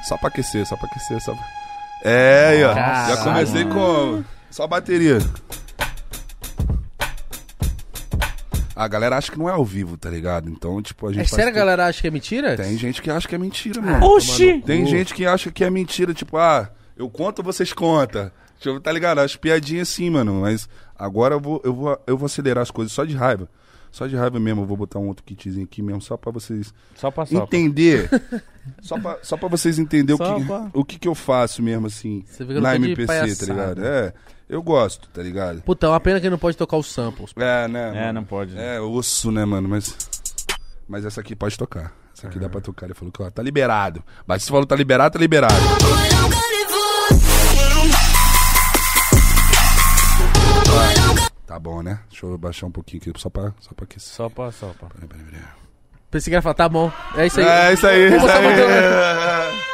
[SPEAKER 3] Só pra aquecer, só pra aquecer, só pra... É, aí, ó. Já comecei com... Só a bateria. A galera acha que não é ao vivo, tá ligado? Então, tipo, a gente
[SPEAKER 2] É
[SPEAKER 3] faz
[SPEAKER 2] sério, a
[SPEAKER 3] tudo.
[SPEAKER 2] galera Ah. acha que é mentira?
[SPEAKER 3] Tem gente que acha que é mentira, mano.
[SPEAKER 1] oxi!
[SPEAKER 3] Tem gente que acha que é mentira, tipo, ah, eu conto, vocês contam. Tipo, tá ligado? As piadinhas sim, mano. Mas agora eu vou, eu, vou, eu vou acelerar as coisas só de raiva. Só de raiva mesmo, eu vou botar um outro kitzinho aqui mesmo, só pra vocês
[SPEAKER 1] Só pra só.
[SPEAKER 3] entender. só, pra, só pra vocês entenderem
[SPEAKER 1] Só
[SPEAKER 3] o, que,
[SPEAKER 1] pra-
[SPEAKER 3] o que que eu faço mesmo, assim,
[SPEAKER 2] Você fica no
[SPEAKER 3] na
[SPEAKER 2] pé de
[SPEAKER 3] MPC, tá
[SPEAKER 2] palhaçada.
[SPEAKER 3] ligado? É, eu gosto, tá ligado?
[SPEAKER 2] Puta, é uma pena que não pode tocar os samples.
[SPEAKER 3] É, né?
[SPEAKER 1] É,
[SPEAKER 3] mano?
[SPEAKER 1] não pode.
[SPEAKER 3] É, osso, né, mano? Mas. Mas essa aqui pode tocar. Essa
[SPEAKER 1] É.
[SPEAKER 3] aqui dá pra tocar. Ele falou que, ó, tá liberado. Batista falou tá liberado, tá liberado. Tá bom, né? Deixa eu baixar um pouquinho aqui, só pra, só pra aquecer.
[SPEAKER 1] Só pra só. Pra.
[SPEAKER 3] Peraí, peraí, peraí.
[SPEAKER 2] Pensei que ia falar, tá bom. É isso aí.
[SPEAKER 3] É, isso aí, isso
[SPEAKER 2] botar mais
[SPEAKER 3] aí.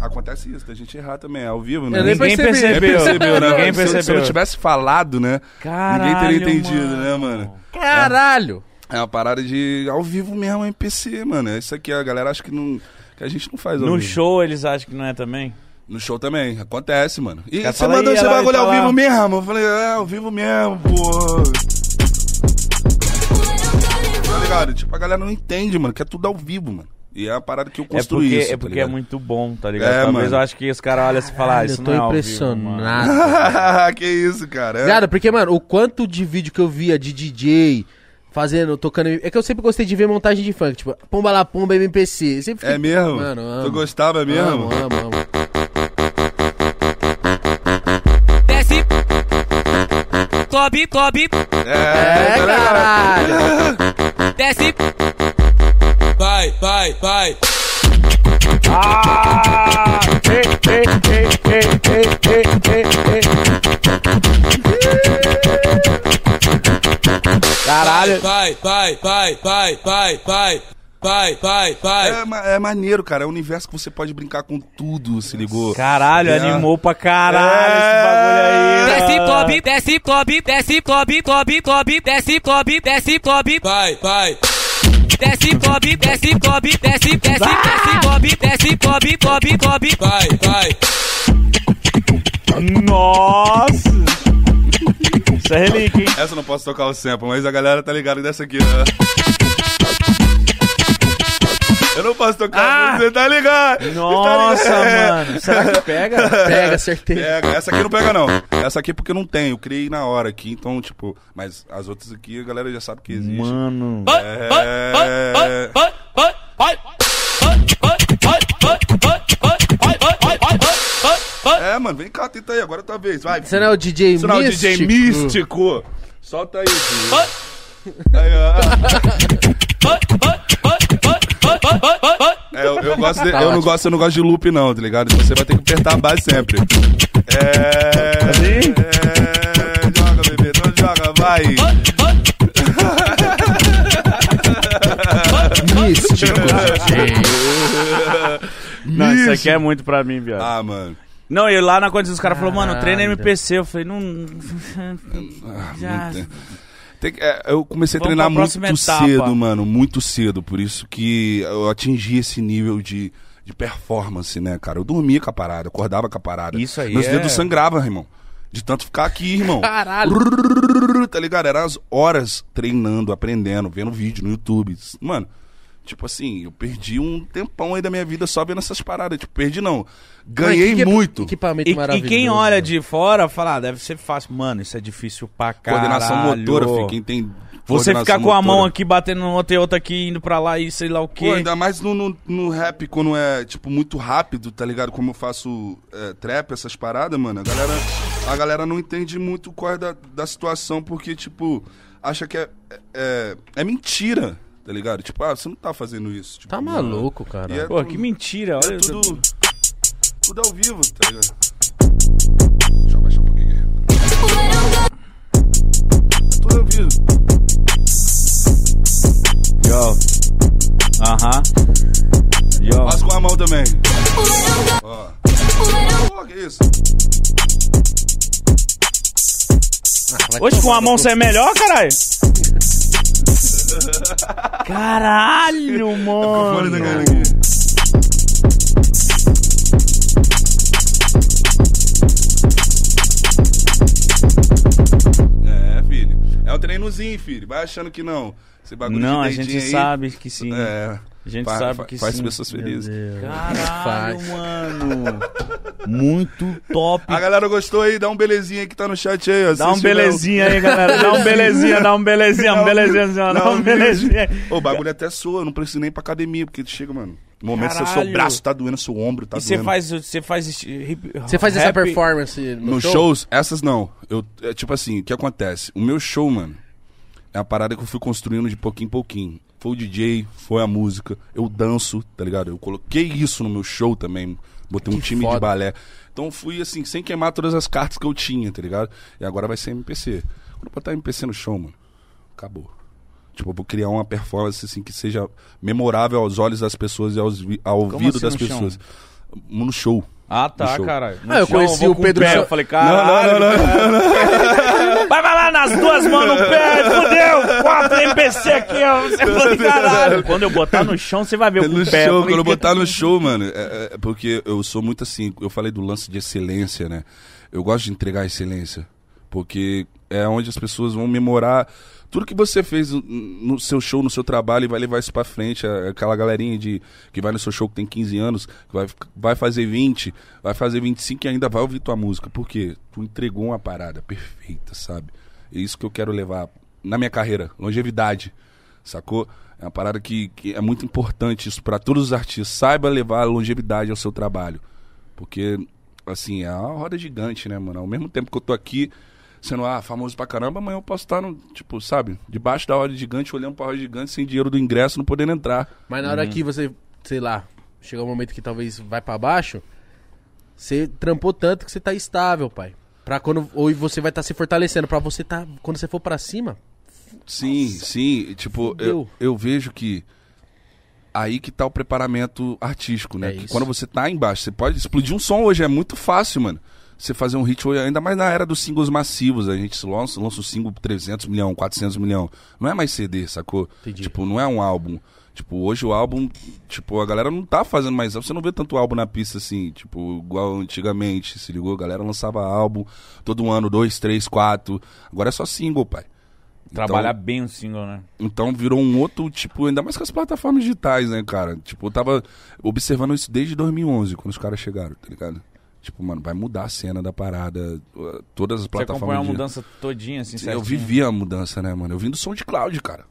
[SPEAKER 3] Acontece isso, da gente errar também, é ao vivo, né?
[SPEAKER 2] Eu nem
[SPEAKER 1] Ninguém
[SPEAKER 2] percebi.
[SPEAKER 1] percebeu.
[SPEAKER 3] percebeu, né?
[SPEAKER 1] Ninguém
[SPEAKER 3] Se eu- Se eu
[SPEAKER 1] percebeu.
[SPEAKER 3] não tivesse falado, né? ninguém
[SPEAKER 1] Caralho,
[SPEAKER 3] teria entendido,
[SPEAKER 1] mano.
[SPEAKER 3] né, mano?
[SPEAKER 2] Caralho!
[SPEAKER 3] É uma parada de ao vivo mesmo, MPC, mano. É isso aqui, a galera acha que não. Que a gente não faz ao
[SPEAKER 1] No
[SPEAKER 3] vivo.
[SPEAKER 1] show eles acham que não é também?
[SPEAKER 3] No show também, acontece, mano. E
[SPEAKER 1] Quer
[SPEAKER 3] você
[SPEAKER 1] falar
[SPEAKER 3] mandou
[SPEAKER 1] aí,
[SPEAKER 3] esse
[SPEAKER 1] ela
[SPEAKER 3] bagulho
[SPEAKER 1] vai
[SPEAKER 3] ao vivo
[SPEAKER 1] falar.
[SPEAKER 3] mesmo? Eu falei, é, ao vivo mesmo, pô. Tá ligado? Tipo, a galera não entende, mano, que é tudo ao vivo, mano. E é uma parada que eu construí
[SPEAKER 1] é porque,
[SPEAKER 3] isso,
[SPEAKER 1] é,
[SPEAKER 3] tá
[SPEAKER 1] porque é
[SPEAKER 3] ligado?
[SPEAKER 1] muito bom, tá ligado?
[SPEAKER 3] É,
[SPEAKER 1] Talvez
[SPEAKER 3] mano.
[SPEAKER 1] eu acho que os caras olham e falam, ah, isso não
[SPEAKER 2] eu tô
[SPEAKER 1] é ao vivo, mano.
[SPEAKER 2] impressionado.
[SPEAKER 3] que isso, cara. É.
[SPEAKER 2] Viado, porque, mano, o quanto de vídeo que eu via de DJ fazendo, tocando. É que eu sempre gostei de ver montagem de funk, tipo, pomba lá, pomba MPC. Eu sempre
[SPEAKER 3] É
[SPEAKER 2] fiquei-
[SPEAKER 3] mesmo?
[SPEAKER 2] Mano, amo.
[SPEAKER 3] tu gostava É mesmo?
[SPEAKER 2] Amo, amo, amo.
[SPEAKER 5] Desce. Sobe, sobe,
[SPEAKER 3] É, tá ligado?
[SPEAKER 5] desce. Vai, vai, vai.
[SPEAKER 3] É,
[SPEAKER 1] Caralho!
[SPEAKER 5] Vai, vai, vai, vai, vai, vai. Vai, vai, vai.
[SPEAKER 3] É, ma- é maneiro, cara. É um universo que você pode brincar com tudo, se ligou?
[SPEAKER 1] Caralho,
[SPEAKER 3] É.
[SPEAKER 1] animou pra caralho
[SPEAKER 3] É.
[SPEAKER 1] esse
[SPEAKER 5] Desce,
[SPEAKER 1] bagulho aí. mano.
[SPEAKER 5] sobe, desce, sobe, desce, sobe, sobe, sobe, desce, sobe, desce, sobe. Vai, vai. Desce, sobe, desce, sobe, desce, desce, desce, sobe, desce, sobe, sobe, sobe. Vai, vai.
[SPEAKER 1] Nossa! Isso é relíquia, hein?
[SPEAKER 3] Essa eu não posso tocar o sample, mas a galera tá ligada dessa aqui, né? Eu não posso tocar,
[SPEAKER 1] Ah!
[SPEAKER 3] você tá ligado?
[SPEAKER 1] Nossa,
[SPEAKER 3] Tá ligado? É.
[SPEAKER 1] mano. Será que pega?
[SPEAKER 2] Pega, certeza.
[SPEAKER 3] Pega. É, Essa aqui não pega, não. Essa aqui é porque não tem, eu criei na hora aqui, então, tipo, mas as outras aqui a galera já sabe que existe.
[SPEAKER 1] Mano.
[SPEAKER 3] É... é, mano, vem cá, tenta aí, agora é tua vez, vai.
[SPEAKER 2] Você não é o DJ
[SPEAKER 3] Você não é o
[SPEAKER 2] Místico?
[SPEAKER 3] DJ místico. Solta aí, filho. Aí, ó. É, eu, Eu, gosto de- eu, não gosto, eu não gosto de loop, não, tá ligado? Então você vai ter que apertar a base sempre. É. é joga, bebê, então joga, vai.
[SPEAKER 2] Místico.
[SPEAKER 1] Não, isso aqui é muito pra mim, viado.
[SPEAKER 3] Ah, mano.
[SPEAKER 1] Não, e lá na condição os caras falaram, mano, treina
[SPEAKER 2] Caralho.
[SPEAKER 1] MPC. Eu falei, não.
[SPEAKER 3] Ah,
[SPEAKER 1] Já.
[SPEAKER 3] não tem- tem que- é, eu comecei a
[SPEAKER 1] Vamos
[SPEAKER 3] treinar
[SPEAKER 1] pra
[SPEAKER 3] muito
[SPEAKER 1] próxima etapa.
[SPEAKER 3] cedo, mano, muito cedo. Por isso que eu atingi esse nível de, de performance, né, cara? Eu dormia com a parada, acordava com a parada.
[SPEAKER 1] Isso aí
[SPEAKER 3] Meus
[SPEAKER 1] é-
[SPEAKER 3] dedos sangravam, irmão. De tanto ficar aqui, irmão.
[SPEAKER 2] Caralho.
[SPEAKER 3] Tá ligado? Era as horas treinando, aprendendo, vendo vídeo no YouTube. Mano, tipo assim, eu perdi um tempão aí da minha vida só vendo essas paradas. Tipo, perdi não. Ganhei
[SPEAKER 2] Que equipa-
[SPEAKER 3] muito.
[SPEAKER 2] Equipamento
[SPEAKER 1] E, e
[SPEAKER 2] maravilhoso.
[SPEAKER 1] quem olha de fora fala, ah, deve ser fácil. Mano, isso é difícil pra caralho.
[SPEAKER 3] Coordenação motora, filho. Quem tem.
[SPEAKER 1] Você
[SPEAKER 3] coordenação
[SPEAKER 1] ficar com a mão
[SPEAKER 3] motora-
[SPEAKER 1] Um aqui batendo no outro e outra aqui, indo pra lá e sei lá o
[SPEAKER 3] Pô,
[SPEAKER 1] quê.
[SPEAKER 3] ainda mais no, no, no rap, quando é, tipo, muito rápido, tá ligado? Como eu faço é, trap, essas paradas, mano. A galera, a galera não entende muito qual é da, da situação, porque, tipo, acha que é, é, é mentira, tá ligado? Tipo, ah, você não tá fazendo isso. Tipo,
[SPEAKER 2] Tá
[SPEAKER 3] mano.
[SPEAKER 2] maluco,
[SPEAKER 3] E é
[SPEAKER 2] cara.
[SPEAKER 1] Pô,
[SPEAKER 3] tudo- é
[SPEAKER 1] que mentira. né? Olha,
[SPEAKER 3] Tudo, tudo ao vivo, tá ligado? Deixa eu abaixar um pouquinho aqui. É Tudo ao vivo.
[SPEAKER 1] Yo. Aham. Yo.
[SPEAKER 3] Faço com a mão também. Ó. Pô, que isso?
[SPEAKER 1] Hoje com a mão você é melhor, caralho? Caralho,
[SPEAKER 3] Olha da
[SPEAKER 1] mano.
[SPEAKER 3] galera aqui. É, filho. É o treinozinho, filho. Vai achando que não. Esse bagulho
[SPEAKER 1] Não,
[SPEAKER 3] de
[SPEAKER 1] a gente
[SPEAKER 3] dedinho aí,
[SPEAKER 1] sabe que sim.
[SPEAKER 3] É.
[SPEAKER 1] A gente
[SPEAKER 3] Fa-
[SPEAKER 1] sabe
[SPEAKER 3] fa-
[SPEAKER 1] que
[SPEAKER 3] Faz
[SPEAKER 1] sim.
[SPEAKER 3] pessoas felizes.
[SPEAKER 1] Caralho,
[SPEAKER 2] Faz.
[SPEAKER 1] mano. Muito top.
[SPEAKER 3] A galera gostou aí? Dá um belezinha aí que tá no chat aí. ó.
[SPEAKER 1] Dá um
[SPEAKER 3] Assiste mesmo.
[SPEAKER 1] belezinha aí, galera. Dá um belezinha, dá um belezinha, um belezinha, senhora. dá um belezinha.
[SPEAKER 3] Ô, O bagulho até soa, eu não preciso nem ir pra academia, porque tu chega, mano. No momento que seu
[SPEAKER 1] Caralho.
[SPEAKER 3] braço tá doendo, seu ombro tá
[SPEAKER 1] E você
[SPEAKER 3] doendo.
[SPEAKER 1] faz, você faz esse hip-
[SPEAKER 2] Você faz essa
[SPEAKER 1] rap-
[SPEAKER 2] performance no
[SPEAKER 3] Nos
[SPEAKER 2] show?
[SPEAKER 3] shows, essas não. Eu, é tipo assim, o que acontece? O meu show, mano, é a parada que eu fui construindo de pouquinho em pouquinho. Foi o DJ, foi a música, eu danço, tá ligado? Eu coloquei isso no meu show também. Botei um
[SPEAKER 2] Que
[SPEAKER 3] time
[SPEAKER 2] foda.
[SPEAKER 3] de balé. Então fui assim, sem queimar todas as cartas que eu tinha, tá ligado? E agora vai ser MPC. Quando eu botar MPC no show, mano, acabou. Tipo, eu vou criar uma performance assim que seja memorável aos olhos das pessoas e aos vi- ao ouvido
[SPEAKER 1] assim
[SPEAKER 3] das
[SPEAKER 1] no chão?
[SPEAKER 3] pessoas. No show.
[SPEAKER 1] Ah, tá,
[SPEAKER 3] No show.
[SPEAKER 1] caralho. No
[SPEAKER 2] Ah, eu
[SPEAKER 1] show,
[SPEAKER 2] conheci
[SPEAKER 1] vou
[SPEAKER 2] o
[SPEAKER 1] com
[SPEAKER 2] Pedro
[SPEAKER 1] pé.
[SPEAKER 2] Sa-
[SPEAKER 1] Eu falei, caralho. Vai, vai lá nas duas mãos no pé, fudeu! Quatro MPC aqui, ó. Você falou, caralho. Quando eu botar no chão, você vai ver o
[SPEAKER 3] Tá no
[SPEAKER 1] pé.
[SPEAKER 3] show,
[SPEAKER 1] falei,
[SPEAKER 3] quando eu botar no show, mano, é- é- é porque eu sou muito assim, eu falei do lance de excelência, né? Eu gosto de entregar a excelência, porque é onde as pessoas vão memorar tudo que você fez no- no seu show, no seu trabalho e vai levar isso pra frente, a- aquela galerinha de que vai no seu show que tem 15 anos, que vai, vai fazer 20, vai fazer 25 e ainda vai ouvir tua música, porque tu entregou uma parada perfeita, sabe? É isso que eu quero levar na minha carreira, longevidade. Sacou? É uma parada que, que é muito importante isso pra todos os artistas. Saiba levar a longevidade ao seu trabalho. Porque, assim, é uma roda gigante, né, mano? Ao mesmo tempo que eu tô aqui sendo ah, famoso pra caramba, amanhã eu posso estar, no, tipo, sabe? Debaixo da roda gigante, olhando pra roda gigante, sem dinheiro do ingresso, não podendo entrar.
[SPEAKER 2] Mas na hora que você, sei lá, chegar um momento que talvez vai pra baixo, você trampou tanto que você tá estável, pai. Pra quando ou você vai estar se fortalecendo, pra você tá quando você for pra cima.
[SPEAKER 3] Sim, sim. e, Tipo, eu,
[SPEAKER 2] fudeu.
[SPEAKER 3] eu vejo que aí que tá o preparamento artístico, né?
[SPEAKER 2] É
[SPEAKER 3] que
[SPEAKER 2] isso.
[SPEAKER 3] quando você tá embaixo, você pode explodir um som hoje, é muito fácil, mano. Você fazer um hit hoje, ainda mais na era dos singles massivos, a gente lança, lança um single 300 milhão, 400 milhão. Não é mais CD, sacou?
[SPEAKER 2] Entendi.
[SPEAKER 3] Tipo, não é um álbum. Tipo, hoje o álbum, tipo, a galera não tá fazendo mais álbum. Você não vê tanto álbum na pista assim, tipo, igual antigamente, se ligou? A galera lançava álbum todo ano, dois, três, quatro. Agora é só single, pai. Então-
[SPEAKER 1] Trabalhar bem o single, né?
[SPEAKER 3] então virou um outro tipo, ainda mais com as plataformas digitais, né, cara? Tipo, eu tava observando isso desde 2011, quando os caras chegaram, tá ligado? Tipo, mano, vai mudar a cena da parada, uh, todas
[SPEAKER 1] Você
[SPEAKER 3] as
[SPEAKER 1] acompanhou
[SPEAKER 3] plataformas
[SPEAKER 1] a
[SPEAKER 3] digi-
[SPEAKER 1] mudança todinha, assim,
[SPEAKER 3] Eu
[SPEAKER 1] certinho.
[SPEAKER 3] vivi a mudança, né, mano? Eu vim do SoundCloud, cara.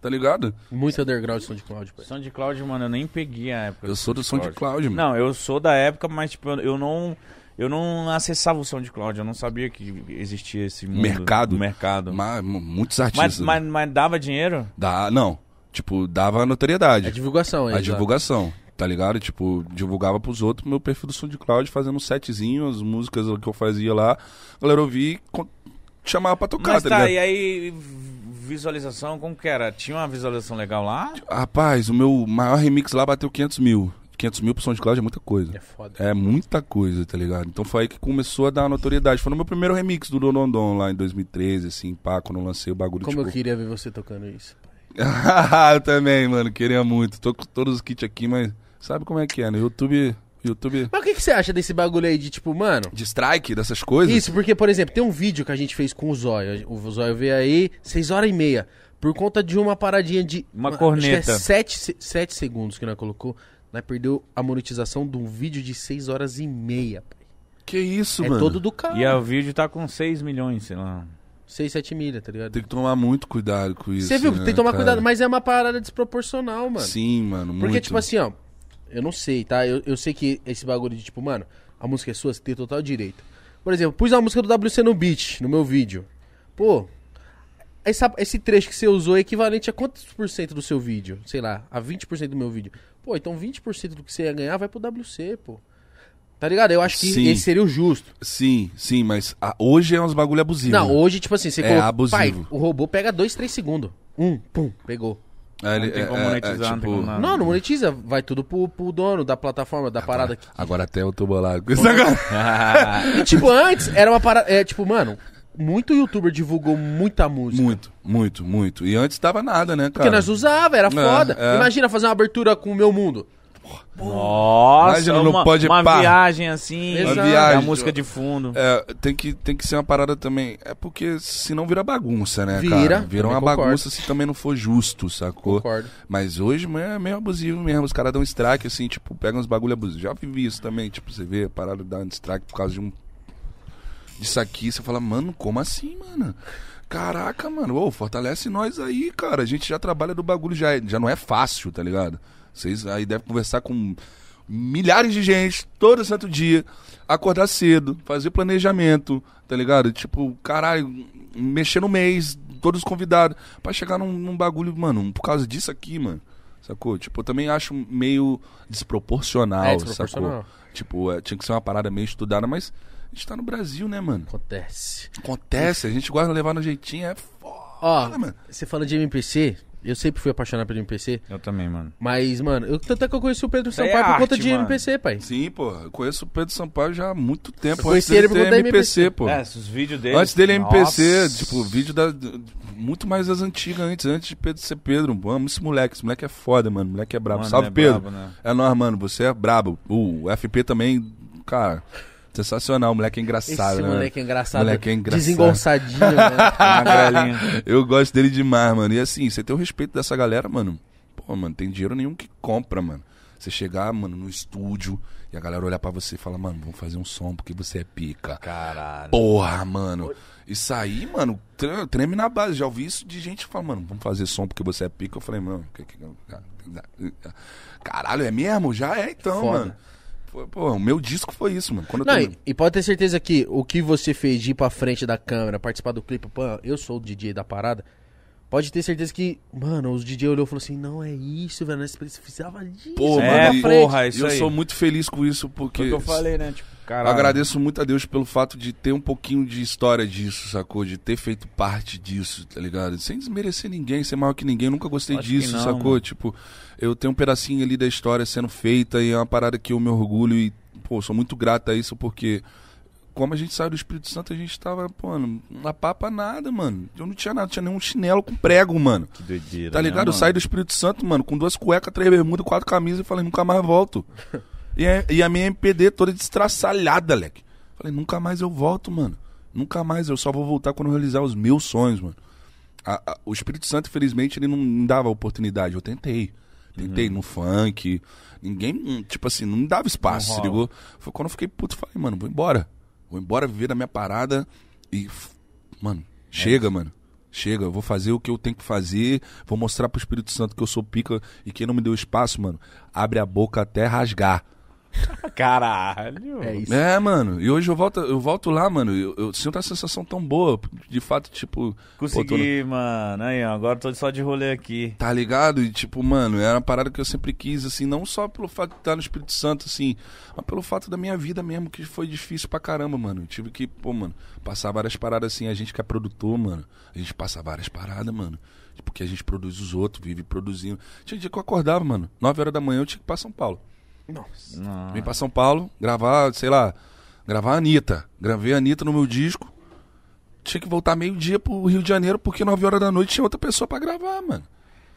[SPEAKER 3] Tá ligado?
[SPEAKER 2] Muito underground som de Cláudio, pai.
[SPEAKER 1] SoundCloud, mano, eu nem peguei a época.
[SPEAKER 3] Eu sou do SoundCloud, mano.
[SPEAKER 1] Não, eu sou da época, mas, tipo, eu- eu não... Eu não acessava o SoundCloud, eu não sabia que existia esse mundo.
[SPEAKER 3] Mercado.
[SPEAKER 1] Mercado. Mas,
[SPEAKER 3] Mas, m- muitos
[SPEAKER 1] mas,
[SPEAKER 3] artistas.
[SPEAKER 1] mas dava dinheiro?
[SPEAKER 3] Dá, não. Tipo, dava a
[SPEAKER 2] É
[SPEAKER 3] notoriedade.
[SPEAKER 2] divulgação, é.
[SPEAKER 3] a divulgação. Tá ligado? Tipo, divulgava pros outros meu perfil do SoundCloud, fazendo um setzinho, as músicas que eu fazia lá. A galera ouvia e con- chamava pra tocar,
[SPEAKER 1] Mas
[SPEAKER 3] tá,
[SPEAKER 1] tá,
[SPEAKER 3] ligado?
[SPEAKER 1] e aí visualização, como que era? Tinha uma visualização legal lá?
[SPEAKER 3] Rapaz, o meu maior remix lá bateu 500 mil. 500 mil pro SoundCloud é muita coisa.
[SPEAKER 2] É foda.
[SPEAKER 3] É muita coisa, tá ligado? Então foi aí que começou a dar notoriedade. Foi no meu primeiro remix do Donondon lá em 2013, assim, pá, quando eu lancei o bagulho
[SPEAKER 2] Como eu
[SPEAKER 3] tipo... Ah,
[SPEAKER 2] queria ver você tocando isso.
[SPEAKER 3] eu também, mano, queria muito. Tô com todos os kits aqui, mas sabe como é que é, né? YouTube. YouTube.
[SPEAKER 2] Mas o que, que você acha desse bagulho aí de tipo, mano?
[SPEAKER 3] De strike, dessas coisas?
[SPEAKER 2] Isso, porque, por exemplo, tem um vídeo que a gente fez com o Zóio. O Zóio veio aí, 6 horas e meia. Por conta de uma paradinha de.
[SPEAKER 1] Uma
[SPEAKER 2] acho
[SPEAKER 1] corneta.
[SPEAKER 2] que é 7, segundos que nós colocou. Nós perdeu a monetização de um vídeo de 6 horas e meia. pai.
[SPEAKER 3] Que isso,
[SPEAKER 2] é
[SPEAKER 3] mano?
[SPEAKER 2] todo do carro.
[SPEAKER 1] E o vídeo tá com 6 milhões, sei lá.
[SPEAKER 2] 6, 7 milha, tá ligado?
[SPEAKER 3] Tem que tomar muito cuidado com isso.
[SPEAKER 2] Você viu?
[SPEAKER 3] né,
[SPEAKER 2] tem que tomar
[SPEAKER 3] cara?
[SPEAKER 2] cuidado, mas é uma parada desproporcional, mano.
[SPEAKER 3] Sim, mano,
[SPEAKER 2] Porque,
[SPEAKER 3] muito.
[SPEAKER 2] tipo assim, ó, eu não sei, tá? Eu, eu sei que esse bagulho de, tipo, mano, a música é sua, você tem total direito. Por exemplo, pus a música do WC no beat, no meu vídeo. Pô, essa- esse trecho que você usou é equivalente a quantos por cento do seu vídeo? Sei lá, a 20% do meu vídeo. Pô, então 20% do que você ia ganhar vai pro WC, pô. Tá ligado? Eu acho que
[SPEAKER 3] Sim.
[SPEAKER 2] esse seria o justo.
[SPEAKER 3] Sim, sim, mas ah, hoje é uns bagulho abusivo.
[SPEAKER 2] Não, hoje, tipo assim, você
[SPEAKER 3] É abusivo.
[SPEAKER 2] Pai, o robô pega 2, 3 segundos. Um, pum, pegou.
[SPEAKER 3] Aí ele- é,
[SPEAKER 1] Não tem como monetizar, não tem
[SPEAKER 3] tipo,
[SPEAKER 1] como
[SPEAKER 3] Ah.
[SPEAKER 1] nada.
[SPEAKER 2] Não, não monetiza. Vai tudo pro, pro dono da plataforma, da parada que,
[SPEAKER 3] Agora até eu tô bolado com isso agora.
[SPEAKER 2] E, tipo, antes era uma parada. É, tipo, mano, muito youtuber divulgou muita música.
[SPEAKER 3] Muito, muito, muito. E antes tava nada, né,
[SPEAKER 2] Porque
[SPEAKER 3] cara?
[SPEAKER 2] nós usava, era foda.
[SPEAKER 3] é.
[SPEAKER 2] Imagina fazer uma abertura com o meu mundo.
[SPEAKER 1] Nossa,
[SPEAKER 3] Imagina, não
[SPEAKER 1] uma,
[SPEAKER 3] pode
[SPEAKER 1] uma
[SPEAKER 3] pá.
[SPEAKER 1] viagem assim,
[SPEAKER 2] Uma
[SPEAKER 1] da
[SPEAKER 3] viagem.
[SPEAKER 1] música de fundo.
[SPEAKER 3] É, tem que, tem que ser uma parada também. É porque senão vira bagunça, né,
[SPEAKER 2] Vira,
[SPEAKER 3] cara? Vira
[SPEAKER 2] também
[SPEAKER 3] uma
[SPEAKER 2] concordo.
[SPEAKER 3] bagunça se também não for justo, sacou?
[SPEAKER 2] Concordo.
[SPEAKER 3] Mas hoje mano, é meio abusivo mesmo. Os caras dão strike, assim, tipo, pegam uns bagulho abusivo. Já vivi isso também, tipo, você vê a parada dando strike por causa de um. Disso aqui, você fala, mano, como assim, mano? Caraca, mano, ô, fortalece nós aí, cara. A gente já trabalha do bagulho, já, é- já não é fácil, tá ligado? Vocês aí devem conversar com milhares de gente todo santo dia, acordar cedo, fazer planejamento, tá ligado? Tipo, caralho, mexer no mês, todos convidados, pra chegar num, num bagulho, mano, por causa disso aqui, mano. Sacou? Tipo, eu também acho meio desproporcional,
[SPEAKER 2] É, desproporcional.
[SPEAKER 3] sacou? Tipo, é, tinha que ser uma parada meio estudada, mas a gente tá no Brasil, né, mano?
[SPEAKER 2] Acontece.
[SPEAKER 3] Acontece, a gente gosta de levar no jeitinho, é foda,
[SPEAKER 2] Ó,
[SPEAKER 3] mano.
[SPEAKER 2] você fala de MPC. Eu sempre fui apaixonado pelo MPC.
[SPEAKER 1] Eu também, mano.
[SPEAKER 2] Mas, mano, eu, tanto é que eu conheci o Pedro
[SPEAKER 1] aí
[SPEAKER 2] Sampaio
[SPEAKER 1] é
[SPEAKER 2] por conta
[SPEAKER 1] arte,
[SPEAKER 2] de
[SPEAKER 1] mano.
[SPEAKER 2] MPC, pai.
[SPEAKER 3] Sim, pô, eu conheço o Pedro Sampaio já há muito tempo.
[SPEAKER 2] Conheci
[SPEAKER 3] Antes dele
[SPEAKER 2] ele por
[SPEAKER 3] ser
[SPEAKER 2] conta da
[SPEAKER 3] MPC,
[SPEAKER 2] MPC,
[SPEAKER 3] pô.
[SPEAKER 1] É, os vídeos dele.
[SPEAKER 3] Antes dele é MPC,
[SPEAKER 1] Nossa.
[SPEAKER 3] tipo, vídeo da. Muito mais das antigas antes, antes de Pedro ser Pedro. Eu Amo esse moleque, esse moleque é foda, mano. Moleque é brabo.
[SPEAKER 1] Mano,
[SPEAKER 3] Salve,
[SPEAKER 1] é
[SPEAKER 3] Pedro.
[SPEAKER 1] brabo, né?
[SPEAKER 3] É nóis, mano, você é brabo. O FP também, cara, sensacional. O moleque é
[SPEAKER 2] Esse
[SPEAKER 3] engraçado, né?
[SPEAKER 2] moleque é engraçado.
[SPEAKER 3] Moleque é engraçado.
[SPEAKER 2] Desengonçadinho,
[SPEAKER 1] É
[SPEAKER 2] né?
[SPEAKER 1] Magrelinho.
[SPEAKER 3] Eu gosto dele demais, mano. E assim, você tem o respeito dessa galera, mano. Pô, mano, tem dinheiro nenhum que compra, mano. Você chegar, mano, no estúdio e a galera olhar pra você e falar, mano, vamos fazer um som porque você é pica.
[SPEAKER 1] Caralho.
[SPEAKER 3] Porra, mano. Isso aí, mano, tre- treme na base. Já ouvi isso de gente que fala, mano, vamos fazer som porque você é pica. Eu falei, mano, que- que- caralho, é mesmo? Já é então,
[SPEAKER 2] Foda.
[SPEAKER 3] mano. Foi- Pô, o meu disco foi isso, mano. Quando eu
[SPEAKER 2] Não,
[SPEAKER 3] terminei-
[SPEAKER 2] e, e pode ter certeza que o que você fez de ir pra frente da câmera, participar do clipe, pô, eu sou o DJ da parada. Pode ter certeza que, mano, os DJ olhou e falou assim: não é isso, velho, nós precisava disso.
[SPEAKER 3] Pô,
[SPEAKER 1] É,
[SPEAKER 3] mano, e-
[SPEAKER 1] porra, isso
[SPEAKER 3] eu
[SPEAKER 1] aí.
[SPEAKER 3] sou muito feliz com isso porque
[SPEAKER 1] Foi o que eu falei, né? Tipo,
[SPEAKER 3] Eu
[SPEAKER 1] caralho.
[SPEAKER 3] Agradeço muito a Deus pelo fato de ter um pouquinho de história disso, sacou? De ter feito parte disso, tá ligado? Sem desmerecer ninguém, ser maior que ninguém, eu nunca gostei
[SPEAKER 1] Acho que
[SPEAKER 3] disso,
[SPEAKER 1] não, né?
[SPEAKER 3] sacou?
[SPEAKER 1] mano.
[SPEAKER 3] Tipo, eu tenho um pedacinho ali da história sendo feita e é uma parada que eu me orgulho e, pô, sou muito grato a isso porque como a gente saiu do Espírito Santo, a gente tava, pô, na papa nada, mano. Eu não tinha nada, tinha nenhum chinelo com prego, mano.
[SPEAKER 1] Que doideira.
[SPEAKER 3] Tá
[SPEAKER 1] né,
[SPEAKER 3] ligado? Eu
[SPEAKER 1] mano?
[SPEAKER 3] saí do Espírito Santo, mano, com duas cuecas, três bermudas, quatro camisas e falei, nunca mais volto. E a, e a minha MPD toda destraçalhada, leque. Falei, nunca mais eu volto, mano. Nunca mais, eu só vou voltar quando eu realizar os meus sonhos, mano. A- a- o Espírito Santo, infelizmente, ele não dava oportunidade. Eu tentei. Tentei no funk. Ninguém, hum, tipo assim, não me dava espaço, se ligou? Foi quando eu fiquei puto, falei, mano, vou embora. Vou embora viver da minha parada e. f- Mano, chega, mano. Chega, eu vou fazer o que eu tenho que fazer, vou mostrar pro Espírito Santo que eu sou pica e quem não me deu espaço, mano, abre a boca até rasgar.
[SPEAKER 4] Caralho.
[SPEAKER 2] É isso.
[SPEAKER 3] É, mano. E hoje eu volto, eu volto lá, mano. Eu, eu sinto a sensação tão boa. De fato, tipo. pô, tô no-
[SPEAKER 4] Consegui, mano. Aí, ó, agora tô só de rolê aqui.
[SPEAKER 3] Tá ligado? E, tipo, mano, era uma parada que eu sempre quis, assim, não só pelo fato de estar no Espírito Santo, assim, mas pelo fato da minha vida mesmo, que foi difícil pra caramba, mano. Eu tive que, pô, mano, passar várias paradas assim. A gente que é produtor, mano, a gente passa várias paradas, mano. Porque a gente produz os outros, vive produzindo. Tinha dia que eu acordava, mano, 9 horas da manhã eu tinha que ir pra São Paulo.
[SPEAKER 4] Não.
[SPEAKER 3] Vim pra São Paulo, gravar, sei lá, gravar a Anitta. Gravei a Anitta no meu disco. Tinha que voltar meio-dia pro Rio de Janeiro, porque 9 horas da noite tinha outra pessoa pra gravar, mano.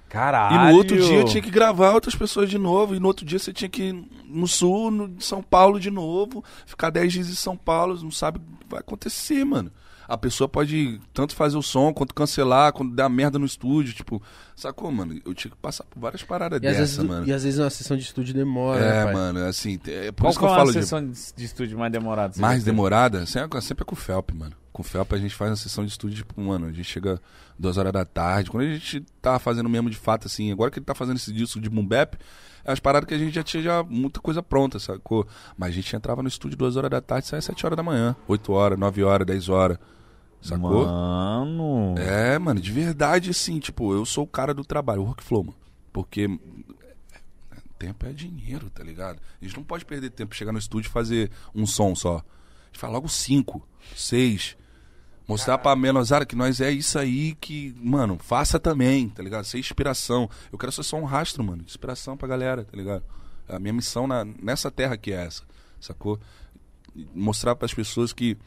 [SPEAKER 3] E
[SPEAKER 4] Caralho.
[SPEAKER 3] no outro dia eu tinha que gravar outras pessoas de novo. E no outro dia você tinha que ir no sul, no São Paulo de novo. Ficar 10 dias em São Paulo, não sabe o que vai acontecer, mano. A pessoa pode tanto fazer o som, quanto cancelar, quanto dar merda no estúdio. Tipo, sacou, mano? Eu tinha que passar por várias paradas
[SPEAKER 2] E às,
[SPEAKER 3] dessa,
[SPEAKER 2] vezes,
[SPEAKER 3] mano.
[SPEAKER 2] e às vezes uma sessão de estúdio demora, né,
[SPEAKER 3] É,
[SPEAKER 2] pai?
[SPEAKER 3] mano, assim, é por
[SPEAKER 4] Qual
[SPEAKER 3] isso que eu
[SPEAKER 4] foi a
[SPEAKER 3] falo de
[SPEAKER 4] sessão de, de estúdio mais demorada?
[SPEAKER 3] mais demorada, sempre, sempre é com o Felp, mano. Com o Felp a gente faz uma sessão de estúdio, tipo, mano, a gente chega duas horas da tarde. Quando a gente tá fazendo mesmo de fato, assim, agora que ele tá fazendo esse disco de boom bap, é as paradas que a gente já tinha já muita coisa pronta, sacou? Mas a gente entrava no estúdio duas horas da tarde, saia sete horas da manhã, oito horas, nove horas, dez horas, sacou?
[SPEAKER 4] Mano.
[SPEAKER 3] É, mano, de verdade, assim, tipo, eu sou o cara do trabalho, o workflow, mano. Porque tempo é dinheiro, tá ligado? A gente não pode perder tempo, chegar no estúdio e fazer um som só. A gente faz logo cinco, seis. Mostrar pra menosara que nós é isso aí que, mano, faça também, tá ligado? Ser inspiração. Eu quero ser só um rastro, mano. de Inspiração pra galera, tá ligado? A minha missão na- nessa terra que é essa, sacou? Mostrar pras pessoas que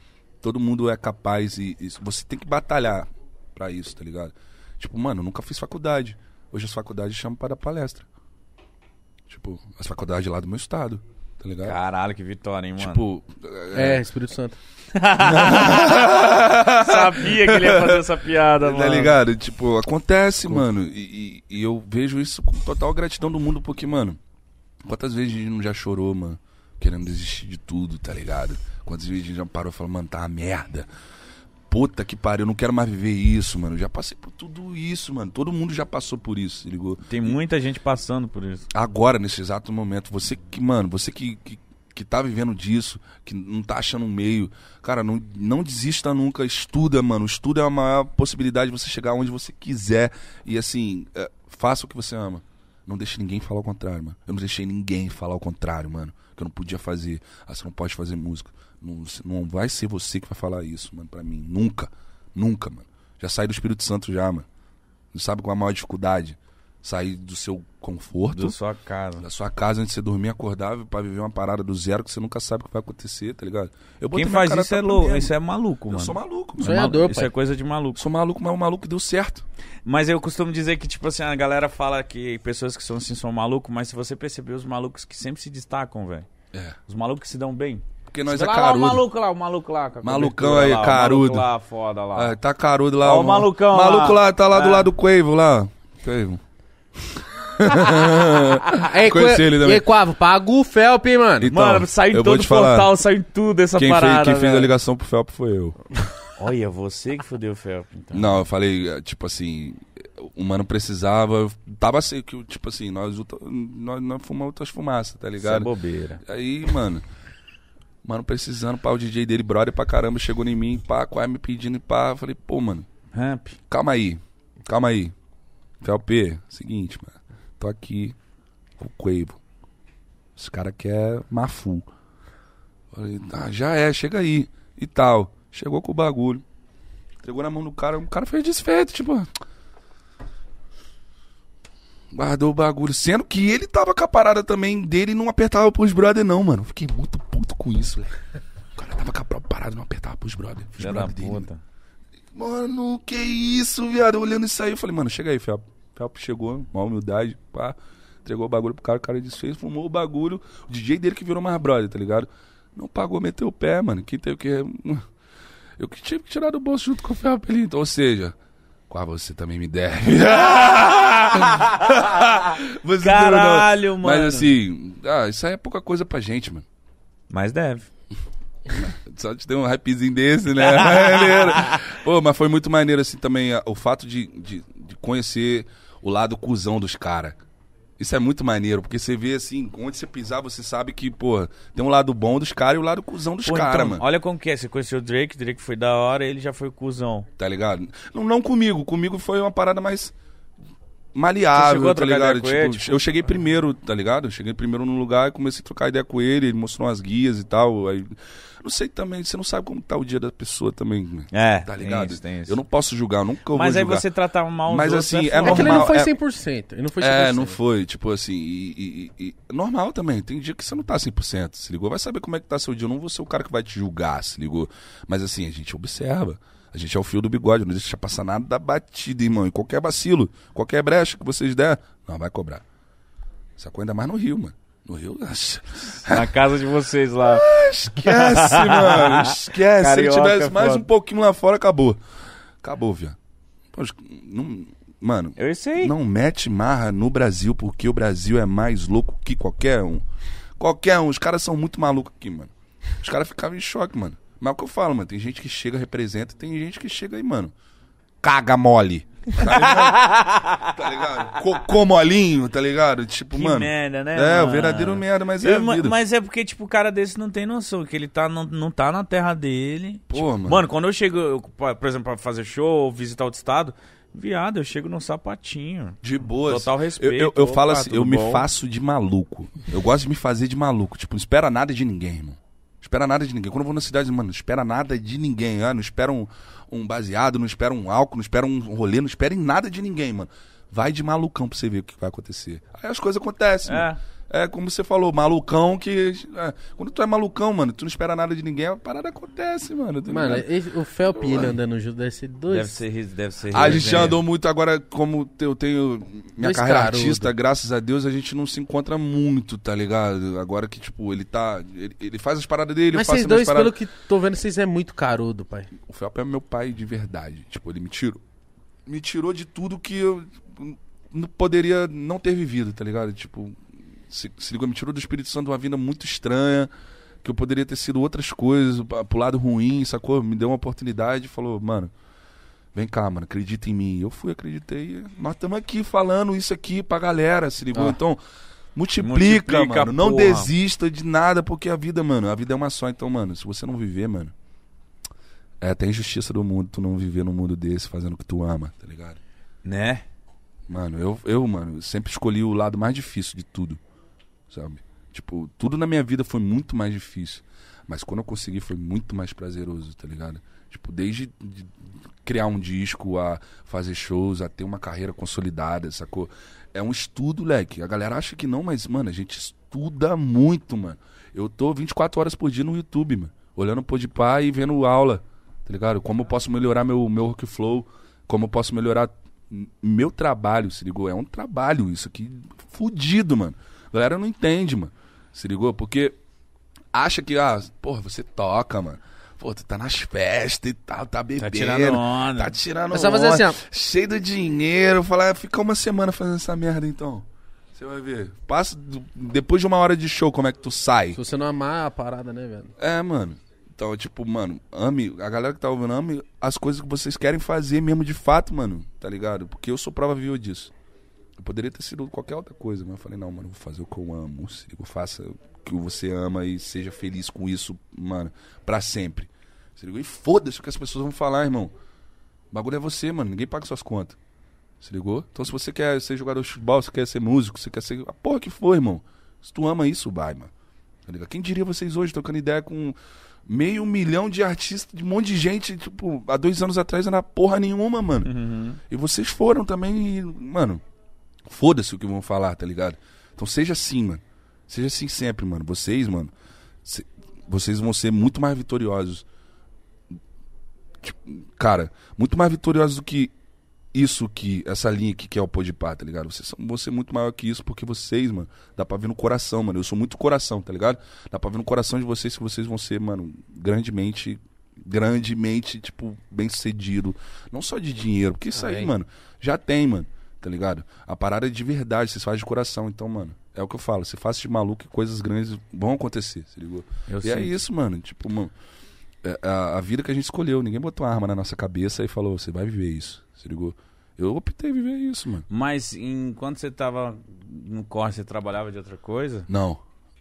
[SPEAKER 3] todo mundo é capaz e, e você tem que batalhar pra isso, tá ligado? Tipo, mano, eu nunca fiz faculdade. Hoje as faculdades chamam para dar palestra. Tipo, as faculdades lá do meu estado, tá ligado?
[SPEAKER 4] Caralho, que vitória, hein, mano.
[SPEAKER 3] tipo,
[SPEAKER 2] É, Espírito Santo.
[SPEAKER 4] sabia que ele ia fazer essa piada, mano.
[SPEAKER 3] Tá ligado? Tipo, acontece, mano. E, e- e eu vejo isso com total gratidão do mundo, porque, mano, quantas vezes a gente não já chorou, mano, querendo desistir de tudo, tá ligado? Quantas vezes a gente já parou e falou, mano, tá uma merda. Puta que pariu, eu não quero mais viver isso, mano. Eu já passei por tudo isso, mano. Todo mundo já passou por isso, se ligou?
[SPEAKER 4] Tem muita gente passando por isso.
[SPEAKER 3] agora, nesse exato momento, você que, mano, você que, que, que tá vivendo disso, que não tá achando um meio, cara, não, não desista nunca, estuda, mano. Estuda é a maior possibilidade de você chegar onde você quiser. E assim, é, faça o que você ama. Não deixe ninguém falar o contrário, mano. Eu não deixei ninguém falar o contrário, mano. Que eu não podia fazer. Ah, você não pode fazer música. Não, você- não vai ser você que vai falar isso, mano, pra mim. Nunca. Nunca, mano. Já saí do Espírito Santo já, mano. Não sabe qual é a maior dificuldade? Sair do seu conforto.
[SPEAKER 4] Da sua casa.
[SPEAKER 3] Da sua casa onde você dormia, acordava pra viver uma parada do zero que você nunca sabe o que vai acontecer, tá ligado? Eu botei
[SPEAKER 4] Quem
[SPEAKER 3] minha
[SPEAKER 4] faz
[SPEAKER 3] cara
[SPEAKER 4] isso é
[SPEAKER 3] tapa
[SPEAKER 4] louco,
[SPEAKER 3] mesmo.
[SPEAKER 4] isso é maluco,
[SPEAKER 3] Eu
[SPEAKER 4] mano.
[SPEAKER 3] sou maluco, mano.
[SPEAKER 2] Sou Sonhador,
[SPEAKER 4] Isso
[SPEAKER 2] pai.
[SPEAKER 4] é coisa de maluco.
[SPEAKER 3] Sou maluco, mas o maluco deu certo.
[SPEAKER 4] Mas eu costumo dizer que, tipo assim, a galera fala que pessoas que são assim são malucos, mas se você perceber os malucos que sempre se destacam, velho.
[SPEAKER 3] É.
[SPEAKER 4] Os malucos que se dão bem.
[SPEAKER 3] Porque nós
[SPEAKER 4] Você
[SPEAKER 3] é
[SPEAKER 4] vê lá, lá, o
[SPEAKER 3] carudo.
[SPEAKER 4] maluco lá, o maluco lá. com a
[SPEAKER 3] Malucão
[SPEAKER 4] cobertura
[SPEAKER 3] aí,
[SPEAKER 4] lá, o
[SPEAKER 3] carudo.
[SPEAKER 4] Maluco lá, foda lá.
[SPEAKER 3] É, tá carudo lá.
[SPEAKER 4] Ó, o
[SPEAKER 3] ó.
[SPEAKER 4] malucão
[SPEAKER 3] Maluco
[SPEAKER 4] lá.
[SPEAKER 3] lá, tá lá do
[SPEAKER 4] É.
[SPEAKER 3] lado do Quavo lá. Quavo.
[SPEAKER 2] Ah, é,
[SPEAKER 3] Conheci
[SPEAKER 2] Qua-
[SPEAKER 3] ele também.
[SPEAKER 2] E aí, Quavo, paga o Felp, hein, mano. É
[SPEAKER 3] Então,
[SPEAKER 4] Mano, saiu em
[SPEAKER 3] eu vou
[SPEAKER 4] todo
[SPEAKER 3] te falar.
[SPEAKER 4] portal, saiu em tudo essa
[SPEAKER 3] Quem, fez,
[SPEAKER 4] parada.
[SPEAKER 3] quem fez a
[SPEAKER 4] velho.
[SPEAKER 3] ligação pro Felp foi eu.
[SPEAKER 4] Olha, é você que fudeu o Felp, então.
[SPEAKER 3] Não, eu falei, eh, tipo assim, o mano precisava. eu Tava assim, que, eu, tipo assim, nós, outra- nós, nós fumamos outras fumaças, tá
[SPEAKER 4] Isso é
[SPEAKER 3] ligado?
[SPEAKER 4] bobeira.
[SPEAKER 3] Aí, mano. Mano, precisando, pá, o DJ dele, brother pra caramba, chegou em mim, pá, quase me pedindo, pá. eu Falei, pô, mano,
[SPEAKER 4] Ramp.
[SPEAKER 3] calma aí, calma aí. Felp, seguinte, mano, tô aqui com o Quavo. Os cara quer Mafu. Falei, ah, já é, chega aí. E tal. Chegou com o bagulho. Entregou na mão do cara, o cara fez desfeito, tipo. ah. Guardou o bagulho. Sendo que ele tava com a parada também dele e não apertava pros brother, não, mano. Fiquei muito puto com isso, velho. O cara tava com a própria parada e não apertava pros brother. Os
[SPEAKER 4] Filha da
[SPEAKER 3] brother dele,
[SPEAKER 4] puta.
[SPEAKER 3] Mano, que isso, viado. Olhando isso aí, eu falei, mano, chega aí, Felp. Felp chegou, uma humildade, pá. Entregou o bagulho pro cara, o cara desfez, fumou o bagulho. O DJ dele que virou mais brother, tá ligado? Não pagou, meteu o pé, mano. Quem teve que. Eu que tive que tirar do bolso junto com o Felp ali. Então, ou seja, qual você também me deve. Você
[SPEAKER 4] Caralho,
[SPEAKER 3] entendeu, não?
[SPEAKER 4] mano.
[SPEAKER 3] Mas assim, ah, isso aí é pouca coisa pra gente, mano.
[SPEAKER 4] Mas deve.
[SPEAKER 3] Só te deu um hypezinho desse, né? maneiro. Pô, mas foi muito maneiro, assim, também, a- o fato de, de, de conhecer o lado cuzão dos caras. Isso é muito maneiro, porque você vê assim, onde você pisar, você sabe que, porra, tem um lado bom dos caras e o lado cuzão dos
[SPEAKER 4] Pô,
[SPEAKER 3] caras,
[SPEAKER 4] então,
[SPEAKER 3] mano.
[SPEAKER 4] Olha como que é. Você conheceu o Drake, o Drake foi da hora, ele já foi cuzão.
[SPEAKER 3] Tá ligado? Não, não comigo, comigo foi uma parada mais maleável,
[SPEAKER 4] Você chegou a
[SPEAKER 3] tá
[SPEAKER 4] trocar
[SPEAKER 3] ligado?
[SPEAKER 4] ideia com ele,
[SPEAKER 3] Tipo,
[SPEAKER 4] tipo?
[SPEAKER 3] eu cheguei primeiro, tá ligado? Eu cheguei primeiro num lugar e comecei a trocar ideia com ele, ele mostrou umas guias e tal. Aí, não sei também, você não sabe como tá o dia da pessoa também, né?
[SPEAKER 4] É,
[SPEAKER 3] tá ligado?
[SPEAKER 4] Tem isso, tem isso.
[SPEAKER 3] Eu não posso julgar, eu nunca vou
[SPEAKER 4] Mas aí
[SPEAKER 3] julgar.
[SPEAKER 4] Tá você tratar mal os
[SPEAKER 3] Mas
[SPEAKER 4] outros
[SPEAKER 3] assim,
[SPEAKER 4] foda.
[SPEAKER 3] é
[SPEAKER 2] É que ele não
[SPEAKER 3] normal,
[SPEAKER 2] foi
[SPEAKER 3] é-
[SPEAKER 2] 100%. Ele não foi 100%.
[SPEAKER 3] É, não foi, tipo assim, e, e- e- e- normal também, tem dia que você não tá 100%, se ligou? Vai saber como é que tá seu dia, eu não vou ser o cara que vai te julgar, se ligou? Mas assim, a gente observa, a gente é o fio do bigode, não deixa passar nada da batida, irmão, e qualquer vacilo, qualquer brecha que vocês der, não, vai cobrar. Essa coisa ainda mais no Rio, mano. No Rio, acho-
[SPEAKER 4] Na casa de vocês lá.
[SPEAKER 3] esquece, mano, esquece, se
[SPEAKER 4] Carioca, é
[SPEAKER 3] eu tivesse mais
[SPEAKER 4] foda.
[SPEAKER 3] um pouquinho lá fora, acabou. Acabou, viado. Pô, não- Mano,
[SPEAKER 4] Eu sei.
[SPEAKER 3] não mete marra no Brasil, porque o Brasil é mais louco que qualquer um. Qualquer um. Os caras são muito malucos aqui, mano. Os caras ficavam em choque, mano. Mas é o que eu falo, mano. Tem gente que chega, representa, e tem gente que chega aí, mano. Caga mole. Tá ligado? tá ligado? Cocô molinho, tá ligado? Tipo,
[SPEAKER 4] Que
[SPEAKER 3] mano.
[SPEAKER 4] merda, né,
[SPEAKER 3] É, o
[SPEAKER 4] mano?
[SPEAKER 3] verdadeiro merda, mas é
[SPEAKER 4] Eu-
[SPEAKER 3] a
[SPEAKER 4] ma-
[SPEAKER 3] vida.
[SPEAKER 4] mas é porque, tipo, o cara desse não tem noção, que ele tá, não, não tá na terra dele.
[SPEAKER 3] Pô,
[SPEAKER 4] Tipo,
[SPEAKER 3] mano.
[SPEAKER 4] Mano, quando eu chego, eu, pa- por exemplo, pra fazer show ou visitar outro estado, viado, eu chego num sapatinho.
[SPEAKER 3] De boa.
[SPEAKER 4] Total
[SPEAKER 3] assim.
[SPEAKER 4] respeito.
[SPEAKER 3] Eu, eu, eu
[SPEAKER 4] Opa,
[SPEAKER 3] falo assim,
[SPEAKER 4] tudo
[SPEAKER 3] eu me
[SPEAKER 4] bom?
[SPEAKER 3] faço de maluco. Eu gosto de me fazer de maluco. Tipo, não espera nada de ninguém, irmão. Espera nada de ninguém. Quando eu vou na cidade, mano, não espera nada de ninguém. Ah, não espera um, um baseado, não espera um álcool, não espera um rolê, não espera em nada de ninguém, mano. Vai de malucão pra você ver o que vai acontecer. Aí as coisas acontecem,
[SPEAKER 4] É.
[SPEAKER 3] mano. É como você falou, malucão que. é, quando tu é malucão, mano, tu não espera nada de ninguém, a parada acontece, mano. tá
[SPEAKER 2] Mano,
[SPEAKER 3] ligado?
[SPEAKER 2] esse- o Felp e ele andando junto deve ser dois.
[SPEAKER 4] Deve ser, ris- deve ser né?
[SPEAKER 3] A gente
[SPEAKER 4] resenha.
[SPEAKER 3] andou muito agora, como eu tenho
[SPEAKER 2] é.
[SPEAKER 3] minha
[SPEAKER 2] Dois
[SPEAKER 3] carreira
[SPEAKER 2] carudo.
[SPEAKER 3] artista, graças a Deus a gente não se encontra muito, tá ligado? Agora que, tipo, ele tá. Ele, ele faz as paradas dele,
[SPEAKER 2] Mas
[SPEAKER 3] eu faço
[SPEAKER 2] vocês
[SPEAKER 3] as minhas
[SPEAKER 2] dois,
[SPEAKER 3] paradas.
[SPEAKER 2] pelo que tô vendo, vocês é muito carudo, pai.
[SPEAKER 3] O Felp é meu pai de verdade. Tipo, ele me tirou. Me tirou de tudo que eu não poderia não ter vivido, tá ligado? Tipo, se, se ligou, me tirou do Espírito Santo de uma vida muito estranha, que eu poderia ter sido outras coisas, pa- pro lado ruim, sacou? Me deu uma oportunidade e falou, mano, vem cá, mano, acredita em mim. Eu fui, acreditei. Nós estamos aqui falando isso aqui pra galera, se ligou?
[SPEAKER 2] Ah.
[SPEAKER 3] Então, multiplica,
[SPEAKER 4] Multiplica,
[SPEAKER 3] mano. Não
[SPEAKER 4] porra.
[SPEAKER 3] desista de nada, porque a vida, mano, a vida é uma só. Então, mano, se você não viver, mano, é até injustiça do mundo tu não viver num mundo desse fazendo o que tu ama, tá ligado?
[SPEAKER 4] Né?
[SPEAKER 3] Mano, eu, eu mano, sempre escolhi o lado mais difícil de tudo, sabe? Tipo, tudo na minha vida foi muito mais difícil. Mas quando eu consegui foi muito mais prazeroso, tá ligado? Tipo, desde de criar um disco, a fazer shows, a ter uma carreira consolidada, sacou? É um estudo, leque. A galera acha que não, mas, mano, a gente estuda muito, mano. Eu tô 24 horas por dia no YouTube, mano. Olhando o Pá e vendo aula, tá ligado? Como eu posso melhorar meu, meu workflow, como eu posso melhorar m- meu trabalho, se ligou? É um trabalho isso aqui, fudido, mano. A galera não entende, mano. Se ligou? Porque acha que, ah, porra, você toca, mano. Pô, tu tá nas festas e tal, tá bebendo.
[SPEAKER 4] tirando onda.
[SPEAKER 3] Tá tirando
[SPEAKER 2] É só fazer
[SPEAKER 3] onda,
[SPEAKER 2] assim, ó.
[SPEAKER 3] Cheio do dinheiro. Falar, fica uma semana fazendo essa merda, então. Você vai ver. Passa, do- depois de uma hora de show, como é que tu sai?
[SPEAKER 2] Se você não amar a parada, né, velho?
[SPEAKER 3] É, mano. Então, tipo, mano, ame, a galera que tá ouvindo, ame as coisas que vocês querem fazer mesmo de fato, mano, tá ligado? Porque eu sou prova viva disso. Eu poderia ter sido qualquer outra coisa, mas eu falei, não, mano, eu vou fazer o que eu amo, se liga, faça o que você ama e seja feliz com isso, mano, pra sempre. Se ligou? E foda-se o que as pessoas vão falar, irmão. O bagulho é você, mano, ninguém paga suas contas. Se ligou? Então, se você quer ser jogador de futebol, se quer ser músico, se quer ser. A porra que for, irmão. Se tu ama isso, vai, mano. Tá ligado? Quem diria vocês hoje trocando ideia com meio milhão de artistas, de um monte de gente, tipo, há dois anos atrás não era porra nenhuma, mano. E vocês foram também e, mano, foda-se o que vão falar, tá ligado? Então seja assim, mano. Seja assim sempre, mano. Vocês, mano, se- vocês vão ser muito mais vitoriosos. Tipo, cara, muito mais vitoriosos do que isso que, essa linha aqui que é o Podpah, tá ligado? Vocês são, vão ser muito maior que isso, porque vocês, mano, dá pra ver no coração, mano. Eu sou muito coração, tá ligado? Dá pra ver no coração de vocês que vocês vão ser, mano, grandemente, grandemente, tipo, bem sucedido. Não só de dinheiro, porque isso aí,
[SPEAKER 2] Amém.
[SPEAKER 3] mano, já tem, mano, tá ligado? A parada é de verdade, vocês fazem de coração, então, mano. É o que eu falo, se faz de maluco e coisas grandes vão acontecer, se ligou?
[SPEAKER 4] Eu
[SPEAKER 3] e
[SPEAKER 4] sei.
[SPEAKER 3] é isso, mano. Tipo, mano, é a, a vida que a gente escolheu. Ninguém botou uma arma na nossa cabeça e falou, você vai viver isso. Se ligou? Eu optei viver isso, mano.
[SPEAKER 4] Mas enquanto você tava no corre, você trabalhava de outra coisa?
[SPEAKER 3] Não,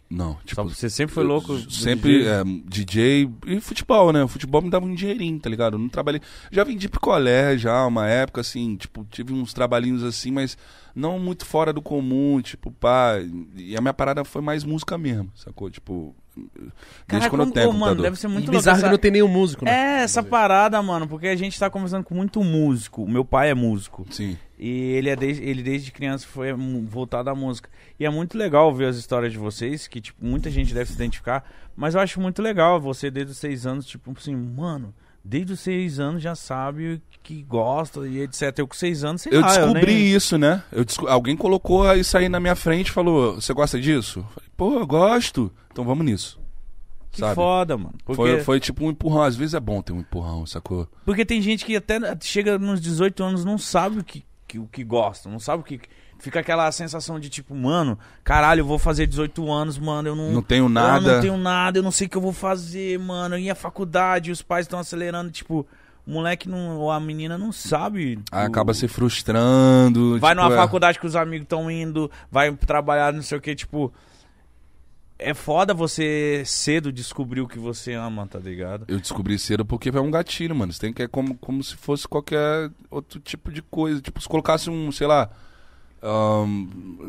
[SPEAKER 3] não.
[SPEAKER 4] Só-
[SPEAKER 3] Tipo,
[SPEAKER 4] você sempre foi
[SPEAKER 3] eu
[SPEAKER 4] louco? do
[SPEAKER 3] Sempre
[SPEAKER 4] jeito?
[SPEAKER 3] é, DJ e futebol, né? O futebol me dava um dinheirinho, tá ligado? Eu não trabalhei. Já vendi picolé, já, uma época, assim, tipo, tive uns trabalhinhos assim, mas não muito fora do comum, tipo, pá. E a minha parada foi mais música mesmo, sacou? Tipo, desde
[SPEAKER 4] Caraca,
[SPEAKER 3] quando eu
[SPEAKER 4] como-
[SPEAKER 3] tenho
[SPEAKER 4] ô, mano,
[SPEAKER 3] computador.
[SPEAKER 4] deve ser muito
[SPEAKER 2] e
[SPEAKER 4] louco.
[SPEAKER 2] bizarro
[SPEAKER 4] essa-
[SPEAKER 2] que não tem nenhum músico, né?
[SPEAKER 4] É, essa parada, mano, porque a gente tá conversando com muito músico. O Meu pai é músico.
[SPEAKER 3] Sim.
[SPEAKER 4] E ele, é desde, ele desde criança foi mu- voltado à música. E é muito legal ver as histórias de vocês, que tipo, muita gente deve se identificar. Mas eu acho muito legal você, desde os seis anos, tipo assim, mano, desde os seis anos já sabe que gosta e etc. Eu com seis anos, sei
[SPEAKER 3] Eu
[SPEAKER 4] lá, é
[SPEAKER 3] descobri
[SPEAKER 4] Ah, eu nem...
[SPEAKER 3] isso, né? Eu desco- Alguém colocou isso aí na minha frente e falou: Você gosta disso? Eu Falei, Pô, eu gosto. Então vamos nisso.
[SPEAKER 4] Que
[SPEAKER 3] sabe?
[SPEAKER 4] foda, mano. Porque,
[SPEAKER 3] Foi, foi tipo um empurrão. Às vezes é bom ter um empurrão, sacou?
[SPEAKER 4] porque tem gente que até chega nos 18 anos não sabe o que, que- o que gosta, não sabe o que... Fica aquela sensação de tipo, mano, caralho, eu vou fazer 18 anos, mano, eu
[SPEAKER 3] Não tenho nada.
[SPEAKER 4] Eu Um não tenho nada, eu não sei o que eu vou fazer, mano. E a faculdade, os pais estão acelerando, tipo, o moleque não, ou a menina não sabe.
[SPEAKER 3] Aí
[SPEAKER 4] o-
[SPEAKER 3] acaba se frustrando.
[SPEAKER 4] um Vai
[SPEAKER 3] tipo,
[SPEAKER 4] numa
[SPEAKER 3] é.
[SPEAKER 4] faculdade que os amigos estão indo, vai trabalhar, não sei o que, tipo. É foda você cedo descobrir o que você ama, tá ligado?
[SPEAKER 3] Eu descobri cedo porque é um gatilho, mano. Você tem que é como, como se fosse qualquer outro tipo de coisa. Tipo, se colocasse um, sei lá. ahn,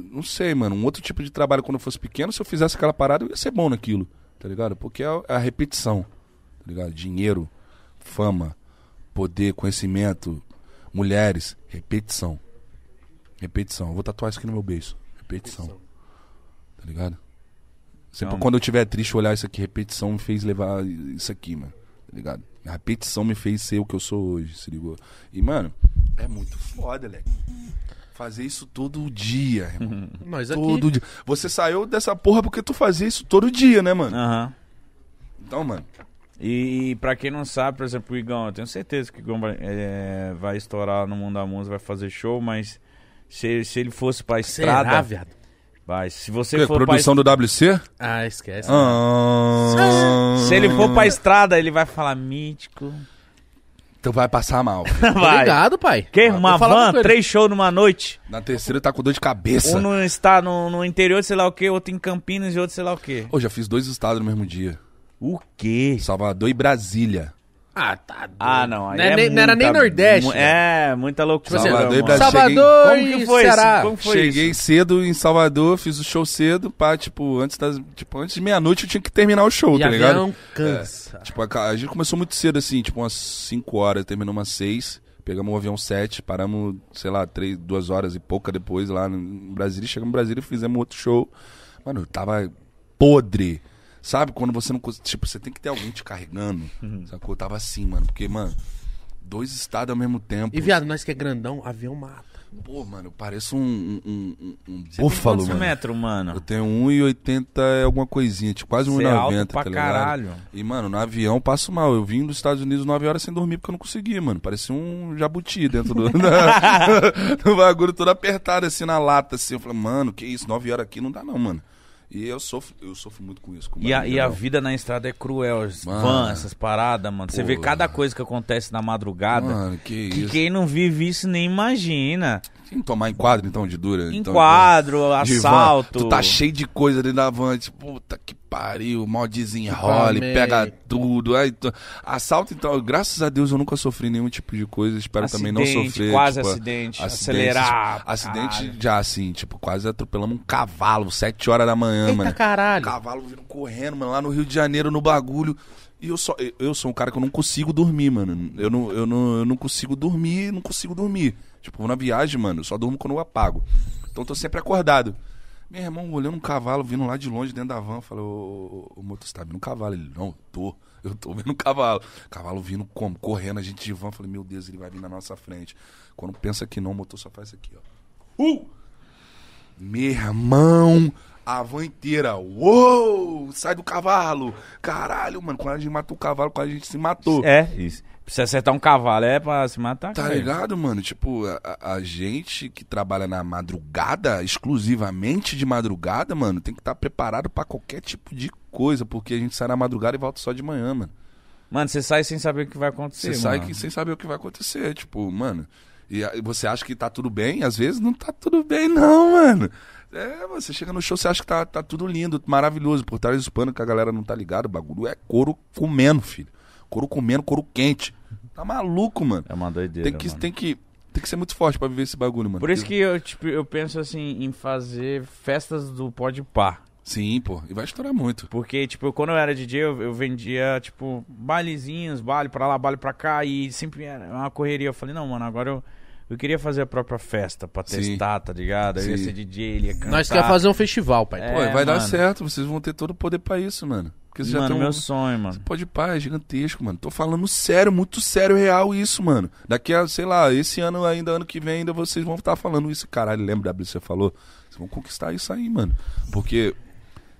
[SPEAKER 3] não sei, mano. Um outro tipo de trabalho quando eu fosse pequeno, se eu fizesse aquela parada, eu ia ser bom naquilo, tá ligado? Porque é a repetição, tá ligado? Dinheiro, fama, poder, conhecimento, mulheres, repetição. Repetição. Eu vou tatuar isso aqui no meu beijo. Repetição. Tá ligado? Sempre
[SPEAKER 4] Não.
[SPEAKER 3] quando eu tiver triste olhar isso aqui, repetição me fez levar isso aqui, mano. Tá ligado? A repetição me fez ser o que eu sou hoje, se ligou? E, mano, é muito foda, Leque. Fazer isso todo dia,
[SPEAKER 4] Uhum.
[SPEAKER 3] irmão.
[SPEAKER 4] É.
[SPEAKER 2] Nós aqui.
[SPEAKER 3] todo dia. Você saiu dessa porra porque tu fazia isso todo dia, né, mano?
[SPEAKER 4] Aham.
[SPEAKER 3] Então, mano.
[SPEAKER 4] E pra quem não sabe, por exemplo, o Igão, eu tenho certeza que o Igão vai, é, vai estourar no mundo da música, vai fazer show, mas se, se ele fosse pra
[SPEAKER 2] Será,
[SPEAKER 4] estrada.
[SPEAKER 2] viado?
[SPEAKER 4] vai, se
[SPEAKER 3] Que,
[SPEAKER 4] você for pra
[SPEAKER 3] produção do WC?
[SPEAKER 2] Ah, esquece.
[SPEAKER 3] Ah,
[SPEAKER 4] Se ele for pra estrada, ele vai falar mítico.
[SPEAKER 3] Tu vai passar mal.
[SPEAKER 4] Vai.
[SPEAKER 2] Obrigado, Tá pai.
[SPEAKER 4] Que
[SPEAKER 2] Eu
[SPEAKER 4] uma
[SPEAKER 2] falava
[SPEAKER 4] van,
[SPEAKER 2] com ele.
[SPEAKER 4] três shows numa noite.
[SPEAKER 3] Na terceira tá com dor de cabeça.
[SPEAKER 4] Um no, está no, no interior, sei lá o quê, outro em Campinas e outro sei lá o quê.
[SPEAKER 3] Pô, já fiz dois estados no mesmo dia.
[SPEAKER 4] O quê?
[SPEAKER 3] Salvador e Brasília.
[SPEAKER 2] Ah, tá doido.
[SPEAKER 4] Ah, não. aí
[SPEAKER 2] Não,
[SPEAKER 4] é
[SPEAKER 2] é nem- não era nem
[SPEAKER 4] muita-
[SPEAKER 2] Nordeste, né? Tipo
[SPEAKER 4] mu- É, muita loucura.
[SPEAKER 2] assim,
[SPEAKER 3] Salvador e
[SPEAKER 4] mano.
[SPEAKER 3] Brasil.
[SPEAKER 2] Salvador
[SPEAKER 4] Como que
[SPEAKER 2] e
[SPEAKER 4] foi
[SPEAKER 2] Ceará.
[SPEAKER 4] isso? Como foi
[SPEAKER 3] Cheguei cedo em Salvador, fiz o show cedo, pá, tipo, antes das, tipo, antes de meia-noite eu tinha que terminar o show,
[SPEAKER 2] E
[SPEAKER 3] tá ligado?
[SPEAKER 2] avião é um cansa.
[SPEAKER 3] Tipo, a, ca- a gente começou muito cedo, assim, tipo, umas 5 horas, terminou umas 6. Pegamos o avião 7, paramos, sei lá, 3, 2 horas e pouca depois lá no- em Brasília. Chegamos em Brasília e fizemos outro show. Mano, eu tava podre. Sabe? Quando você não. cons- Tipo, você tem que ter alguém te carregando. Sacou? Eu tava assim, mano. Porque, mano, dois estados ao mesmo tempo.
[SPEAKER 2] E, viado, nós que é grandão, avião mata.
[SPEAKER 3] Pô, mano, eu pareço um, um, um, um
[SPEAKER 4] isso?
[SPEAKER 3] búfalo,
[SPEAKER 4] Quantos
[SPEAKER 3] mano.
[SPEAKER 4] metros,
[SPEAKER 3] Eu
[SPEAKER 4] mano?
[SPEAKER 3] tenho 1,80 é alguma coisinha, tipo quase
[SPEAKER 4] Você é
[SPEAKER 3] 1,90,
[SPEAKER 4] alto pra
[SPEAKER 3] tá ligado?
[SPEAKER 4] caralho.
[SPEAKER 3] E, mano, no avião passo mal. Eu vim dos Estados Unidos 9 horas sem dormir porque eu não consegui, mano. Parecia um jabuti dentro do, do bagulho todo apertado, assim, na lata, assim. Eu falei, mano, que isso, 9 horas aqui não dá não, mano. E eu sofro, eu sofro muito com isso. Com
[SPEAKER 4] E a,
[SPEAKER 3] barriga,
[SPEAKER 4] e a
[SPEAKER 3] não.
[SPEAKER 4] vida na estrada é cruel. As
[SPEAKER 3] Mano.
[SPEAKER 4] van, essas paradas, mano. Você
[SPEAKER 3] Pô.
[SPEAKER 4] vê cada coisa que acontece na madrugada.
[SPEAKER 3] Mano, que,
[SPEAKER 4] que
[SPEAKER 3] isso.
[SPEAKER 4] quem não vive isso nem imagina.
[SPEAKER 3] Tem que tomar enquadro, então, de dura. então,
[SPEAKER 4] Enquadro,
[SPEAKER 3] de- de van.
[SPEAKER 4] assalto.
[SPEAKER 3] Tu tá cheio de coisa dentro da van. Tipo, puta que pariu, mal desenrole,
[SPEAKER 2] Amém.
[SPEAKER 3] pega tudo. Aí, tu- Assalto, então, graças a Deus eu nunca sofri nenhum tipo de coisa. Espero também não
[SPEAKER 4] Acidente,
[SPEAKER 3] sofrer.
[SPEAKER 4] quase
[SPEAKER 3] tipo,
[SPEAKER 4] acidente,
[SPEAKER 3] acidentes,
[SPEAKER 4] acelerar,
[SPEAKER 3] tipo, Acidente
[SPEAKER 4] caralho.
[SPEAKER 3] já, assim, tipo, quase atropelamos um cavalo, sete horas da manhã,
[SPEAKER 2] Eita
[SPEAKER 3] mano.
[SPEAKER 2] caralho.
[SPEAKER 3] Cavalo vindo correndo, mano, lá no Rio de Janeiro, no bagulho. E eu só. eu- Eu sou um cara que eu não consigo dormir, mano. Eu não, eu não, eu não consigo dormir, não consigo dormir. Tipo, na viagem, mano, eu só durmo quando eu apago. Então eu tô sempre acordado. Meu irmão olhando um cavalo vindo lá de longe dentro da van, falou, ô, ô, ô, motor, você tá vendo um cavalo? Ele, não, tô, eu tô vendo um cavalo. Cavalo vindo como? Correndo, a gente de van, falei, meu Deus, ele vai vir na nossa frente. Quando pensa que não, o motor só faz isso aqui, ó. Uh! Meu irmão, a van inteira. Uou! Sai do cavalo! Caralho, mano, quando a gente matou o cavalo, quando a gente se matou.
[SPEAKER 4] É, isso. Precisa acertar um cavalo, é pra se matar.
[SPEAKER 3] Tá
[SPEAKER 4] cara.
[SPEAKER 3] ligado, mano? Tipo, a- a, a gente que trabalha na madrugada, exclusivamente de madrugada, mano, tem que estar preparado pra qualquer tipo de coisa, porque a gente sai na madrugada e volta só de manhã, mano.
[SPEAKER 4] Mano, você sai sem saber o que vai
[SPEAKER 3] Você
[SPEAKER 4] acontecer.
[SPEAKER 3] sai
[SPEAKER 4] mano.
[SPEAKER 3] que- sem saber o que vai acontecer. Tipo, mano, E aí você acha que tá tudo bem, às vezes não tá tudo bem, não, mano. É, você chega no show, você acha que tá, tá tudo lindo, maravilhoso. Por trás do pano que a galera não tá ligada, o bagulho é couro comendo, filho. Couro comendo, couro quente. Tá maluco, mano.
[SPEAKER 4] É uma doideira.
[SPEAKER 3] Tem que,
[SPEAKER 4] mano.
[SPEAKER 3] tem que, tem que ser muito forte pra viver esse bagulho, mano.
[SPEAKER 4] Por isso que eu, tipo, eu penso assim em fazer festas do pode par.
[SPEAKER 3] Sim, pô. E vai estourar muito.
[SPEAKER 4] Porque, tipo, quando eu era DJ, eu, eu vendia, tipo, bailezinhos, baile pra lá, baile pra cá, e sempre era uma correria. Eu falei, não, mano, agora eu, eu queria fazer a própria festa pra
[SPEAKER 3] Sim.
[SPEAKER 4] testar, tá ligado? Eu ia
[SPEAKER 3] Sim.
[SPEAKER 4] ser DJ, ele ia cantar.
[SPEAKER 2] Nós quer fazer um festival, pai.
[SPEAKER 4] tá. É,
[SPEAKER 3] Pô, vai dar
[SPEAKER 4] mano.
[SPEAKER 3] certo, vocês vão ter todo o poder pra isso, mano. Porque vocês já
[SPEAKER 4] Mano,
[SPEAKER 3] tem um
[SPEAKER 4] meu sonho, mano.
[SPEAKER 3] Pode pá, é gigantesco, mano. Tô falando sério, muito sério, real isso, mano. Daqui a, sei lá, esse ano ainda, ano que vem ainda, vocês vão estar falando isso. Caralho, lembra da você falou? Vocês vão conquistar isso aí, mano. Porque...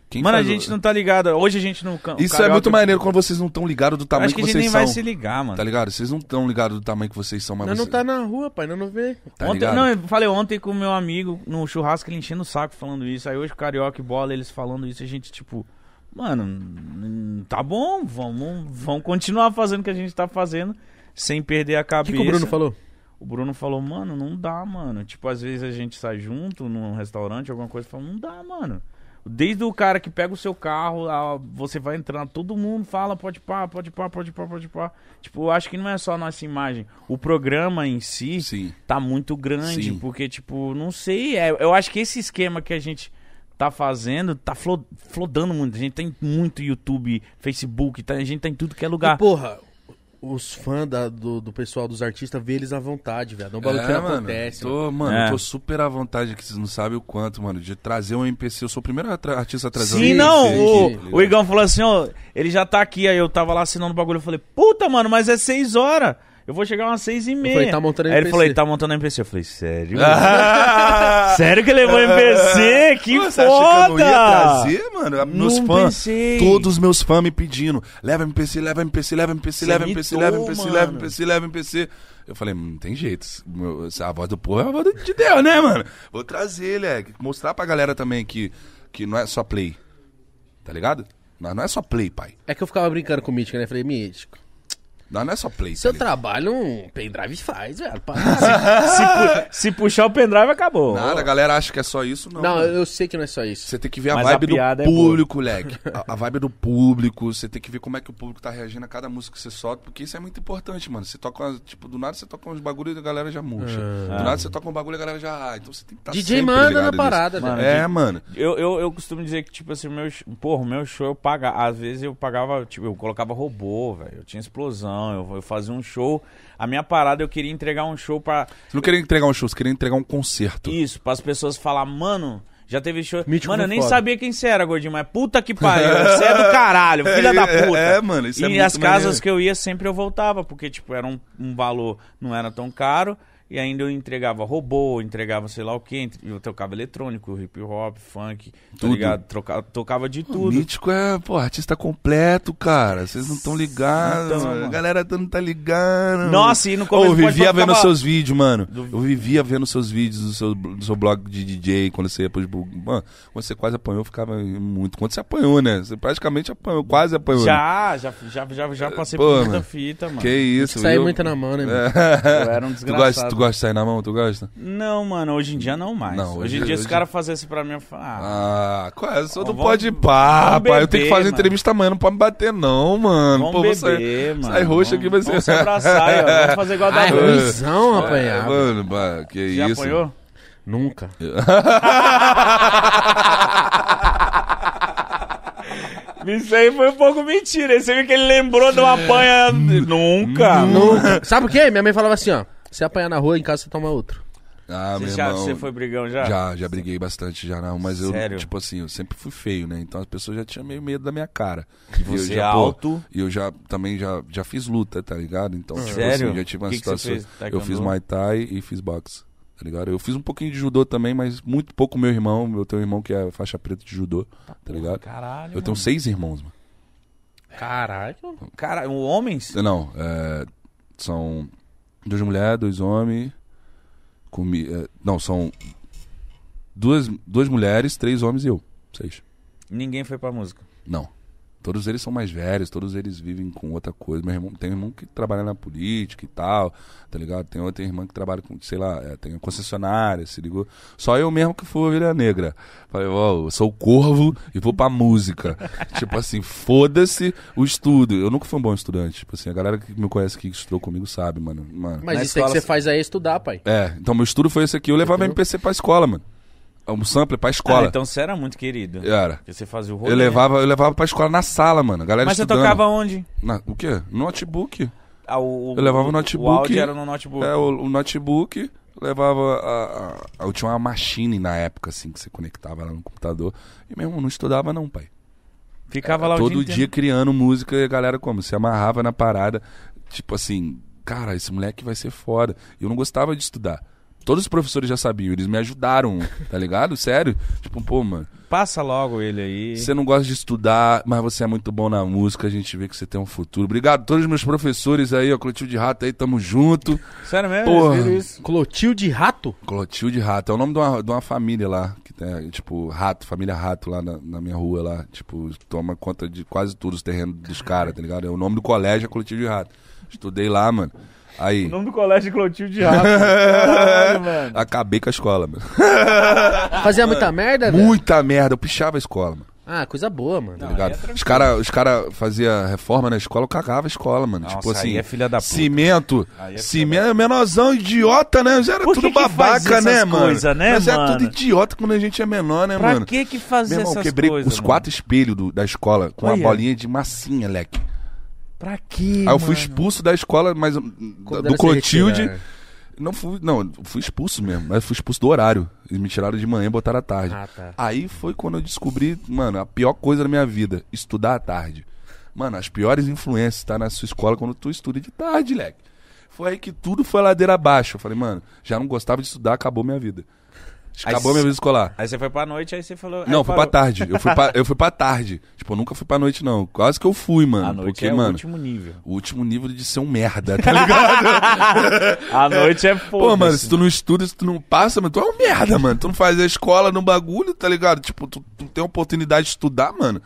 [SPEAKER 3] Quem
[SPEAKER 4] Mano, a
[SPEAKER 3] faz o-
[SPEAKER 4] gente não tá ligado. Hoje a gente não... can- o
[SPEAKER 3] Isso é
[SPEAKER 4] karaoke-
[SPEAKER 3] muito maneiro quando vocês não estão ligados do tamanho
[SPEAKER 4] Acho
[SPEAKER 3] que,
[SPEAKER 4] que a gente
[SPEAKER 3] vocês
[SPEAKER 4] nem vai
[SPEAKER 3] são.
[SPEAKER 4] se ligar, mano.
[SPEAKER 3] Tá ligado? Vocês não estão ligados do tamanho que vocês são, mas
[SPEAKER 2] Nós não
[SPEAKER 3] vocês-
[SPEAKER 2] tá na rua, pai, nós não vê.
[SPEAKER 3] tá
[SPEAKER 4] ontem,
[SPEAKER 3] ligado?
[SPEAKER 4] não, eu falei ontem com o meu amigo no churrasco, ele enchendo o saco falando isso. Aí hoje o Carioca e Bola, eles falando isso, a gente, tipo, mano, hum, tá bom, vamos, vamos continuar fazendo o que a gente tá fazendo sem perder a
[SPEAKER 2] O que,
[SPEAKER 4] cabeça.
[SPEAKER 2] que o Bruno falou?
[SPEAKER 4] O Bruno falou, mano, não dá, mano. Tipo, às vezes a gente sai junto num restaurante, alguma coisa, fala, não dá, mano. Desde o cara que pega o seu carro, a- você vai entrando, todo mundo fala, pode pá, pode pá, pode pá, pode pá. Tipo, eu acho que não é só a nossa imagem. O programa em si
[SPEAKER 3] Sim.
[SPEAKER 4] tá muito grande,
[SPEAKER 3] Sim.
[SPEAKER 4] porque, tipo, não sei. é, eu acho que esse esquema que a gente tá fazendo tá flo- flodando muito. A gente tem muito YouTube, Facebook, tá- a gente tá em tudo que é lugar.
[SPEAKER 2] E, porra, os fãs da- do, do pessoal dos artistas vê eles à vontade, velho. É um bagulho que não acontece. mano.
[SPEAKER 3] Tô, mano,
[SPEAKER 4] É.
[SPEAKER 3] eu tô super à vontade que vocês não sabem o quanto, mano, de trazer um MPC. Eu sou o primeiro atra- artista a trazer um
[SPEAKER 4] Sim,
[SPEAKER 3] MPC.
[SPEAKER 4] não.
[SPEAKER 3] aqui, tá
[SPEAKER 4] o, o
[SPEAKER 3] ligado?
[SPEAKER 4] Igão falou assim, ó, ele já tá aqui, aí eu tava lá assinando o bagulho, eu falei, puta, mano, mas é seis horas. Eu vou chegar umas seis e meia.
[SPEAKER 2] falei, tá montando
[SPEAKER 4] Aí ele
[SPEAKER 2] NPC.
[SPEAKER 4] falou, ele tá montando NPC. Eu falei, sério? sério que levou NPC? um Que
[SPEAKER 3] É. Pô, você acha
[SPEAKER 4] foda! Um
[SPEAKER 3] que eu não ia trazer, mano? Meus
[SPEAKER 4] Não
[SPEAKER 3] fãs,
[SPEAKER 4] pensei.
[SPEAKER 3] todos os meus fãs me pedindo, leva MPC, leva MPC, leva MPC, leva MPC,
[SPEAKER 4] mitou,
[SPEAKER 3] leva MPC, leva
[SPEAKER 4] mano.
[SPEAKER 3] MPC, leva MPC. Eu falei, "Hum, não tem jeito, meu- essa- a voz do povo é a voz do- de Deus, né, mano? Vou trazer, leque, mostrar pra galera também que, que não é só play, tá ligado? Nós não é só play, pai.
[SPEAKER 2] É que eu ficava brincando com o Mítico, né? Falei, Mítico,
[SPEAKER 3] Nós não é só play.
[SPEAKER 2] seu
[SPEAKER 3] tá ligado?
[SPEAKER 2] trabalho um pendrive faz, velho. Para.
[SPEAKER 4] Se, pu- se puxar o pendrive, acabou.
[SPEAKER 3] Nada, a galera acha que é só isso, não.
[SPEAKER 2] não,
[SPEAKER 3] mano.
[SPEAKER 2] eu sei que não é só isso.
[SPEAKER 3] Você tem que ver a
[SPEAKER 4] Mas a
[SPEAKER 3] vibe
[SPEAKER 4] piada
[SPEAKER 3] do
[SPEAKER 4] é boa.
[SPEAKER 3] público, leque. A, a vibe do público, você tem que ver como é que o público tá reagindo a cada música que você solta, porque isso é muito importante, mano. Você toca, umas- tipo, do nada você toca uns bagulho e a galera já murcha.
[SPEAKER 4] Ah.
[SPEAKER 3] Do nada você toca um bagulho e a galera já. Ah, então você tem que estar
[SPEAKER 2] DJ
[SPEAKER 3] sempre
[SPEAKER 2] manda
[SPEAKER 3] ligado
[SPEAKER 2] na
[SPEAKER 3] nisso.
[SPEAKER 2] parada, velho.
[SPEAKER 3] É, mano.
[SPEAKER 4] Eu, eu, eu costumo dizer que, tipo assim, meu, sh- porra, meu show eu pagava. Às vezes eu pagava, tipo, eu colocava robô, velho. Eu tinha explosão, eu, eu fazia um show. A minha parada eu queria entregar um show pra.
[SPEAKER 3] Você não queria entregar um show, você queria entregar um concerto.
[SPEAKER 4] Isso, pras pessoas falar, mano, já teve show.
[SPEAKER 2] Mítico
[SPEAKER 4] mano, eu
[SPEAKER 2] foi
[SPEAKER 4] nem
[SPEAKER 2] foda.
[SPEAKER 4] sabia quem você era, gordinho, mas puta que pariu, você é do caralho, filha da
[SPEAKER 3] É,
[SPEAKER 4] puta.
[SPEAKER 3] é, mano, isso é
[SPEAKER 4] E
[SPEAKER 3] muito
[SPEAKER 4] as casas
[SPEAKER 3] maneiro.
[SPEAKER 4] que eu ia, sempre eu voltava, porque, tipo, era um, um valor, não era tão caro. E ainda eu entregava robô, entregava sei lá o quê, entre- eu tocava eletrônico, hip hop, funk, tá
[SPEAKER 3] Tudo.
[SPEAKER 4] ligado? Troca- tocava de
[SPEAKER 3] O
[SPEAKER 4] tudo.
[SPEAKER 3] Mítico é, pô, artista completo, cara. Vocês não estão ligados.
[SPEAKER 4] Então,
[SPEAKER 3] a
[SPEAKER 4] mano.
[SPEAKER 3] galera não tá ligando.
[SPEAKER 4] Nossa, e no começo
[SPEAKER 3] Eu
[SPEAKER 4] pode
[SPEAKER 3] vivia
[SPEAKER 4] falar-
[SPEAKER 3] vendo seus vídeos, mano. Eu vivia vendo seus vídeos do seu, do seu blog de DJ, quando você ia pros... bu- Mano, quando você quase apanhou, eu ficava muito... Quando você apanhou, né? Você praticamente apanhou, quase apanhou. né?
[SPEAKER 4] Ah, Já, já, já, já, já passei
[SPEAKER 3] Pô,
[SPEAKER 4] por muita
[SPEAKER 3] mano.
[SPEAKER 4] fita, mano.
[SPEAKER 3] Que isso,
[SPEAKER 2] Sai
[SPEAKER 3] viu?
[SPEAKER 2] muito na mão, né? mano?
[SPEAKER 3] É.
[SPEAKER 4] Eu era um
[SPEAKER 3] Tu
[SPEAKER 4] desgraçado.
[SPEAKER 3] gosta, tu gosta de sair na mão? Tu gosta?
[SPEAKER 4] Não, mano, hoje em dia não mais.
[SPEAKER 3] Não,
[SPEAKER 4] hoje,
[SPEAKER 3] hoje-
[SPEAKER 4] em dia, se
[SPEAKER 3] hoje-
[SPEAKER 4] o cara fazer isso pra mim, eu falo, ah,
[SPEAKER 3] Ah, quase. Eu sou do
[SPEAKER 4] Vamos-
[SPEAKER 3] pode pá,
[SPEAKER 4] vamos
[SPEAKER 3] pai. Eu tenho que
[SPEAKER 4] beber,
[SPEAKER 3] fazer
[SPEAKER 4] mano.
[SPEAKER 3] entrevista amanhã. Não pode me bater, não, mano.
[SPEAKER 4] Vamos
[SPEAKER 3] Pô, vou sair-
[SPEAKER 4] beber, mano.
[SPEAKER 3] sai roxo aqui, vai
[SPEAKER 4] vamos,
[SPEAKER 3] ser-
[SPEAKER 4] Vamos se abraçar, aí, ó. Vamos fazer igual a da
[SPEAKER 2] Ah, é
[SPEAKER 4] Bruna.
[SPEAKER 2] ruizão
[SPEAKER 3] É,
[SPEAKER 2] apanhar.
[SPEAKER 3] mano, pá, que
[SPEAKER 4] Já
[SPEAKER 3] isso.
[SPEAKER 4] apanhou?
[SPEAKER 2] Nunca.
[SPEAKER 4] Isso aí foi um pouco mentira. Você viu que ele lembrou de uma
[SPEAKER 3] É.
[SPEAKER 4] apanha... Nunca.
[SPEAKER 2] Nunca. Sabe o quê? Minha mãe falava assim, ó. Se apanhar na rua, em casa você toma outro.
[SPEAKER 3] Ah, meu
[SPEAKER 4] Você, já,
[SPEAKER 3] irmão.
[SPEAKER 4] você foi brigão já?
[SPEAKER 3] Já, já briguei bastante já na rua, mas
[SPEAKER 4] Sério?
[SPEAKER 3] eu, tipo assim, eu sempre fui feio, né? Então as pessoas já tinham meio medo da minha cara. E eu
[SPEAKER 4] você é
[SPEAKER 3] já, pô,
[SPEAKER 4] alto?
[SPEAKER 3] E eu já também já, já fiz luta, tá ligado? Então, tipo
[SPEAKER 4] Sério?
[SPEAKER 3] assim, já tive uma
[SPEAKER 4] Que que você
[SPEAKER 3] situação.
[SPEAKER 4] fez? Taekwondo?
[SPEAKER 3] eu fiz Muay Thai e fiz boxe, tá ligado? Eu fiz um pouquinho de judô também, mas muito pouco meu irmão. Eu tenho um irmão que é faixa preta de judô, tá ligado?
[SPEAKER 4] Caralho,
[SPEAKER 3] eu tenho seis irmãos, mano.
[SPEAKER 2] Caralho.
[SPEAKER 4] Cara, o homens?
[SPEAKER 3] Não, é, são duas mulheres, dois homens. Comi, é, não, são duas, duas mulheres, três homens e eu. Seis.
[SPEAKER 4] Ninguém foi pra música.
[SPEAKER 3] Não. Todos eles são mais velhos, todos eles vivem com outra coisa. Meu irmão, tem um irmão que trabalha na política e tal, tá ligado? Tem outra irmã que trabalha com, sei lá, é, tem concessionária, se ligou? Só eu mesmo que fui ovelha negra. Falei, ó, eu sou corvo e vou pra música. tipo assim, foda-se o estudo. Eu nunca fui um bom estudante. Tipo assim, a galera que me conhece aqui, que estudou comigo, sabe, mano. mano
[SPEAKER 2] Mas
[SPEAKER 1] Na
[SPEAKER 2] isso aí que
[SPEAKER 1] escola-
[SPEAKER 2] você faz aí é estudar, pai.
[SPEAKER 3] é, então meu estudo foi esse aqui. Eu levava MPC pra escola, mano. Um sampler pra escola.
[SPEAKER 4] então você era muito querido.
[SPEAKER 3] Era.
[SPEAKER 4] Porque você fazia o rolê.
[SPEAKER 3] Eu levava, eu levava pra escola na sala, mano. A galera
[SPEAKER 4] Mas você
[SPEAKER 3] estudando.
[SPEAKER 4] tocava onde?
[SPEAKER 3] Na- o quê? No notebook.
[SPEAKER 4] Ah, o,
[SPEAKER 3] Eu levava o
[SPEAKER 4] O
[SPEAKER 3] notebook.
[SPEAKER 4] áudio era no notebook.
[SPEAKER 3] É, o, o notebook levava a, a- Eu tinha uma machine na época, assim, que você conectava lá no computador. E mesmo não estudava, não, pai.
[SPEAKER 4] Ficava lá o
[SPEAKER 3] É, Todo
[SPEAKER 4] dia,
[SPEAKER 3] dia,
[SPEAKER 4] inteiro.
[SPEAKER 3] criando música e a galera como? Se amarrava na parada. Tipo assim, cara, esse moleque vai ser foda. E Eu não gostava de estudar. Todos os professores já sabiam, eles me ajudaram, tá ligado? Sério? Tipo, pô, mano,
[SPEAKER 4] Passa logo ele aí.
[SPEAKER 3] você não gosta de estudar, mas você é muito bom na música, a gente vê que você tem um futuro. Obrigado a todos os meus professores aí, ó, Clotilde Rato aí, tamo junto.
[SPEAKER 4] Sério mesmo?
[SPEAKER 3] Porra.
[SPEAKER 4] Eles viram isso?
[SPEAKER 2] Clotilde Rato?
[SPEAKER 3] Clotilde Rato. É o nome de uma, de uma família lá, que tem, tipo, Rato, família Rato lá na, na minha rua lá. Tipo, toma conta de quase tudo os terrenos dos caras, tá ligado? É O nome do colégio é Clotilde Rato. Estudei lá, mano. Aí,
[SPEAKER 4] O nome do colégio é Clotilde Rato. Caralho, mano.
[SPEAKER 3] acabei com a escola, mano.
[SPEAKER 2] Fazia muita
[SPEAKER 4] É.
[SPEAKER 2] merda, velho?
[SPEAKER 3] Muita merda, eu pichava a escola, mano.
[SPEAKER 2] Ah, coisa boa, mano.
[SPEAKER 3] Tá
[SPEAKER 4] é
[SPEAKER 3] ligado? os caras os cara faziam reforma na escola, eu cagava a escola, mano.
[SPEAKER 4] Nossa,
[SPEAKER 3] tipo assim,
[SPEAKER 4] aí é filha da puta.
[SPEAKER 3] cimento,
[SPEAKER 4] Aí é
[SPEAKER 3] cimento, menorzão, idiota, né? Já era
[SPEAKER 4] Por que
[SPEAKER 3] tudo
[SPEAKER 4] que
[SPEAKER 3] babaca,
[SPEAKER 4] faz essas
[SPEAKER 3] né, mano?
[SPEAKER 4] coisa, né,
[SPEAKER 3] Mas era tudo
[SPEAKER 4] mano?
[SPEAKER 3] idiota quando a gente é menor, né,
[SPEAKER 4] Pra
[SPEAKER 3] mano?
[SPEAKER 4] que que fazer
[SPEAKER 3] Meu irmão,
[SPEAKER 4] essas
[SPEAKER 3] quebrei
[SPEAKER 4] coisas,
[SPEAKER 3] os
[SPEAKER 4] mano?
[SPEAKER 3] quatro espelhos do- da escola com
[SPEAKER 4] Olha.
[SPEAKER 3] uma bolinha de massinha, leque.
[SPEAKER 4] Pra quê,
[SPEAKER 3] Aí eu fui
[SPEAKER 4] mano?
[SPEAKER 3] expulso da escola, mas hum,
[SPEAKER 2] Como
[SPEAKER 3] do
[SPEAKER 2] deve ser
[SPEAKER 3] Clotilde.
[SPEAKER 4] né?
[SPEAKER 2] retirar.
[SPEAKER 3] Não fui, não, fui expulso mesmo, mas fui expulso do horário. Eles me tiraram de manhã e botaram à tarde.
[SPEAKER 2] Ah, tá.
[SPEAKER 3] Aí foi quando eu descobri, mano, a pior coisa da minha vida, estudar à tarde. Mano, as piores influências tá na sua escola quando tu estuda de tarde, leque. Foi aí que tudo foi ladeira abaixo. Eu falei, mano, já não gostava de estudar, acabou minha vida. Acabou
[SPEAKER 4] Aí-
[SPEAKER 3] minha vida escolar.
[SPEAKER 4] Aí você foi pra noite, aí você falou... aí
[SPEAKER 3] Não, fui pra
[SPEAKER 4] parou.
[SPEAKER 3] tarde. Eu fui pra, eu fui pra tarde. Tipo, eu nunca fui pra noite, não. Quase que eu fui, mano.
[SPEAKER 4] A noite
[SPEAKER 3] porque,
[SPEAKER 4] é o
[SPEAKER 3] mano,
[SPEAKER 4] último nível.
[SPEAKER 3] o último nível de ser um merda, tá ligado?
[SPEAKER 4] A noite é
[SPEAKER 3] Pô,
[SPEAKER 4] foda.
[SPEAKER 3] mano, se tu não estuda, se tu não passa, mano, tu é um merda, mano. Tu não faz a escola no bagulho, tá ligado? Tipo, tu, tu tem a oportunidade de estudar, mano.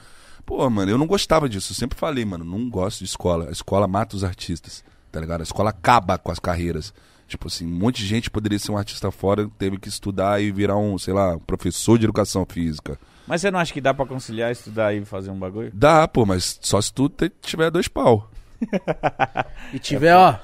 [SPEAKER 3] Pô, mano, eu não gostava disso. Eu sempre falei, mano, não gosto de escola. A escola mata os artistas, tá ligado? A escola acaba com as carreiras. Tipo assim, um monte de gente poderia ser um artista fora, teve que estudar e virar um, sei lá, professor de educação física.
[SPEAKER 4] Mas você não acha que dá pra conciliar, estudar e fazer um bagulho?
[SPEAKER 3] Dá, pô, mas só se tu te- tiver dois pau.
[SPEAKER 2] E tiver, ó,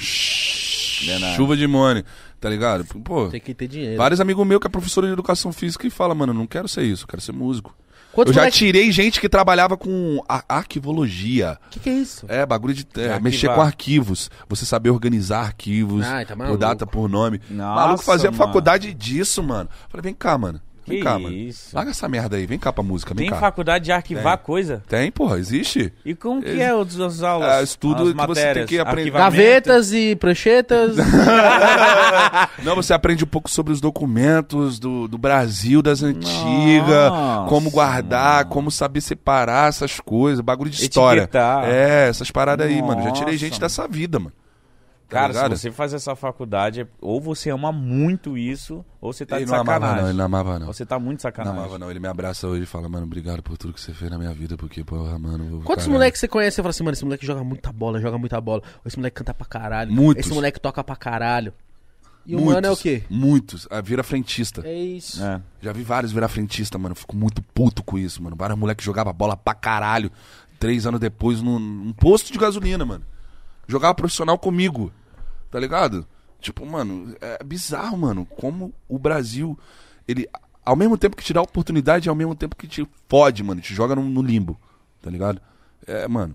[SPEAKER 3] Chuva de money, tá ligado? Pô,
[SPEAKER 2] tem que ter dinheiro.
[SPEAKER 3] vários amigos meus que é professor de educação física e fala, mano, eu não quero ser isso, eu quero ser músico.
[SPEAKER 2] Quantos
[SPEAKER 3] eu já
[SPEAKER 2] moleque-
[SPEAKER 3] tirei gente que trabalhava com a- arquivologia.
[SPEAKER 2] Que que é isso?
[SPEAKER 3] É, bagulho de. é,
[SPEAKER 4] Arquivar.
[SPEAKER 3] mexer com arquivos. Você saber organizar arquivos.
[SPEAKER 2] Ai, tá
[SPEAKER 3] por
[SPEAKER 2] maluco.
[SPEAKER 3] data, por nome.
[SPEAKER 4] Nossa,
[SPEAKER 3] maluco fazia
[SPEAKER 4] mano.
[SPEAKER 3] faculdade disso, mano. Falei, vem cá, mano. Vem
[SPEAKER 4] Que
[SPEAKER 3] cá,
[SPEAKER 4] isso.
[SPEAKER 3] mano. Larga essa merda aí, vem cá pra música, vem
[SPEAKER 4] Tem
[SPEAKER 3] cá.
[SPEAKER 4] faculdade de arquivar coisa?
[SPEAKER 3] Tem, porra, existe?
[SPEAKER 4] E como que
[SPEAKER 3] Ex-
[SPEAKER 4] é os, as aulas?
[SPEAKER 3] Ah, estudo
[SPEAKER 4] as
[SPEAKER 3] que você tem
[SPEAKER 4] matérias,
[SPEAKER 3] que aprender.
[SPEAKER 4] arquivamento?
[SPEAKER 2] Gavetas e pranchetas.
[SPEAKER 3] Não, você aprende um pouco sobre os documentos do, do Brasil, das antigas,
[SPEAKER 4] Nossa,
[SPEAKER 3] como guardar, como saber separar essas coisas, bagulho de história.
[SPEAKER 4] Etiquetar.
[SPEAKER 3] É, essas paradas aí, mano. Já tirei
[SPEAKER 4] Nossa,
[SPEAKER 3] gente
[SPEAKER 4] mano.
[SPEAKER 3] dessa vida, mano. Tá
[SPEAKER 4] Cara,
[SPEAKER 3] ligado?
[SPEAKER 4] se você faz essa faculdade, é- ou você ama muito isso, ou você tá
[SPEAKER 3] ele
[SPEAKER 4] de
[SPEAKER 3] não amava,
[SPEAKER 4] sacanagem.
[SPEAKER 3] não, ele não amava, não.
[SPEAKER 4] Você tá muito
[SPEAKER 3] não
[SPEAKER 4] sacanagem.
[SPEAKER 3] amava, não. Ele me abraça hoje e fala, mano, obrigado por tudo que você fez na minha vida, porque, porra, mano. eu-
[SPEAKER 2] Quantos
[SPEAKER 3] caralho.
[SPEAKER 2] moleques você conhece e fala assim, mano, esse moleque joga muita bola, joga muita bola. Ou esse moleque canta pra caralho.
[SPEAKER 3] Muitos.
[SPEAKER 2] Esse moleque toca pra caralho. E o
[SPEAKER 3] Muitos,
[SPEAKER 2] mano é o quê?
[SPEAKER 3] Muitos. Ah, vira frentista.
[SPEAKER 2] É isso.
[SPEAKER 4] É.
[SPEAKER 3] Já vi vários virar frentista, mano. Eu Fico muito puto com isso, mano. Vários moleques jogavam bola pra caralho. Três anos depois, num, num posto de gasolina, mano. Jogava profissional comigo. Tá ligado? Tipo, mano, é bizarro, mano. Como o Brasil, ele, ao mesmo tempo que te dá oportunidade, ao mesmo tempo que te fode, mano. Te joga no, no limbo. Tá ligado? É, mano.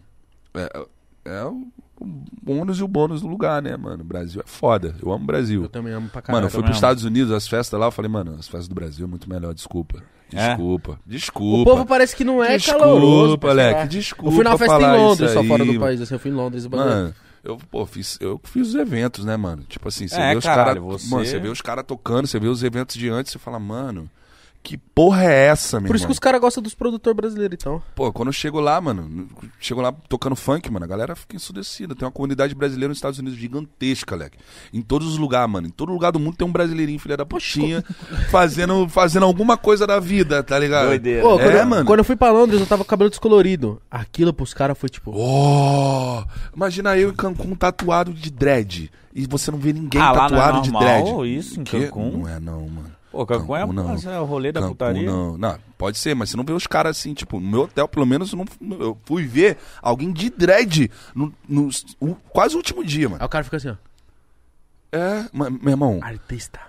[SPEAKER 3] É, é o, o bônus e o bônus do lugar, né, mano? O Brasil é foda. Eu amo o Brasil.
[SPEAKER 2] Eu também amo pra
[SPEAKER 3] Mano,
[SPEAKER 2] caralho.
[SPEAKER 3] eu fui
[SPEAKER 4] também
[SPEAKER 3] pros
[SPEAKER 4] amo.
[SPEAKER 3] Estados Unidos, as festas lá, eu falei, mano, as festas do Brasil é muito melhor, desculpa.
[SPEAKER 4] É?
[SPEAKER 3] Desculpa. Desculpa.
[SPEAKER 2] o povo parece que não é
[SPEAKER 3] desculpa,
[SPEAKER 2] caloroso. pra
[SPEAKER 3] moleque,
[SPEAKER 2] estudar.
[SPEAKER 3] desculpa.
[SPEAKER 2] Eu fui numa festa em
[SPEAKER 3] falar isso
[SPEAKER 2] Londres, só
[SPEAKER 3] aí,
[SPEAKER 2] fora do
[SPEAKER 3] mano.
[SPEAKER 2] país. Assim, eu fui em Londres. Mano,
[SPEAKER 3] Mano, eu, pô, fiz, eu fiz os eventos, né, mano? Tipo assim, você
[SPEAKER 4] É,
[SPEAKER 3] vê os
[SPEAKER 4] caralho,
[SPEAKER 3] caras.
[SPEAKER 4] você-
[SPEAKER 3] Mano, você vê os caras tocando, você vê os eventos de antes, você fala, mano, que porra é essa, meu
[SPEAKER 2] Por isso que
[SPEAKER 3] irmão?
[SPEAKER 2] os caras gostam dos produtores brasileiros, então.
[SPEAKER 3] Pô, quando eu chego lá, mano, chego lá tocando funk, mano, a galera fica ensudecida. Tem uma comunidade brasileira nos Estados Unidos gigantesca, moleque. Em todos os lugares, mano. Em todo lugar do mundo tem um brasileirinho, filha da putinha, fazendo, fazendo alguma coisa da vida, tá ligado?
[SPEAKER 1] Doideira.
[SPEAKER 2] Pô,
[SPEAKER 3] é,
[SPEAKER 2] quando, eu-
[SPEAKER 3] mano.
[SPEAKER 2] quando eu fui pra Londres, eu tava com o cabelo descolorido. Aquilo pros caras foi tipo.
[SPEAKER 3] Oh, imagina eu em Cancún tatuado de dread. E você não vê ninguém
[SPEAKER 4] Ah, lá não é
[SPEAKER 3] tatuado de
[SPEAKER 4] normal
[SPEAKER 3] dread.
[SPEAKER 4] isso em
[SPEAKER 3] Que?
[SPEAKER 4] Cancún?
[SPEAKER 3] Não é não, mano.
[SPEAKER 4] Pô, Cancún é a-
[SPEAKER 3] não.
[SPEAKER 4] é o rolê da
[SPEAKER 3] Cancún
[SPEAKER 4] putaria.
[SPEAKER 3] Não. não, pode ser, mas você não vê os caras assim, tipo, no meu hotel, pelo menos, eu, não, eu fui ver alguém de dread no, no o- quase o último dia, mano.
[SPEAKER 2] Aí o cara fica assim, ó.
[SPEAKER 3] É, ma- meu irmão,
[SPEAKER 2] Artista.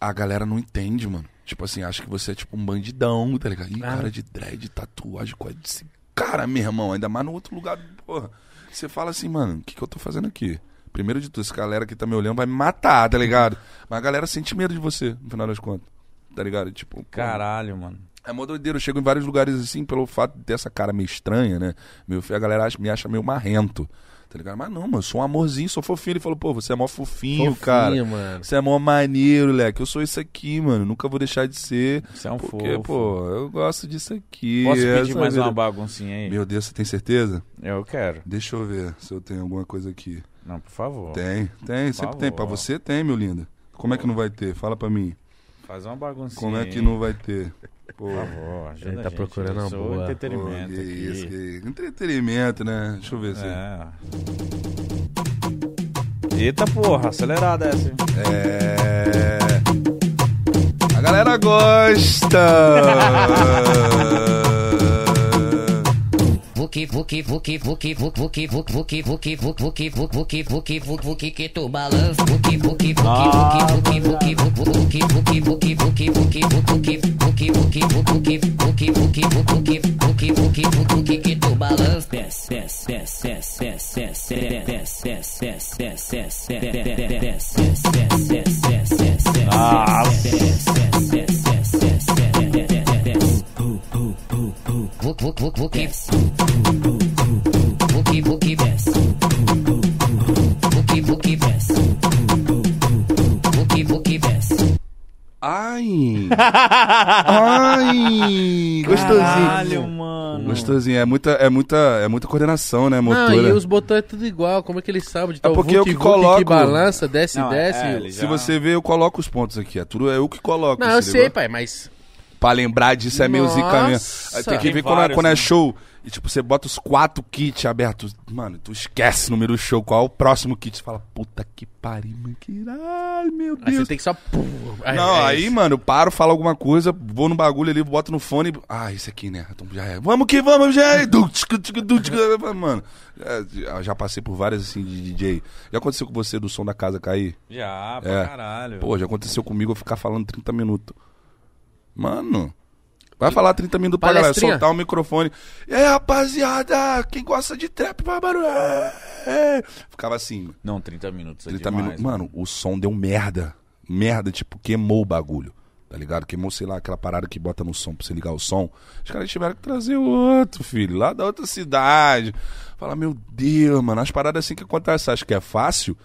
[SPEAKER 3] a galera não entende, mano. Tipo assim, acha que você é tipo um bandidão, tá ligado? Ih, cara de dread, tatuagem, coisa desse cara, meu irmão. Ainda mais no outro lugar, porra. Você fala assim, mano, o que, que eu tô fazendo aqui? Primeiro de tudo, essa galera que tá me olhando vai me matar, tá ligado? Mas a galera sente medo de você, no final das contas. Tá ligado? Tipo, porra,
[SPEAKER 4] Caralho, mano.
[SPEAKER 3] é mó doideira. Eu chego em vários lugares assim, pelo fato de ter essa cara meio estranha, né? Meu filho, a galera acha- me acha meio marrento. Tá ligado? Mas não, mano, eu sou um amorzinho, sou fofinho. Ele falou, pô, você é mó fofinho,
[SPEAKER 2] Fofinho,
[SPEAKER 3] cara.
[SPEAKER 2] mano.
[SPEAKER 3] Você é mó maneiro, leque. Eu sou isso aqui, mano. Nunca vou deixar de ser.
[SPEAKER 4] Você é um
[SPEAKER 3] porque,
[SPEAKER 4] fofo.
[SPEAKER 3] pô, eu gosto disso aqui.
[SPEAKER 4] Posso
[SPEAKER 3] essa é
[SPEAKER 4] pedir mais
[SPEAKER 3] vida-
[SPEAKER 4] uma baguncinha aí?
[SPEAKER 3] Meu Deus, você tem certeza?
[SPEAKER 4] Eu quero.
[SPEAKER 3] Deixa eu ver se eu tenho alguma coisa aqui.
[SPEAKER 4] Não, por favor.
[SPEAKER 3] Tem, tem, sempre tem. Pra
[SPEAKER 4] favor.
[SPEAKER 3] você tem, meu lindo. Como é que não vai ter? Fala pra mim.
[SPEAKER 4] Faz uma baguncinha.
[SPEAKER 3] Como é que
[SPEAKER 4] aí,
[SPEAKER 3] não vai ter? Pô.
[SPEAKER 4] Por favor, ajuda
[SPEAKER 2] Ele tá
[SPEAKER 4] a gente.
[SPEAKER 2] procurando
[SPEAKER 4] Eu
[SPEAKER 2] uma
[SPEAKER 4] sou
[SPEAKER 2] boa.
[SPEAKER 4] entretenimento
[SPEAKER 3] Pô, que
[SPEAKER 4] aqui.
[SPEAKER 3] isso, que isso. Entretenimento, né? Deixa eu ver se.
[SPEAKER 4] É. Eita porra, acelerada essa, hein?
[SPEAKER 3] É. A galera gosta!
[SPEAKER 6] Vuki, vuki, vuki, vuki, vuki, vuki, vuki, vuki, vuki, vuki, vuki, vuki, vuki, vuki, vuki, que tu balança. Vuki, vuki, vuki, vuki, vuki, vuki, vuki, vuki, vuki, vuki, vuki, vuki, vuki, vuki, vuki, vuki, vuki, vuki, vuki, vuki, vuki, que tu balança. Desce, desce, desce, desce, desce, desce, desce, desce, desce, desce, desce, desce, desce, desce, desce, desce. Vuk, vuk, vuk, vuk, yes. Vuki, vuki, yes. Vuki, vuki, yes. Vuki, vuki, yes.
[SPEAKER 3] Ai! Ai! Gostosinho!
[SPEAKER 4] Caralho, mano.
[SPEAKER 3] Gostosinho, é muita, é, muita, é muita coordenação, né,
[SPEAKER 2] Não,
[SPEAKER 3] motora?
[SPEAKER 2] e os botões é tudo igual. Como é que eles sabem de tal
[SPEAKER 3] porque eu
[SPEAKER 2] vuki,
[SPEAKER 3] que
[SPEAKER 2] vuki,
[SPEAKER 3] coloco.
[SPEAKER 2] que balança, desce,
[SPEAKER 4] Não, é,
[SPEAKER 2] desce.
[SPEAKER 4] é, eles-
[SPEAKER 3] Se
[SPEAKER 4] Já.
[SPEAKER 3] você ver, eu coloco os pontos aqui. É tudo é eu que coloco.
[SPEAKER 2] Não, eu
[SPEAKER 3] se
[SPEAKER 2] sei,
[SPEAKER 3] ligou?
[SPEAKER 2] pai, mas.
[SPEAKER 3] Pra lembrar disso é meio zica mesmo.
[SPEAKER 2] Nossa!
[SPEAKER 3] Aí Tem que
[SPEAKER 4] Tem
[SPEAKER 3] ver quando, é,
[SPEAKER 4] vários,
[SPEAKER 3] quando é
[SPEAKER 4] né?
[SPEAKER 3] show. E tipo, você bota os quatro kits abertos. Mano, tu esquece o número do show. Qual é o próximo kit? Você fala, puta que pariu, mano. Que... Ai, meu
[SPEAKER 2] Aí você
[SPEAKER 3] Deus.
[SPEAKER 2] tem que só. Pum,
[SPEAKER 3] Não,
[SPEAKER 2] é
[SPEAKER 3] aí,
[SPEAKER 2] isso.
[SPEAKER 3] mano, eu paro, falo alguma coisa, vou no bagulho ali, boto no fone. e- Ah, esse aqui, né? Então já é. Vamos que vamos, já é. Du, tchic, tchic, du, tchic. Mano, é, já passei por várias assim de DJ. Já aconteceu com você do som da casa cair?
[SPEAKER 4] Já, pra
[SPEAKER 3] É.
[SPEAKER 4] caralho.
[SPEAKER 3] Pô, já aconteceu comigo eu ficar falando 30 minutos. Mano. Vai falar 30 minutos pra galera,
[SPEAKER 2] Palestrinha.
[SPEAKER 3] soltar o microfone. E aí, rapaziada, quem gosta de trap vai barulho. É, é. Ficava assim, mano.
[SPEAKER 4] Não, 30 minutos é
[SPEAKER 3] 30
[SPEAKER 4] demais,
[SPEAKER 3] minutos. tá Mano, o som deu merda. Merda, tipo, queimou o bagulho. Tá ligado? Queimou, sei lá, aquela parada que bota no som pra você ligar o som. Os caras tiveram que trazer outro, filho, lá da outra cidade. Fala, meu Deus, mano, as paradas assim que acontecem, você acha que é fácil?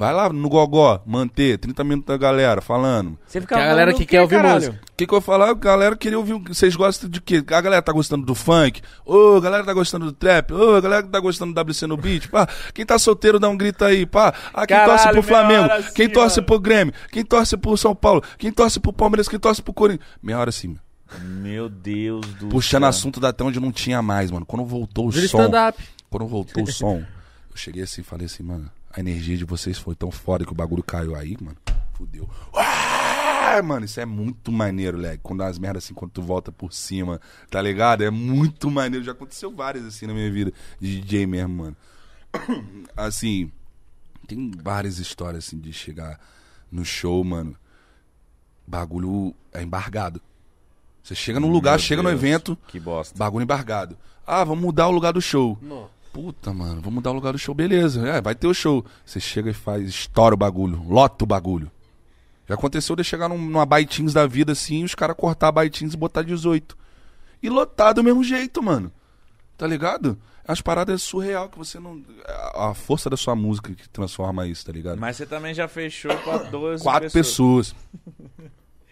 [SPEAKER 3] Vai lá no Gogó, manter 30 minutos da galera falando.
[SPEAKER 4] Você
[SPEAKER 2] Que a galera que quer ouvir música.
[SPEAKER 3] O que, que eu ia falar? A galera queria ouvir. o que- Vocês gostam de quê? A galera tá gostando do funk? Ô, a galera tá gostando do trap? Ô, a galera tá gostando do WC no beat? Pá, quem tá solteiro dá um grito aí, pá. Ah, quem
[SPEAKER 4] Caralho,
[SPEAKER 3] torce pro
[SPEAKER 4] meia
[SPEAKER 3] Flamengo?
[SPEAKER 4] hora assim,
[SPEAKER 3] quem torce
[SPEAKER 4] mano.
[SPEAKER 3] pro Grêmio? Quem torce pro São Paulo? Quem torce pro Palmeiras? Quem torce pro Corinthians? Meia hora assim, mano.
[SPEAKER 4] Meu Deus do
[SPEAKER 3] Puxando
[SPEAKER 4] céu.
[SPEAKER 3] assunto da até onde não tinha mais, mano. Quando voltou o
[SPEAKER 2] Vira
[SPEAKER 3] som.
[SPEAKER 2] stand-up.
[SPEAKER 3] Quando voltou o som, eu cheguei assim e falei assim, mano, a energia de vocês foi tão foda que o bagulho caiu aí, mano. Fudeu. Ah, mano, isso é muito maneiro, leque. Quando dá umas merdas assim, quando tu volta por cima, tá ligado? É muito maneiro. Já aconteceu várias assim na minha vida, de DJ mesmo, mano. Assim, tem várias histórias assim de chegar no show, mano. Bagulho é embargado. Você chega num lugar,
[SPEAKER 4] Meu
[SPEAKER 3] chega no
[SPEAKER 4] Deus,
[SPEAKER 3] evento,
[SPEAKER 4] Que bosta.
[SPEAKER 3] Bagulho embargado. Ah, vamos mudar o lugar do show. Puta, mano, vamos mudar o lugar do show. Beleza, é, vai ter o show. Você chega e faz, estoura o bagulho, lota o bagulho. Já aconteceu de eu chegar num- numa baitins da vida assim, e os caras cortar a baitins e botar 18. E lotar do mesmo jeito, mano. Tá ligado? As paradas é surreal que você não. A a força da sua música que transforma isso, tá ligado?
[SPEAKER 4] Mas você também já fechou pra 12
[SPEAKER 3] Quatro pessoas.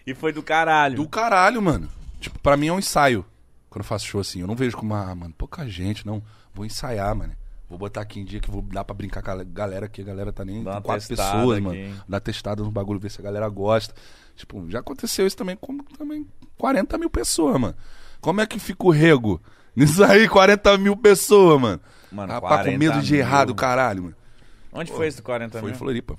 [SPEAKER 4] E foi do caralho.
[SPEAKER 3] Do caralho, mano. Tipo, pra mim é um ensaio. Quando eu faço show assim, eu não vejo como, ah, mano, pouca gente, não. Vou ensaiar, mano. Vou botar aqui em dia que vou dar pra brincar com a galera aqui. A galera tá nem
[SPEAKER 4] Dá
[SPEAKER 3] com
[SPEAKER 4] uma
[SPEAKER 3] quatro
[SPEAKER 4] testada
[SPEAKER 3] pessoas,
[SPEAKER 4] aqui, hein?
[SPEAKER 3] mano. Dá testada no bagulho, ver se a galera gosta. Tipo, já aconteceu isso também com também 40 mil pessoas, mano. Como é que fica o rego? Nisso aí, 40 mil pessoas, mano.
[SPEAKER 4] Mano,
[SPEAKER 3] Rapaz, com
[SPEAKER 4] 40
[SPEAKER 3] medo de
[SPEAKER 4] mil.
[SPEAKER 3] errar do caralho, mano.
[SPEAKER 4] Onde foi esse do 40
[SPEAKER 3] Foi em
[SPEAKER 4] mil?
[SPEAKER 3] Floripa.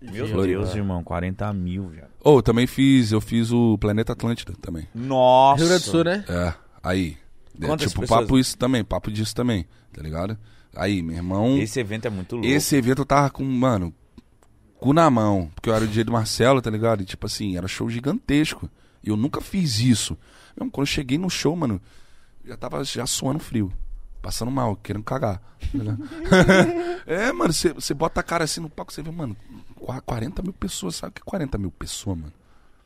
[SPEAKER 4] Meu
[SPEAKER 3] Floripa.
[SPEAKER 4] Deus, irmão, 40 mil, velho.
[SPEAKER 3] Ou, eu também fiz, eu fiz o Planeta Atlântida também.
[SPEAKER 4] Nossa.
[SPEAKER 2] Rio Grande do Sul, né?
[SPEAKER 3] É, aí. É,
[SPEAKER 4] Quantas
[SPEAKER 3] tipo,
[SPEAKER 4] pessoas?
[SPEAKER 3] papo isso também, papo disso também, tá ligado? Aí, meu irmão, esse,
[SPEAKER 4] Esse evento é muito louco.
[SPEAKER 3] evento eu tava com, mano, cu na mão, porque eu era o DJ do Marcelo, tá ligado? E tipo assim, era show gigantesco. E eu nunca fiz isso. Mesmo quando eu cheguei no show, mano, já tava já suando frio. Passando mal, querendo cagar. tá ligado? é, mano, você você bota a cara assim no palco, você vê, mano, qua- 40 mil pessoas, sabe o que é 40 mil pessoas, mano?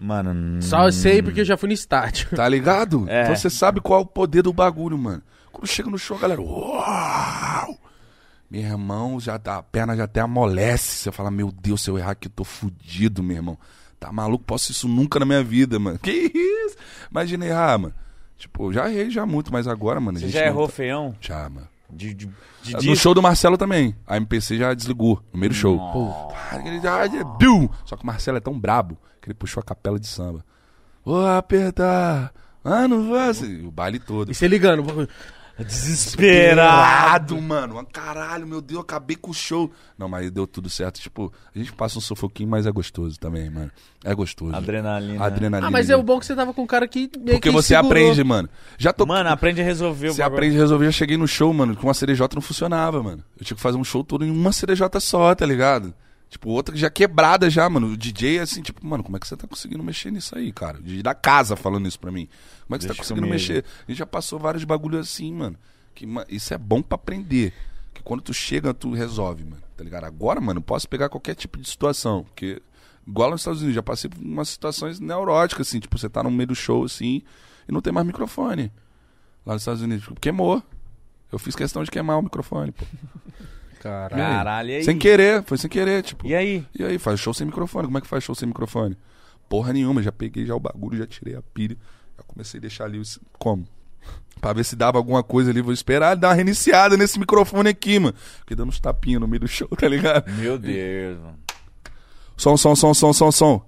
[SPEAKER 4] Mano, hum,
[SPEAKER 2] Só eu sei porque eu já fui no estádio.
[SPEAKER 3] Tá ligado?
[SPEAKER 4] É.
[SPEAKER 3] Então você sabe qual é o poder do bagulho, mano. Quando chega no show, a galera. Uau! Meu irmão, já tá, a perna já até amolece. Você fala, meu Deus, se eu errar aqui, eu tô fudido, meu irmão. Tá maluco? Posso isso nunca na minha vida, mano. Que isso? Imagina errar, mano. Tipo, eu já errei já muito, mas agora, mano. a
[SPEAKER 4] você
[SPEAKER 3] gente
[SPEAKER 4] já
[SPEAKER 3] não
[SPEAKER 4] errou
[SPEAKER 3] tá-
[SPEAKER 4] feião?
[SPEAKER 3] Já, mano.
[SPEAKER 4] De, de, de
[SPEAKER 3] No
[SPEAKER 4] disco?
[SPEAKER 3] show do Marcelo também. A MPC já desligou, no meio do show. Ah, ele já- ele- biu! Só que o Marcelo é tão brabo que ele puxou a capela de samba. Vou apertar. ah, Mano, você. E assim. o baile todo.
[SPEAKER 2] E você ligando.
[SPEAKER 4] Desesperado.
[SPEAKER 3] Irado, mano. Ah, Caralho, meu Deus, eu acabei com o show. Não, mas deu tudo certo. Tipo, a gente passa um sufoquinho, mas é gostoso também, mano. É gostoso.
[SPEAKER 4] Adrenalina.
[SPEAKER 3] Adrenalina. né?
[SPEAKER 2] Ah, mas é o bom que você tava com um cara que. meio
[SPEAKER 3] Porque
[SPEAKER 2] que
[SPEAKER 3] você
[SPEAKER 2] segurou.
[SPEAKER 3] aprende, mano. Já tô
[SPEAKER 4] Mano, aprende a resolver o
[SPEAKER 3] Você
[SPEAKER 4] bagulho.
[SPEAKER 3] aprende a resolver. Já cheguei no show, mano, com uma CDJ não funcionava, mano. Eu tinha que fazer um show todo em uma CDJ só, tá ligado? Tipo, outra já quebrada já, mano. O DJ, assim, tipo, mano, como é que você tá conseguindo mexer nisso aí, cara? O DJ da casa falando isso pra mim. Como é que você tá
[SPEAKER 4] Deixa
[SPEAKER 3] conseguindo
[SPEAKER 4] comigo.
[SPEAKER 3] mexer? A gente já passou vários bagulhos assim, mano. Que, ma- isso é bom pra aprender. Que quando tu chega, tu resolve, mano. Tá ligado? Agora, mano, eu posso pegar qualquer tipo de situação. Porque, igual nos Estados Unidos, já passei por umas situações neuróticas, assim. Tipo, você tá no meio do show, assim, e não tem mais microfone lá nos Estados Unidos. Tipo, queimou. Eu fiz questão de queimar o microfone, pô.
[SPEAKER 2] Caralho.
[SPEAKER 4] Caralho, e aí?
[SPEAKER 3] Sem querer, foi sem querer, tipo.
[SPEAKER 4] E aí?
[SPEAKER 3] E aí, faz show sem microfone. Como é que faz show sem microfone? Porra nenhuma, já peguei já o bagulho, já tirei a pilha. Já comecei a deixar ali os- como? Pra ver se dava alguma coisa ali, vou esperar dar uma reiniciada nesse microfone aqui, mano. Fiquei dando uns tapinhos no meio do show, tá ligado?
[SPEAKER 4] Meu Deus, mano.
[SPEAKER 3] Som, som, som, som, som, som.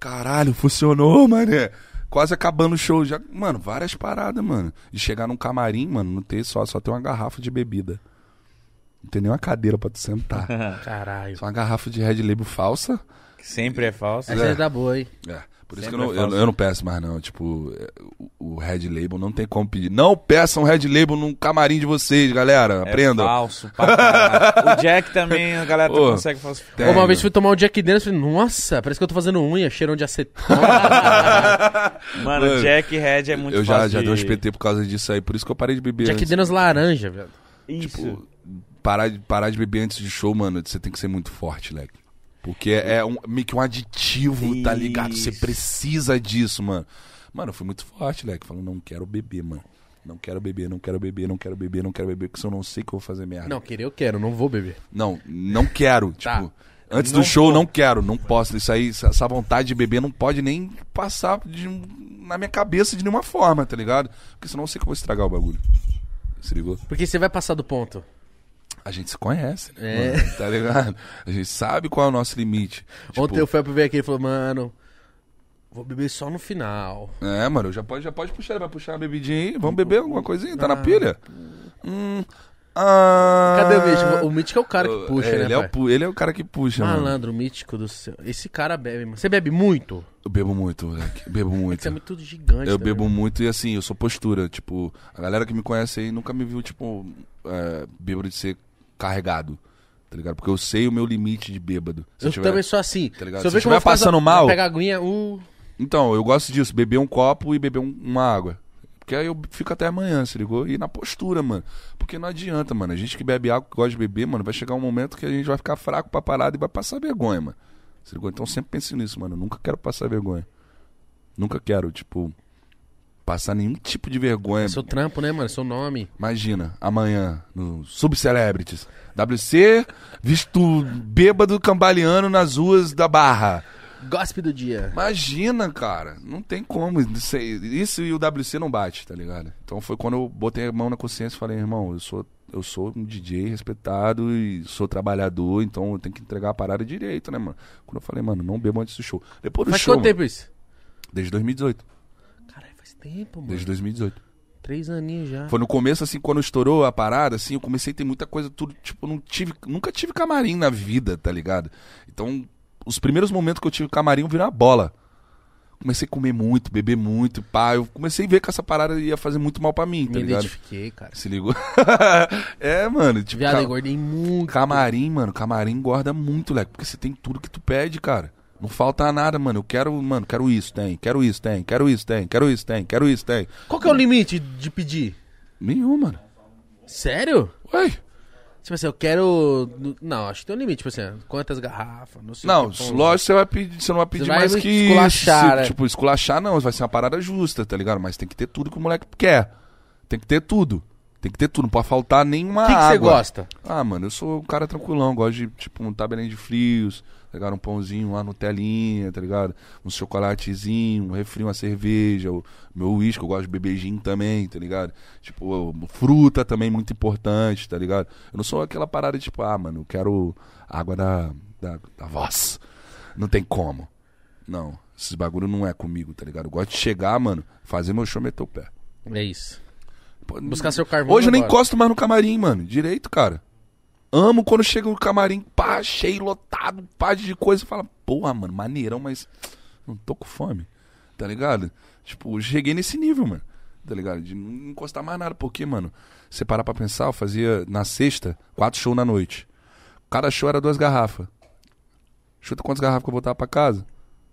[SPEAKER 3] Caralho, funcionou, mané. Quase acabando o show. Já, mano, várias paradas, mano. De chegar num camarim, mano, não ter só, só ter uma garrafa de bebida. Não tem nenhuma cadeira pra tu sentar.
[SPEAKER 2] Caralho.
[SPEAKER 3] só uma garrafa de Red Label falsa.
[SPEAKER 4] Que Sempre é falso.
[SPEAKER 2] Essa é da boa, hein?
[SPEAKER 3] É, por isso
[SPEAKER 4] Sempre
[SPEAKER 3] que eu não,
[SPEAKER 4] é
[SPEAKER 3] eu,
[SPEAKER 4] falso.
[SPEAKER 3] eu não peço mais, não. Tipo, é, o, o Red Label não tem como pedir. Não peçam Red Label num camarim de vocês, galera.
[SPEAKER 4] É
[SPEAKER 3] Aprendam.
[SPEAKER 4] falso pra caralho. O Jack também, a galera
[SPEAKER 3] Ô.
[SPEAKER 4] consegue assim, falsificar.
[SPEAKER 3] Tem.
[SPEAKER 2] Uma vez fui tomar um Jack Daniels e falei, nossa, parece que eu tô fazendo unha, cheirão de acetona.
[SPEAKER 4] Mano,
[SPEAKER 3] Mano,
[SPEAKER 4] Jack e Red é muito
[SPEAKER 3] eu
[SPEAKER 4] fácil
[SPEAKER 3] já, já
[SPEAKER 4] de...
[SPEAKER 3] dei um uns PT por causa disso aí. Por isso que eu parei de beber.
[SPEAKER 2] Jack
[SPEAKER 3] antes.
[SPEAKER 2] Daniels laranja, velho.
[SPEAKER 4] Isso.
[SPEAKER 3] Tipo, parar de, parar de beber antes de show, mano, você tem que ser muito forte, leque. Porque é, é um, meio que um aditivo, tá ligado? Você
[SPEAKER 4] Isso.
[SPEAKER 3] precisa disso, mano. Mano, eu fui muito forte, leque. Falando, não quero beber, mano. Não quero beber, não quero beber, não quero beber, não quero beber, porque se eu não sei que eu vou fazer merda.
[SPEAKER 2] Não, querer eu quero, não vou beber.
[SPEAKER 3] Não, não quero.
[SPEAKER 2] Tá.
[SPEAKER 3] Tipo, antes do show, não quero, não posso. Isso aí, essa- essa vontade de beber não pode nem passar de um- na minha cabeça de nenhuma forma, tá ligado? Porque senão eu sei que eu vou estragar o bagulho. Se ligou?
[SPEAKER 2] Porque você vai passar do ponto.
[SPEAKER 3] A gente se conhece, né?
[SPEAKER 2] É.
[SPEAKER 3] mano? tá ligado? A gente sabe qual é o nosso limite. Tipo,
[SPEAKER 2] Ontem o Felpo veio aqui e falou, mano, vou beber só no final.
[SPEAKER 3] É, mano, já pode, já pode puxar, vai puxar a bebidinha aí.
[SPEAKER 2] Hum,
[SPEAKER 3] Vamos beber alguma coisinha? Tá na pilha? Hum. Ah,
[SPEAKER 2] ah. Cadê o Mítico? O Mítico é o cara que puxa,
[SPEAKER 3] é,
[SPEAKER 2] né,
[SPEAKER 3] ele, é o,
[SPEAKER 2] pai?
[SPEAKER 3] pu- ele é o cara que puxa, mano.
[SPEAKER 2] Malandro, mítico do céu. Esse cara bebe, mano. Você bebe muito?
[SPEAKER 3] Eu bebo muito, moleque. Bebo muito.
[SPEAKER 2] Você é muito gigante.
[SPEAKER 3] Eu
[SPEAKER 2] também,
[SPEAKER 3] bebo
[SPEAKER 2] né?
[SPEAKER 3] muito e assim, eu sou postura. Tipo, a galera que me conhece aí nunca me viu, tipo, é, bêbado de ser carregado. Tá ligado? Porque eu sei o meu limite de bêbado. Se
[SPEAKER 2] Eu
[SPEAKER 3] tiver- tá
[SPEAKER 2] também sou assim. Se
[SPEAKER 3] ligado?
[SPEAKER 2] eu
[SPEAKER 3] Se
[SPEAKER 2] ver que eu
[SPEAKER 3] tiver
[SPEAKER 2] vou ficar
[SPEAKER 3] passando
[SPEAKER 2] zo-
[SPEAKER 3] mal-
[SPEAKER 2] Pegar aguinha, uh,
[SPEAKER 3] Então, eu gosto disso, beber um copo e beber um- uma água. Porque aí eu fico até amanhã, se ligou? E na postura, mano. Porque não adianta, mano. A gente que bebe água, que gosta de beber, mano, vai chegar um momento que a gente vai ficar fraco pra parada e vai passar vergonha, mano. Se ligou? Então sempre pense nisso, mano. Eu nunca quero passar vergonha. Nunca quero, tipo, passar nenhum tipo de vergonha.
[SPEAKER 2] seu trampo, né, mano? Seu nome.
[SPEAKER 3] Imagina, amanhã, no Subcelebrities, WC, visto bêbado cambaleando nas ruas da Barra.
[SPEAKER 2] Gossip do dia.
[SPEAKER 3] Imagina, cara. Não tem como. Isso, isso e o WC não bate, tá ligado? Então foi quando eu botei a mão na consciência e falei, irmão, eu sou, eu sou um DJ respeitado e sou trabalhador, então eu tenho que entregar a parada direito, né, mano? Quando eu falei, mano, não bebo antes do show. Depois do
[SPEAKER 2] Faz
[SPEAKER 3] show.
[SPEAKER 2] quanto tempo isso?
[SPEAKER 3] mano, desde 2018.
[SPEAKER 2] Caralho, faz tempo, mano.
[SPEAKER 3] Desde 2018.
[SPEAKER 2] Três aninhos já.
[SPEAKER 3] Foi no começo, assim, quando estourou a parada, assim, eu comecei a ter muita coisa, tudo, tipo, não tive, nunca tive camarim na vida, tá ligado? Então, os primeiros momentos que eu tive camarim, eu virei uma bola. Comecei a comer muito, beber muito, pá, eu comecei a ver que essa parada ia fazer muito mal pra mim, tá
[SPEAKER 2] Me
[SPEAKER 3] ligado?
[SPEAKER 2] identifiquei, cara.
[SPEAKER 3] Se ligou? é, mano, tipo,
[SPEAKER 2] Viado,
[SPEAKER 3] ca-
[SPEAKER 2] engordei muito.
[SPEAKER 3] camarim, mano, camarim engorda muito, leque, porque você tem tudo que tu pede, cara. Não falta nada, mano. Eu quero, mano, quero isso, tem, quero isso, tem, quero isso, tem, quero isso, tem, quero isso, tem.
[SPEAKER 2] Qual que é o limite de pedir?
[SPEAKER 3] Nenhum, mano.
[SPEAKER 2] Sério?
[SPEAKER 3] Ué.
[SPEAKER 2] Tipo assim, eu quero. Não, acho que tem um limite. Tipo assim, quantas garrafas, não sei o
[SPEAKER 3] Não,
[SPEAKER 2] que, pão.
[SPEAKER 3] lógico que você vai pedir, você não vai pedir
[SPEAKER 2] vai
[SPEAKER 3] mais que
[SPEAKER 2] esculachar,
[SPEAKER 3] isso.
[SPEAKER 2] né?
[SPEAKER 3] Tipo, esculachar não, vai ser uma parada justa, tá ligado? Mas tem que ter tudo que o moleque quer. Tem que ter tudo. Tem que ter tudo, não pode faltar nenhuma
[SPEAKER 2] O que que
[SPEAKER 3] água.
[SPEAKER 2] você gosta?
[SPEAKER 3] Ah, mano, eu sou um cara tranquilão, gosto de, tipo, um tabelinho de frios, tá ligado? Um pãozinho, uma Nutelinha, tá ligado? Um chocolatezinho, um refri, uma cerveja, o meu uísque, eu gosto de beber gin também, tá ligado? Tipo, eu- fruta também muito importante, tá ligado? Eu não sou aquela parada tipo, ah, mano, eu quero água da, da, da voz. Não tem como. Não, esses bagulho não é comigo, tá ligado? Eu gosto de chegar, mano, fazer meu show, meter o pé.
[SPEAKER 2] É isso.
[SPEAKER 3] Pô,
[SPEAKER 2] Buscar seu carvão.
[SPEAKER 3] Hoje eu nem
[SPEAKER 2] agora.
[SPEAKER 3] encosto mais no camarim, mano. Direito, cara. Amo quando chega o camarim, pá, cheio, lotado, pá de coisa. Fala, porra, mano, maneirão, mas não tô com fome. Tá ligado? Tipo, cheguei nesse nível, mano. Tá ligado? De não encostar mais nada. Porque, mano, você parar pra pensar, eu fazia na sexta, quatro shows na noite. Cada show era duas garrafas. Chuta quantas garrafas que eu botava pra casa.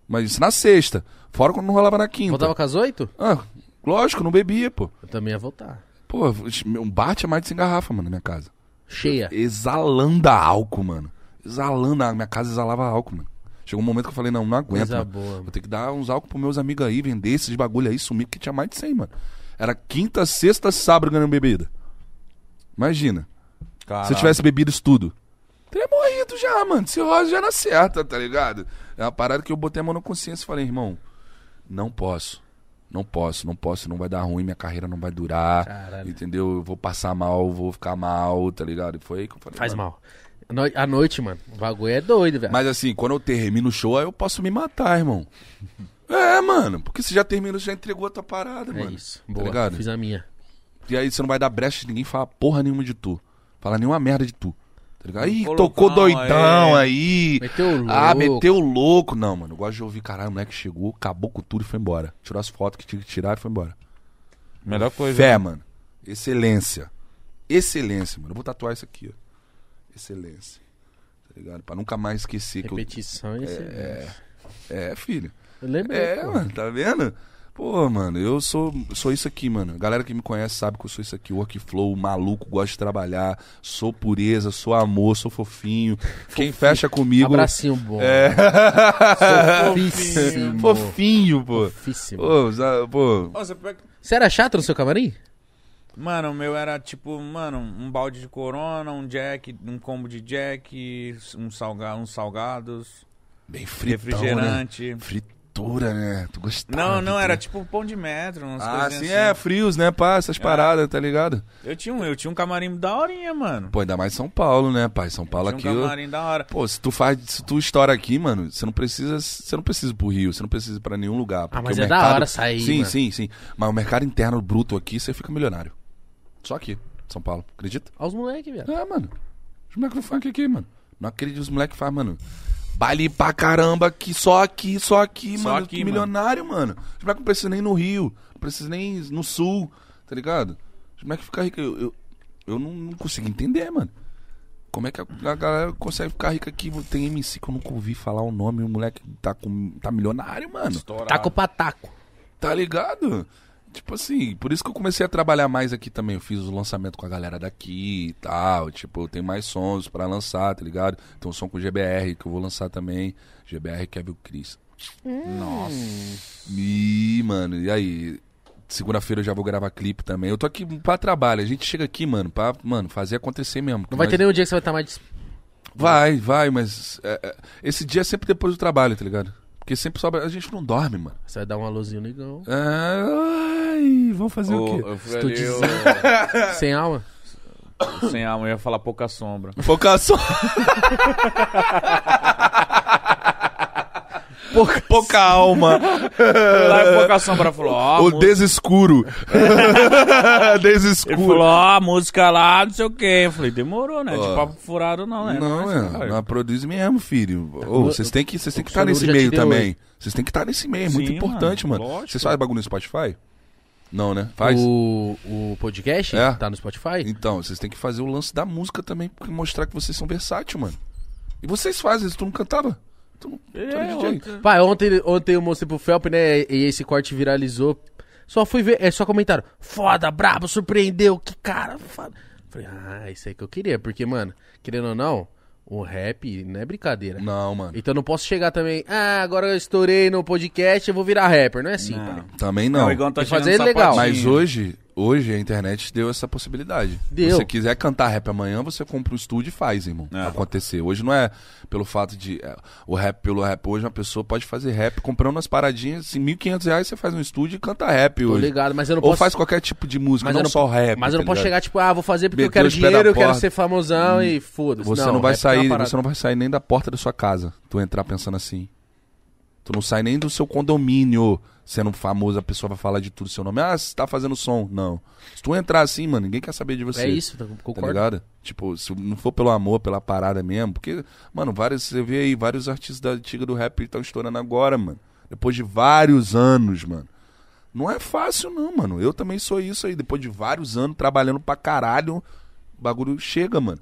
[SPEAKER 3] Mas isso na sexta. Fora quando não rolava na quinta.
[SPEAKER 2] Voltava com as oito?
[SPEAKER 3] Ah, lógico, não bebia, pô.
[SPEAKER 2] Eu também ia voltar.
[SPEAKER 3] Pô, um bate é mais de 100 garrafas, mano, na minha casa.
[SPEAKER 2] Cheia.
[SPEAKER 3] Exalando a álcool, mano. Exalando, a minha casa exalava álcool, mano. Chegou um momento que eu falei, não, não aguento,
[SPEAKER 2] Coisa
[SPEAKER 3] mano.
[SPEAKER 2] boa,
[SPEAKER 3] Vou
[SPEAKER 2] mano.
[SPEAKER 3] ter que dar uns álcool pros meus amigos aí, vender esses bagulho aí, sumir, porque tinha mais de 100, mano. Era quinta, sexta, sábado ganhando bebida. Imagina. Se eu tivesse bebido isso tudo. Teria morrido já, mano. Cirrose já era certa, tá ligado? É uma parada que eu botei a mão na consciência e falei, irmão, não posso. Não posso, não posso, não vai dar ruim, minha carreira não vai durar.
[SPEAKER 2] Caralho.
[SPEAKER 3] Entendeu? Eu vou passar mal, eu vou ficar mal, tá ligado? E foi aí que eu falei.
[SPEAKER 2] Faz
[SPEAKER 3] mano.
[SPEAKER 2] mal. A noi- A noite, mano. O bagulho é doido, velho.
[SPEAKER 3] Mas assim, quando eu termino o show, aí eu posso me matar, irmão. É, mano, porque você já terminou, você já entregou a tua parada,
[SPEAKER 2] É
[SPEAKER 3] mano.
[SPEAKER 2] isso.
[SPEAKER 3] tá
[SPEAKER 2] Boa.
[SPEAKER 3] ligado?
[SPEAKER 2] Fiz a minha.
[SPEAKER 3] E aí você não vai dar brecha de ninguém falar porra nenhuma de tu. Falar nenhuma merda de tu. Tá ligado? Ih,
[SPEAKER 4] Colocão,
[SPEAKER 3] tocou doidão aí.
[SPEAKER 2] Meteu o
[SPEAKER 3] Ah,
[SPEAKER 2] louco.
[SPEAKER 3] meteu o louco. Não, mano, eu gosto de ouvir, caralho, o moleque chegou, acabou com tudo e foi embora. Tirou as fotos que tinha que tirar e foi embora.
[SPEAKER 1] Melhor coisa.
[SPEAKER 4] né?
[SPEAKER 3] Fé, mano. Excelência. Excelência, mano. Eu vou tatuar isso aqui, ó. Excelência. Tá ligado? Pra nunca mais esquecer
[SPEAKER 2] Repetição e excelência.
[SPEAKER 3] que eu... É, filho.
[SPEAKER 2] Eu lembrei.
[SPEAKER 3] É,
[SPEAKER 2] pô.
[SPEAKER 3] mano, tá vendo? Pô, mano, eu sou, sou isso aqui, mano. A galera que me conhece sabe que eu sou isso aqui. Workflow, maluco, gosto de trabalhar. Sou pureza, sou amor, sou fofinho. Quem fecha comigo.
[SPEAKER 2] Abracinho bom.
[SPEAKER 3] É.
[SPEAKER 2] Fofíssimo.
[SPEAKER 3] fofinho, pô.
[SPEAKER 2] Fofíssimo.
[SPEAKER 3] Pô, za- pô.
[SPEAKER 4] Ó, você pega-
[SPEAKER 2] Você era chato no seu camarim?
[SPEAKER 4] Mano, o meu era tipo, mano, um balde de corona, um jack, um combo de jack, um salga, uns salgados,
[SPEAKER 3] Bem fritão,
[SPEAKER 4] refrigerante.
[SPEAKER 3] Né? Fritura, né? Tu gostava.
[SPEAKER 4] Não, não,
[SPEAKER 3] de
[SPEAKER 4] era
[SPEAKER 3] tudo.
[SPEAKER 4] tipo pão de metro, umas
[SPEAKER 3] Ah,
[SPEAKER 4] coisinhas assim, É.
[SPEAKER 3] sim, é, frios, né, pá? Essas paradas, tá ligado?
[SPEAKER 4] Eu tinha um, eu tinha um camarim da horinha, mano.
[SPEAKER 3] Pô, ainda mais São Paulo, né, pai? São Paulo
[SPEAKER 4] Tinha um
[SPEAKER 3] aqui. eu-
[SPEAKER 4] camarim da hora.
[SPEAKER 3] Pô, se tu faz, se tu estoura aqui, mano, você não precisa, você não precisa ir pro Rio, você não precisa ir pra nenhum lugar. porque
[SPEAKER 2] mas
[SPEAKER 3] o
[SPEAKER 2] é da
[SPEAKER 3] mercado-
[SPEAKER 2] hora sair,
[SPEAKER 3] Sim,
[SPEAKER 2] mano.
[SPEAKER 3] sim, sim. Mas o mercado interno bruto aqui, você fica milionário. Só aqui, São Paulo. Acredita?
[SPEAKER 2] Olha os moleques, velho.
[SPEAKER 3] É, mano. Os moleques do funk aqui, mano. Não acredito os moleques fazem, mano. Baile pra caramba aqui, só aqui, só aqui,
[SPEAKER 4] Só
[SPEAKER 3] mano.
[SPEAKER 4] aqui,
[SPEAKER 3] que
[SPEAKER 4] mano.
[SPEAKER 3] milionário, mano. Os moleques não precisam nem no Rio, não precisam nem no Sul, tá ligado? Os moleques ficam ricos. Eu, eu, eu não, não consigo entender, mano. Como é que a, a galera consegue ficar rica aqui? Tem MC que eu nunca ouvi falar o nome, o moleque tá, com, tá milionário, mano.
[SPEAKER 2] Taco pra taco.
[SPEAKER 3] Tá ligado? Tipo assim, por isso que eu comecei a trabalhar mais aqui também. Eu fiz o lançamento com a galera daqui e tal. Tipo, eu tenho mais sons pra lançar, tá ligado? Tem um som com o GBR que eu vou lançar também. GBR Kevin Chris. Nossa. Ih, mano, e aí? Segunda-feira eu já vou gravar clipe também. Eu tô aqui pra trabalho. A gente chega aqui, mano, pra, mano, fazer acontecer mesmo.
[SPEAKER 2] Não vai tá
[SPEAKER 3] Mas-
[SPEAKER 2] ter nenhum dia que você vai estar mais. dis-
[SPEAKER 3] Vai, vai, mas é, é, esse dia é sempre depois do trabalho, tá ligado? Porque Porque sempre sobra. A gente não dorme, mano.
[SPEAKER 2] Você vai dar uma luzinha negão.
[SPEAKER 3] Ai, vamos fazer o
[SPEAKER 4] Ô,
[SPEAKER 3] quê?
[SPEAKER 4] eu fui
[SPEAKER 2] Estou
[SPEAKER 4] ali, eu-
[SPEAKER 2] Sem alma?
[SPEAKER 4] sem alma, eu ia falar pouca sombra.
[SPEAKER 3] Pouca sombra. Pouca, alma.
[SPEAKER 4] Lá e pouca sombra falou, ó,
[SPEAKER 3] o
[SPEAKER 4] mu-
[SPEAKER 3] desescuro.
[SPEAKER 4] ele
[SPEAKER 3] desescuro.
[SPEAKER 4] falou, ó, a música lá, não sei o quê. Eu falei, demorou, né?
[SPEAKER 3] Ó.
[SPEAKER 4] De papo furado não, né?
[SPEAKER 3] Não,
[SPEAKER 4] é,
[SPEAKER 3] é, não produz mesmo, filho. Ô, vocês têm que vocês têm que estar nesse
[SPEAKER 2] já te
[SPEAKER 3] meio
[SPEAKER 2] deu
[SPEAKER 3] também. Vocês têm que estar nesse meio, é muito
[SPEAKER 4] Sim,
[SPEAKER 3] importante,
[SPEAKER 4] mano,
[SPEAKER 3] mano.
[SPEAKER 4] lógico.
[SPEAKER 3] Vocês fazem bagulho no Spotify? Não, né? Faz?
[SPEAKER 2] O, o podcast
[SPEAKER 3] É.
[SPEAKER 2] tá no Spotify?
[SPEAKER 3] Então, vocês têm que fazer o lance da música também, porque mostrar que vocês são versátil, mano. E vocês fazem isso, tu não cantava? Tu, não- tu era
[SPEAKER 4] É,
[SPEAKER 3] DJ.
[SPEAKER 2] Pai, ontem, ontem eu mostrei pro Felp, né? E esse corte viralizou. Só fui ver, é só comentaram. Foda, brabo, surpreendeu, que cara. Foda. Falei, ah, isso aí que eu queria, porque, mano, querendo ou não, o rap não é brincadeira.
[SPEAKER 3] Não, mano.
[SPEAKER 2] Então não posso chegar também, ah, agora eu estourei no podcast, eu vou virar rapper. Não é assim, pai.
[SPEAKER 3] Também não.
[SPEAKER 4] tá
[SPEAKER 2] E
[SPEAKER 4] chegando
[SPEAKER 2] fazer legal.
[SPEAKER 4] sapatinho.
[SPEAKER 3] Mas hoje, hoje a internet deu essa possibilidade.
[SPEAKER 2] Deu.
[SPEAKER 3] Se você quiser cantar rap amanhã, você compra o estúdio e faz, irmão. Acontecer. Hoje não é pelo fato de. é, o rap pelo rap. Hoje uma pessoa pode fazer rap comprando umas paradinhas, assim, R$ 1.500 reais você faz um estúdio e canta rap
[SPEAKER 2] Tô
[SPEAKER 3] hoje.
[SPEAKER 2] ligado, mas eu não
[SPEAKER 3] Ou
[SPEAKER 2] posso.
[SPEAKER 3] faz qualquer tipo de música,
[SPEAKER 2] mas
[SPEAKER 3] não,
[SPEAKER 2] eu
[SPEAKER 3] só rap.
[SPEAKER 2] Mas eu não
[SPEAKER 3] tá
[SPEAKER 2] posso
[SPEAKER 3] ligado?
[SPEAKER 2] chegar, tipo, ah, vou fazer porque eu
[SPEAKER 3] Meter
[SPEAKER 2] quero
[SPEAKER 3] os pés na
[SPEAKER 2] dinheiro, eu quero
[SPEAKER 3] porta.
[SPEAKER 2] ser famosão e foda-se.
[SPEAKER 3] Você não, vai
[SPEAKER 2] rap é uma
[SPEAKER 3] sair,
[SPEAKER 2] parada.
[SPEAKER 3] você não vai sair nem da porta da sua casa, tu entrar pensando assim. Tu não sai nem do seu condomínio. Sendo famoso, a pessoa vai falar de tudo seu nome. Ah, você tá fazendo som. Não. Se tu entrar assim, mano, ninguém quer saber de você.
[SPEAKER 2] É isso, tá-
[SPEAKER 3] Tá
[SPEAKER 2] concordo.
[SPEAKER 3] ligado? Tipo, se não for pelo amor, pela parada mesmo, porque, mano, vários, você vê aí vários artistas da antiga do rap estão estourando agora, mano. Depois de vários anos, mano. Não é fácil, não, mano. Eu também sou isso aí. Depois de vários anos trabalhando pra caralho, o bagulho chega, mano.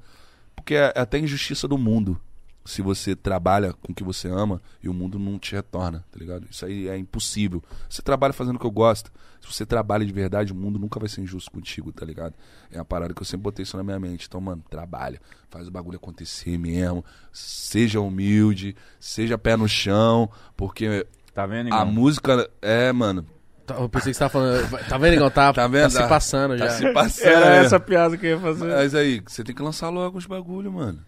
[SPEAKER 3] Porque é é até injustiça do mundo. Se você trabalha com o que você ama e o mundo não te retorna, tá ligado? Isso aí é impossível. Você trabalha fazendo o que eu gosto. Se você trabalha de verdade, o mundo nunca vai ser injusto contigo, tá ligado? É uma parada que eu sempre botei isso na minha mente. Então, mano, trabalha. Faz o bagulho acontecer mesmo. Seja humilde, seja pé no chão. Porque
[SPEAKER 4] Tá vendo,
[SPEAKER 3] a
[SPEAKER 4] irmão?
[SPEAKER 3] música. É, mano.
[SPEAKER 2] Tá, Eu pensei que você tava falando. Tá vendo, Igão? Tá,
[SPEAKER 3] Tá vendo?
[SPEAKER 2] tá se passando já.
[SPEAKER 3] Tá se passando.
[SPEAKER 4] Era
[SPEAKER 3] né?
[SPEAKER 4] é essa piada que eu ia fazer.
[SPEAKER 3] Mas aí, você tem que lançar logo os bagulho, mano.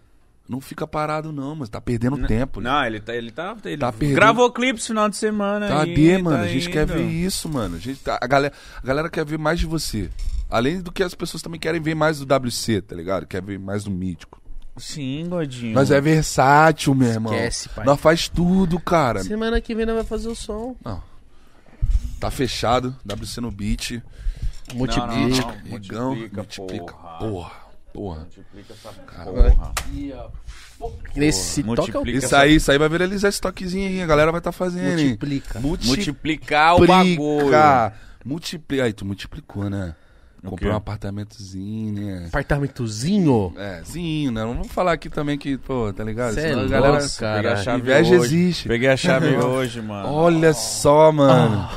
[SPEAKER 3] Não fica parado, não, mas tá perdendo
[SPEAKER 4] Né?
[SPEAKER 3] tempo.
[SPEAKER 4] Não, ele tá. Ele tá. Ele
[SPEAKER 3] Tá perdendo-
[SPEAKER 4] gravou clipe esse final de semana.
[SPEAKER 3] Cadê,
[SPEAKER 4] aí,
[SPEAKER 3] mano?
[SPEAKER 4] tá
[SPEAKER 3] a gente quer
[SPEAKER 4] indo.
[SPEAKER 3] ver isso, mano. A, gente tá- a, galera, a galera quer ver mais de você. Além do que as pessoas também querem ver mais do WC, tá ligado? Quer ver mais do mítico.
[SPEAKER 4] Sim, gordinho.
[SPEAKER 3] Nós é versátil, meu irmão.
[SPEAKER 2] Esquece, pai.
[SPEAKER 3] Nós faz tudo, cara.
[SPEAKER 2] Semana que vem nós vai fazer o som.
[SPEAKER 3] Tá fechado, WC no beat.
[SPEAKER 2] Multiplica.
[SPEAKER 4] não, não.
[SPEAKER 3] Igão,
[SPEAKER 4] multiplica,
[SPEAKER 3] multiplica.
[SPEAKER 4] porra.
[SPEAKER 3] Porra, porra.
[SPEAKER 4] Porra.
[SPEAKER 2] Esse toque é o
[SPEAKER 4] multiplica.
[SPEAKER 3] Isso aí, isso aí vai viralizar esse toquezinho aí, a galera vai tá fazendo. hein?
[SPEAKER 2] Multiplica.
[SPEAKER 3] Multiplica.
[SPEAKER 4] Multiplicar o bagulho.
[SPEAKER 3] Multiplica. Multiplica. Aí, tu multiplicou, né? Comprou
[SPEAKER 4] quê?
[SPEAKER 3] um apartamentozinho, né?
[SPEAKER 2] Apartamentozinho.
[SPEAKER 3] É, zinho, né? Não vamos falar aqui também que, pô, tá ligado?
[SPEAKER 2] Cê é
[SPEAKER 3] Senão a
[SPEAKER 2] louco,
[SPEAKER 3] galera-
[SPEAKER 4] Peguei a
[SPEAKER 2] cara.
[SPEAKER 4] chave
[SPEAKER 3] Inveja
[SPEAKER 4] hoje.
[SPEAKER 3] existe.
[SPEAKER 4] Peguei a chave hoje, mano.
[SPEAKER 3] Olha só, mano.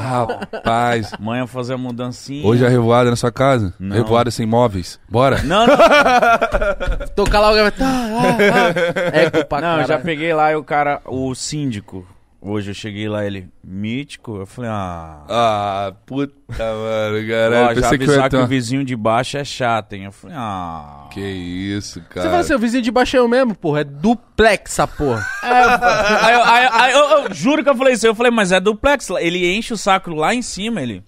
[SPEAKER 3] Rapaz.
[SPEAKER 4] Amanhã eu vou fazer a mudancinha.
[SPEAKER 3] Hoje é revoada na sua casa?
[SPEAKER 4] Não.
[SPEAKER 3] Revoada sem móveis? Bora?
[SPEAKER 4] Não, não,
[SPEAKER 2] Tocar lá o cara vai. Tá, ah, ah. Eco pra
[SPEAKER 3] é
[SPEAKER 4] não eu já
[SPEAKER 2] caralho.
[SPEAKER 4] peguei lá e o cara, o síndico. Hoje eu cheguei lá, ele, mítico. Eu falei, ah.
[SPEAKER 3] Ah, puta, mano,
[SPEAKER 4] Ó,
[SPEAKER 3] caralho.
[SPEAKER 4] já
[SPEAKER 3] Pensei que eu ia
[SPEAKER 4] avisar que
[SPEAKER 3] ter
[SPEAKER 4] o
[SPEAKER 3] uma-
[SPEAKER 4] vizinho de baixo é chato, hein? Eu falei, ah.
[SPEAKER 3] Que isso, cara.
[SPEAKER 2] Você fala assim, o vizinho de baixo é eu mesmo, porra. É duplex essa porra.
[SPEAKER 4] Aí, eu- aí- aí eu, eu juro que eu falei isso. Eu falei, mas é duplex. lá. Ele enche o saco lá em cima, ele.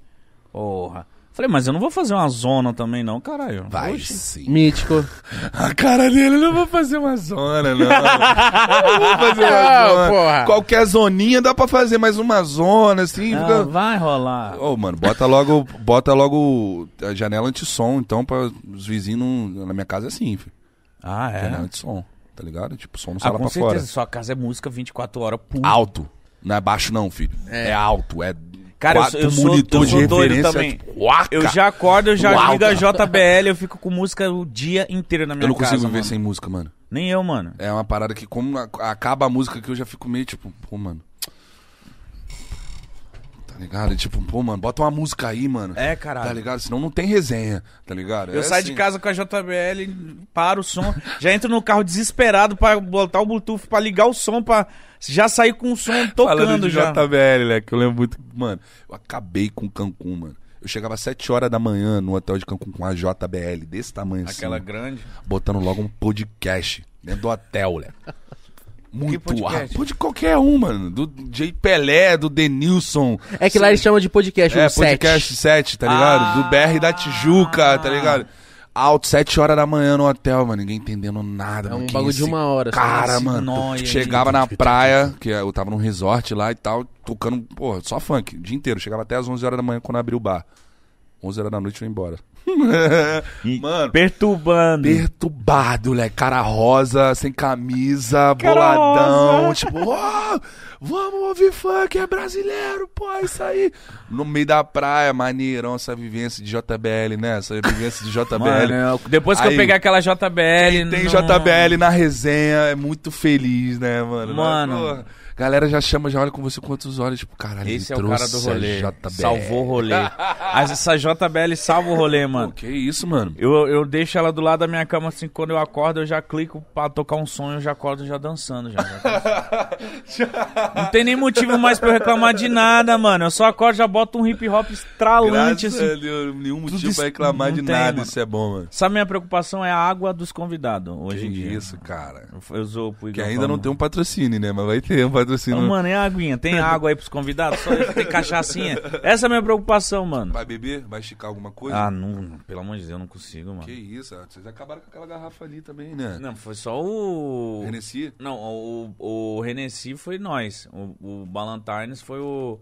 [SPEAKER 4] Porra. Falei, mas eu não vou fazer uma zona também, não, caralho.
[SPEAKER 3] Vai
[SPEAKER 4] Oxe.
[SPEAKER 3] sim.
[SPEAKER 2] Mítico.
[SPEAKER 3] A cara dele, eu não vou fazer uma zona, não. não vou fazer uma
[SPEAKER 2] Não,
[SPEAKER 3] zona.
[SPEAKER 2] porra.
[SPEAKER 3] Qualquer zoninha dá pra fazer mais uma zona, assim.
[SPEAKER 4] Não,
[SPEAKER 3] fica-
[SPEAKER 4] vai rolar.
[SPEAKER 3] Ô, mano, bota logo, bota logo a janela anti-som, então, pra os vizinhos não... Na minha casa é assim, filho.
[SPEAKER 4] Ah, é?
[SPEAKER 3] Janela anti-som, tá ligado? Tipo, o som não sai
[SPEAKER 4] Ah,
[SPEAKER 3] lá
[SPEAKER 4] com
[SPEAKER 3] pra
[SPEAKER 4] certeza.
[SPEAKER 3] fora. Ah,
[SPEAKER 4] Sua casa é música 24 horas pura.
[SPEAKER 3] Alto. Não é baixo não, filho. É, alto, é...
[SPEAKER 4] Cara, eu
[SPEAKER 3] quatro
[SPEAKER 4] sou- eu sou-
[SPEAKER 3] monitor
[SPEAKER 4] eu sou
[SPEAKER 3] de
[SPEAKER 4] doido
[SPEAKER 3] referência, tipo,
[SPEAKER 4] também.
[SPEAKER 3] quatro.
[SPEAKER 4] Eu já acordo, eu já
[SPEAKER 3] Uau,
[SPEAKER 4] ligo a JBL, eu fico com música o dia inteiro na minha
[SPEAKER 3] Eu não
[SPEAKER 4] casa.
[SPEAKER 3] consigo viver
[SPEAKER 4] mano.
[SPEAKER 3] sem música, mano.
[SPEAKER 4] Nem eu, mano.
[SPEAKER 3] É uma parada que como a- acaba a música que eu já fico meio tipo, pô, mano. Tá ligado? E Tipo, pô, mano, bota uma música aí, mano.
[SPEAKER 4] É, caralho.
[SPEAKER 3] Tá ligado? Senão não tem resenha, tá ligado?
[SPEAKER 4] Eu saio de casa com a JBL, paro o som, já entro no carro desesperado pra botar o Bluetooth, pra ligar o som, pra já sair com o som
[SPEAKER 3] Falando
[SPEAKER 4] tocando
[SPEAKER 3] de
[SPEAKER 4] já.
[SPEAKER 3] JBL, né? Que eu lembro muito. Mano, eu acabei com Cancún, mano. Eu chegava às 7 horas da manhã no hotel de Cancún com a JBL desse tamanho assim.
[SPEAKER 4] grande.
[SPEAKER 3] Botando logo um podcast dentro do hotel, né? Muito
[SPEAKER 4] podcast?
[SPEAKER 3] rápido. Pode qualquer um, mano. Do J Pelé, do Denilson.
[SPEAKER 2] É que lá eles chamam de podcast, um Ah.
[SPEAKER 3] É,
[SPEAKER 2] o set.
[SPEAKER 3] podcast 7, tá ligado? Do BR da Tijuca, tá ligado? Alto, 7 horas da manhã no hotel, mano. Ninguém entendendo nada.
[SPEAKER 2] É
[SPEAKER 3] mano.
[SPEAKER 2] um
[SPEAKER 3] Quem
[SPEAKER 2] bagulho de
[SPEAKER 3] esse
[SPEAKER 2] uma hora, assim, só
[SPEAKER 3] Cara,
[SPEAKER 2] esse
[SPEAKER 3] mano.
[SPEAKER 4] nóia
[SPEAKER 3] chegava na praia, que é, eu tava num resort lá e tal, tocando, porra, só funk, o dia inteiro. Chegava até às 11 horas da manhã quando abriu o bar. 11 horas da noite eu ia embora. mano,
[SPEAKER 4] Perturbando.
[SPEAKER 3] perturbado, moleque. Cara rosa, sem camisa,
[SPEAKER 4] Cara
[SPEAKER 3] boladão.
[SPEAKER 4] rosa.
[SPEAKER 3] Tipo, ó, vamos ouvir funk, é brasileiro, pô, é isso aí. No meio da praia, maneirão, essa vivência de JBL, né? Essa vivência de JBL.
[SPEAKER 1] Mano, eu- depois que
[SPEAKER 3] Aí,
[SPEAKER 1] eu peguei aquela JBL.
[SPEAKER 3] Tem
[SPEAKER 1] não-
[SPEAKER 3] JBL na resenha, é muito feliz, né, mano?
[SPEAKER 1] Mano.
[SPEAKER 3] Porra, Galera já chama, já olha com você com outros olhos, tipo, caralho,
[SPEAKER 4] Esse é
[SPEAKER 3] ele
[SPEAKER 4] o cara do
[SPEAKER 3] trouxe a
[SPEAKER 4] rolê.
[SPEAKER 3] JBL.
[SPEAKER 4] Salvou o rolê. As- Essa JBL salva o rolê,
[SPEAKER 3] Pô,
[SPEAKER 4] mano.
[SPEAKER 3] que isso, mano?
[SPEAKER 4] Eu, eu deixo ela do lado da minha cama, assim, quando eu acordo, eu já clico pra tocar um sonho, eu já acordo já dançando. Já, já. Não tem nem motivo mais pra eu reclamar de nada, mano. Eu só acordo, já boto um hip hop estralante,
[SPEAKER 3] Graças
[SPEAKER 4] assim.
[SPEAKER 3] a Deus, nenhum
[SPEAKER 4] tudo
[SPEAKER 3] motivo
[SPEAKER 4] isso-
[SPEAKER 3] pra reclamar
[SPEAKER 4] não
[SPEAKER 3] de
[SPEAKER 4] tem,
[SPEAKER 3] nada,
[SPEAKER 4] mano.
[SPEAKER 3] isso é bom, mano.
[SPEAKER 4] Sabe, minha preocupação é a água dos convidados hoje
[SPEAKER 3] Que
[SPEAKER 4] em dia.
[SPEAKER 3] isso, cara.
[SPEAKER 4] Eu sou pro
[SPEAKER 3] Que
[SPEAKER 4] Igor
[SPEAKER 3] ainda não
[SPEAKER 4] falando.
[SPEAKER 3] tem um patrocínio, né? Mas vai ter um patrocínio.
[SPEAKER 4] Não, mano, é aguinha. Tem água aí pros convidados? Só isso, tem cachaçinha? Essa é a minha preocupação, mano.
[SPEAKER 3] Vai beber? Vai esticar alguma coisa?
[SPEAKER 4] Ah, não, não, pelo amor de Deus, eu não consigo, mano.
[SPEAKER 3] que isso, ah, vocês acabaram com aquela garrafa ali também, né?
[SPEAKER 4] Não, foi só o.
[SPEAKER 3] Renesci?
[SPEAKER 4] Não, o, o Renessi foi nós. O, o Ballantines foi o.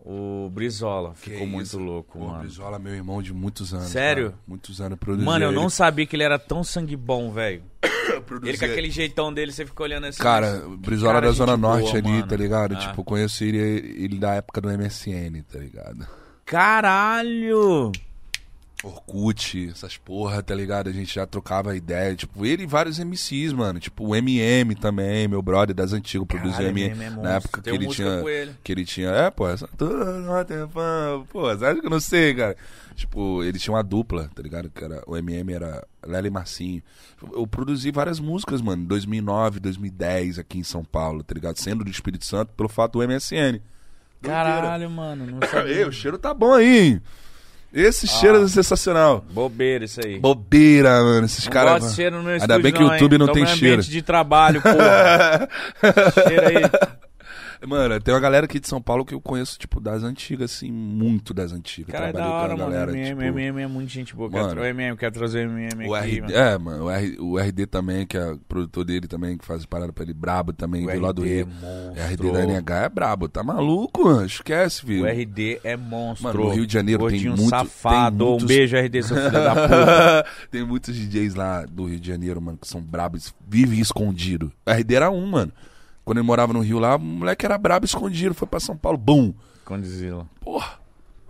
[SPEAKER 4] O Brizola.
[SPEAKER 3] Que
[SPEAKER 4] Ficou muito
[SPEAKER 3] isso.
[SPEAKER 4] louco,
[SPEAKER 3] Pô,
[SPEAKER 4] mano.
[SPEAKER 3] Brizola, meu irmão de muitos anos.
[SPEAKER 4] Sério?
[SPEAKER 3] cara. Muitos anos produzindo.
[SPEAKER 4] Mano, eu não sabia que ele era tão sangue bom, velho. Ele com aquele jeitão dele, você ficou olhando assim.
[SPEAKER 3] Cara,
[SPEAKER 4] mas-
[SPEAKER 3] Brizola
[SPEAKER 4] cara,
[SPEAKER 3] da
[SPEAKER 4] gente
[SPEAKER 3] Zona
[SPEAKER 4] boa,
[SPEAKER 3] Norte ali,
[SPEAKER 4] mano.
[SPEAKER 3] tá ligado?
[SPEAKER 4] Ah.
[SPEAKER 3] Tipo, eu conheço ele, ele da época do MSN, tá ligado?
[SPEAKER 4] Caralho!
[SPEAKER 3] Orkut, essas porra, tá ligado? A gente já trocava ideia, tipo, ele e vários MCs, mano. Tipo, o MM também, meu brother das antigas, produziu
[SPEAKER 4] Caralho,
[SPEAKER 3] MM.
[SPEAKER 4] MM é monstro.
[SPEAKER 3] na época que
[SPEAKER 4] Tenho
[SPEAKER 3] ele
[SPEAKER 4] música
[SPEAKER 3] tinha.
[SPEAKER 4] com ele.
[SPEAKER 3] Que ele tinha. É, pô, essa. é Pô, você acha que eu não sei, cara? Tipo, ele tinha uma dupla, tá ligado? Que era, o MM era Lela e Marcinho. Eu produzi várias músicas, mano, em 2009, 2010, aqui em São Paulo, tá ligado? Sendo do Espírito Santo, pelo fato do MSN. Doideira.
[SPEAKER 4] Caralho, mano, não
[SPEAKER 3] Ei,
[SPEAKER 4] sabia.
[SPEAKER 3] o cheiro tá bom aí, hein? Esse
[SPEAKER 4] Ah.
[SPEAKER 3] cheiro é sensacional.
[SPEAKER 4] Bobeira isso aí.
[SPEAKER 3] Bobeira, mano. Esses
[SPEAKER 4] Não
[SPEAKER 3] caras.
[SPEAKER 4] gosto de cheiro no meu
[SPEAKER 3] Ainda
[SPEAKER 4] estúdio,
[SPEAKER 3] bem que o YouTube
[SPEAKER 4] hein?
[SPEAKER 3] não
[SPEAKER 4] Tô
[SPEAKER 3] tem
[SPEAKER 4] no
[SPEAKER 3] cheiro.
[SPEAKER 4] ambiente de trabalho, porra. cheiro aí.
[SPEAKER 3] Mano, tem uma galera aqui de São Paulo que eu conheço, tipo, das antigas, assim, muito das antigas.
[SPEAKER 4] Cara, é da
[SPEAKER 3] Trabalhei
[SPEAKER 4] hora,
[SPEAKER 3] com a
[SPEAKER 4] mano.
[SPEAKER 3] galera,
[SPEAKER 4] MM,
[SPEAKER 3] tipo.
[SPEAKER 4] MM é muito gente boa.
[SPEAKER 3] Mano.
[SPEAKER 4] quero trazer o MM, quero trazer o MM
[SPEAKER 3] O
[SPEAKER 4] aqui,
[SPEAKER 3] RD,
[SPEAKER 4] mano.
[SPEAKER 3] é, mano, o, R, o RD também, que é o produtor dele também, que faz parada pra ele, brabo também, do lado do
[SPEAKER 4] RD é
[SPEAKER 3] Rio.
[SPEAKER 4] monstro.
[SPEAKER 3] RD da NH é brabo, tá maluco, mano? Esquece, filho.
[SPEAKER 4] O RD é monstro.
[SPEAKER 3] Mano, no Rio de Janeiro tem
[SPEAKER 4] Gordinho
[SPEAKER 3] muito- tem
[SPEAKER 4] safado.
[SPEAKER 3] muitos-
[SPEAKER 4] Um beijo, RD, seu filho da puta.
[SPEAKER 3] Tem muitos DJs lá do Rio de Janeiro, mano, que são brabos, vivem escondido. A RD era um, mano. Quando ele morava no Rio lá, o moleque era brabo escondido, foi pra São Paulo, bum.
[SPEAKER 4] Condizila.
[SPEAKER 3] Porra,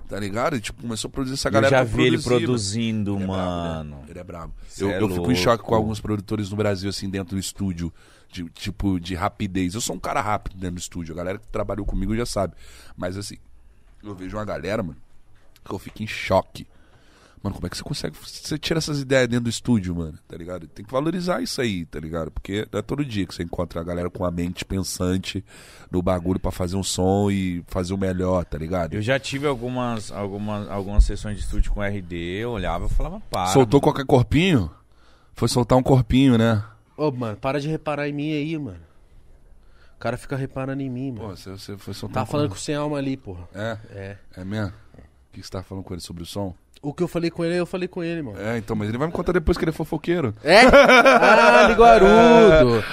[SPEAKER 3] tá ligado? E, tipo, começou a produzir essa
[SPEAKER 4] Eu
[SPEAKER 3] galera.
[SPEAKER 4] já
[SPEAKER 3] pra
[SPEAKER 4] vi ele
[SPEAKER 3] produzir, mano.
[SPEAKER 4] produzindo,
[SPEAKER 3] Ele é brabo, né?
[SPEAKER 4] mano.
[SPEAKER 3] Ele é brabo.
[SPEAKER 4] Cê
[SPEAKER 3] Eu,
[SPEAKER 4] é
[SPEAKER 3] eu fico
[SPEAKER 4] louco.
[SPEAKER 3] em choque com alguns produtores no Brasil, assim, dentro do estúdio. de- tipo, de rapidez. Eu sou um cara rápido dentro do estúdio. A galera que trabalhou comigo já sabe. Mas, assim, eu vejo uma galera, mano, que eu fico em choque. Mano, como é que você consegue. Você tira essas ideias dentro do estúdio, mano, tá ligado? Tem que valorizar isso aí, tá ligado? Porque não é todo dia que você encontra a galera com a mente pensante no bagulho pra fazer um som e fazer o melhor, tá ligado?
[SPEAKER 4] Eu já tive algumas, algumas, algumas sessões de estúdio com RD, eu olhava e falava, para.
[SPEAKER 3] Soltou qualquer corpinho? Foi soltar um corpinho, né?
[SPEAKER 2] Ô, mano, para de reparar em mim aí, mano. O cara fica reparando em mim, mano.
[SPEAKER 3] Pô, você, você foi soltar
[SPEAKER 2] Tá
[SPEAKER 3] um
[SPEAKER 2] falando com
[SPEAKER 3] corpinho.
[SPEAKER 2] o sem alma ali, porra.
[SPEAKER 3] É?
[SPEAKER 2] É.
[SPEAKER 3] É mesmo? O que você tá falando com ele sobre o som?
[SPEAKER 2] O que eu falei com ele, eu falei com ele, mano.
[SPEAKER 3] É, então, mas ele vai me contar depois que ele é fofoqueiro.
[SPEAKER 2] É? Ah, Liguarudo!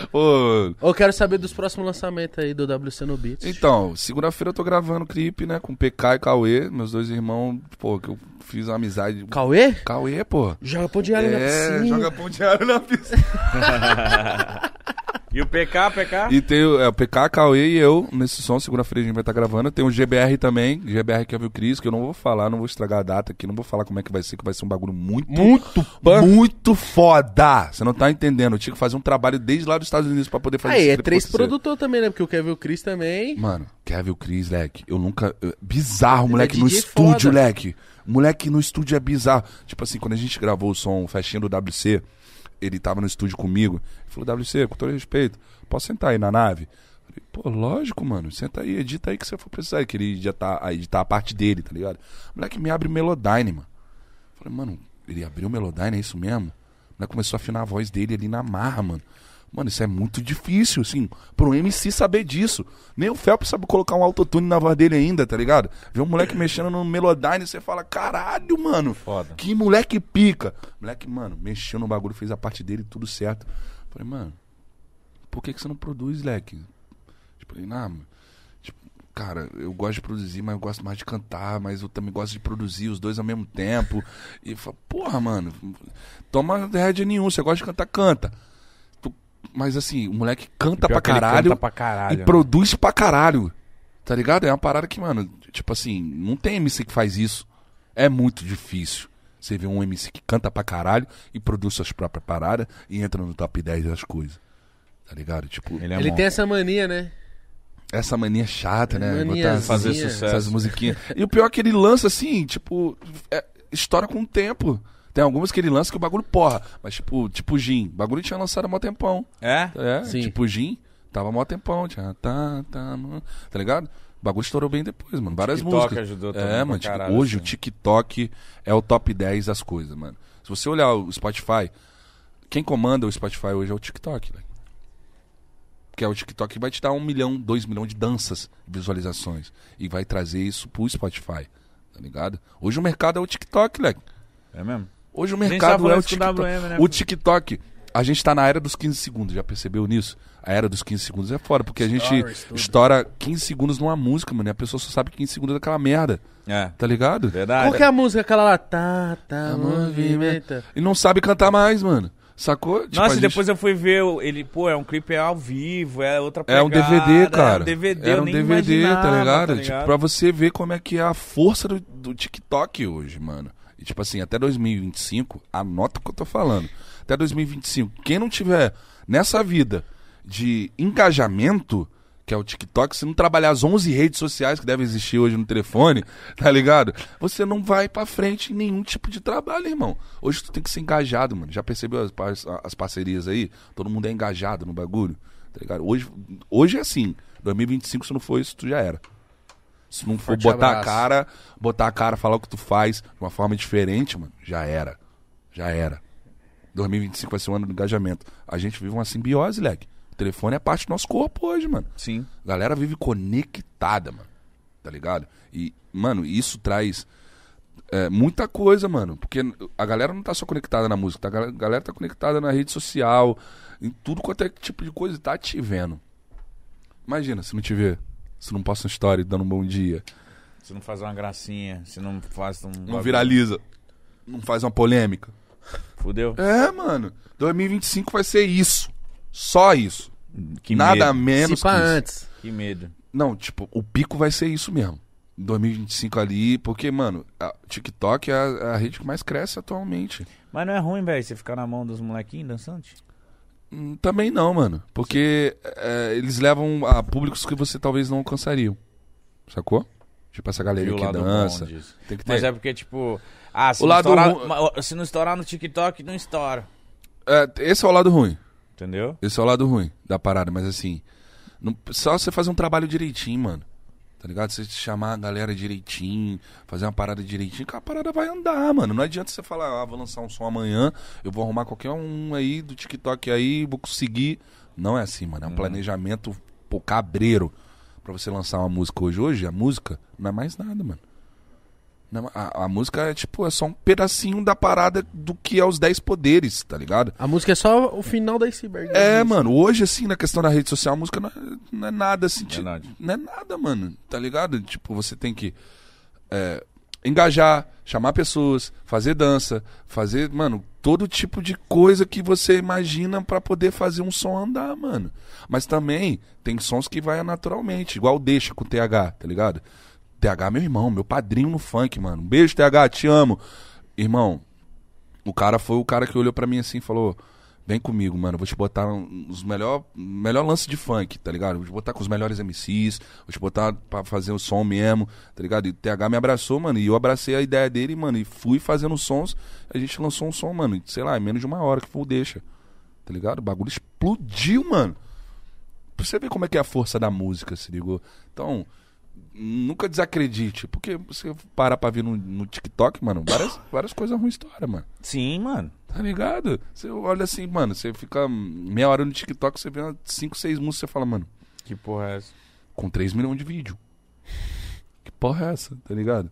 [SPEAKER 3] Ô,
[SPEAKER 2] Eu quero saber dos próximos lançamentos aí do WC no Beats.
[SPEAKER 3] Então, segunda-feira eu tô gravando clipe, né? Com PK e Cauê, meus dois irmãos, pô, que eu fiz uma amizade.
[SPEAKER 2] Cauê?
[SPEAKER 3] Cauê, pô.
[SPEAKER 2] Joga pão diário na
[SPEAKER 3] É,
[SPEAKER 2] piscina.
[SPEAKER 3] joga pão de alho na piscina.
[SPEAKER 4] E o PK, PK?
[SPEAKER 3] E tem o- é, o PK, Cauê e eu, nesse som, segunda-feira a gente vai estar gravando. Tem o GBR também, GBR que é o Cris, que eu não vou falar, não vou estragar a data aqui, não vou falar como é que vai ser, que vai ser um bagulho muito. Muito Muito foda! Você não tá entendendo. Eu tinha que fazer um trabalho desde lá dos Estados Unidos pra poder fazer
[SPEAKER 2] Aí,
[SPEAKER 3] esse
[SPEAKER 2] é
[SPEAKER 3] clipe
[SPEAKER 2] três
[SPEAKER 3] acontecer.
[SPEAKER 2] produtor também, né? Porque o Kevin e o Chris também.
[SPEAKER 3] Mano, Kevin o Chris, leque. Eu nunca. eu- Bizarro, moleque,
[SPEAKER 2] é
[SPEAKER 3] no
[SPEAKER 2] DJ
[SPEAKER 3] estúdio,
[SPEAKER 2] foda.
[SPEAKER 3] leque. Moleque no estúdio é bizarro. Tipo assim, quando a gente gravou o som, o festinha do WC, ele tava no estúdio comigo. Ele falou, WC, com todo respeito, posso sentar aí na nave? Falei, Pô, lógico, mano. Senta aí, edita aí que você for precisar. Que ele já tá a editar a parte dele, tá ligado? Moleque me abre Melodyne, mano. Né, Falei, mano, ele abriu o Melodyne, é isso mesmo? O moleque começou a afinar a voz dele ali na marra, mano. Mano, isso é muito difícil, assim, pro MC saber disso. Nem o Felps sabe colocar um autotune na voz dele ainda, tá ligado? Vê um moleque mexendo no Melodyne e você fala, caralho, mano.
[SPEAKER 4] Foda.
[SPEAKER 3] Que moleque pica. Moleque, mano, mexeu no bagulho, fez a parte dele, tudo certo. Falei, mano, por que, que você não produz, leque? Tipo, ele, ah, mano, tipo, cara, eu gosto de produzir, mas eu gosto mais de cantar, mas eu também gosto de produzir os dois ao mesmo tempo. E eu falo, porra, mano, toma rédea nenhum, você gosta de cantar, canta. Tu- Mas assim, o moleque canta pra
[SPEAKER 4] Pior que ele
[SPEAKER 3] caralho
[SPEAKER 4] Canta pra caralho. né?
[SPEAKER 3] e produz pra caralho. Tá ligado? É uma parada que, mano, tipo assim, não tem MC que faz isso. É muito difícil. Você vê um MC que canta pra caralho e produz suas próprias paradas e entra no top 10 das coisas. Tá ligado? Tipo,
[SPEAKER 4] Ele é
[SPEAKER 2] Ele
[SPEAKER 4] bom.
[SPEAKER 2] tem essa mania, né?
[SPEAKER 3] essa mania chata, né?
[SPEAKER 2] Maniazinha.
[SPEAKER 3] Botar essas-
[SPEAKER 4] Fazer
[SPEAKER 2] Sim, é.
[SPEAKER 4] sucesso.
[SPEAKER 3] essas musiquinhas. E o pior é que ele lança assim, tipo, é, estoura com o tempo. Tem algumas que ele lança que o bagulho porra. Mas tipo, tipo Gin. O bagulho tinha lançado há mó tempão.
[SPEAKER 4] É?
[SPEAKER 3] É,
[SPEAKER 2] Sim.
[SPEAKER 3] tipo Gin, tava mó tempão, tinha tá, tá, mano, tá ligado? O bagulho estourou bem depois, mano. Várias
[SPEAKER 4] TikTok
[SPEAKER 3] músicas.
[SPEAKER 4] ajudou também
[SPEAKER 3] é,
[SPEAKER 4] pra
[SPEAKER 3] mano, tipo,
[SPEAKER 4] caralho,
[SPEAKER 3] hoje
[SPEAKER 4] assim.
[SPEAKER 3] o TikTok é o top 10 das coisas, mano. Se você olhar o Spotify, quem comanda o Spotify hoje é o TikTok, né? Que é o TikTok que vai te dar um milhão, dois milhões de danças, visualizações. E vai trazer isso pro Spotify, tá ligado? Hoje o mercado é o TikTok, leque.
[SPEAKER 4] É mesmo?
[SPEAKER 3] Hoje o
[SPEAKER 4] gente
[SPEAKER 3] mercado
[SPEAKER 4] tava
[SPEAKER 3] é o
[SPEAKER 4] antes com o
[SPEAKER 3] TikTok.
[SPEAKER 4] WM, né?
[SPEAKER 3] O TikTok, a gente tá na era dos 15 segundos, já percebeu nisso? A era dos 15 segundos é foda, porque a gente
[SPEAKER 2] Stories, tudo.
[SPEAKER 3] estoura 15 segundos numa música, mano, e a pessoa só sabe 15 segundos daquela merda,
[SPEAKER 4] É.
[SPEAKER 3] tá ligado?
[SPEAKER 4] Verdade.
[SPEAKER 2] Qual que é a música aquela lá? Tá, tá,
[SPEAKER 3] Tá
[SPEAKER 2] movimenta.
[SPEAKER 3] E não sabe cantar mais, mano. Sacou? Tipo,
[SPEAKER 4] Nossa,
[SPEAKER 3] a
[SPEAKER 4] e
[SPEAKER 3] gente-
[SPEAKER 4] depois eu fui ver o- ele, pô, é um clipe ao vivo, é outra
[SPEAKER 3] É um DVD, cara.
[SPEAKER 4] É um DVD,
[SPEAKER 3] Era
[SPEAKER 4] eu
[SPEAKER 3] um
[SPEAKER 4] nem
[SPEAKER 3] DVD, tá
[SPEAKER 4] imaginava,
[SPEAKER 3] ligado? Tipo, pra você ver como é que é a força do, do TikTok hoje, mano. E tipo assim, até 2025, anota o que eu tô falando. Até 2025, quem não tiver nessa vida de engajamento, que é o TikTok, se não trabalhar as 11 redes sociais que devem existir hoje no telefone, tá ligado? Você não vai pra frente em nenhum tipo de trabalho, irmão. Hoje tu tem que ser engajado, mano. Já percebeu as, par- as parcerias aí? Todo mundo é engajado no bagulho, tá ligado? Hoje, hoje é assim. 2025, se não for isso, tu já era. Se não for
[SPEAKER 2] Forte
[SPEAKER 3] botar a
[SPEAKER 2] abraço.
[SPEAKER 3] cara, botar a cara, falar o que tu faz de uma forma diferente, mano, já era. Já era. 2025 vai ser um ano do engajamento. A gente vive uma simbiose, leg. O telefone é parte do nosso corpo hoje, mano.
[SPEAKER 4] Sim.
[SPEAKER 3] A galera vive conectada, mano. Tá ligado? E, mano, isso traz é, muita coisa, mano. Porque a galera não tá só conectada na música, tá? a galera- a galera tá conectada na rede social, em tudo quanto é tipo de coisa, tá te vendo. Imagina se não te ver, se não posta um story dando um bom dia,
[SPEAKER 4] Se não faz uma gracinha, se não faz um.
[SPEAKER 3] não viraliza, não faz uma polêmica.
[SPEAKER 4] Fudeu.
[SPEAKER 3] É, mano. 2025 vai ser isso. Só isso.
[SPEAKER 4] Que
[SPEAKER 3] Nada
[SPEAKER 4] medo.
[SPEAKER 3] menos
[SPEAKER 2] Se pá
[SPEAKER 3] que isso.
[SPEAKER 2] antes.
[SPEAKER 4] Que medo.
[SPEAKER 3] Não, tipo, o pico vai ser isso mesmo. 2025 ali, porque, mano, a TikTok é a, a rede que mais cresce atualmente.
[SPEAKER 4] Mas não é ruim, velho, você ficar na mão dos molequinhos dançantes?
[SPEAKER 3] Hum, Também não, mano. Porque é, eles levam a públicos que você talvez não alcançaria. Sacou? Tipo, essa galera
[SPEAKER 4] Viu o
[SPEAKER 3] que
[SPEAKER 4] lado bom
[SPEAKER 3] dança.
[SPEAKER 4] disso.
[SPEAKER 3] Tem que ter.
[SPEAKER 4] Mas é porque, tipo. Ah, se,
[SPEAKER 3] O
[SPEAKER 4] não
[SPEAKER 3] lado
[SPEAKER 4] estourar,
[SPEAKER 3] ruim-
[SPEAKER 4] ma- se não estourar no TikTok, não estoura.
[SPEAKER 3] É, esse é o lado ruim.
[SPEAKER 4] Entendeu?
[SPEAKER 3] Esse é o lado ruim da parada, mas assim. não- só você fazer um trabalho direitinho, mano. Tá ligado? Você chamar a galera direitinho, fazer uma parada direitinho, que a parada vai andar, mano. Não adianta você falar, ah, vou lançar um som amanhã, eu vou arrumar qualquer um aí do TikTok aí, vou conseguir. Não é assim, mano. É um planejamento pô, cabreiro pra você lançar uma música hoje. Hoje, a música não é mais nada, mano. Não é- a, a música é tipo, é só um pedacinho da parada do que é os 10 poderes, tá ligado?
[SPEAKER 2] A música é só o final da iceberg.
[SPEAKER 3] É, mano, hoje, assim, na questão da rede social, a música não é, não é nada, assim, ti-
[SPEAKER 4] Verdade.
[SPEAKER 3] não é nada, mano, tá ligado? Tipo, você tem que é, engajar, chamar pessoas, fazer dança, fazer, mano, todo tipo de coisa que você imagina pra poder fazer um som andar, mano. Mas também tem sons que vai naturalmente, igual o Deixa com o TH, tá ligado? TH é meu irmão, meu padrinho no funk, mano. Um beijo, TH, te amo. Irmão, o cara foi o cara que olhou pra mim assim e falou: Vem comigo, mano, eu vou te botar um- os melhor, melhor lance de funk, tá ligado? Vou te botar com os melhores MCs, vou te botar pra fazer o som mesmo, tá ligado? E o TH me abraçou, mano, e eu abracei a ideia dele, mano, e fui fazendo sons. A gente lançou um som, mano, sei lá, em menos de uma hora que foi o Deixa, tá ligado? O bagulho explodiu, mano. Pra você ver como é que é a força da música, se ligou? Então, nunca desacredite, porque você parar pra ver no, no TikTok, mano, várias, várias coisas ruins história, mano.
[SPEAKER 4] Sim, mano.
[SPEAKER 3] Tá Tá ligado? Você olha assim, mano, você fica meia hora no TikTok, você vê umas 5, 6 músicas, você fala, mano,
[SPEAKER 4] Que porra é essa?
[SPEAKER 3] com 3 milhões de vídeo. Que porra é essa, tá ligado?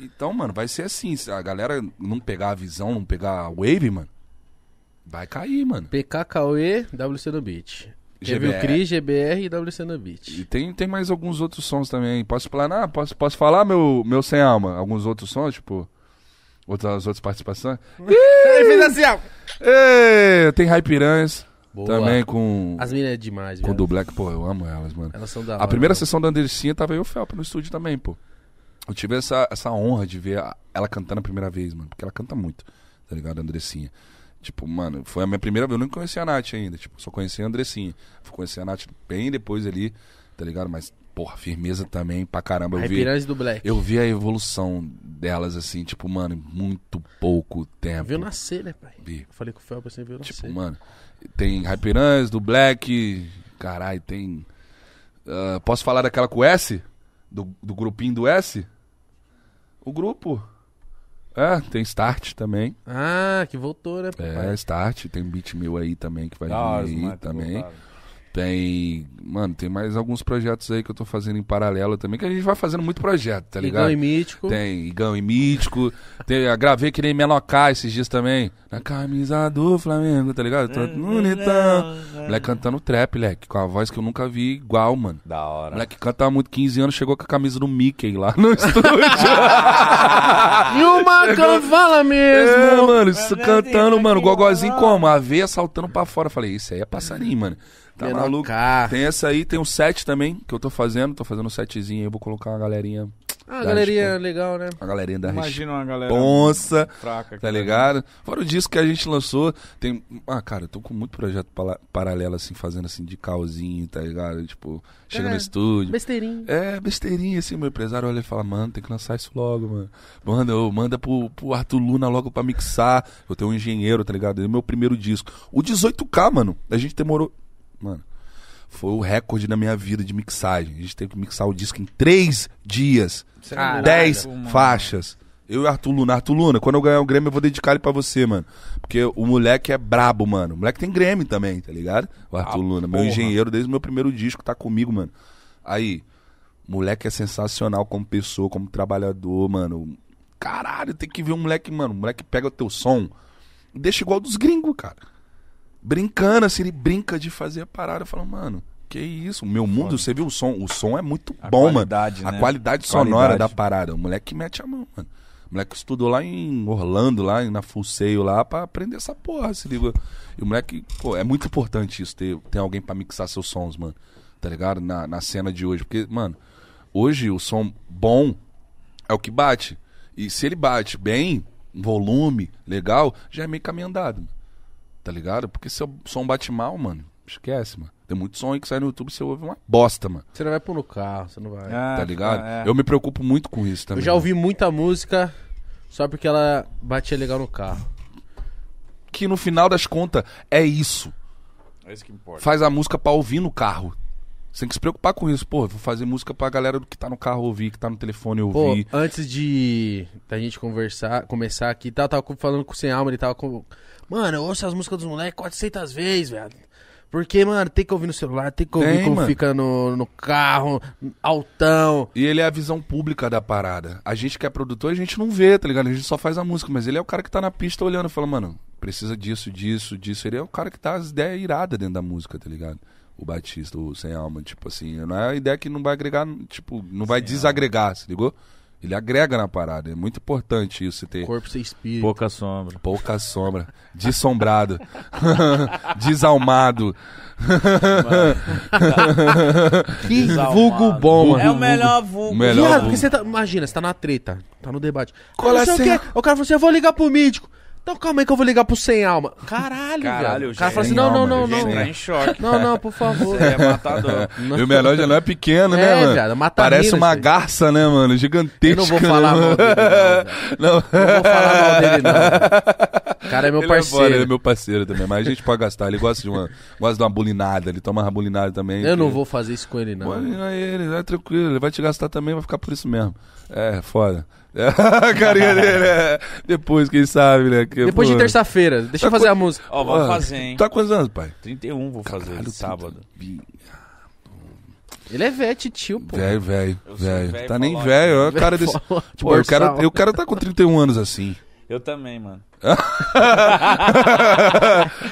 [SPEAKER 3] Então, mano, vai ser assim. Se a galera não pegar a visão, não pegar a wave, mano, vai cair, mano.
[SPEAKER 2] PK Cauê, WC no Beat. Teve o
[SPEAKER 3] GBR.
[SPEAKER 2] Cris, GBR e WC no Beat.
[SPEAKER 3] E tem, tem mais alguns outros sons também. Posso explanar? Posso, posso falar, meu, meu sem alma? Alguns outros sons, tipo. Outras, outras participações?
[SPEAKER 4] Ele fez assim, ó.
[SPEAKER 3] Ê, tem Hype Piranhas
[SPEAKER 2] Boa.
[SPEAKER 3] também com.
[SPEAKER 2] As meninas é demais,
[SPEAKER 3] Com
[SPEAKER 2] velho.
[SPEAKER 3] do Black, pô, eu amo elas, mano.
[SPEAKER 2] Elas são é da
[SPEAKER 3] A
[SPEAKER 2] hora,
[SPEAKER 3] primeira
[SPEAKER 2] mano.
[SPEAKER 3] sessão da Andercinha tava eu e o Felpa no estúdio também, pô. Eu tive essa, essa honra de ver a- ela cantando a primeira vez, mano. Porque ela canta muito, tá ligado, a Andressinha. Tipo, mano, foi a minha primeira vez. Eu não conhecia a Nath ainda, tipo, só conhecia a Andressinha. Fui conhecer a Nath bem depois ali, tá ligado? Mas, porra, firmeza também pra caramba. Eu
[SPEAKER 2] Aí
[SPEAKER 3] vi,
[SPEAKER 2] Piranhas do Black.
[SPEAKER 3] eu vi a evolução delas, assim, tipo, mano, em muito pouco tempo.
[SPEAKER 2] Viu nascer, né, pai?
[SPEAKER 3] Vi.
[SPEAKER 2] Eu falei com o Felpa, você viu nascer.
[SPEAKER 3] Tipo, mano, tem Hyperans, do Black, caralho, tem. ah, posso falar daquela com o S? Do, do grupinho do S? O grupo. É, tem Start também.
[SPEAKER 2] Ah, que voltou, né,
[SPEAKER 3] É,
[SPEAKER 2] papai?
[SPEAKER 3] Start, tem Beat Mil aí também que vai
[SPEAKER 4] Da hora, os
[SPEAKER 3] vir aí
[SPEAKER 4] moleques
[SPEAKER 3] também.
[SPEAKER 4] voltaram.
[SPEAKER 3] Tem. Mano, tem mais alguns projetos aí que eu tô fazendo em paralelo também, que a gente vai fazendo muito projeto, tá
[SPEAKER 4] Então,
[SPEAKER 3] ligado?
[SPEAKER 2] Ligão e Mítico.
[SPEAKER 3] Tem Igão e Mítico. tem, eu gravei que nem Melocá esses dias também. Na camisa do Flamengo, tá ligado?
[SPEAKER 2] É,
[SPEAKER 3] Tô bonitão. Moleque cantando trap, moleque. Com a voz que eu nunca vi igual, mano.
[SPEAKER 4] Da hora.
[SPEAKER 3] Moleque cantava muito, 15 anos, chegou com a camisa do Mickey lá no estúdio.
[SPEAKER 2] Ah, E o Macão fala
[SPEAKER 3] É,
[SPEAKER 2] mesmo.
[SPEAKER 3] mano, isso cantando, mano. Gogozinho como? A veia saltando pra fora. Eu Falei, isso aí é passarinho, mano. Tá
[SPEAKER 2] Menor
[SPEAKER 3] maluco?
[SPEAKER 2] K.
[SPEAKER 3] Tem essa aí, tem um set também que eu tô fazendo. Tô fazendo um setzinho aí, eu vou colocar uma galerinha.
[SPEAKER 2] Ah,
[SPEAKER 3] Tá,
[SPEAKER 2] galeria
[SPEAKER 3] tipo,
[SPEAKER 2] legal, né?
[SPEAKER 3] A galerinha da
[SPEAKER 4] Imagina uma galera
[SPEAKER 3] responsa.
[SPEAKER 4] fraca. que
[SPEAKER 3] Tá ligado? Fora o disco que a gente lançou, tem. Ah, cara, eu tô com muito projeto pala- paralelo, assim, fazendo assim de calzinho, tá ligado? Tipo, chega
[SPEAKER 2] É.
[SPEAKER 3] no estúdio.
[SPEAKER 2] Besteirinho.
[SPEAKER 3] É, besteirinha, assim, meu empresário olha e fala, mano, tem que lançar isso logo, mano. Manda, ô, manda pro, pro Arthur Luna logo pra mixar. Eu tenho um engenheiro, tá ligado? Ele é meu primeiro disco. O 18K, mano, a gente demorou. Mano, foi o recorde da minha vida de mixagem. A gente teve que mixar o disco em três dias.
[SPEAKER 2] Caralho.
[SPEAKER 3] Dez faixas. Eu e o Arthur Luna. Arthur Luna, quando eu ganhar o Grêmio, eu vou dedicar ele pra você, mano. Porque o moleque é brabo, mano. O moleque tem Grêmio também, tá ligado? O Arthur Luna, meu
[SPEAKER 4] porra.
[SPEAKER 3] engenheiro desde o meu primeiro disco, tá comigo, mano. Aí, moleque é sensacional como pessoa, como trabalhador, mano. Caralho, tem que ver um moleque, mano. O moleque pega o teu som e deixa igual dos gringos, cara. Brincando, assim, ele brinca de fazer a parada. Eu falo, mano, que isso? Meu mundo, você viu o som? O som é muito
[SPEAKER 4] A
[SPEAKER 3] bom, mano.
[SPEAKER 4] qualidade,
[SPEAKER 3] A
[SPEAKER 4] né?
[SPEAKER 3] qualidade sonora
[SPEAKER 4] Qualidade.
[SPEAKER 3] da parada. O moleque mete a mão, mano. O moleque estudou lá em Orlando, lá na Fulseio, lá, pra aprender essa porra, se liga. E o moleque, pô, é muito importante isso, ter, ter alguém pra mixar seus sons, mano. Tá ligado? Na, na cena de hoje. Porque, mano, hoje o som bom é o que bate. E se ele bate bem, um volume, legal, já é meio caminho andado, mano. Tá ligado? Porque se o som bate mal, mano, esquece, mano. Tem muito som aí que sai no YouTube e você ouve uma bosta, mano.
[SPEAKER 2] Você não vai pôr no carro, você não vai.
[SPEAKER 4] Ah,
[SPEAKER 3] Tá ligado?
[SPEAKER 4] é.
[SPEAKER 3] Eu me preocupo muito com isso também.
[SPEAKER 2] Eu já ouvi muita música só porque ela batia legal no carro.
[SPEAKER 3] que no final das contas é isso.
[SPEAKER 4] É isso que importa.
[SPEAKER 3] Faz a música pra ouvir no carro. Você tem que se preocupar com isso, pô. eu Vou fazer música pra galera que tá no carro ouvir, que tá no telefone
[SPEAKER 2] Pô,
[SPEAKER 3] ouvir.
[SPEAKER 2] antes de da gente conversar, começar aqui, tá, eu tava falando com o Sem Alma, ele tava com... Mano, eu ouço as músicas dos moleques 400 vezes, velho. Porque, mano, tem que ouvir no celular, tem que ouvir
[SPEAKER 3] Tem,
[SPEAKER 2] como
[SPEAKER 3] mano.
[SPEAKER 2] fica no, no carro, altão.
[SPEAKER 3] E ele é a visão pública da parada. A gente que é produtor, a gente não vê, tá ligado? A gente só faz a música, mas ele é o cara que tá na pista olhando, fala, mano, precisa disso, disso, disso. Ele é o cara que tá as ideias iradas dentro da música, tá ligado? O Batista, o Sem Alma, tipo assim, não é a ideia que não vai agregar, tipo, não vai desagregar, se ligou? Ele agrega na parada, é muito importante isso, você ter
[SPEAKER 2] Corpo sem espírito.
[SPEAKER 4] Pouca sombra.
[SPEAKER 3] Pouca sombra. Dessombrado. Desalmado. que vulgo bom, mano.
[SPEAKER 4] É o melhor vulgo.
[SPEAKER 3] Melhor
[SPEAKER 2] Viado,
[SPEAKER 3] vulgo.
[SPEAKER 2] porque você tá. Imagina, você tá na treta, tá no debate.
[SPEAKER 3] Qual é
[SPEAKER 2] Ah, não sei
[SPEAKER 3] a
[SPEAKER 2] o, quê. o cara falou assim: eu vou ligar pro mítico. Então calma aí que eu vou ligar pro sem alma. Caralho,
[SPEAKER 4] Caralho,
[SPEAKER 2] velho. O cara
[SPEAKER 4] gente.
[SPEAKER 2] fala assim:
[SPEAKER 3] Sem
[SPEAKER 2] não, não,
[SPEAKER 3] alma,
[SPEAKER 2] não,
[SPEAKER 3] gente.
[SPEAKER 2] não.
[SPEAKER 4] Entrar é em choque.
[SPEAKER 2] Não, não, por favor.
[SPEAKER 4] Você é matador.
[SPEAKER 3] E o melhor já não é pequeno,
[SPEAKER 2] É,
[SPEAKER 3] né, mano?
[SPEAKER 2] viado, mata
[SPEAKER 3] Parece
[SPEAKER 2] mina,
[SPEAKER 3] uma
[SPEAKER 2] filho.
[SPEAKER 3] garça, né, mano?
[SPEAKER 2] Eu
[SPEAKER 3] Gigantesca.
[SPEAKER 2] não vou
[SPEAKER 3] né,
[SPEAKER 2] falar
[SPEAKER 3] mano?
[SPEAKER 2] mal dele, não.
[SPEAKER 3] Não.
[SPEAKER 2] velho. Não vou falar mal dele, não. velho. O cara é meu
[SPEAKER 3] Ele é
[SPEAKER 2] parceiro.
[SPEAKER 3] foda, ele é meu parceiro também, mas a gente pode gastar. Ele gosta de uma, gosta de uma bulinada, ele toma uma bulinada também.
[SPEAKER 2] Eu não
[SPEAKER 3] que-
[SPEAKER 2] vou fazer isso com ele, não.
[SPEAKER 3] Pô, ele, não é ele, é tranquilo, ele vai te gastar também, vai ficar por isso mesmo. É, foda. a carinha dele, é. Depois, quem sabe, né? que,
[SPEAKER 2] Depois de
[SPEAKER 3] pô,
[SPEAKER 2] terça-feira, deixa eu fazer a música.
[SPEAKER 1] Ó, vamos
[SPEAKER 3] Ah,
[SPEAKER 1] fazer, hein?
[SPEAKER 3] Tu tá com quantos anos, pai?
[SPEAKER 1] 31 vou fazer
[SPEAKER 3] Caralho, um.
[SPEAKER 1] sábado.
[SPEAKER 2] Ele é vete, tio, pô.
[SPEAKER 3] Velho, velho,
[SPEAKER 1] Eu sou
[SPEAKER 3] velho.
[SPEAKER 1] velho,
[SPEAKER 3] Tá nem
[SPEAKER 1] falou, né?
[SPEAKER 3] velho, olha a cara desse.
[SPEAKER 2] Falou,
[SPEAKER 3] Pô, eu
[SPEAKER 2] borsal.
[SPEAKER 3] quero, eu quero tá com 31 anos assim.
[SPEAKER 1] Eu também, mano.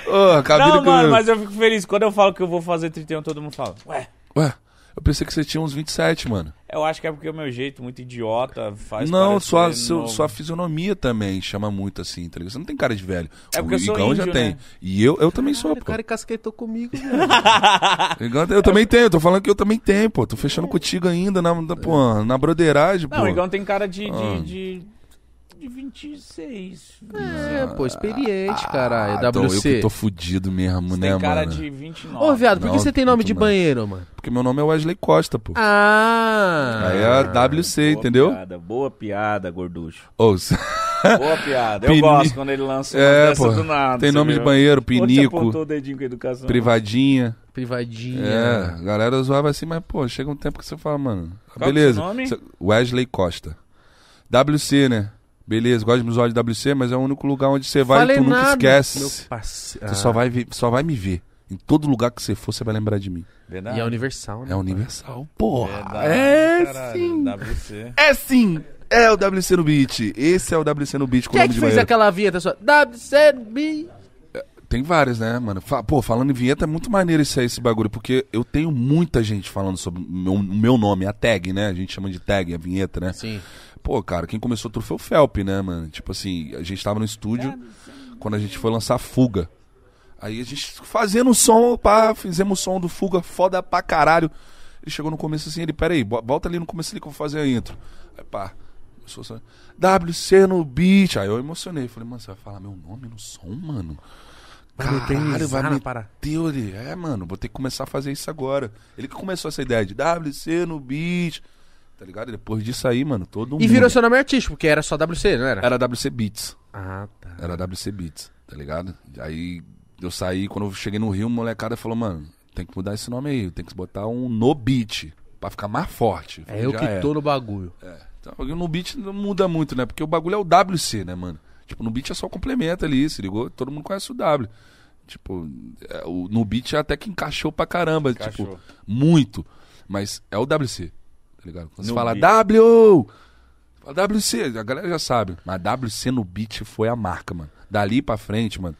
[SPEAKER 3] Ô, cabelo
[SPEAKER 1] Não, mano,
[SPEAKER 3] que Tá eu...
[SPEAKER 1] mas eu fico feliz. Quando eu falo que eu vou fazer 31, todo mundo fala. Ué,
[SPEAKER 3] Ué, eu pensei que você tinha uns 27, mano.
[SPEAKER 1] eu acho que é porque o meu jeito muito idiota faz
[SPEAKER 3] não,
[SPEAKER 1] parecer
[SPEAKER 3] sua, seu-
[SPEAKER 1] é novo.
[SPEAKER 3] sua fisionomia também chama muito assim, tá ligado? Você não tem cara de velho.
[SPEAKER 1] É porque eu sou
[SPEAKER 3] Igão já
[SPEAKER 1] índio,
[SPEAKER 3] tem.
[SPEAKER 1] né?
[SPEAKER 3] E eu, eu também sou,
[SPEAKER 2] Caralho, O
[SPEAKER 3] pô.
[SPEAKER 2] cara casquetou comigo, mano.
[SPEAKER 3] Igão- eu também tenho, eu tô falando que eu também tenho, pô. Tô fechando contigo ainda na, na, pô, na broderagem, pô.
[SPEAKER 1] É. Não, o Igão tem cara de, de,
[SPEAKER 3] Ah.
[SPEAKER 1] de, de 26.
[SPEAKER 2] É, pô, experiente, caralho.
[SPEAKER 3] Ah, então eu que
[SPEAKER 2] WC.
[SPEAKER 3] tô fudido mesmo,
[SPEAKER 1] Você
[SPEAKER 3] né,
[SPEAKER 1] tem cara
[SPEAKER 3] mano?
[SPEAKER 1] de 29.
[SPEAKER 2] Ô, viado, por que
[SPEAKER 3] Não,
[SPEAKER 2] você tem nome de
[SPEAKER 3] muito mais.
[SPEAKER 2] banheiro, mano?
[SPEAKER 3] Porque meu nome é Wesley Costa, pô.
[SPEAKER 2] Ah!
[SPEAKER 3] Aí é a WC,
[SPEAKER 1] Boa
[SPEAKER 3] entendeu?
[SPEAKER 1] Piada, boa piada, gorducho.
[SPEAKER 3] Ou se-
[SPEAKER 1] Boa piada. Eu
[SPEAKER 3] Pini-
[SPEAKER 1] gosto quando ele lança uma
[SPEAKER 3] É,
[SPEAKER 1] dessa
[SPEAKER 3] pô.
[SPEAKER 1] do nada.
[SPEAKER 3] Tem
[SPEAKER 1] você
[SPEAKER 3] nome de
[SPEAKER 1] viu?
[SPEAKER 3] banheiro,
[SPEAKER 1] Onde você apontou
[SPEAKER 3] pinico,
[SPEAKER 1] o dedinho com a educação.
[SPEAKER 3] privadinha.
[SPEAKER 2] Privadinha.
[SPEAKER 3] É, a galera zoava assim, mas, pô, chega um tempo que você fala, mano.
[SPEAKER 1] Qual que é o
[SPEAKER 3] beleza.
[SPEAKER 1] seu nome?
[SPEAKER 3] Cê- Wesley Costa. WC, né? Beleza, gosto de me zoar de WC, mas é o único lugar onde você vai
[SPEAKER 2] Falei
[SPEAKER 3] e tu nunca
[SPEAKER 2] nada.
[SPEAKER 3] esquece.
[SPEAKER 2] Meu
[SPEAKER 3] Você
[SPEAKER 2] parceiro.
[SPEAKER 3] só, vai ver- só vai me ver. Em todo lugar que você for, você vai lembrar de mim.
[SPEAKER 1] Verdade.
[SPEAKER 2] E é universal, né?
[SPEAKER 3] É universal. Porra.
[SPEAKER 1] Verdade,
[SPEAKER 3] é
[SPEAKER 1] caralho,
[SPEAKER 3] sim.
[SPEAKER 1] WC.
[SPEAKER 3] É sim. É o WC no beat. Esse é o WC no beat com
[SPEAKER 2] Quem é
[SPEAKER 3] nome
[SPEAKER 2] que fez
[SPEAKER 3] de banheiro.
[SPEAKER 2] aquela vinheta sua? WCB.
[SPEAKER 3] Tem várias, né, mano? Fa- Pô, falando em vinheta, é muito maneiro isso aí, esse bagulho, porque eu tenho muita gente falando sobre o meu, o meu nome, a tag, né? A gente chama de tag, a vinheta, né?
[SPEAKER 2] Sim.
[SPEAKER 3] Pô, cara, quem começou tudo foi o Felp, né, mano? Tipo assim, a gente tava no estúdio quando a gente foi lançar Fuga. Aí a gente fazendo o som, pá, fizemos o som do Fuga, foda pra caralho. Ele chegou no começo assim, ele, peraí, bo- volta ali no começo ali que eu vou fazer a intro. Aí, pá, começou a... WC no beat. Aí eu emocionei, falei, mano, você vai falar meu nome no som, mano? Caralho, vai me
[SPEAKER 2] para.
[SPEAKER 3] Deus, ele, é, mano, vou ter que começar a fazer isso agora. Ele que começou essa ideia de WC no beat, tá ligado? Depois disso aí, mano, todo mundo.
[SPEAKER 2] E virou seu nome artístico, porque era só WC, não era?
[SPEAKER 3] Era WC Beats.
[SPEAKER 2] Ah, tá.
[SPEAKER 3] Era WC Beats, tá ligado? Aí eu saí, quando eu cheguei no Rio, o molecada falou, mano, tem que mudar esse nome aí, tem que botar um no beat, pra ficar mais forte.
[SPEAKER 2] É eu
[SPEAKER 3] Já
[SPEAKER 2] que tô no bagulho.
[SPEAKER 3] Então, no beat não muda muito, né? Porque o bagulho é o WC, né, mano? Tipo, no beat é só o complemento ali, se ligou? Todo mundo conhece o W. Tipo, é, o, no beat até que encaixou pra caramba, tipo, muito. Mas é o WC, tá ligado? Quando você
[SPEAKER 1] No
[SPEAKER 3] fala
[SPEAKER 1] beat.
[SPEAKER 3] W, fala WC, a galera já sabe. Mas WC no beat foi a marca, mano. Dali pra frente, mano.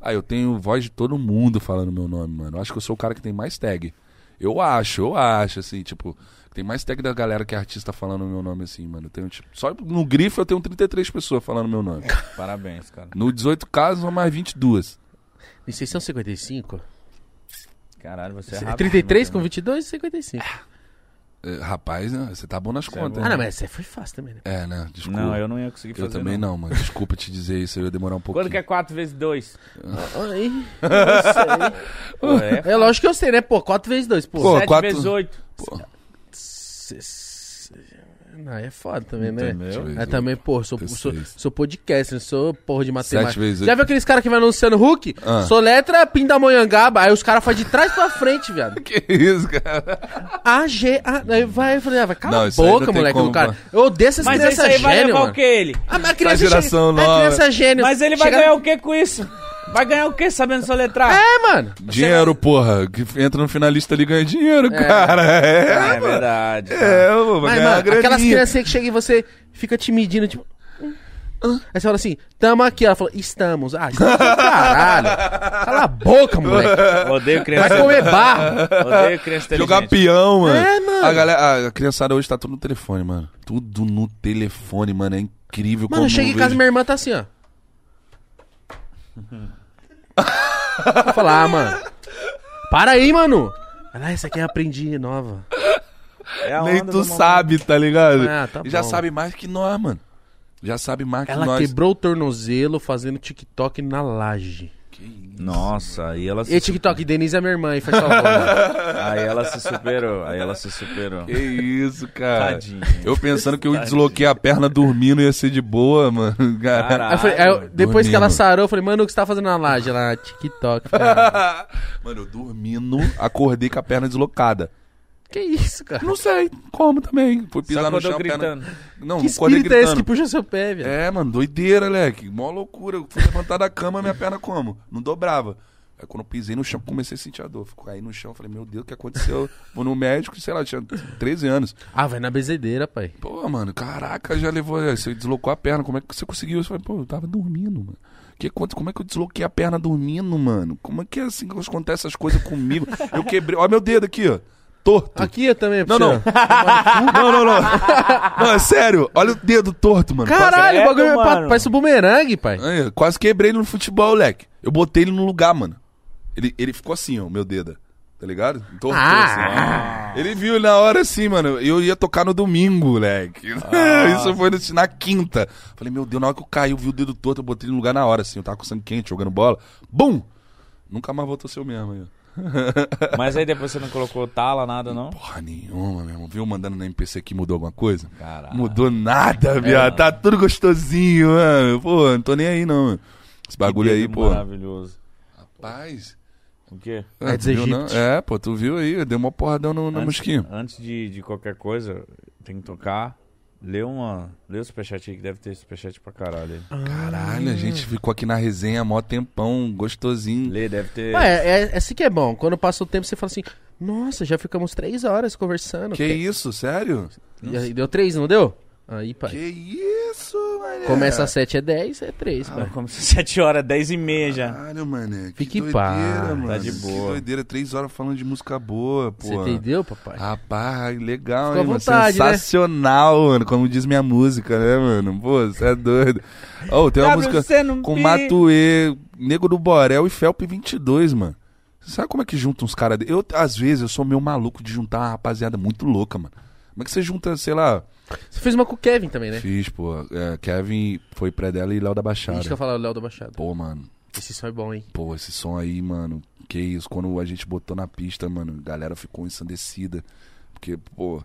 [SPEAKER 3] Ah, eu tenho voz de todo mundo falando meu nome, mano. Eu acho que eu sou o cara que tem mais tag. Eu acho, eu acho, assim, tipo, tem mais tag da galera que é artista falando meu nome, assim, mano. Eu tenho, tipo, só no grifo eu tenho 33 pessoas falando meu nome.
[SPEAKER 1] Parabéns, cara.
[SPEAKER 3] No 18 casos, são mais 22.
[SPEAKER 2] E vocês são 55?
[SPEAKER 1] Caralho, você é
[SPEAKER 2] Cê-
[SPEAKER 1] rápido.
[SPEAKER 2] 33 com 22 e 55.
[SPEAKER 3] É, rapaz, né, você tá bom nas
[SPEAKER 1] é
[SPEAKER 3] contas.
[SPEAKER 1] bom.
[SPEAKER 2] Ah, não, mas essa aí foi fácil também, né?
[SPEAKER 3] É, né? Desculpa.
[SPEAKER 1] Não, eu não ia conseguir fazer.
[SPEAKER 3] Eu também não. mano. Desculpa te dizer isso, eu ia demorar um pouquinho.
[SPEAKER 1] Quando que é 4 vezes 2?
[SPEAKER 2] Aí, eu sei.
[SPEAKER 1] é
[SPEAKER 2] É lógico que eu sei, né? Pô, 4 vezes 2, pô.
[SPEAKER 3] Pô,
[SPEAKER 1] 7
[SPEAKER 3] quatro-
[SPEAKER 1] vezes 8.
[SPEAKER 2] Se- se- Não, aí é foda também, né?
[SPEAKER 3] Entendeu?
[SPEAKER 2] Aí também, pô, sou,
[SPEAKER 3] Dezesseis.
[SPEAKER 2] sou, sou podcast, não sou porra de matemática.
[SPEAKER 3] Sete vezes
[SPEAKER 2] Já
[SPEAKER 3] oito.
[SPEAKER 2] viu aqueles caras que vai anunciando Hulk?
[SPEAKER 3] Ah.
[SPEAKER 2] Sou letra Pindamonhangaba, aí os caras fazem de trás pra frente, viado.
[SPEAKER 3] Que isso, cara?
[SPEAKER 2] A, G, A. Aí vai, eu falei, ah, vai,
[SPEAKER 3] Não,
[SPEAKER 2] cala a
[SPEAKER 3] isso aí não
[SPEAKER 2] boca,
[SPEAKER 3] tem
[SPEAKER 2] moleque
[SPEAKER 3] como,
[SPEAKER 2] do cara.
[SPEAKER 3] pá.
[SPEAKER 2] Eu odeio essas
[SPEAKER 1] Mas isso
[SPEAKER 2] crianças
[SPEAKER 1] aí vai
[SPEAKER 2] gênio,
[SPEAKER 1] levar o
[SPEAKER 2] mano. Ah,
[SPEAKER 1] que ele?
[SPEAKER 2] A, a criança
[SPEAKER 3] geração
[SPEAKER 2] chega-
[SPEAKER 3] nova.
[SPEAKER 2] A criança gênio.
[SPEAKER 1] Mas ele vai
[SPEAKER 2] chega-
[SPEAKER 1] ganhar o que com isso? Vai ganhar o que sabendo soletrar?
[SPEAKER 2] É, mano.
[SPEAKER 3] Dinheiro, porra. Que entra no finalista ali e ganha dinheiro, cara. É,
[SPEAKER 1] É
[SPEAKER 3] mano.
[SPEAKER 1] verdade. cara.
[SPEAKER 3] É, mano, vai
[SPEAKER 2] Mas,
[SPEAKER 3] ganhar
[SPEAKER 2] mano,
[SPEAKER 3] uma graninha.
[SPEAKER 2] aquelas crianças aí que chegam e você fica te medindo, tipo. hum. Aí você fala assim, tamo aqui. Ela fala, estamos. Ah, estamos aqui, caralho. Cala a boca, moleque.
[SPEAKER 1] Odeio
[SPEAKER 2] Vai
[SPEAKER 1] criança.
[SPEAKER 2] comer barro.
[SPEAKER 1] Odeio criança inteligente.
[SPEAKER 3] Tá Jogar peão, mano.
[SPEAKER 2] É, mano.
[SPEAKER 3] A, galera, a criançada hoje tá tudo no telefone, mano. Tudo no telefone, mano. É incrível como
[SPEAKER 2] Mano, eu cheguei em casa e
[SPEAKER 3] vejo-
[SPEAKER 2] minha irmã tá assim, ó. Eu falo, ah, mano. Para aí, mano. Ela, "Ah, essa aqui eu aprendi nova.
[SPEAKER 1] É a
[SPEAKER 3] Nem
[SPEAKER 1] onda
[SPEAKER 3] tu
[SPEAKER 1] do
[SPEAKER 3] sabe, tá ligado?
[SPEAKER 2] Ah, tá
[SPEAKER 3] Já
[SPEAKER 2] bom.
[SPEAKER 3] sabe mais que nós, mano. Já sabe mais que
[SPEAKER 2] Ela
[SPEAKER 3] nós.
[SPEAKER 2] quebrou o tornozelo fazendo TikTok na laje.
[SPEAKER 1] momento. Nossa, aí ela,
[SPEAKER 2] E
[SPEAKER 1] se,
[SPEAKER 2] TikTok, Denise é minha irmã e faz favor.
[SPEAKER 1] aí ela se superou. Aí ela se superou.
[SPEAKER 3] Que isso, cara.
[SPEAKER 1] Tadinha.
[SPEAKER 3] Eu pensando que eu desloquei a perna dormindo ia ser de boa, mano.
[SPEAKER 2] Aí eu
[SPEAKER 1] Caralho.
[SPEAKER 2] falei- aí eu- depois que ela
[SPEAKER 3] Dormindo.
[SPEAKER 2] sarou, eu falei, mano, o que você tá fazendo na laje? Ela, TikTok. "Ah, Cara.
[SPEAKER 3] mano, eu dormindo, acordei com a perna deslocada.
[SPEAKER 2] Que isso, cara?
[SPEAKER 3] Não sei como também. Foi pisar
[SPEAKER 4] Só
[SPEAKER 3] no
[SPEAKER 4] quando eu
[SPEAKER 3] chão, perna-
[SPEAKER 4] gritando.
[SPEAKER 3] Não,
[SPEAKER 2] que
[SPEAKER 3] quando
[SPEAKER 2] espírito é esse que puxa seu pé, velho?
[SPEAKER 3] É, mano, doideira, moleque. Mó loucura. Eu fui levantar da cama, minha perna como? Não dobrava. Aí quando eu pisei no chão, comecei a sentir a dor. Fico aí no chão, falei, meu Deus, o que aconteceu? Vou no médico, sei lá, tinha 13 anos.
[SPEAKER 2] Ah, vai na bezedeira, pai.
[SPEAKER 3] Pô, mano, caraca, já levou. Você deslocou a perna, como é que você conseguiu? Eu falei, pô, eu tava dormindo, mano. Que, conta- como é que eu desloquei a perna dormindo, mano? Como é que é assim que acontece essas coisas comigo? Eu quebrei. Ó, meu dedo aqui, ó. Torto.
[SPEAKER 2] Aqui eu também,
[SPEAKER 3] Não, não.
[SPEAKER 2] puxa.
[SPEAKER 3] não, não, não. Não, é sério. Olha o dedo torto, mano.
[SPEAKER 2] Caralho,
[SPEAKER 4] Tá
[SPEAKER 2] o bagulho é
[SPEAKER 4] certo,
[SPEAKER 2] pa-
[SPEAKER 4] mano.
[SPEAKER 2] parece um bumerangue, pai.
[SPEAKER 3] Aí, quase quebrei ele no futebol, leque. Eu botei ele no lugar, mano. Ele, ele ficou assim, ó, o meu dedo. Tá ligado? Tortou
[SPEAKER 2] Ah.
[SPEAKER 3] assim. Ele viu na hora assim, mano. Eu ia tocar no domingo, moleque.
[SPEAKER 4] Ah.
[SPEAKER 3] Isso foi no- na quinta. Falei, meu Deus, na hora que eu caí, eu vi o dedo torto, eu botei ele no lugar na hora, assim. Eu tava com sangue quente, jogando bola. Bum! Nunca mais voltou seu mesmo aí, ó.
[SPEAKER 4] Mas aí depois você não colocou tala, nada, não?
[SPEAKER 3] Porra nenhuma, meu irmão. Viu mandando na MPC que mudou alguma coisa?
[SPEAKER 4] Caralho. É.
[SPEAKER 3] Mudou nada, viado. Tá tudo gostosinho, mano. Pô, não tô nem aí, não. mano. Esse bagulho aí,
[SPEAKER 4] Dedo
[SPEAKER 3] pô.
[SPEAKER 4] Maravilhoso.
[SPEAKER 3] Rapaz.
[SPEAKER 4] O quê?
[SPEAKER 2] É,
[SPEAKER 3] Ah,
[SPEAKER 2] dos
[SPEAKER 3] tu viu, não?
[SPEAKER 2] egípcios.
[SPEAKER 3] É, pô, tu viu aí, deu uma porradão no, no mosquinho.
[SPEAKER 4] Antes de, de qualquer coisa, tem que tocar. Lê uma. Lê o superchat aí, que deve ter superchat pra caralho. aí.
[SPEAKER 2] Ah.
[SPEAKER 3] Ah. Caralho, a gente ficou aqui na resenha mó tempão, gostosinho.
[SPEAKER 4] Lê, deve ter.
[SPEAKER 2] Ah, é, é, é assim que é bom. Quando passa o tempo, você fala assim: Nossa, já ficamos três horas conversando.
[SPEAKER 3] Que isso, sério?
[SPEAKER 2] E aí deu três, não deu? Aí, pai.
[SPEAKER 3] Que isso, mané?
[SPEAKER 2] Começa às sete, é dez, é três,
[SPEAKER 3] Ah,
[SPEAKER 2] pai.
[SPEAKER 4] Como se 7 horas, 10 e meia já.
[SPEAKER 3] Caralho, mané.
[SPEAKER 2] Fique
[SPEAKER 3] que
[SPEAKER 2] em
[SPEAKER 3] doideira,
[SPEAKER 2] paz.
[SPEAKER 3] mano.
[SPEAKER 4] Tá de boa.
[SPEAKER 3] Que doideira, três horas falando de música boa, pô.
[SPEAKER 2] Você entendeu, papai?
[SPEAKER 3] Ah. Rapaz, legal,
[SPEAKER 2] Ficou à
[SPEAKER 3] hein, mano?
[SPEAKER 2] vontade, né?
[SPEAKER 3] Sensacional, mano. Como diz minha música, né, mano? Pô, você é doido. Ô, tem É uma música com Matuê, Nego do Borel e Felp 22, mano. Você sabe como é que junta uns caras? Eu, às vezes, eu sou meio maluco de juntar uma rapaziada muito louca, mano. Como é que você junta, sei lá.
[SPEAKER 2] Você fez uma com o Kevin também, né?
[SPEAKER 3] Fiz, pô. é, Kevin foi pré dela e Léo da
[SPEAKER 2] A gente
[SPEAKER 3] Baixada.
[SPEAKER 2] quer falar do Léo da Baixada.
[SPEAKER 3] Pô, mano.
[SPEAKER 2] Esse som é bom, hein?
[SPEAKER 3] Pô, esse som aí, mano, que isso, quando a gente botou na pista, mano, a galera ficou ensandecida. Porque, pô,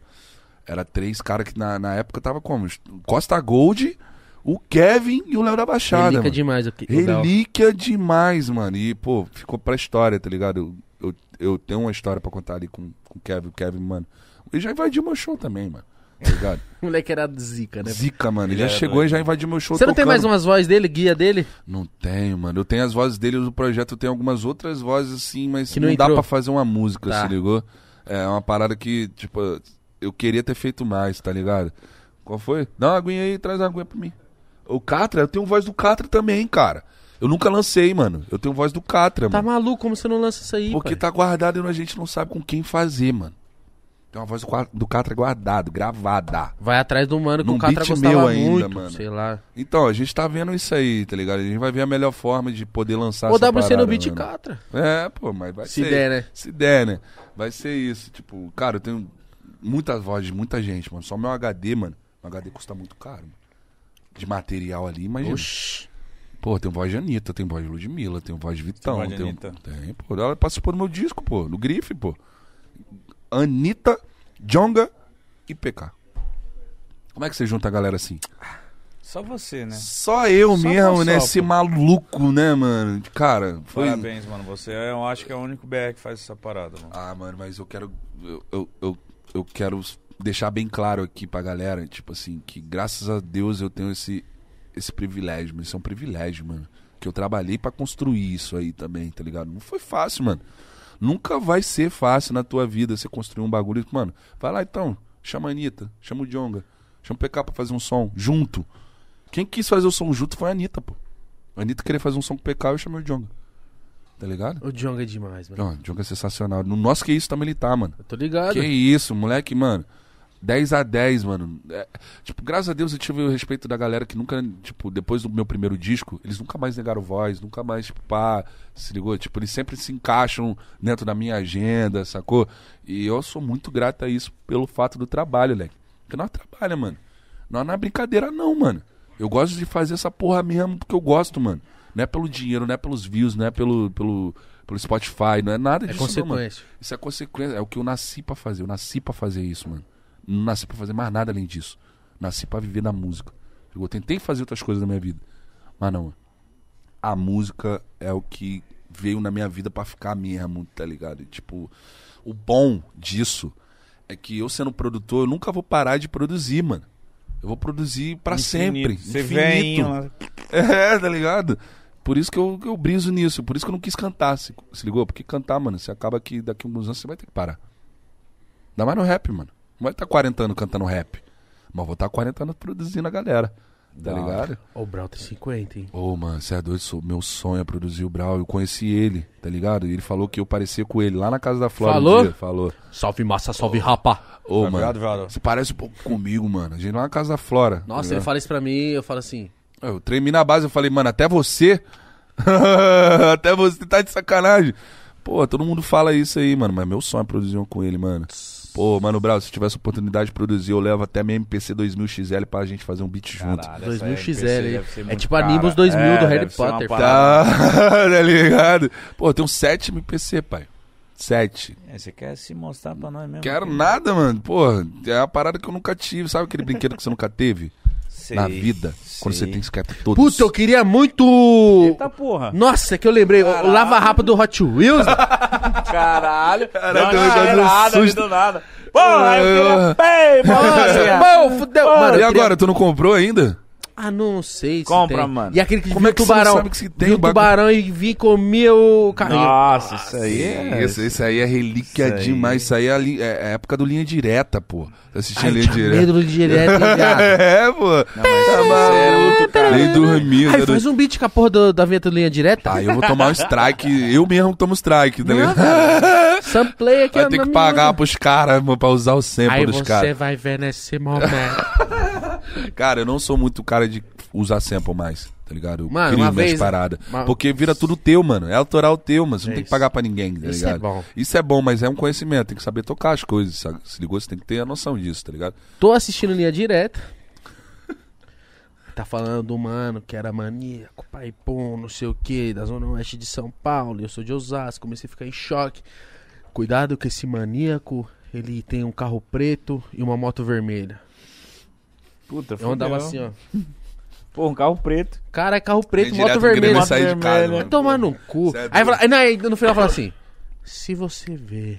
[SPEAKER 3] era três caras que na, na época tava como? Costa Gold, o Kevin e o Léo da
[SPEAKER 2] Relíquia
[SPEAKER 3] Baixada. mano.
[SPEAKER 2] é demais o que o Léo.
[SPEAKER 3] Relíquia demais, mano. E, pô, ficou pra história, tá ligado? Eu, eu, eu tenho uma história pra contar ali com, com o Kevin, o Kevin, mano. Ele já invadiu meu show também, mano. Tá ligado?
[SPEAKER 2] O moleque era zica, né?
[SPEAKER 3] Zica, mano. Ele já chegou e já invadiu meu show.
[SPEAKER 2] Você não tem
[SPEAKER 3] tocando.
[SPEAKER 2] mais umas vozes dele, guia dele?
[SPEAKER 3] Não tenho, mano. Eu tenho as vozes dele do projeto, eu tenho algumas outras vozes assim, mas
[SPEAKER 2] Que
[SPEAKER 3] não,
[SPEAKER 2] não
[SPEAKER 3] dá
[SPEAKER 2] entrou.
[SPEAKER 3] pra fazer uma música,
[SPEAKER 2] Tá.
[SPEAKER 3] se ligou? É uma parada que, tipo, eu queria ter feito mais, tá ligado? Qual foi? Dá uma aguinha aí, traz uma aguinha pra mim. O Catra, eu tenho voz do Catra também, cara. Eu nunca lancei, mano. Eu tenho voz do Catra,
[SPEAKER 2] Tá
[SPEAKER 3] mano.
[SPEAKER 2] maluco, como você não lança isso aí,
[SPEAKER 3] Porque
[SPEAKER 2] pai?
[SPEAKER 3] tá guardado e a gente não sabe com quem fazer, mano. Tem uma voz do Qua- do Catra guardado, gravada.
[SPEAKER 2] Vai atrás do mano que
[SPEAKER 3] Num
[SPEAKER 2] o Catra
[SPEAKER 3] beat
[SPEAKER 2] gostava
[SPEAKER 3] meu ainda,
[SPEAKER 2] muito,
[SPEAKER 3] mano.
[SPEAKER 2] sei lá.
[SPEAKER 3] Então, a gente tá vendo isso aí, tá ligado? A gente vai ver a melhor forma de poder lançar
[SPEAKER 2] Ou
[SPEAKER 3] essa
[SPEAKER 2] WC no
[SPEAKER 3] parada, né,
[SPEAKER 2] beat
[SPEAKER 3] Tá mano.
[SPEAKER 2] Catra.
[SPEAKER 3] É, pô, mas vai
[SPEAKER 2] Se
[SPEAKER 3] ser.
[SPEAKER 2] der, né?
[SPEAKER 3] Se der, né? Vai ser isso. Tipo, cara, eu tenho muitas vozes, de muita gente, mano. Só meu HD, mano. Meu HD custa muito caro, mano. De material ali, imagina.
[SPEAKER 2] Oxi.
[SPEAKER 3] Pô, tem voz de Anitta, tem voz de Ludmilla, tem voz de Vitão.
[SPEAKER 4] voz de
[SPEAKER 3] Tem,
[SPEAKER 4] Anitta?
[SPEAKER 3] tem, pô. Ela participou do meu disco, pô, no Grife, pô. Anitta, Jonga e PK. Como é que você junta a galera assim?
[SPEAKER 4] Só você, né?
[SPEAKER 3] Só eu
[SPEAKER 4] Só
[SPEAKER 3] mesmo,
[SPEAKER 4] um
[SPEAKER 3] né?
[SPEAKER 4] só,
[SPEAKER 3] Esse
[SPEAKER 4] pô.
[SPEAKER 3] maluco, né, mano? Cara, foi.
[SPEAKER 4] Parabéns, mano. Você é, eu acho que é o único BR que faz essa parada, mano.
[SPEAKER 3] Ah, mano, mas eu quero. Eu, eu, eu, eu quero deixar bem claro aqui pra galera, tipo assim, que graças a Deus eu tenho esse, esse privilégio, mano. Isso é um privilégio, mano. Que eu trabalhei pra construir isso aí também, tá ligado? Não foi fácil, mano. Nunca vai ser fácil na tua vida você construir um bagulho. Mano, vai lá então, chama a Anitta, chama o Djonga, chama o PK pra fazer um som junto. Quem quis fazer o som junto foi a Anitta, pô. A Anitta queria fazer um som com o PK e eu chamei o Djonga. Tá ligado?
[SPEAKER 2] O Djonga é demais, mano.
[SPEAKER 3] Não, o Djonga é sensacional. No nosso que isso também ele tá, mano.
[SPEAKER 2] Eu tô ligado. É
[SPEAKER 3] Que isso, moleque, mano. 10 a 10, mano. É, tipo, graças a Deus eu tive o respeito da galera que nunca, tipo, depois do meu primeiro disco, eles nunca mais negaram voz, nunca mais, tipo, pá, se ligou? Tipo, eles sempre se encaixam dentro da minha agenda, sacou? E eu sou muito grato a isso pelo fato do trabalho, moleque. Porque nós trabalha, mano. Nós não é brincadeira, não, mano. Eu gosto de fazer essa porra mesmo porque eu gosto, mano. Não é pelo dinheiro, não é pelos views, não é pelo, pelo, pelo Spotify, não é nada
[SPEAKER 2] É
[SPEAKER 3] disso, não, mano.
[SPEAKER 2] consequência.
[SPEAKER 3] Isso é consequência, é o que eu nasci pra fazer. Eu nasci pra fazer isso, mano. Não nasci pra fazer mais nada além disso. Nasci pra viver na música. Eu tentei fazer outras coisas na minha vida, mas não. A música é o que veio na minha vida pra ficar mesmo, tá ligado? E, Tipo, o bom disso é que eu sendo produtor, eu nunca vou parar de produzir, mano. Eu vou produzir pra sempre.
[SPEAKER 4] Você
[SPEAKER 3] infinito.
[SPEAKER 4] vem.
[SPEAKER 3] É, tá ligado? Por isso que eu, que eu briso nisso, por isso que eu não quis cantar, se, se ligou? Porque cantar, mano, você acaba que daqui a uns anos você vai ter que parar. Ainda mais no rap, mano. Não vai estar 40 anos cantando rap. Mas vou estar 40 anos produzindo a galera. Tá ligado?
[SPEAKER 2] Ó, o Brau tem 50, hein?
[SPEAKER 3] Ô, mano, você é doido, sou- meu sonho é produzir o Brau. Eu conheci ele, tá ligado? E ele falou que eu parecia com ele lá na casa da Flora. um
[SPEAKER 2] Falou?
[SPEAKER 3] dia. Falou.
[SPEAKER 2] Salve massa, salve rapa.
[SPEAKER 3] Ô,
[SPEAKER 4] Tá
[SPEAKER 3] mano,
[SPEAKER 4] ligado, Valdo?
[SPEAKER 3] você parece um pouco comigo, mano. A gente lá na casa da Flora. tá
[SPEAKER 2] Nossa, ele
[SPEAKER 3] ligado?
[SPEAKER 2] fala isso pra mim, eu falo assim.
[SPEAKER 3] Eu tremi na base, eu falei, mano, até você. até você tá de sacanagem. Pô, todo mundo fala isso aí, mano. Mas meu sonho é produzir um com ele, mano. Pô, mano, Brau, se tivesse oportunidade de produzir, eu levo até minha MPC 2000 XL pra gente fazer um beat junto.
[SPEAKER 2] 2000 XL, é tipo Animus 2000
[SPEAKER 4] É,
[SPEAKER 2] do Harry Potter.
[SPEAKER 3] Tá, tá ligado? Pô, eu tenho 7 MPC, pai. 7.
[SPEAKER 4] É, Você quer se mostrar pra nós mesmo?
[SPEAKER 3] Quero nada, mano. Pô, é uma parada que eu nunca tive. Sabe aquele brinquedo que você nunca teve
[SPEAKER 4] Sei,
[SPEAKER 3] na vida? Quando você
[SPEAKER 4] sei.
[SPEAKER 3] tem Skype todos.
[SPEAKER 2] Puta, eu queria muito.
[SPEAKER 3] tá-
[SPEAKER 4] Eita Tá, porra.
[SPEAKER 2] Nossa, é que eu lembrei. O Lava Rapa do Hot Wheels.
[SPEAKER 4] Caralho.
[SPEAKER 3] Caralho, eu dei um
[SPEAKER 4] nada, me
[SPEAKER 3] susto.
[SPEAKER 4] deu nada. Porra, eu queria... Ei,
[SPEAKER 2] Nossa,
[SPEAKER 4] mano.
[SPEAKER 2] mano, fudeu. Mano,
[SPEAKER 3] Ah, E
[SPEAKER 2] eu queria-
[SPEAKER 3] agora, tu não comprou ainda?
[SPEAKER 2] Ah, não sei. Se
[SPEAKER 4] Compra,
[SPEAKER 2] tem.
[SPEAKER 4] mano.
[SPEAKER 2] E aquele que
[SPEAKER 3] Como
[SPEAKER 2] viu
[SPEAKER 3] é que
[SPEAKER 2] o
[SPEAKER 3] você não
[SPEAKER 2] tubarão.
[SPEAKER 3] sabe que se tem
[SPEAKER 2] viu
[SPEAKER 3] um
[SPEAKER 2] o
[SPEAKER 3] bagulho?
[SPEAKER 2] tubarão e vi e comia o carrinho.
[SPEAKER 4] Nossa, isso aí é...
[SPEAKER 3] Isso, isso aí é relíquia
[SPEAKER 4] Isso aí.
[SPEAKER 3] demais. Isso aí é, a li- é- é a época do Linha Direta, pô. Eu assisti a
[SPEAKER 2] Ai,
[SPEAKER 3] Linha
[SPEAKER 2] tinha medo
[SPEAKER 3] Direta.
[SPEAKER 2] do direto, hein, viado.
[SPEAKER 3] É, pô. tá maluco, cara. Nem dormia.
[SPEAKER 2] Aí
[SPEAKER 3] né?
[SPEAKER 2] faz um beat com a porra do- da vinheta do linha direta.
[SPEAKER 3] Aí eu vou tomar um strike. Eu mesmo tomo strike, tá ligado?
[SPEAKER 2] Some play aqui
[SPEAKER 3] Vai
[SPEAKER 2] ó,
[SPEAKER 3] ter
[SPEAKER 2] na
[SPEAKER 3] que
[SPEAKER 2] minha-
[SPEAKER 3] pagar pros caras, mano, pra usar o sample
[SPEAKER 2] é Aí
[SPEAKER 3] dos
[SPEAKER 2] você
[SPEAKER 3] caras.
[SPEAKER 2] vai ver nesse momento.
[SPEAKER 3] Cara, eu não sou muito cara de usar sample mais, tá ligado? Eu
[SPEAKER 2] Mano,
[SPEAKER 3] crio
[SPEAKER 2] uma
[SPEAKER 3] minhas
[SPEAKER 2] vez-
[SPEAKER 3] paradas.
[SPEAKER 2] uma-
[SPEAKER 3] Porque vira tudo teu, mano. É autoral teu, mas você não tem que pagar pra ninguém, tá
[SPEAKER 2] Isso é
[SPEAKER 3] ligado?
[SPEAKER 2] bom.
[SPEAKER 3] Isso é bom, mas é um conhecimento. Tem que saber tocar as coisas, sabe? Se ligou, você tem que ter a noção disso, tá ligado?
[SPEAKER 2] Tô assistindo linha direta. Tá falando do mano que era maníaco, pai pum, não sei o que, da zona oeste de São Paulo. Eu sou de Osasco, comecei a ficar em choque. Cuidado que esse maníaco, ele tem um carro preto e uma moto vermelha.
[SPEAKER 4] Puta,
[SPEAKER 2] Eu andava assim,
[SPEAKER 4] fudeu.
[SPEAKER 2] ó.
[SPEAKER 4] Pô, um carro preto.
[SPEAKER 2] Cara, é carro preto,
[SPEAKER 3] Vem
[SPEAKER 2] moto
[SPEAKER 3] direto querendo
[SPEAKER 2] vermelha.
[SPEAKER 3] sair de casa,
[SPEAKER 4] vermelha.
[SPEAKER 2] Vai
[SPEAKER 3] mano.
[SPEAKER 2] tomar no cu.
[SPEAKER 3] Cê é
[SPEAKER 2] Aí,
[SPEAKER 3] doido.
[SPEAKER 2] fala- aí, não, aí no final fala assim: se você vê,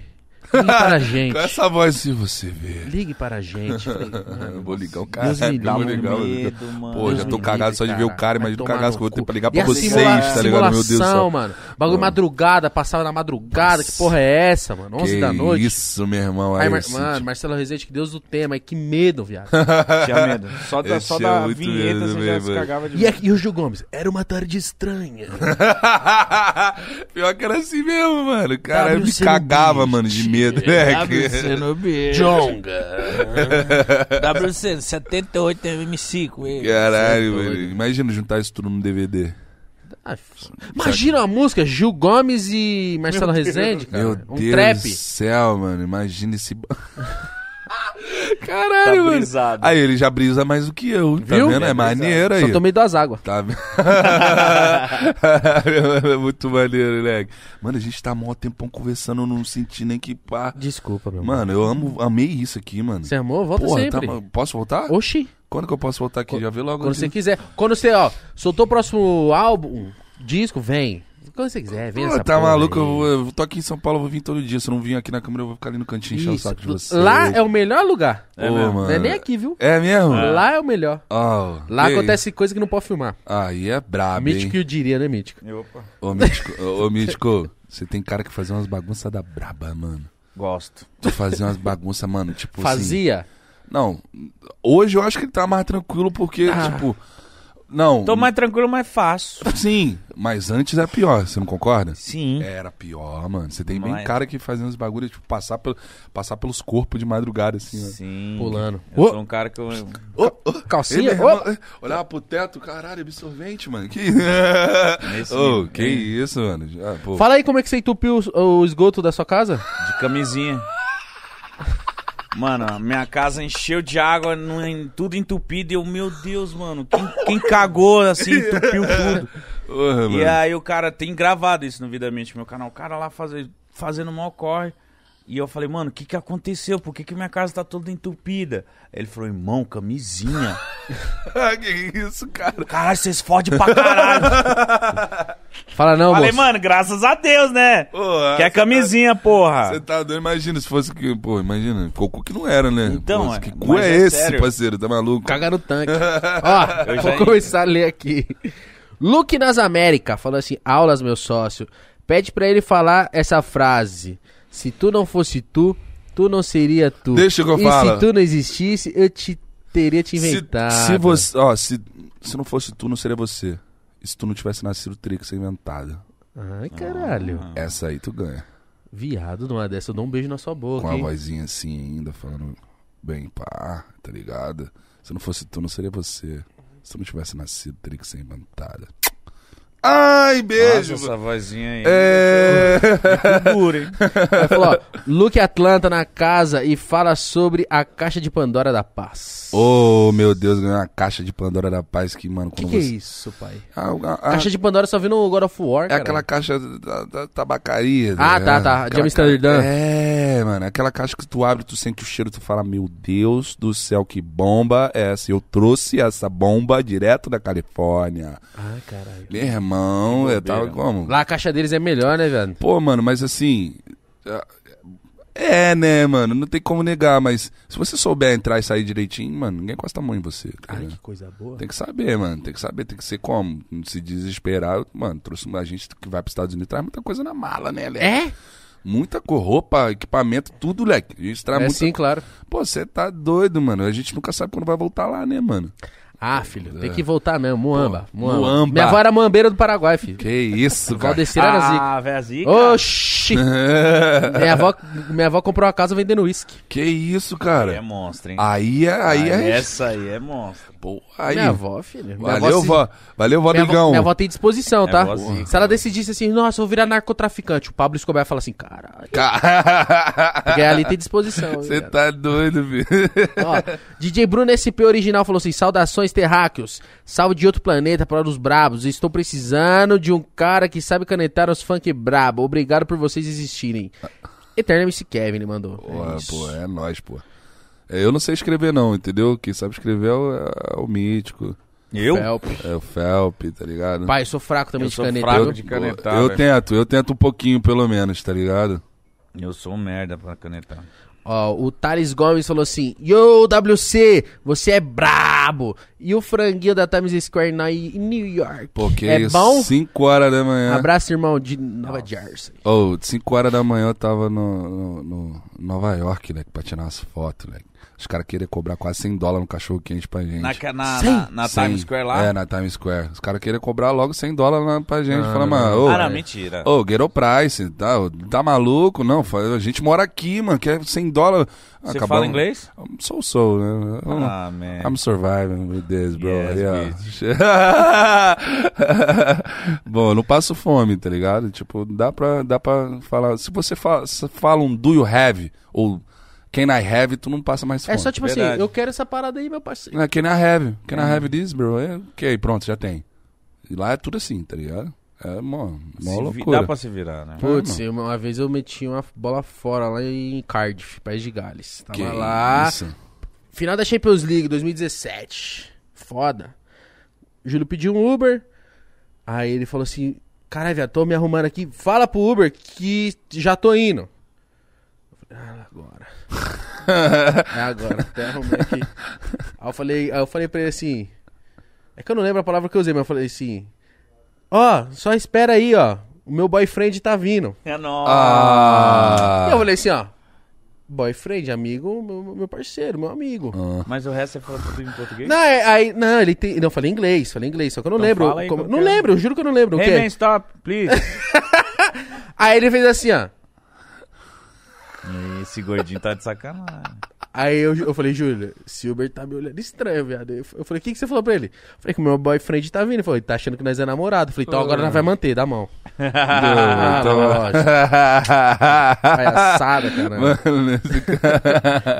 [SPEAKER 2] ligue para a gente.
[SPEAKER 3] Com essa voz, se você vê.
[SPEAKER 2] Ligue para a gente. Eu falei, mano,
[SPEAKER 3] Eu vou ligar o cara.
[SPEAKER 2] Deus me
[SPEAKER 3] eu vou
[SPEAKER 2] livre,
[SPEAKER 3] ligar, eu vou ligar.
[SPEAKER 4] medo, mano.
[SPEAKER 3] Pô,
[SPEAKER 2] Deus
[SPEAKER 3] já
[SPEAKER 2] me
[SPEAKER 3] tô cagado
[SPEAKER 2] livre,
[SPEAKER 3] só de ver o cara.
[SPEAKER 2] vai
[SPEAKER 3] Imagina o
[SPEAKER 2] tomar
[SPEAKER 3] cagaço que
[SPEAKER 2] no
[SPEAKER 3] eu vou ter
[SPEAKER 2] cu.
[SPEAKER 3] pra ligar
[SPEAKER 2] E
[SPEAKER 3] pra
[SPEAKER 2] a
[SPEAKER 3] vocês,
[SPEAKER 2] simula-
[SPEAKER 3] tá ligado? Meu Deus do
[SPEAKER 2] simulação,
[SPEAKER 3] céu.
[SPEAKER 2] mano. Bagulho madrugada, passava na madrugada. Que porra é essa, mano? 11
[SPEAKER 3] Que
[SPEAKER 2] da noite.
[SPEAKER 3] Isso, meu irmão.
[SPEAKER 2] Aí,
[SPEAKER 3] Aí,
[SPEAKER 2] Mar-
[SPEAKER 3] assim,
[SPEAKER 2] mano,
[SPEAKER 3] tipo,
[SPEAKER 2] Marcelo Rezende, que Deus do tema. Aí, que medo, viado.
[SPEAKER 4] Tinha medo. Só da,
[SPEAKER 3] Eu
[SPEAKER 4] só
[SPEAKER 3] tinha
[SPEAKER 4] da
[SPEAKER 3] é muito
[SPEAKER 4] vinheta
[SPEAKER 3] medo
[SPEAKER 4] você já
[SPEAKER 3] também,
[SPEAKER 4] se
[SPEAKER 3] mano.
[SPEAKER 4] cagava de
[SPEAKER 2] e, aqui- e o Gil Gomes? Era uma tarde estranha.
[SPEAKER 3] Pior que era assim mesmo, mano. Cara, eu me
[SPEAKER 2] WC no
[SPEAKER 3] cagava,
[SPEAKER 2] beat.
[SPEAKER 3] mano, de medo. né?
[SPEAKER 5] WC no bicho.
[SPEAKER 2] Jonga.
[SPEAKER 5] WC 78 MC com ele.
[SPEAKER 2] é
[SPEAKER 3] Caralho, mano. Imagina juntar isso tudo num DVD.
[SPEAKER 2] Ai, f- Imagina uma música, Gil Gomes e Marcelo Rezende, cara.
[SPEAKER 3] Meu
[SPEAKER 2] um
[SPEAKER 3] Deus do
[SPEAKER 2] trap.
[SPEAKER 3] céu, mano. Imagina esse. ba-
[SPEAKER 4] tá
[SPEAKER 3] Caralho, mano.
[SPEAKER 4] brisado.
[SPEAKER 3] Aí ele já brisa mais do que eu, tá
[SPEAKER 2] Viu?
[SPEAKER 3] vendo? É maneiro aí.
[SPEAKER 2] Só tomei duas águas.
[SPEAKER 3] Tá vendo? Muito maneiro, moleque. Mano, a gente tá mó tempão conversando, eu não senti nem que pá.
[SPEAKER 2] Desculpa, meu mano.
[SPEAKER 3] Mano, eu amo, amei isso aqui, mano.
[SPEAKER 2] Você amou? é Volta
[SPEAKER 3] Porra, tá
[SPEAKER 2] sempre.
[SPEAKER 3] ma- posso voltar?
[SPEAKER 2] Oxi.
[SPEAKER 3] Quando que eu posso voltar aqui? Já vê logo.
[SPEAKER 2] Quando
[SPEAKER 3] ali.
[SPEAKER 2] você quiser. Quando você, ó, soltou o próximo álbum, um disco, vem. Quando você quiser, vem
[SPEAKER 3] Pô,
[SPEAKER 2] essa
[SPEAKER 3] tá
[SPEAKER 2] porra
[SPEAKER 3] maluco?
[SPEAKER 2] aí.
[SPEAKER 3] Eu, eu tô aqui em São Paulo, eu vou vir todo dia. Se eu não vir aqui na câmera, eu vou ficar ali no cantinho enchendo o
[SPEAKER 2] Isso.
[SPEAKER 3] saco de você.
[SPEAKER 2] Lá é o melhor lugar.
[SPEAKER 3] Pô, mano.
[SPEAKER 2] Não é nem aqui, viu?
[SPEAKER 3] É mesmo?
[SPEAKER 2] Lá é o melhor.
[SPEAKER 3] Ó,
[SPEAKER 2] Lá
[SPEAKER 3] Oh, que
[SPEAKER 2] acontece coisa que não pode filmar.
[SPEAKER 3] isso. Aí é brabo, hein?
[SPEAKER 2] Mítico que eu diria, né, Mítico?
[SPEAKER 4] Opa.
[SPEAKER 3] Ô, Mítico, ô, Mítico, você tem cara que fazia umas bagunças da braba, mano.
[SPEAKER 4] Gosto.
[SPEAKER 3] Tu fazia umas bagunças, mano, tipo assim...
[SPEAKER 2] Fazia.
[SPEAKER 3] Não, hoje eu acho que ele tá mais tranquilo porque, tipo... Não,
[SPEAKER 4] Ah. Tô mais tranquilo, mais fácil.
[SPEAKER 3] sim, mas antes era pior, você não concorda?
[SPEAKER 4] Sim.
[SPEAKER 3] Era pior, mano. Você tem bem
[SPEAKER 4] Mas-
[SPEAKER 3] cara que fazia uns bagulhos, tipo, passar, pelo, passar pelos corpos de madrugada, assim, ó.
[SPEAKER 4] Sim.
[SPEAKER 2] Pulando.
[SPEAKER 4] Eu
[SPEAKER 2] Ô,
[SPEAKER 4] sou um cara que eu...
[SPEAKER 2] ô,
[SPEAKER 3] Ele,
[SPEAKER 4] é
[SPEAKER 2] calcinha.
[SPEAKER 3] meu
[SPEAKER 2] ô.
[SPEAKER 3] irmão, eh, olhava pro teto, caralho, absorvente, mano. Que, Ô,
[SPEAKER 4] nível.
[SPEAKER 3] que isso, mano. Ah, pô.
[SPEAKER 2] Fala aí como é que você entupiu o, o esgoto da sua casa.
[SPEAKER 4] De camisinha. Mano, a minha casa encheu de água, não- em- tudo entupido. E eu, meu Deus, mano, quem, quem cagou assim, entupiu tudo.
[SPEAKER 3] Porra, mano.
[SPEAKER 4] E aí o cara tem gravado isso no Vida Mente, meu canal. O cara lá faze- fazendo mal corre. E eu falei, mano, o que que aconteceu? Por que que minha casa tá toda entupida? Ele falou, irmão, camisinha.
[SPEAKER 3] Ah, que isso, cara.
[SPEAKER 4] Caralho, vocês fodem pra caralho.
[SPEAKER 2] Fala não,
[SPEAKER 4] Falei,
[SPEAKER 2] moço.
[SPEAKER 4] mano, graças a Deus, né?
[SPEAKER 3] Pô, ah,
[SPEAKER 4] Que é
[SPEAKER 3] cê
[SPEAKER 4] camisinha, porra.
[SPEAKER 3] tá- Você tá doido, imagina se fosse que. Pô, imagina. Cocô que não era, né?
[SPEAKER 4] Então,
[SPEAKER 3] Pô,
[SPEAKER 4] é,
[SPEAKER 3] Que cu
[SPEAKER 4] mas
[SPEAKER 3] é,
[SPEAKER 4] é
[SPEAKER 3] esse,
[SPEAKER 4] sério.
[SPEAKER 3] parceiro? Tá maluco?
[SPEAKER 2] Caga no tanque. Ó, vou começar a ler aqui. Luke nas América falou assim: aulas, meu sócio. Pede pra ele falar essa frase. Se tu não fosse tu, tu não seria tu.
[SPEAKER 3] Deixa que eu
[SPEAKER 2] e
[SPEAKER 3] falo.
[SPEAKER 2] se tu não existisse, eu te teria te
[SPEAKER 3] Se-
[SPEAKER 2] inventado.
[SPEAKER 3] Se, você. Ó, se, se não fosse tu, não seria você. E se tu não tivesse nascido, teria que ser inventado.
[SPEAKER 2] Ai, caralho.
[SPEAKER 4] Ah.
[SPEAKER 3] Essa aí tu ganha.
[SPEAKER 2] Viado, numa dessa, eu dou um beijo na sua boca.
[SPEAKER 3] Com a
[SPEAKER 2] hein?
[SPEAKER 3] vozinha assim ainda, falando bem pá, tá ligado? Se não fosse tu, não seria você. Se tu não tivesse nascido, teria que ser inventada. Ai, é beijo!
[SPEAKER 4] Nossa, essa vozinha aí.
[SPEAKER 3] é...
[SPEAKER 4] Dura, hein?
[SPEAKER 2] Ela falou: ó, Luke Atlanta na casa e fala sobre a caixa de Pandora da paz.
[SPEAKER 3] oh, meu Deus, ganhei uma caixa de Pandora da Paz que, mano,
[SPEAKER 2] O que,
[SPEAKER 3] quando
[SPEAKER 2] que é
[SPEAKER 3] você...
[SPEAKER 2] isso, pai?
[SPEAKER 3] Ah, o- a- a-
[SPEAKER 2] Caixa de Pandora só vi no God of War,
[SPEAKER 3] É
[SPEAKER 2] cara.
[SPEAKER 3] aquela caixa da, da tabacaria.
[SPEAKER 2] Ah,
[SPEAKER 3] né?
[SPEAKER 2] tá, tá. De
[SPEAKER 3] Aquela
[SPEAKER 2] Amsterdã.
[SPEAKER 3] ca- É, mano. Aquela caixa que tu abre, tu sente o cheiro, tu fala, meu Deus do céu, que bomba é essa? Eu trouxe essa bomba direto da Califórnia.
[SPEAKER 2] Ah, caralho.
[SPEAKER 3] Meu irmão, eu tava como?
[SPEAKER 2] Lá a caixa deles é melhor, né, velho?
[SPEAKER 3] Pô, mano, mas assim. É, né, mano? Não tem como negar, mas se você souber entrar e sair direitinho, mano, ninguém encosta a mão em você. tá ligado?
[SPEAKER 2] coisa boa.
[SPEAKER 3] Tem que saber, mano. Tem que saber, tem que ser como. Não se desesperar. Mano, trouxe uma gente que vai pros Estados Unidos, traz muita coisa na mala, né, Leque?
[SPEAKER 2] É?
[SPEAKER 3] Muita cor, roupa, equipamento, tudo, Leque. A gente traz
[SPEAKER 2] é
[SPEAKER 3] muita...
[SPEAKER 2] sim, claro.
[SPEAKER 3] Pô, você tá doido, mano. A gente nunca sabe quando vai voltar lá, né, mano?
[SPEAKER 2] Ah, filho, tem que voltar mesmo. Muamba. Muamba.
[SPEAKER 3] é. Muamba.
[SPEAKER 2] Minha avó era muambeira do Paraguai, filho.
[SPEAKER 3] Que isso, cara.
[SPEAKER 2] Valdecira era zica.
[SPEAKER 4] Ah, velho, zica.
[SPEAKER 2] Oxi! minha, avó, minha avó comprou uma casa vendendo uísque.
[SPEAKER 3] Que isso,
[SPEAKER 4] É
[SPEAKER 3] cara.
[SPEAKER 4] monstro, hein?
[SPEAKER 3] Aí é... Aí
[SPEAKER 4] Ah,
[SPEAKER 3] é...
[SPEAKER 4] Essa aí é monstro.
[SPEAKER 3] Pô, aí...
[SPEAKER 2] Minha avó, filho. Minha
[SPEAKER 3] Valeu,
[SPEAKER 2] se-
[SPEAKER 3] vó. É Valeu, vó
[SPEAKER 2] Minha avó,
[SPEAKER 3] Negão.
[SPEAKER 2] minha avó tem disposição, tá?
[SPEAKER 4] avó zica.
[SPEAKER 2] Se ela decidisse assim, nossa, eu vou virar narcotraficante, o Pablo Escobar fala assim, caralho. Porque ali tem disposição. hein,
[SPEAKER 3] Você
[SPEAKER 2] cara.
[SPEAKER 3] tá doido, filho.
[SPEAKER 2] Ó, DJ Bruno SP original falou assim: saudações terráqueos, salve de outro planeta para os brabos. Estou precisando de um cara que sabe canetar os funk brabo. Obrigado por vocês existirem. Eterno MC Kevin ele mandou.
[SPEAKER 3] Pô,
[SPEAKER 2] É isso.
[SPEAKER 3] pô, é nóis, pô. É, Eu não sei escrever, não, entendeu? Quem sabe escrever é o, é o Mítico,
[SPEAKER 4] Eu?
[SPEAKER 2] Felp.
[SPEAKER 3] é o Felp, tá ligado?
[SPEAKER 2] Pai, eu sou fraco também
[SPEAKER 4] Eu
[SPEAKER 2] de
[SPEAKER 4] sou
[SPEAKER 2] caneta.
[SPEAKER 4] fraco
[SPEAKER 2] viu?
[SPEAKER 4] de canetar,
[SPEAKER 3] eu
[SPEAKER 4] velho.
[SPEAKER 3] tento, eu tento um pouquinho, pelo menos, tá ligado?
[SPEAKER 4] Eu sou um merda pra canetar.
[SPEAKER 2] Ó, o Thales Gomes falou assim: Yo, WC, você é brabo. E o franguinho da Times Square na em New York.
[SPEAKER 3] Pô, que
[SPEAKER 2] é
[SPEAKER 3] isso,
[SPEAKER 2] bom?
[SPEAKER 3] 5 horas da manhã.
[SPEAKER 2] Abraço, irmão, de Nova Jersey.
[SPEAKER 3] Ou, 5 horas da manhã eu tava no, no- no Nova York, né? Pra tirar umas fotos, né? Os caras queriam cobrar quase 100 dólares no cachorro quente pra gente.
[SPEAKER 4] Na, ca- na,
[SPEAKER 2] Sim.
[SPEAKER 4] na, na
[SPEAKER 3] 100.
[SPEAKER 4] Times Square lá? Ah,
[SPEAKER 3] É, na Times Square. Os caras queriam cobrar logo 100 dólares lá pra gente. Fala, mano, ô,
[SPEAKER 4] ah, não, mentira.
[SPEAKER 3] é. Ô, get Gero Price, tá, ô, tá maluco? Não, fa- a gente mora aqui, mano, é quer 100 dólares.
[SPEAKER 4] Você fala inglês?
[SPEAKER 3] Sou, sou, né? Eu não-
[SPEAKER 4] Ah, man.
[SPEAKER 3] I'm surviving with this, bro.
[SPEAKER 4] Yes,
[SPEAKER 3] Yeah. Bom, eu não passo fome, tá ligado? Tipo, dá pra, dá pra falar. Se você fala, se fala um do you have ou can I have, tu não passa mais fome.
[SPEAKER 2] É só tipo assim,
[SPEAKER 4] Verdade.
[SPEAKER 2] eu quero essa parada aí, meu parceiro.
[SPEAKER 3] É, Can I have? Can I have this, bro? É, ok, pronto, já tem. E lá é tudo assim, tá ligado? É, mó, mó
[SPEAKER 4] Se vi-
[SPEAKER 3] loucura.
[SPEAKER 4] Dá pra se virar, né?
[SPEAKER 2] Putz,
[SPEAKER 3] mano.
[SPEAKER 2] eu- uma vez eu meti uma bola fora lá em Cardiff, País de Gales. Tava
[SPEAKER 3] Que
[SPEAKER 2] lá.
[SPEAKER 3] isso?
[SPEAKER 2] Final da Champions League 2017. Foda. O Júlio pediu um Uber. Aí ele falou assim: Caralho, viado, tô me arrumando aqui. Fala pro Uber que já tô indo. Eu falei, ah, agora. é agora, até arrumar aqui. Aí eu falei, aí eu falei pra ele assim. É que eu não lembro a palavra que eu usei, mas eu falei assim. Ó, só espera aí, ó. O meu boyfriend tá vindo.
[SPEAKER 4] É nóis.
[SPEAKER 3] Ah!
[SPEAKER 2] Eu falei assim, ó. Boyfriend, amigo, meu, meu parceiro, meu amigo.
[SPEAKER 3] Ah.
[SPEAKER 4] Mas o resto você fala tudo em português?
[SPEAKER 2] Não, é- aí, não, ele tem. Não, eu falei inglês, falei inglês, só que eu não
[SPEAKER 4] Então
[SPEAKER 2] lembro.
[SPEAKER 4] fala aí
[SPEAKER 2] como-
[SPEAKER 4] qualquer
[SPEAKER 2] não
[SPEAKER 4] um.
[SPEAKER 2] lembro, eu juro que eu não lembro. o
[SPEAKER 4] Hey,
[SPEAKER 2] quê.
[SPEAKER 4] man, stop, please.
[SPEAKER 2] Aí ele fez assim, ó.
[SPEAKER 4] Esse gordinho tá de sacanagem.
[SPEAKER 2] Aí eu, eu falei, Júlio, esse Uber tá me olhando estranho, viado. Eu, eu falei, o que, que você falou pra ele? Eu falei que o meu boyfriend tá vindo. Ele falou, ele tá achando que nós é namorado. Eu falei, então agora nós vai manter, dá a mão. Ah, lógico. Palhaçada, caramba.
[SPEAKER 3] Mano, esse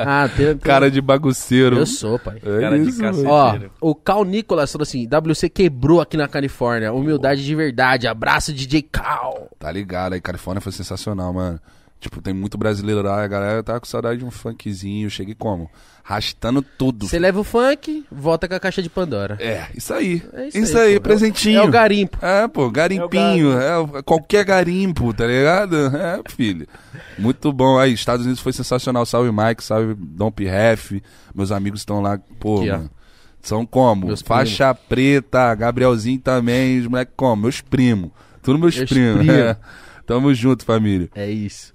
[SPEAKER 2] Ah, tem, tem-
[SPEAKER 3] cara de bagunceiro.
[SPEAKER 2] Eu sou, pai.
[SPEAKER 3] É
[SPEAKER 4] Cara de
[SPEAKER 3] isso,
[SPEAKER 4] cacete.
[SPEAKER 3] mano.
[SPEAKER 2] Ó,
[SPEAKER 4] Entenderam.
[SPEAKER 2] o Cal Nicolas falou assim: WC quebrou aqui na Califórnia. Humildade de verdade. Abraço, DJ Cal.
[SPEAKER 3] Tá ligado aí, Califórnia foi sensacional, mano. Tipo, tem muito brasileiro lá, a galera tá com saudade de um funkzinho. Eu cheguei como? Rastando tudo.
[SPEAKER 2] Você leva o funk, volta com a caixa de Pandora.
[SPEAKER 3] É, isso aí.
[SPEAKER 2] É
[SPEAKER 3] isso, aí,
[SPEAKER 2] pô.
[SPEAKER 3] presentinho.
[SPEAKER 2] É o garimpo.
[SPEAKER 3] É, pô, garimpinho. É o- qualquer garimpo, tá ligado? É, filho. Muito bom. Aí, Estados Unidos foi sensacional. Salve Mike, salve Dom Ref. Meus amigos estão lá, pô,
[SPEAKER 2] Aqui, ó.
[SPEAKER 3] mano. São como?
[SPEAKER 2] Meus
[SPEAKER 3] Faixa preta, Gabrielzinho também, os moleques como? Meus primos. Tudo meus,
[SPEAKER 2] Meus
[SPEAKER 3] primos.
[SPEAKER 2] primo.
[SPEAKER 3] é. Tamo junto, família.
[SPEAKER 2] É isso.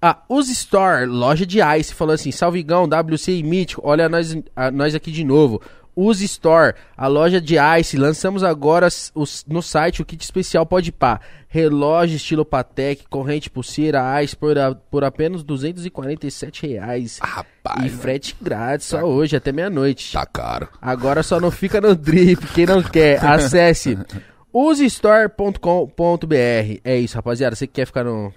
[SPEAKER 2] Ah, Us Store, loja de Ice, falou assim: Salvigão, WC e Mítico, olha nós, a- nós aqui de novo. Us Store, a loja de Ice, lançamos agora s- os- no site o kit especial Pode Pá. Relógio estilo Patek, corrente, pulseira, Ice por, a- por apenas R$ 247 reais. e
[SPEAKER 3] Ah, Rapaz, né?
[SPEAKER 2] frete grátis só hoje, até meia-noite.
[SPEAKER 3] tá caro.
[SPEAKER 2] Agora só não fica no drip, quem não quer, acesse usestore.com.br. É isso, rapaziada, você que quer ficar no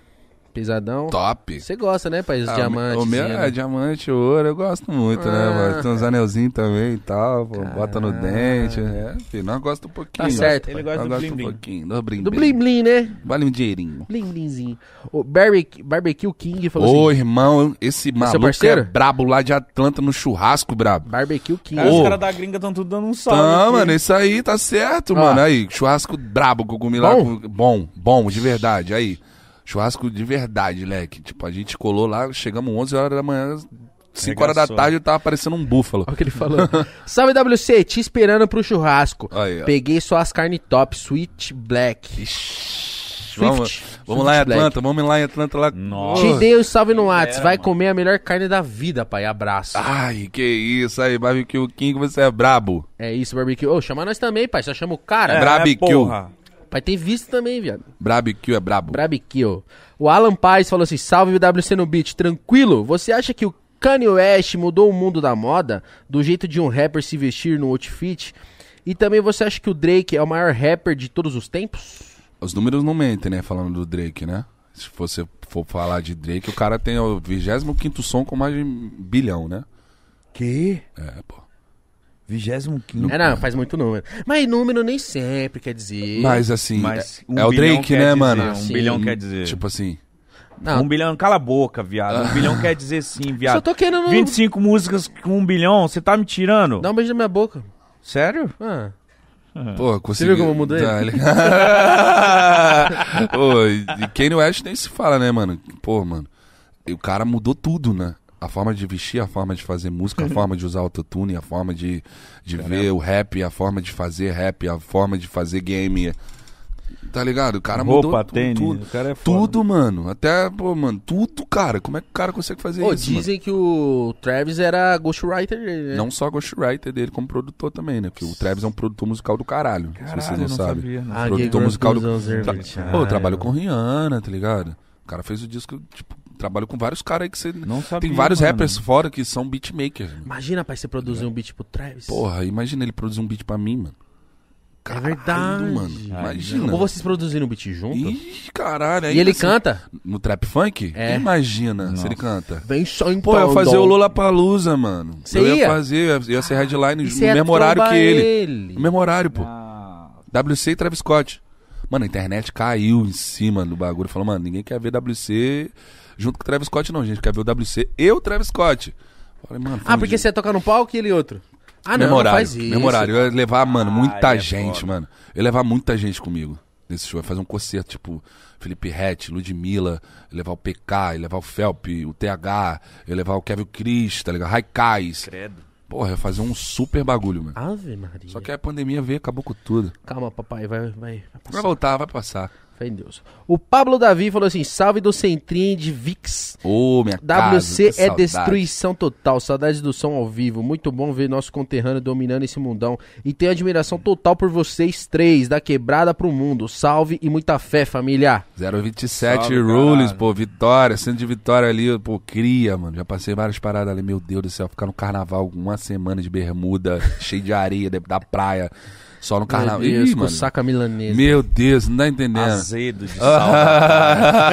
[SPEAKER 2] pesadão?
[SPEAKER 3] Top.
[SPEAKER 2] Você gosta, né, país? Os
[SPEAKER 3] Ah,
[SPEAKER 2] diamantes.
[SPEAKER 3] O meu
[SPEAKER 2] assim,
[SPEAKER 3] é
[SPEAKER 2] né?
[SPEAKER 3] diamante, ouro, eu gosto muito, né,
[SPEAKER 2] Ah,
[SPEAKER 3] mano? Tem uns anelzinhos também e tal, pô, bota no dente, né? Filho, nós gosta um pouquinho.
[SPEAKER 2] Tá certo.
[SPEAKER 4] Ele
[SPEAKER 2] pai.
[SPEAKER 3] Nós
[SPEAKER 4] gosta do
[SPEAKER 3] gosta
[SPEAKER 4] blim
[SPEAKER 3] um
[SPEAKER 4] blim.
[SPEAKER 3] pouquinho, do blim
[SPEAKER 2] Do blim blim, né?
[SPEAKER 3] Vale um dinheirinho.
[SPEAKER 2] Blim blimzinho. O Barry, Barbecue King falou
[SPEAKER 3] Ô,
[SPEAKER 2] assim:
[SPEAKER 3] irmão, esse maluco
[SPEAKER 2] parceiro?
[SPEAKER 3] é brabo lá de Atlanta no churrasco, brabo.
[SPEAKER 2] Barbecue King.
[SPEAKER 4] Cara,
[SPEAKER 3] Ô.
[SPEAKER 4] Os caras da gringa estão tudo dando um salve.
[SPEAKER 3] Tá,
[SPEAKER 4] aqui.
[SPEAKER 3] mano, isso aí tá certo, mano. Aí, churrasco brabo que eu comi lá.
[SPEAKER 2] Bom?
[SPEAKER 3] com- Bom, bom, de verdade. Aí, churrasco de verdade, leque. Tipo, a gente colou lá, chegamos 11 horas da manhã, 5 horas da
[SPEAKER 4] Arregaçou.
[SPEAKER 3] tarde eu tava parecendo um búfalo.
[SPEAKER 2] Olha É o que ele falou. Salve WC, te esperando pro churrasco.
[SPEAKER 3] Aí, ó.
[SPEAKER 2] Peguei só as carne top, Sweet Black.
[SPEAKER 3] Ixi,
[SPEAKER 2] Swift.
[SPEAKER 3] vamos,
[SPEAKER 2] Swift
[SPEAKER 3] vamos lá em
[SPEAKER 2] Black.
[SPEAKER 3] Atlanta, vamos lá em Atlanta lá.
[SPEAKER 4] Nossa.
[SPEAKER 2] Te dei um salve no Whats, vai
[SPEAKER 4] mano.
[SPEAKER 2] comer a melhor carne da vida, pai. Abraço.
[SPEAKER 3] Ai, que isso aí, Barbecue King, você é brabo.
[SPEAKER 2] É isso, Barbecue. Ô, chama nós também, pai. Só chama o cara.
[SPEAKER 4] É,
[SPEAKER 3] Barbecue.
[SPEAKER 4] porra.
[SPEAKER 2] Pai, tem visto também, viado.
[SPEAKER 3] Barbecue é brabo.
[SPEAKER 2] Barbecue. O Alan Paz falou assim: salve WC no beat, tranquilo? Você acha que o Kanye West mudou o mundo da moda? Do jeito de um rapper se vestir no outfit? E também você acha que o Drake é o maior rapper de todos os tempos?
[SPEAKER 3] Os números não mentem, né? Falando do Drake, né? Se você for falar de Drake, o cara tem o 25 som com mais de um bilhão, né?
[SPEAKER 4] Que?
[SPEAKER 3] É, pô.
[SPEAKER 4] 25.
[SPEAKER 2] É, não, faz muito número. Mas número nem sempre quer dizer.
[SPEAKER 3] Mas assim,
[SPEAKER 4] Mas
[SPEAKER 3] é-
[SPEAKER 4] um
[SPEAKER 3] é o
[SPEAKER 4] bilhão
[SPEAKER 3] Drake,
[SPEAKER 4] quer
[SPEAKER 3] né,
[SPEAKER 4] dizer,
[SPEAKER 3] mano?
[SPEAKER 4] Um
[SPEAKER 2] Sim.
[SPEAKER 4] bilhão quer dizer.
[SPEAKER 3] Tipo assim.
[SPEAKER 2] Não.
[SPEAKER 4] Um bilhão, cala a boca, viado. Um bilhão quer dizer sim, viado.
[SPEAKER 2] Só tô querendo-
[SPEAKER 4] 25 músicas com um bilhão, você tá me tirando?
[SPEAKER 2] Dá um beijo na minha boca.
[SPEAKER 4] Sério?
[SPEAKER 2] Ah,
[SPEAKER 3] Pô, consegui...
[SPEAKER 2] viu como eu mudei?
[SPEAKER 3] Tá, ele- Pô, e e Kanye West nem se fala, né, mano? Pô, mano, e o cara mudou tudo, né? A forma de vestir, a forma de fazer música, a forma de usar autotune, a forma de, de ver o rap, a forma de fazer rap, a forma de fazer game. Tá ligado? O cara mudou
[SPEAKER 4] Roupa,
[SPEAKER 3] tu-
[SPEAKER 4] tênis,
[SPEAKER 3] tudo.
[SPEAKER 4] o cara é foda.
[SPEAKER 3] tudo, mano. Até, pô, mano, tudo, cara. Como é que o cara consegue fazer
[SPEAKER 2] Pô,
[SPEAKER 3] isso? mano?
[SPEAKER 2] dizem que o Travis era ghostwriter. né?
[SPEAKER 3] Não só ghostwriter dele, como produtor também, né? Porque o Travis é um produtor musical do caralho,
[SPEAKER 4] Caralho,
[SPEAKER 3] se vocês não
[SPEAKER 4] eu não
[SPEAKER 3] sabem.
[SPEAKER 4] sabia, não.
[SPEAKER 2] Ah,
[SPEAKER 3] produtor
[SPEAKER 2] que
[SPEAKER 3] musical do.
[SPEAKER 2] gostosão,
[SPEAKER 3] Tra...
[SPEAKER 2] Zervich. Ah,
[SPEAKER 3] Pô, eu trabalho com Rihanna, tá ligado? O cara fez o disco, tipo, trabalho com vários caras aí que você.
[SPEAKER 4] Não sabia,
[SPEAKER 3] Tem vários
[SPEAKER 4] mano.
[SPEAKER 3] rappers fora que são beatmakers. mano.
[SPEAKER 2] Imagina, pai, você produzir um beat pro Travis.
[SPEAKER 3] Porra, imagina ele produzir um beat pra mim, mano.
[SPEAKER 2] É verdade.
[SPEAKER 3] mano. Imagina.
[SPEAKER 2] Ou vocês produziram um beat junto?
[SPEAKER 3] Ih, caralho. aí
[SPEAKER 2] E ele
[SPEAKER 3] você-
[SPEAKER 2] canta?
[SPEAKER 3] No trap funk?
[SPEAKER 2] É.
[SPEAKER 3] Imagina se ele canta.
[SPEAKER 2] assim. Vem só em
[SPEAKER 3] Pô, eu ia fazer o Lollapalooza, mano.
[SPEAKER 2] Você
[SPEAKER 3] eu ia,
[SPEAKER 2] ia?
[SPEAKER 3] fazer, ia ser headline no mesmo horário que ele. No mesmo horário, pô.
[SPEAKER 4] Ah.
[SPEAKER 3] WC e Travis Scott. Mano, a internet caiu em cima do bagulho. Falou, mano, ninguém quer ver WC junto com o Travis Scott, não, gente. Quer ver o WC e o Travis Scott. Falei, mano, foi
[SPEAKER 2] Ah,
[SPEAKER 3] um
[SPEAKER 2] porque
[SPEAKER 3] dia-
[SPEAKER 2] você ia tocar num palco e ele outro. Ah, não,
[SPEAKER 3] mesmo
[SPEAKER 2] não
[SPEAKER 3] horário,
[SPEAKER 2] faz isso.
[SPEAKER 3] mesmo horário. Eu ia levar, mano, muita
[SPEAKER 4] Ah, é
[SPEAKER 3] gente,
[SPEAKER 4] foda.
[SPEAKER 3] mano. Eu ia levar muita gente comigo nesse show. Eu ia fazer um concerto, tipo, Felipe Rett, Ludmilla, eu ia levar o PK, eu ia levar o Felp, o TH, eu ia levar o Kevin Cris, tá ligado? Raikais.
[SPEAKER 4] Credo.
[SPEAKER 3] Porra, eu ia fazer um super bagulho, mano.
[SPEAKER 2] Ave Maria.
[SPEAKER 3] Só que a pandemia veio e acabou com tudo.
[SPEAKER 2] Calma, papai, vai, vai. vai passar.
[SPEAKER 3] Vai voltar, vai passar.
[SPEAKER 2] Fé em Deus. O Pablo Davi falou assim, salve do Centrinho de Vix.
[SPEAKER 3] Ô, minha casa,
[SPEAKER 2] WC
[SPEAKER 3] que
[SPEAKER 2] é
[SPEAKER 3] saudade.
[SPEAKER 2] destruição total, saudades do som ao vivo. Muito bom ver nosso conterrâneo dominando esse mundão. E tenho admiração total por vocês três, da quebrada pro mundo. Salve e muita fé, família.
[SPEAKER 3] 027
[SPEAKER 4] Salve,
[SPEAKER 3] Rules,
[SPEAKER 4] caralho.
[SPEAKER 3] pô, Vitória, centro de Vitória ali, pô, cria, mano. Já passei várias paradas ali, meu Deus do céu, ficar no carnaval uma semana de bermuda, cheio de areia da- da praia. Só no carnaval.
[SPEAKER 2] Meu Deus,
[SPEAKER 3] Ih,
[SPEAKER 2] com
[SPEAKER 3] mano.
[SPEAKER 2] saca milanesa.
[SPEAKER 3] Meu Deus, não tá entendendo.
[SPEAKER 4] Azedo de
[SPEAKER 3] Ah,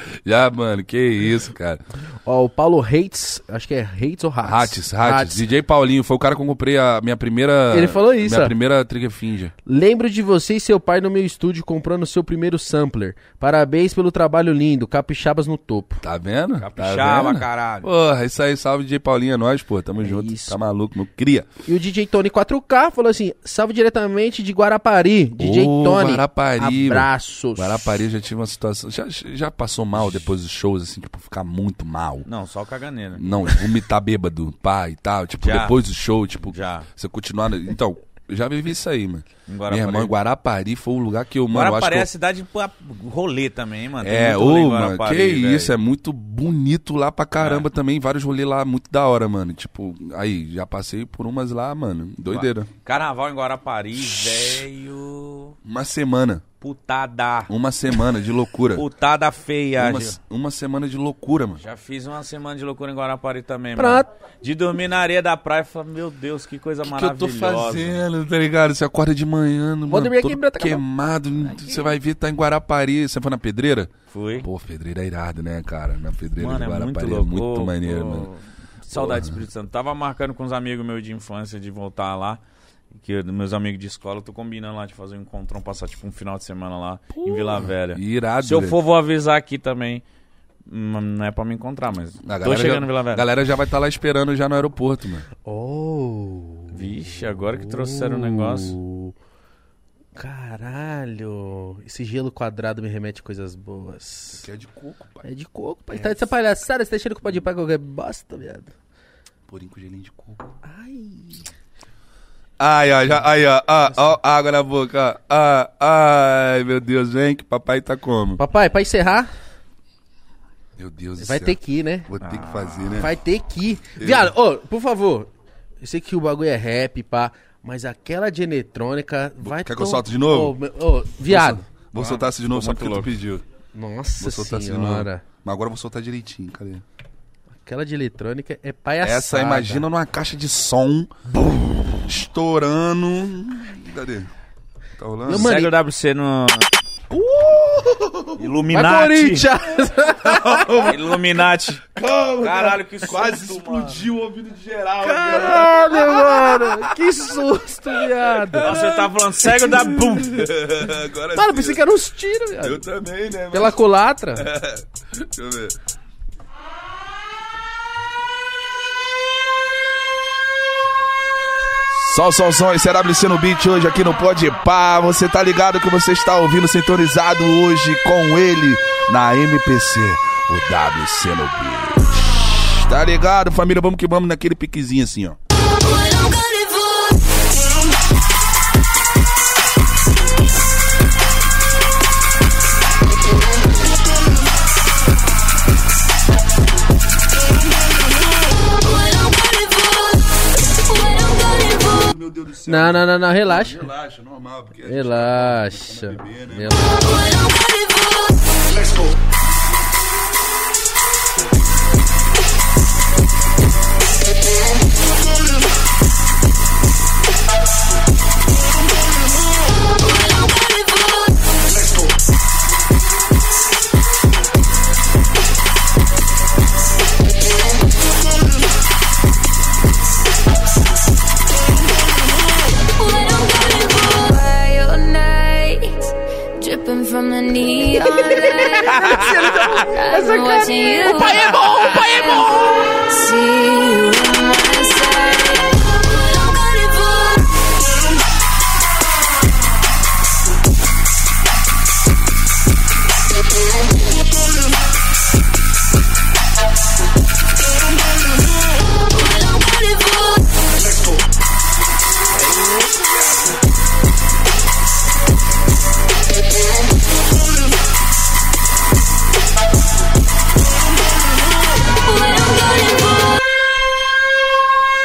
[SPEAKER 4] sal.
[SPEAKER 3] Já, mano, que isso, cara.
[SPEAKER 2] Ó, o Paulo Hates, acho que é Hates ou Hats?
[SPEAKER 3] Rates, Rates. DJ Paulinho foi o cara que eu comprei a minha primeira.
[SPEAKER 2] Ele falou isso,
[SPEAKER 3] Minha
[SPEAKER 2] ó.
[SPEAKER 3] primeira Trigger Finja.
[SPEAKER 2] Lembro de você e seu pai no meu estúdio comprando seu primeiro sampler. Parabéns pelo trabalho lindo, capixabas no topo.
[SPEAKER 3] Tá vendo? tá
[SPEAKER 4] Capixaba,
[SPEAKER 3] vendo?
[SPEAKER 4] caralho.
[SPEAKER 3] Porra, isso aí, salve DJ Paulinho, é nóis, pô, tamo junto.
[SPEAKER 2] isso.
[SPEAKER 3] Tá maluco, meu cria.
[SPEAKER 2] E o DJ Tony 4K falou assim: salve diretamente de Guarapari, DJ
[SPEAKER 3] Ô,
[SPEAKER 2] Tony.
[SPEAKER 3] Guarapari,
[SPEAKER 2] Abraços.
[SPEAKER 3] Guarapari já tive uma situação. Já, já passou mal depois dos shows, assim, tipo, ficar muito mal.
[SPEAKER 4] Não, só caganeira.
[SPEAKER 3] Não, vomitar bêbado, pá e tal. Tipo,
[SPEAKER 4] Já.
[SPEAKER 3] depois do show, tipo,
[SPEAKER 4] Já.
[SPEAKER 3] você continuar. no- Então, eu já vivi isso aí, mano.
[SPEAKER 4] Em Guarapari.
[SPEAKER 3] Minha irmã, Guarapari foi o lugar que eu, mano, eu
[SPEAKER 4] Agora
[SPEAKER 3] acho que eu-
[SPEAKER 4] parece cidade pra rolê também, hein, mano. Tem
[SPEAKER 3] É,
[SPEAKER 4] muito rolê em
[SPEAKER 3] ô, mano, que
[SPEAKER 4] Guarapari, velho. É.
[SPEAKER 3] isso, é muito bonito lá pra caramba também, vários rolês lá, muito da hora, mano. Tipo, aí, já passei por umas lá, mano, doideira.
[SPEAKER 4] Carnaval em Guarapari, velho.
[SPEAKER 3] Uma semana,
[SPEAKER 4] Putada.
[SPEAKER 3] uma semana de loucura.
[SPEAKER 4] Putada feia.
[SPEAKER 3] uma,
[SPEAKER 4] Gil.
[SPEAKER 3] uma semana de loucura, mano.
[SPEAKER 4] Já fiz uma semana de loucura em Guarapari também,
[SPEAKER 2] Pronto.
[SPEAKER 4] mano. De dormir na areia da praia e falar, meu Deus, que coisa
[SPEAKER 3] O que eu
[SPEAKER 4] maravilhosa.
[SPEAKER 3] tô fazendo, tá ligado? Você acorda de manhã, mano,
[SPEAKER 2] dormir aqui, tá
[SPEAKER 3] todo
[SPEAKER 2] Brata, acabou.
[SPEAKER 3] queimado, você vai ver, tá em Guarapari, você foi na Pedreira?
[SPEAKER 4] Fui.
[SPEAKER 3] Pô, Pedreira é irado, né, cara? Na Pedreira
[SPEAKER 4] Mano,
[SPEAKER 3] de
[SPEAKER 4] é muito
[SPEAKER 3] Guarapari
[SPEAKER 4] louco.
[SPEAKER 3] é muito
[SPEAKER 4] Ô,
[SPEAKER 3] maneiro,
[SPEAKER 4] ô,
[SPEAKER 3] mano.
[SPEAKER 4] Saudade do Espírito Santo. Tava marcando com uns amigos meus de infância de voltar lá. Que eu- meus amigos de escola, eu tô combinando lá de fazer um encontrão, passar tipo um final de semana lá em Vila Velha.
[SPEAKER 3] Irado,
[SPEAKER 4] Se eu
[SPEAKER 3] velho.
[SPEAKER 4] for, vou avisar aqui também. Hum, Não é pra me encontrar, mas
[SPEAKER 3] A
[SPEAKER 4] tô
[SPEAKER 3] galera
[SPEAKER 4] chegando
[SPEAKER 3] já,
[SPEAKER 4] em Vila
[SPEAKER 3] A
[SPEAKER 4] Velha.
[SPEAKER 3] galera já vai estar lá esperando já no aeroporto, mano.
[SPEAKER 2] Oh.
[SPEAKER 4] Vixe, agora que trouxeram o negócio.
[SPEAKER 2] Caralho. Esse gelo quadrado me remete a coisas boas.
[SPEAKER 3] Que é de coco, pai.
[SPEAKER 2] É de coco, pai. Tá dessa palhaçada, você tá cheirando com pode pagar qualquer bosta, viado.
[SPEAKER 3] Purim com gelinho de coco. Ai. Ai, ó, já, aí, ó, ó, ó, água na boca, ó. Ah, ai, meu Deus, vem que papai tá como?
[SPEAKER 2] Papai, pra encerrar,
[SPEAKER 3] Meu Deus do
[SPEAKER 2] vai
[SPEAKER 3] céu.
[SPEAKER 2] ter que ir, né?
[SPEAKER 3] Vou ter que fazer, né?
[SPEAKER 2] Vai ter que ir. Viado, ô, por favor. Eu sei que o bagulho é rap, pá. Mas aquela de eletrônica vai.
[SPEAKER 3] Quer que eu solto de novo?
[SPEAKER 2] Ô, meu- ô, viado.
[SPEAKER 3] Vou soltar isso de novo, só porque tu pediu.
[SPEAKER 2] Nossa
[SPEAKER 3] Vou soltar isso de novo.
[SPEAKER 2] senhora.
[SPEAKER 3] Mas agora eu vou soltar direitinho, cadê?
[SPEAKER 2] Aquela de eletrônica é palhaçada.
[SPEAKER 3] Essa, imagina numa caixa de som. Estourando. Cadê? Tá rolando?
[SPEAKER 2] Eu, mano,
[SPEAKER 4] Segue
[SPEAKER 2] e-
[SPEAKER 4] o WC no.
[SPEAKER 2] Vai,
[SPEAKER 4] Illuminati!
[SPEAKER 2] Corinthians!
[SPEAKER 4] Illuminati! Caralho, que
[SPEAKER 3] Quase
[SPEAKER 4] susto,
[SPEAKER 3] explodiu o ouvido de geral.
[SPEAKER 2] Caralho, mano! Que susto, viado!
[SPEAKER 3] É.
[SPEAKER 4] mano. Nossa, eu tava falando, segue o WC.
[SPEAKER 3] cara. Agora
[SPEAKER 2] Mano,
[SPEAKER 3] sim.
[SPEAKER 2] pensei que era uns tiros, viado.
[SPEAKER 3] Eu É. também, né? Mas...
[SPEAKER 2] Pela culatra.
[SPEAKER 3] Deixa eu ver. Sol, sol, sol, esse é WC no beat hoje aqui no Pode Pá. Você tá ligado que você está ouvindo sintonizado hoje com ele na MPC, o WC no beat. Tá ligado, família? Vamos que vamos naquele piquezinho assim, ó. Meu Deus do céu.
[SPEAKER 2] Não, não, não, não, relaxa.
[SPEAKER 3] Relaxa, normal,
[SPEAKER 2] É.
[SPEAKER 3] porque
[SPEAKER 2] Relaxa. Relaxa.
[SPEAKER 7] Dripping from the neon lights. I've been watching you. See you on my side.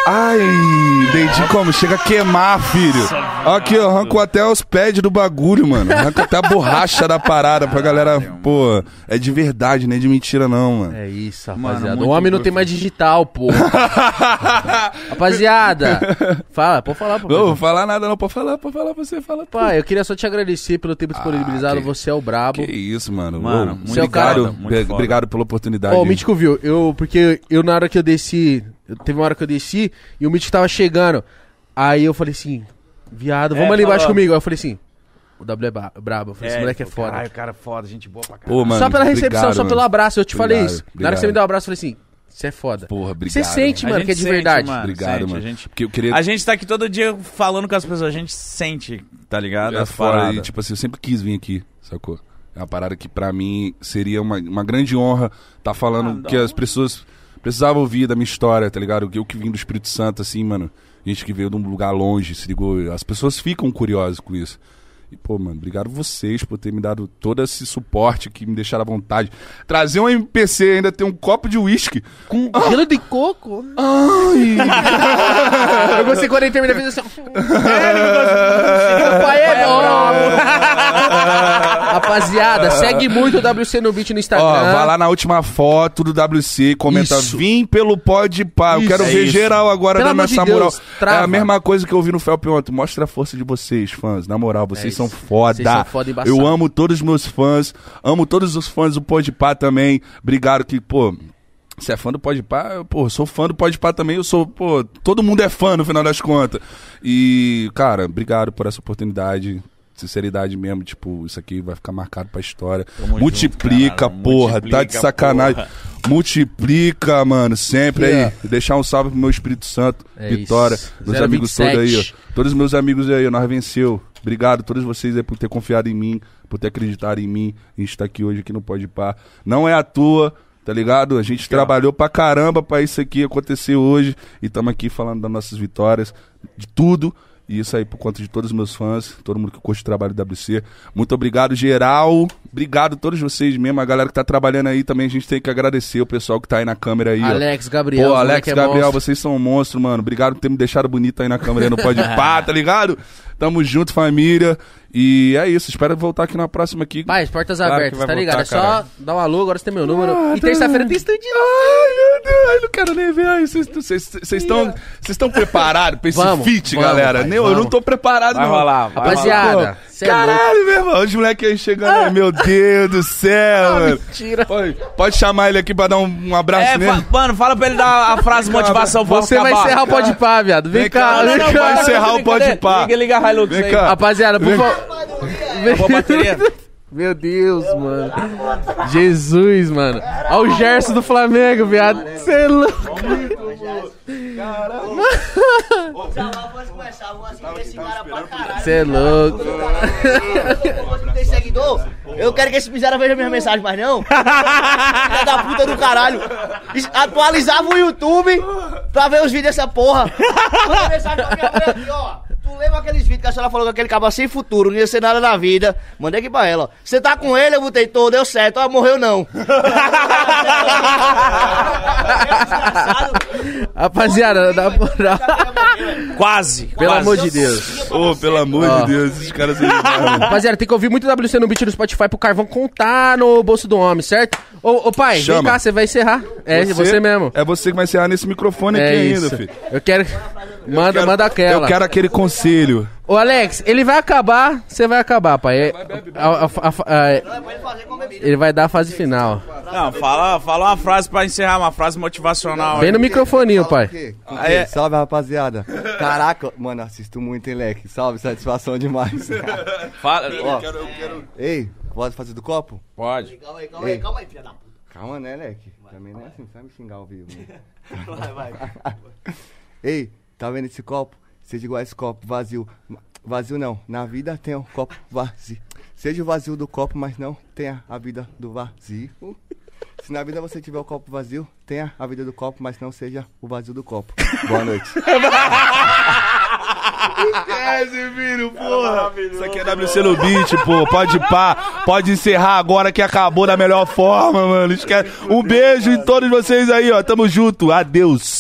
[SPEAKER 3] Ai, Entendi como? Chega a queimar, filho. Aqui, ó, arrancou até os pads do bagulho, mano. Arrancou até a borracha da parada pra galera. Pô, é de verdade, não é de mentira, não, mano.
[SPEAKER 2] É isso, rapaziada. o homem não tem mais digital, pô. rapaziada, fala, pode falar, pô.
[SPEAKER 3] Não vou falar nada, não. Pode falar, pode falar, você fala. tudo.
[SPEAKER 2] Pai, eu queria só te agradecer pelo tempo disponibilizado,
[SPEAKER 3] Ah, que-
[SPEAKER 2] você é o brabo.
[SPEAKER 3] Que isso, mano.
[SPEAKER 4] Mano,
[SPEAKER 3] Ô,
[SPEAKER 4] muito
[SPEAKER 3] obrigado,
[SPEAKER 2] foda,
[SPEAKER 4] muito
[SPEAKER 3] be-
[SPEAKER 4] foda.
[SPEAKER 3] obrigado pela oportunidade.
[SPEAKER 2] Ó, o Mítico viu, eu, porque eu na hora que eu desci, eu- teve uma hora que eu desci e o Mítico tava chegando. Aí eu falei assim, viado, vamos
[SPEAKER 4] É,
[SPEAKER 2] ali embaixo
[SPEAKER 4] falou.
[SPEAKER 2] comigo. Aí eu falei assim, o W é ba- brabo. Eu falei, esse moleque é
[SPEAKER 4] ele falou,
[SPEAKER 2] foda.
[SPEAKER 4] Caralho, cara, foda, gente boa pra caralho.
[SPEAKER 3] Pô, mano,
[SPEAKER 2] só pela recepção,
[SPEAKER 3] obrigado,
[SPEAKER 2] só
[SPEAKER 3] mano.
[SPEAKER 2] pelo abraço, eu te falei
[SPEAKER 3] Obrigado,
[SPEAKER 2] isso. Na hora que você me
[SPEAKER 3] obrigado.
[SPEAKER 2] deu um abraço, eu falei assim, você é foda.
[SPEAKER 3] Porra,
[SPEAKER 2] Você
[SPEAKER 3] obrigado.
[SPEAKER 2] sente,
[SPEAKER 4] A
[SPEAKER 2] mano,
[SPEAKER 4] gente
[SPEAKER 2] que é de
[SPEAKER 4] sente,
[SPEAKER 2] verdade.
[SPEAKER 4] mano,
[SPEAKER 3] Obrigado,
[SPEAKER 4] sente,
[SPEAKER 3] mano.
[SPEAKER 4] A gente,
[SPEAKER 3] Que eu queria.
[SPEAKER 4] a gente tá aqui todo dia falando com as pessoas, a gente sente, tá ligado?
[SPEAKER 3] É
[SPEAKER 4] As
[SPEAKER 3] fora, e,
[SPEAKER 4] paradas.
[SPEAKER 3] tipo assim, eu sempre quis vir aqui, sacou? É uma parada que pra mim seria uma, uma grande honra tá falando que as pessoas precisavam ouvir da minha história, tá ligado? Eu que vim do Espírito Santo, assim, mano. Gente que veio de um lugar longe, se ligou? As pessoas ficam curiosas com isso. E, pô, mano, obrigado vocês por ter me dado todo esse suporte que me deixaram à vontade. Trazer um MPC ainda ter um copo de uísque.
[SPEAKER 2] Com gelo de coco? eu gostei quando ele termina a vida assim.
[SPEAKER 3] "Hum, é,
[SPEAKER 2] ó. Pai é bom. Rapaziada, segue muito o WC no Beat no Instagram.
[SPEAKER 3] Ó, vai lá na última foto do WC, comenta,
[SPEAKER 2] Isso.
[SPEAKER 3] vim pelo pode pá. Eu
[SPEAKER 2] Isso.
[SPEAKER 3] quero
[SPEAKER 2] É
[SPEAKER 3] ver
[SPEAKER 2] isso.
[SPEAKER 3] geral agora
[SPEAKER 2] Pelo
[SPEAKER 3] dando
[SPEAKER 2] amor de
[SPEAKER 3] essa
[SPEAKER 2] Deus,
[SPEAKER 3] moral.
[SPEAKER 2] trava.
[SPEAKER 3] É a mesma coisa que eu vi no Felp ontem. Mostra a força de vocês, fãs. Na moral,
[SPEAKER 2] É
[SPEAKER 3] vocês
[SPEAKER 2] isso.
[SPEAKER 3] são foda.
[SPEAKER 2] Vocês são foda embaçado.
[SPEAKER 3] eu amo todos os meus fãs. Amo todos os fãs do pode pá também. Obrigado que, pô... Você é fã do Pode Pá? Eu, Pô, sou fã do Pode Pá também. Eu sou, pô, todo mundo é fã no final das contas. E, cara, obrigado por essa oportunidade. Sinceridade mesmo, tipo, isso aqui vai ficar marcado pra história.
[SPEAKER 4] Tamo junto,
[SPEAKER 3] multiplica,
[SPEAKER 4] caralho.
[SPEAKER 3] porra, tá de
[SPEAKER 4] Multiplica,
[SPEAKER 3] sacanagem.
[SPEAKER 4] porra.
[SPEAKER 3] Multiplica, mano, sempre
[SPEAKER 2] Yeah.
[SPEAKER 3] aí. Deixar um salve pro meu Espírito Santo,
[SPEAKER 2] É
[SPEAKER 3] Vitória,
[SPEAKER 2] isso.
[SPEAKER 3] meus amigos
[SPEAKER 2] 027.
[SPEAKER 3] todos aí, ó. Todos os meus amigos aí, ó, nós venceu. Obrigado a todos vocês aí por ter confiado em mim, por ter acreditado em mim. A gente tá aqui hoje aqui no Pode Par. Não é à toa, tá ligado? A gente trabalhou pra caramba pra isso aqui acontecer hoje e estamos aqui falando das nossas vitórias, de tudo. E isso aí por conta de todos os meus fãs, todo mundo que curte o trabalho do WC. Muito obrigado, geral. Obrigado a todos vocês mesmo, a galera que tá trabalhando aí também. A gente tem que agradecer o pessoal que tá aí na câmera aí, ó.
[SPEAKER 2] Alex, Gabriel,
[SPEAKER 3] Pô,
[SPEAKER 2] os
[SPEAKER 3] Alex,
[SPEAKER 2] moleque é
[SPEAKER 3] Gabriel,
[SPEAKER 2] monstro.
[SPEAKER 3] vocês são um monstro, mano. Obrigado por ter me deixado bonito aí na câmera no Pode Pá, tá ligado? Tamo junto, família. E é isso, espero voltar aqui na próxima aqui.
[SPEAKER 2] Pai, as portas
[SPEAKER 3] Claro que
[SPEAKER 2] abertas,
[SPEAKER 3] vai
[SPEAKER 2] tá ligado?
[SPEAKER 3] botar,
[SPEAKER 2] É só
[SPEAKER 3] caralho.
[SPEAKER 2] dar um alô, agora você tem meu número. e
[SPEAKER 3] tá.
[SPEAKER 2] terça-feira tem estudinho.
[SPEAKER 3] Ai, meu Deus, ai, não quero nem ver. Ai, vocês- Vocês vocês estão vocês estão preparados pra esse
[SPEAKER 2] Vamos,
[SPEAKER 3] feat,
[SPEAKER 2] vamos,
[SPEAKER 3] galera?
[SPEAKER 2] pai,
[SPEAKER 3] não, eu
[SPEAKER 2] vamos.
[SPEAKER 3] não tô preparado,
[SPEAKER 4] Vai
[SPEAKER 3] não.
[SPEAKER 4] rolar, vai
[SPEAKER 2] Rapaziada, cê é
[SPEAKER 3] Caralho, meu irmão. Os moleques aí chegando aí, meu Deus do céu, mano.
[SPEAKER 2] Ah. Mentira.
[SPEAKER 3] Pode, pode chamar ele aqui pra dar um, um abraço
[SPEAKER 4] É,
[SPEAKER 3] nele?
[SPEAKER 4] fa- mano, fala pra ele dar a frase motivação pra
[SPEAKER 2] Você vai encerrar o pode pá, viado. Vem,
[SPEAKER 3] Vem
[SPEAKER 2] cá,
[SPEAKER 3] cá,
[SPEAKER 2] vem
[SPEAKER 3] não, não,
[SPEAKER 2] cá.
[SPEAKER 3] vai ser- encerrar o Pode
[SPEAKER 4] Cadê?
[SPEAKER 3] Pá.
[SPEAKER 4] Liga, liga a Hilux
[SPEAKER 3] Vem
[SPEAKER 4] aí.
[SPEAKER 3] cá.
[SPEAKER 2] Rapaziada, por
[SPEAKER 3] Vem cá.
[SPEAKER 2] favor. Vem-
[SPEAKER 4] Acabou a bateria.
[SPEAKER 2] Meu Deus, mano. Jesus, mano. Olha o Gerson do Flamengo, viado. Você é louco.
[SPEAKER 8] Chamar, pode começar, eu gosto desse cara pra caralho.
[SPEAKER 2] Você é louco.
[SPEAKER 8] Eu gosto de ter seguidor. Eu quero que esse miserável veja minhas mensagens, mas não. Filha da puta do caralho. Es- Atualizava o YouTube pra ver os vídeos dessa porra. Manda mensagem pra minha mulher aqui, ó. Tu lembra aqueles vídeos que a senhora falou que aquele cabo sem futuro, não ia ser nada na vida? Mandei aqui pra ela, ó. Você tá com ele, eu botei todo, deu certo. Ó, morreu não.
[SPEAKER 2] Rapaziada, na moral.
[SPEAKER 4] Quase.
[SPEAKER 2] Pelo
[SPEAKER 4] quase.
[SPEAKER 2] amor de Deus.
[SPEAKER 3] Ô, pelo amor
[SPEAKER 2] Ó.
[SPEAKER 3] de Deus, esses caras são demais.
[SPEAKER 2] Rapaziada, tem que ouvir muito WC no beat no Spotify pro Carvão contar no bolso do homem, certo? Ô, ô pai, vem
[SPEAKER 3] Chama.
[SPEAKER 2] cá, você vai encerrar. É, você, mesmo.
[SPEAKER 3] É você que vai encerrar nesse microfone
[SPEAKER 2] É
[SPEAKER 3] aqui
[SPEAKER 2] isso.
[SPEAKER 3] ainda, filho. Eu
[SPEAKER 2] Eu quero. Manda,
[SPEAKER 3] quero-
[SPEAKER 2] manda aquela.
[SPEAKER 3] Eu quero aquele conselho.
[SPEAKER 2] Ô, Alex, ele vai acabar, você vai acabar, pai. É- a- a- a- a- ele vai dar a fase final.
[SPEAKER 4] Não, fala, fala uma frase pra encerrar, uma frase motivacional.
[SPEAKER 2] Bem
[SPEAKER 4] aí.
[SPEAKER 2] no microfoninho, pai.
[SPEAKER 9] quê? Com
[SPEAKER 4] Aí é-
[SPEAKER 9] quê? Salve, rapaziada. Caraca, mano, assisto muito, hein, Leque? Salve, satisfação demais.
[SPEAKER 4] Fala-
[SPEAKER 9] Ó, Ei, pode fazer do copo?
[SPEAKER 4] Pode.
[SPEAKER 8] Calma aí, calma aí, calma aí, filha da puta.
[SPEAKER 9] Calma, né, Leque? Também não é assim, sabe xingar ao vivo. né? Ei, tá vendo esse copo? Seja igual a esse copo vazio. Ma- Vazio não, na vida tem um copo vazio. Seja o vazio do copo, mas não tenha a vida do vazio. Se na vida você tiver o copo vazio, tenha a vida do copo, mas não seja o vazio do copo. Boa noite.
[SPEAKER 3] Isso aqui é WC no beat, pô. Pode pá. Pode encerrar agora que acabou da melhor forma, mano. Esquece. Um beijo em todos vocês aí, ó. Tamo junto. Adeus.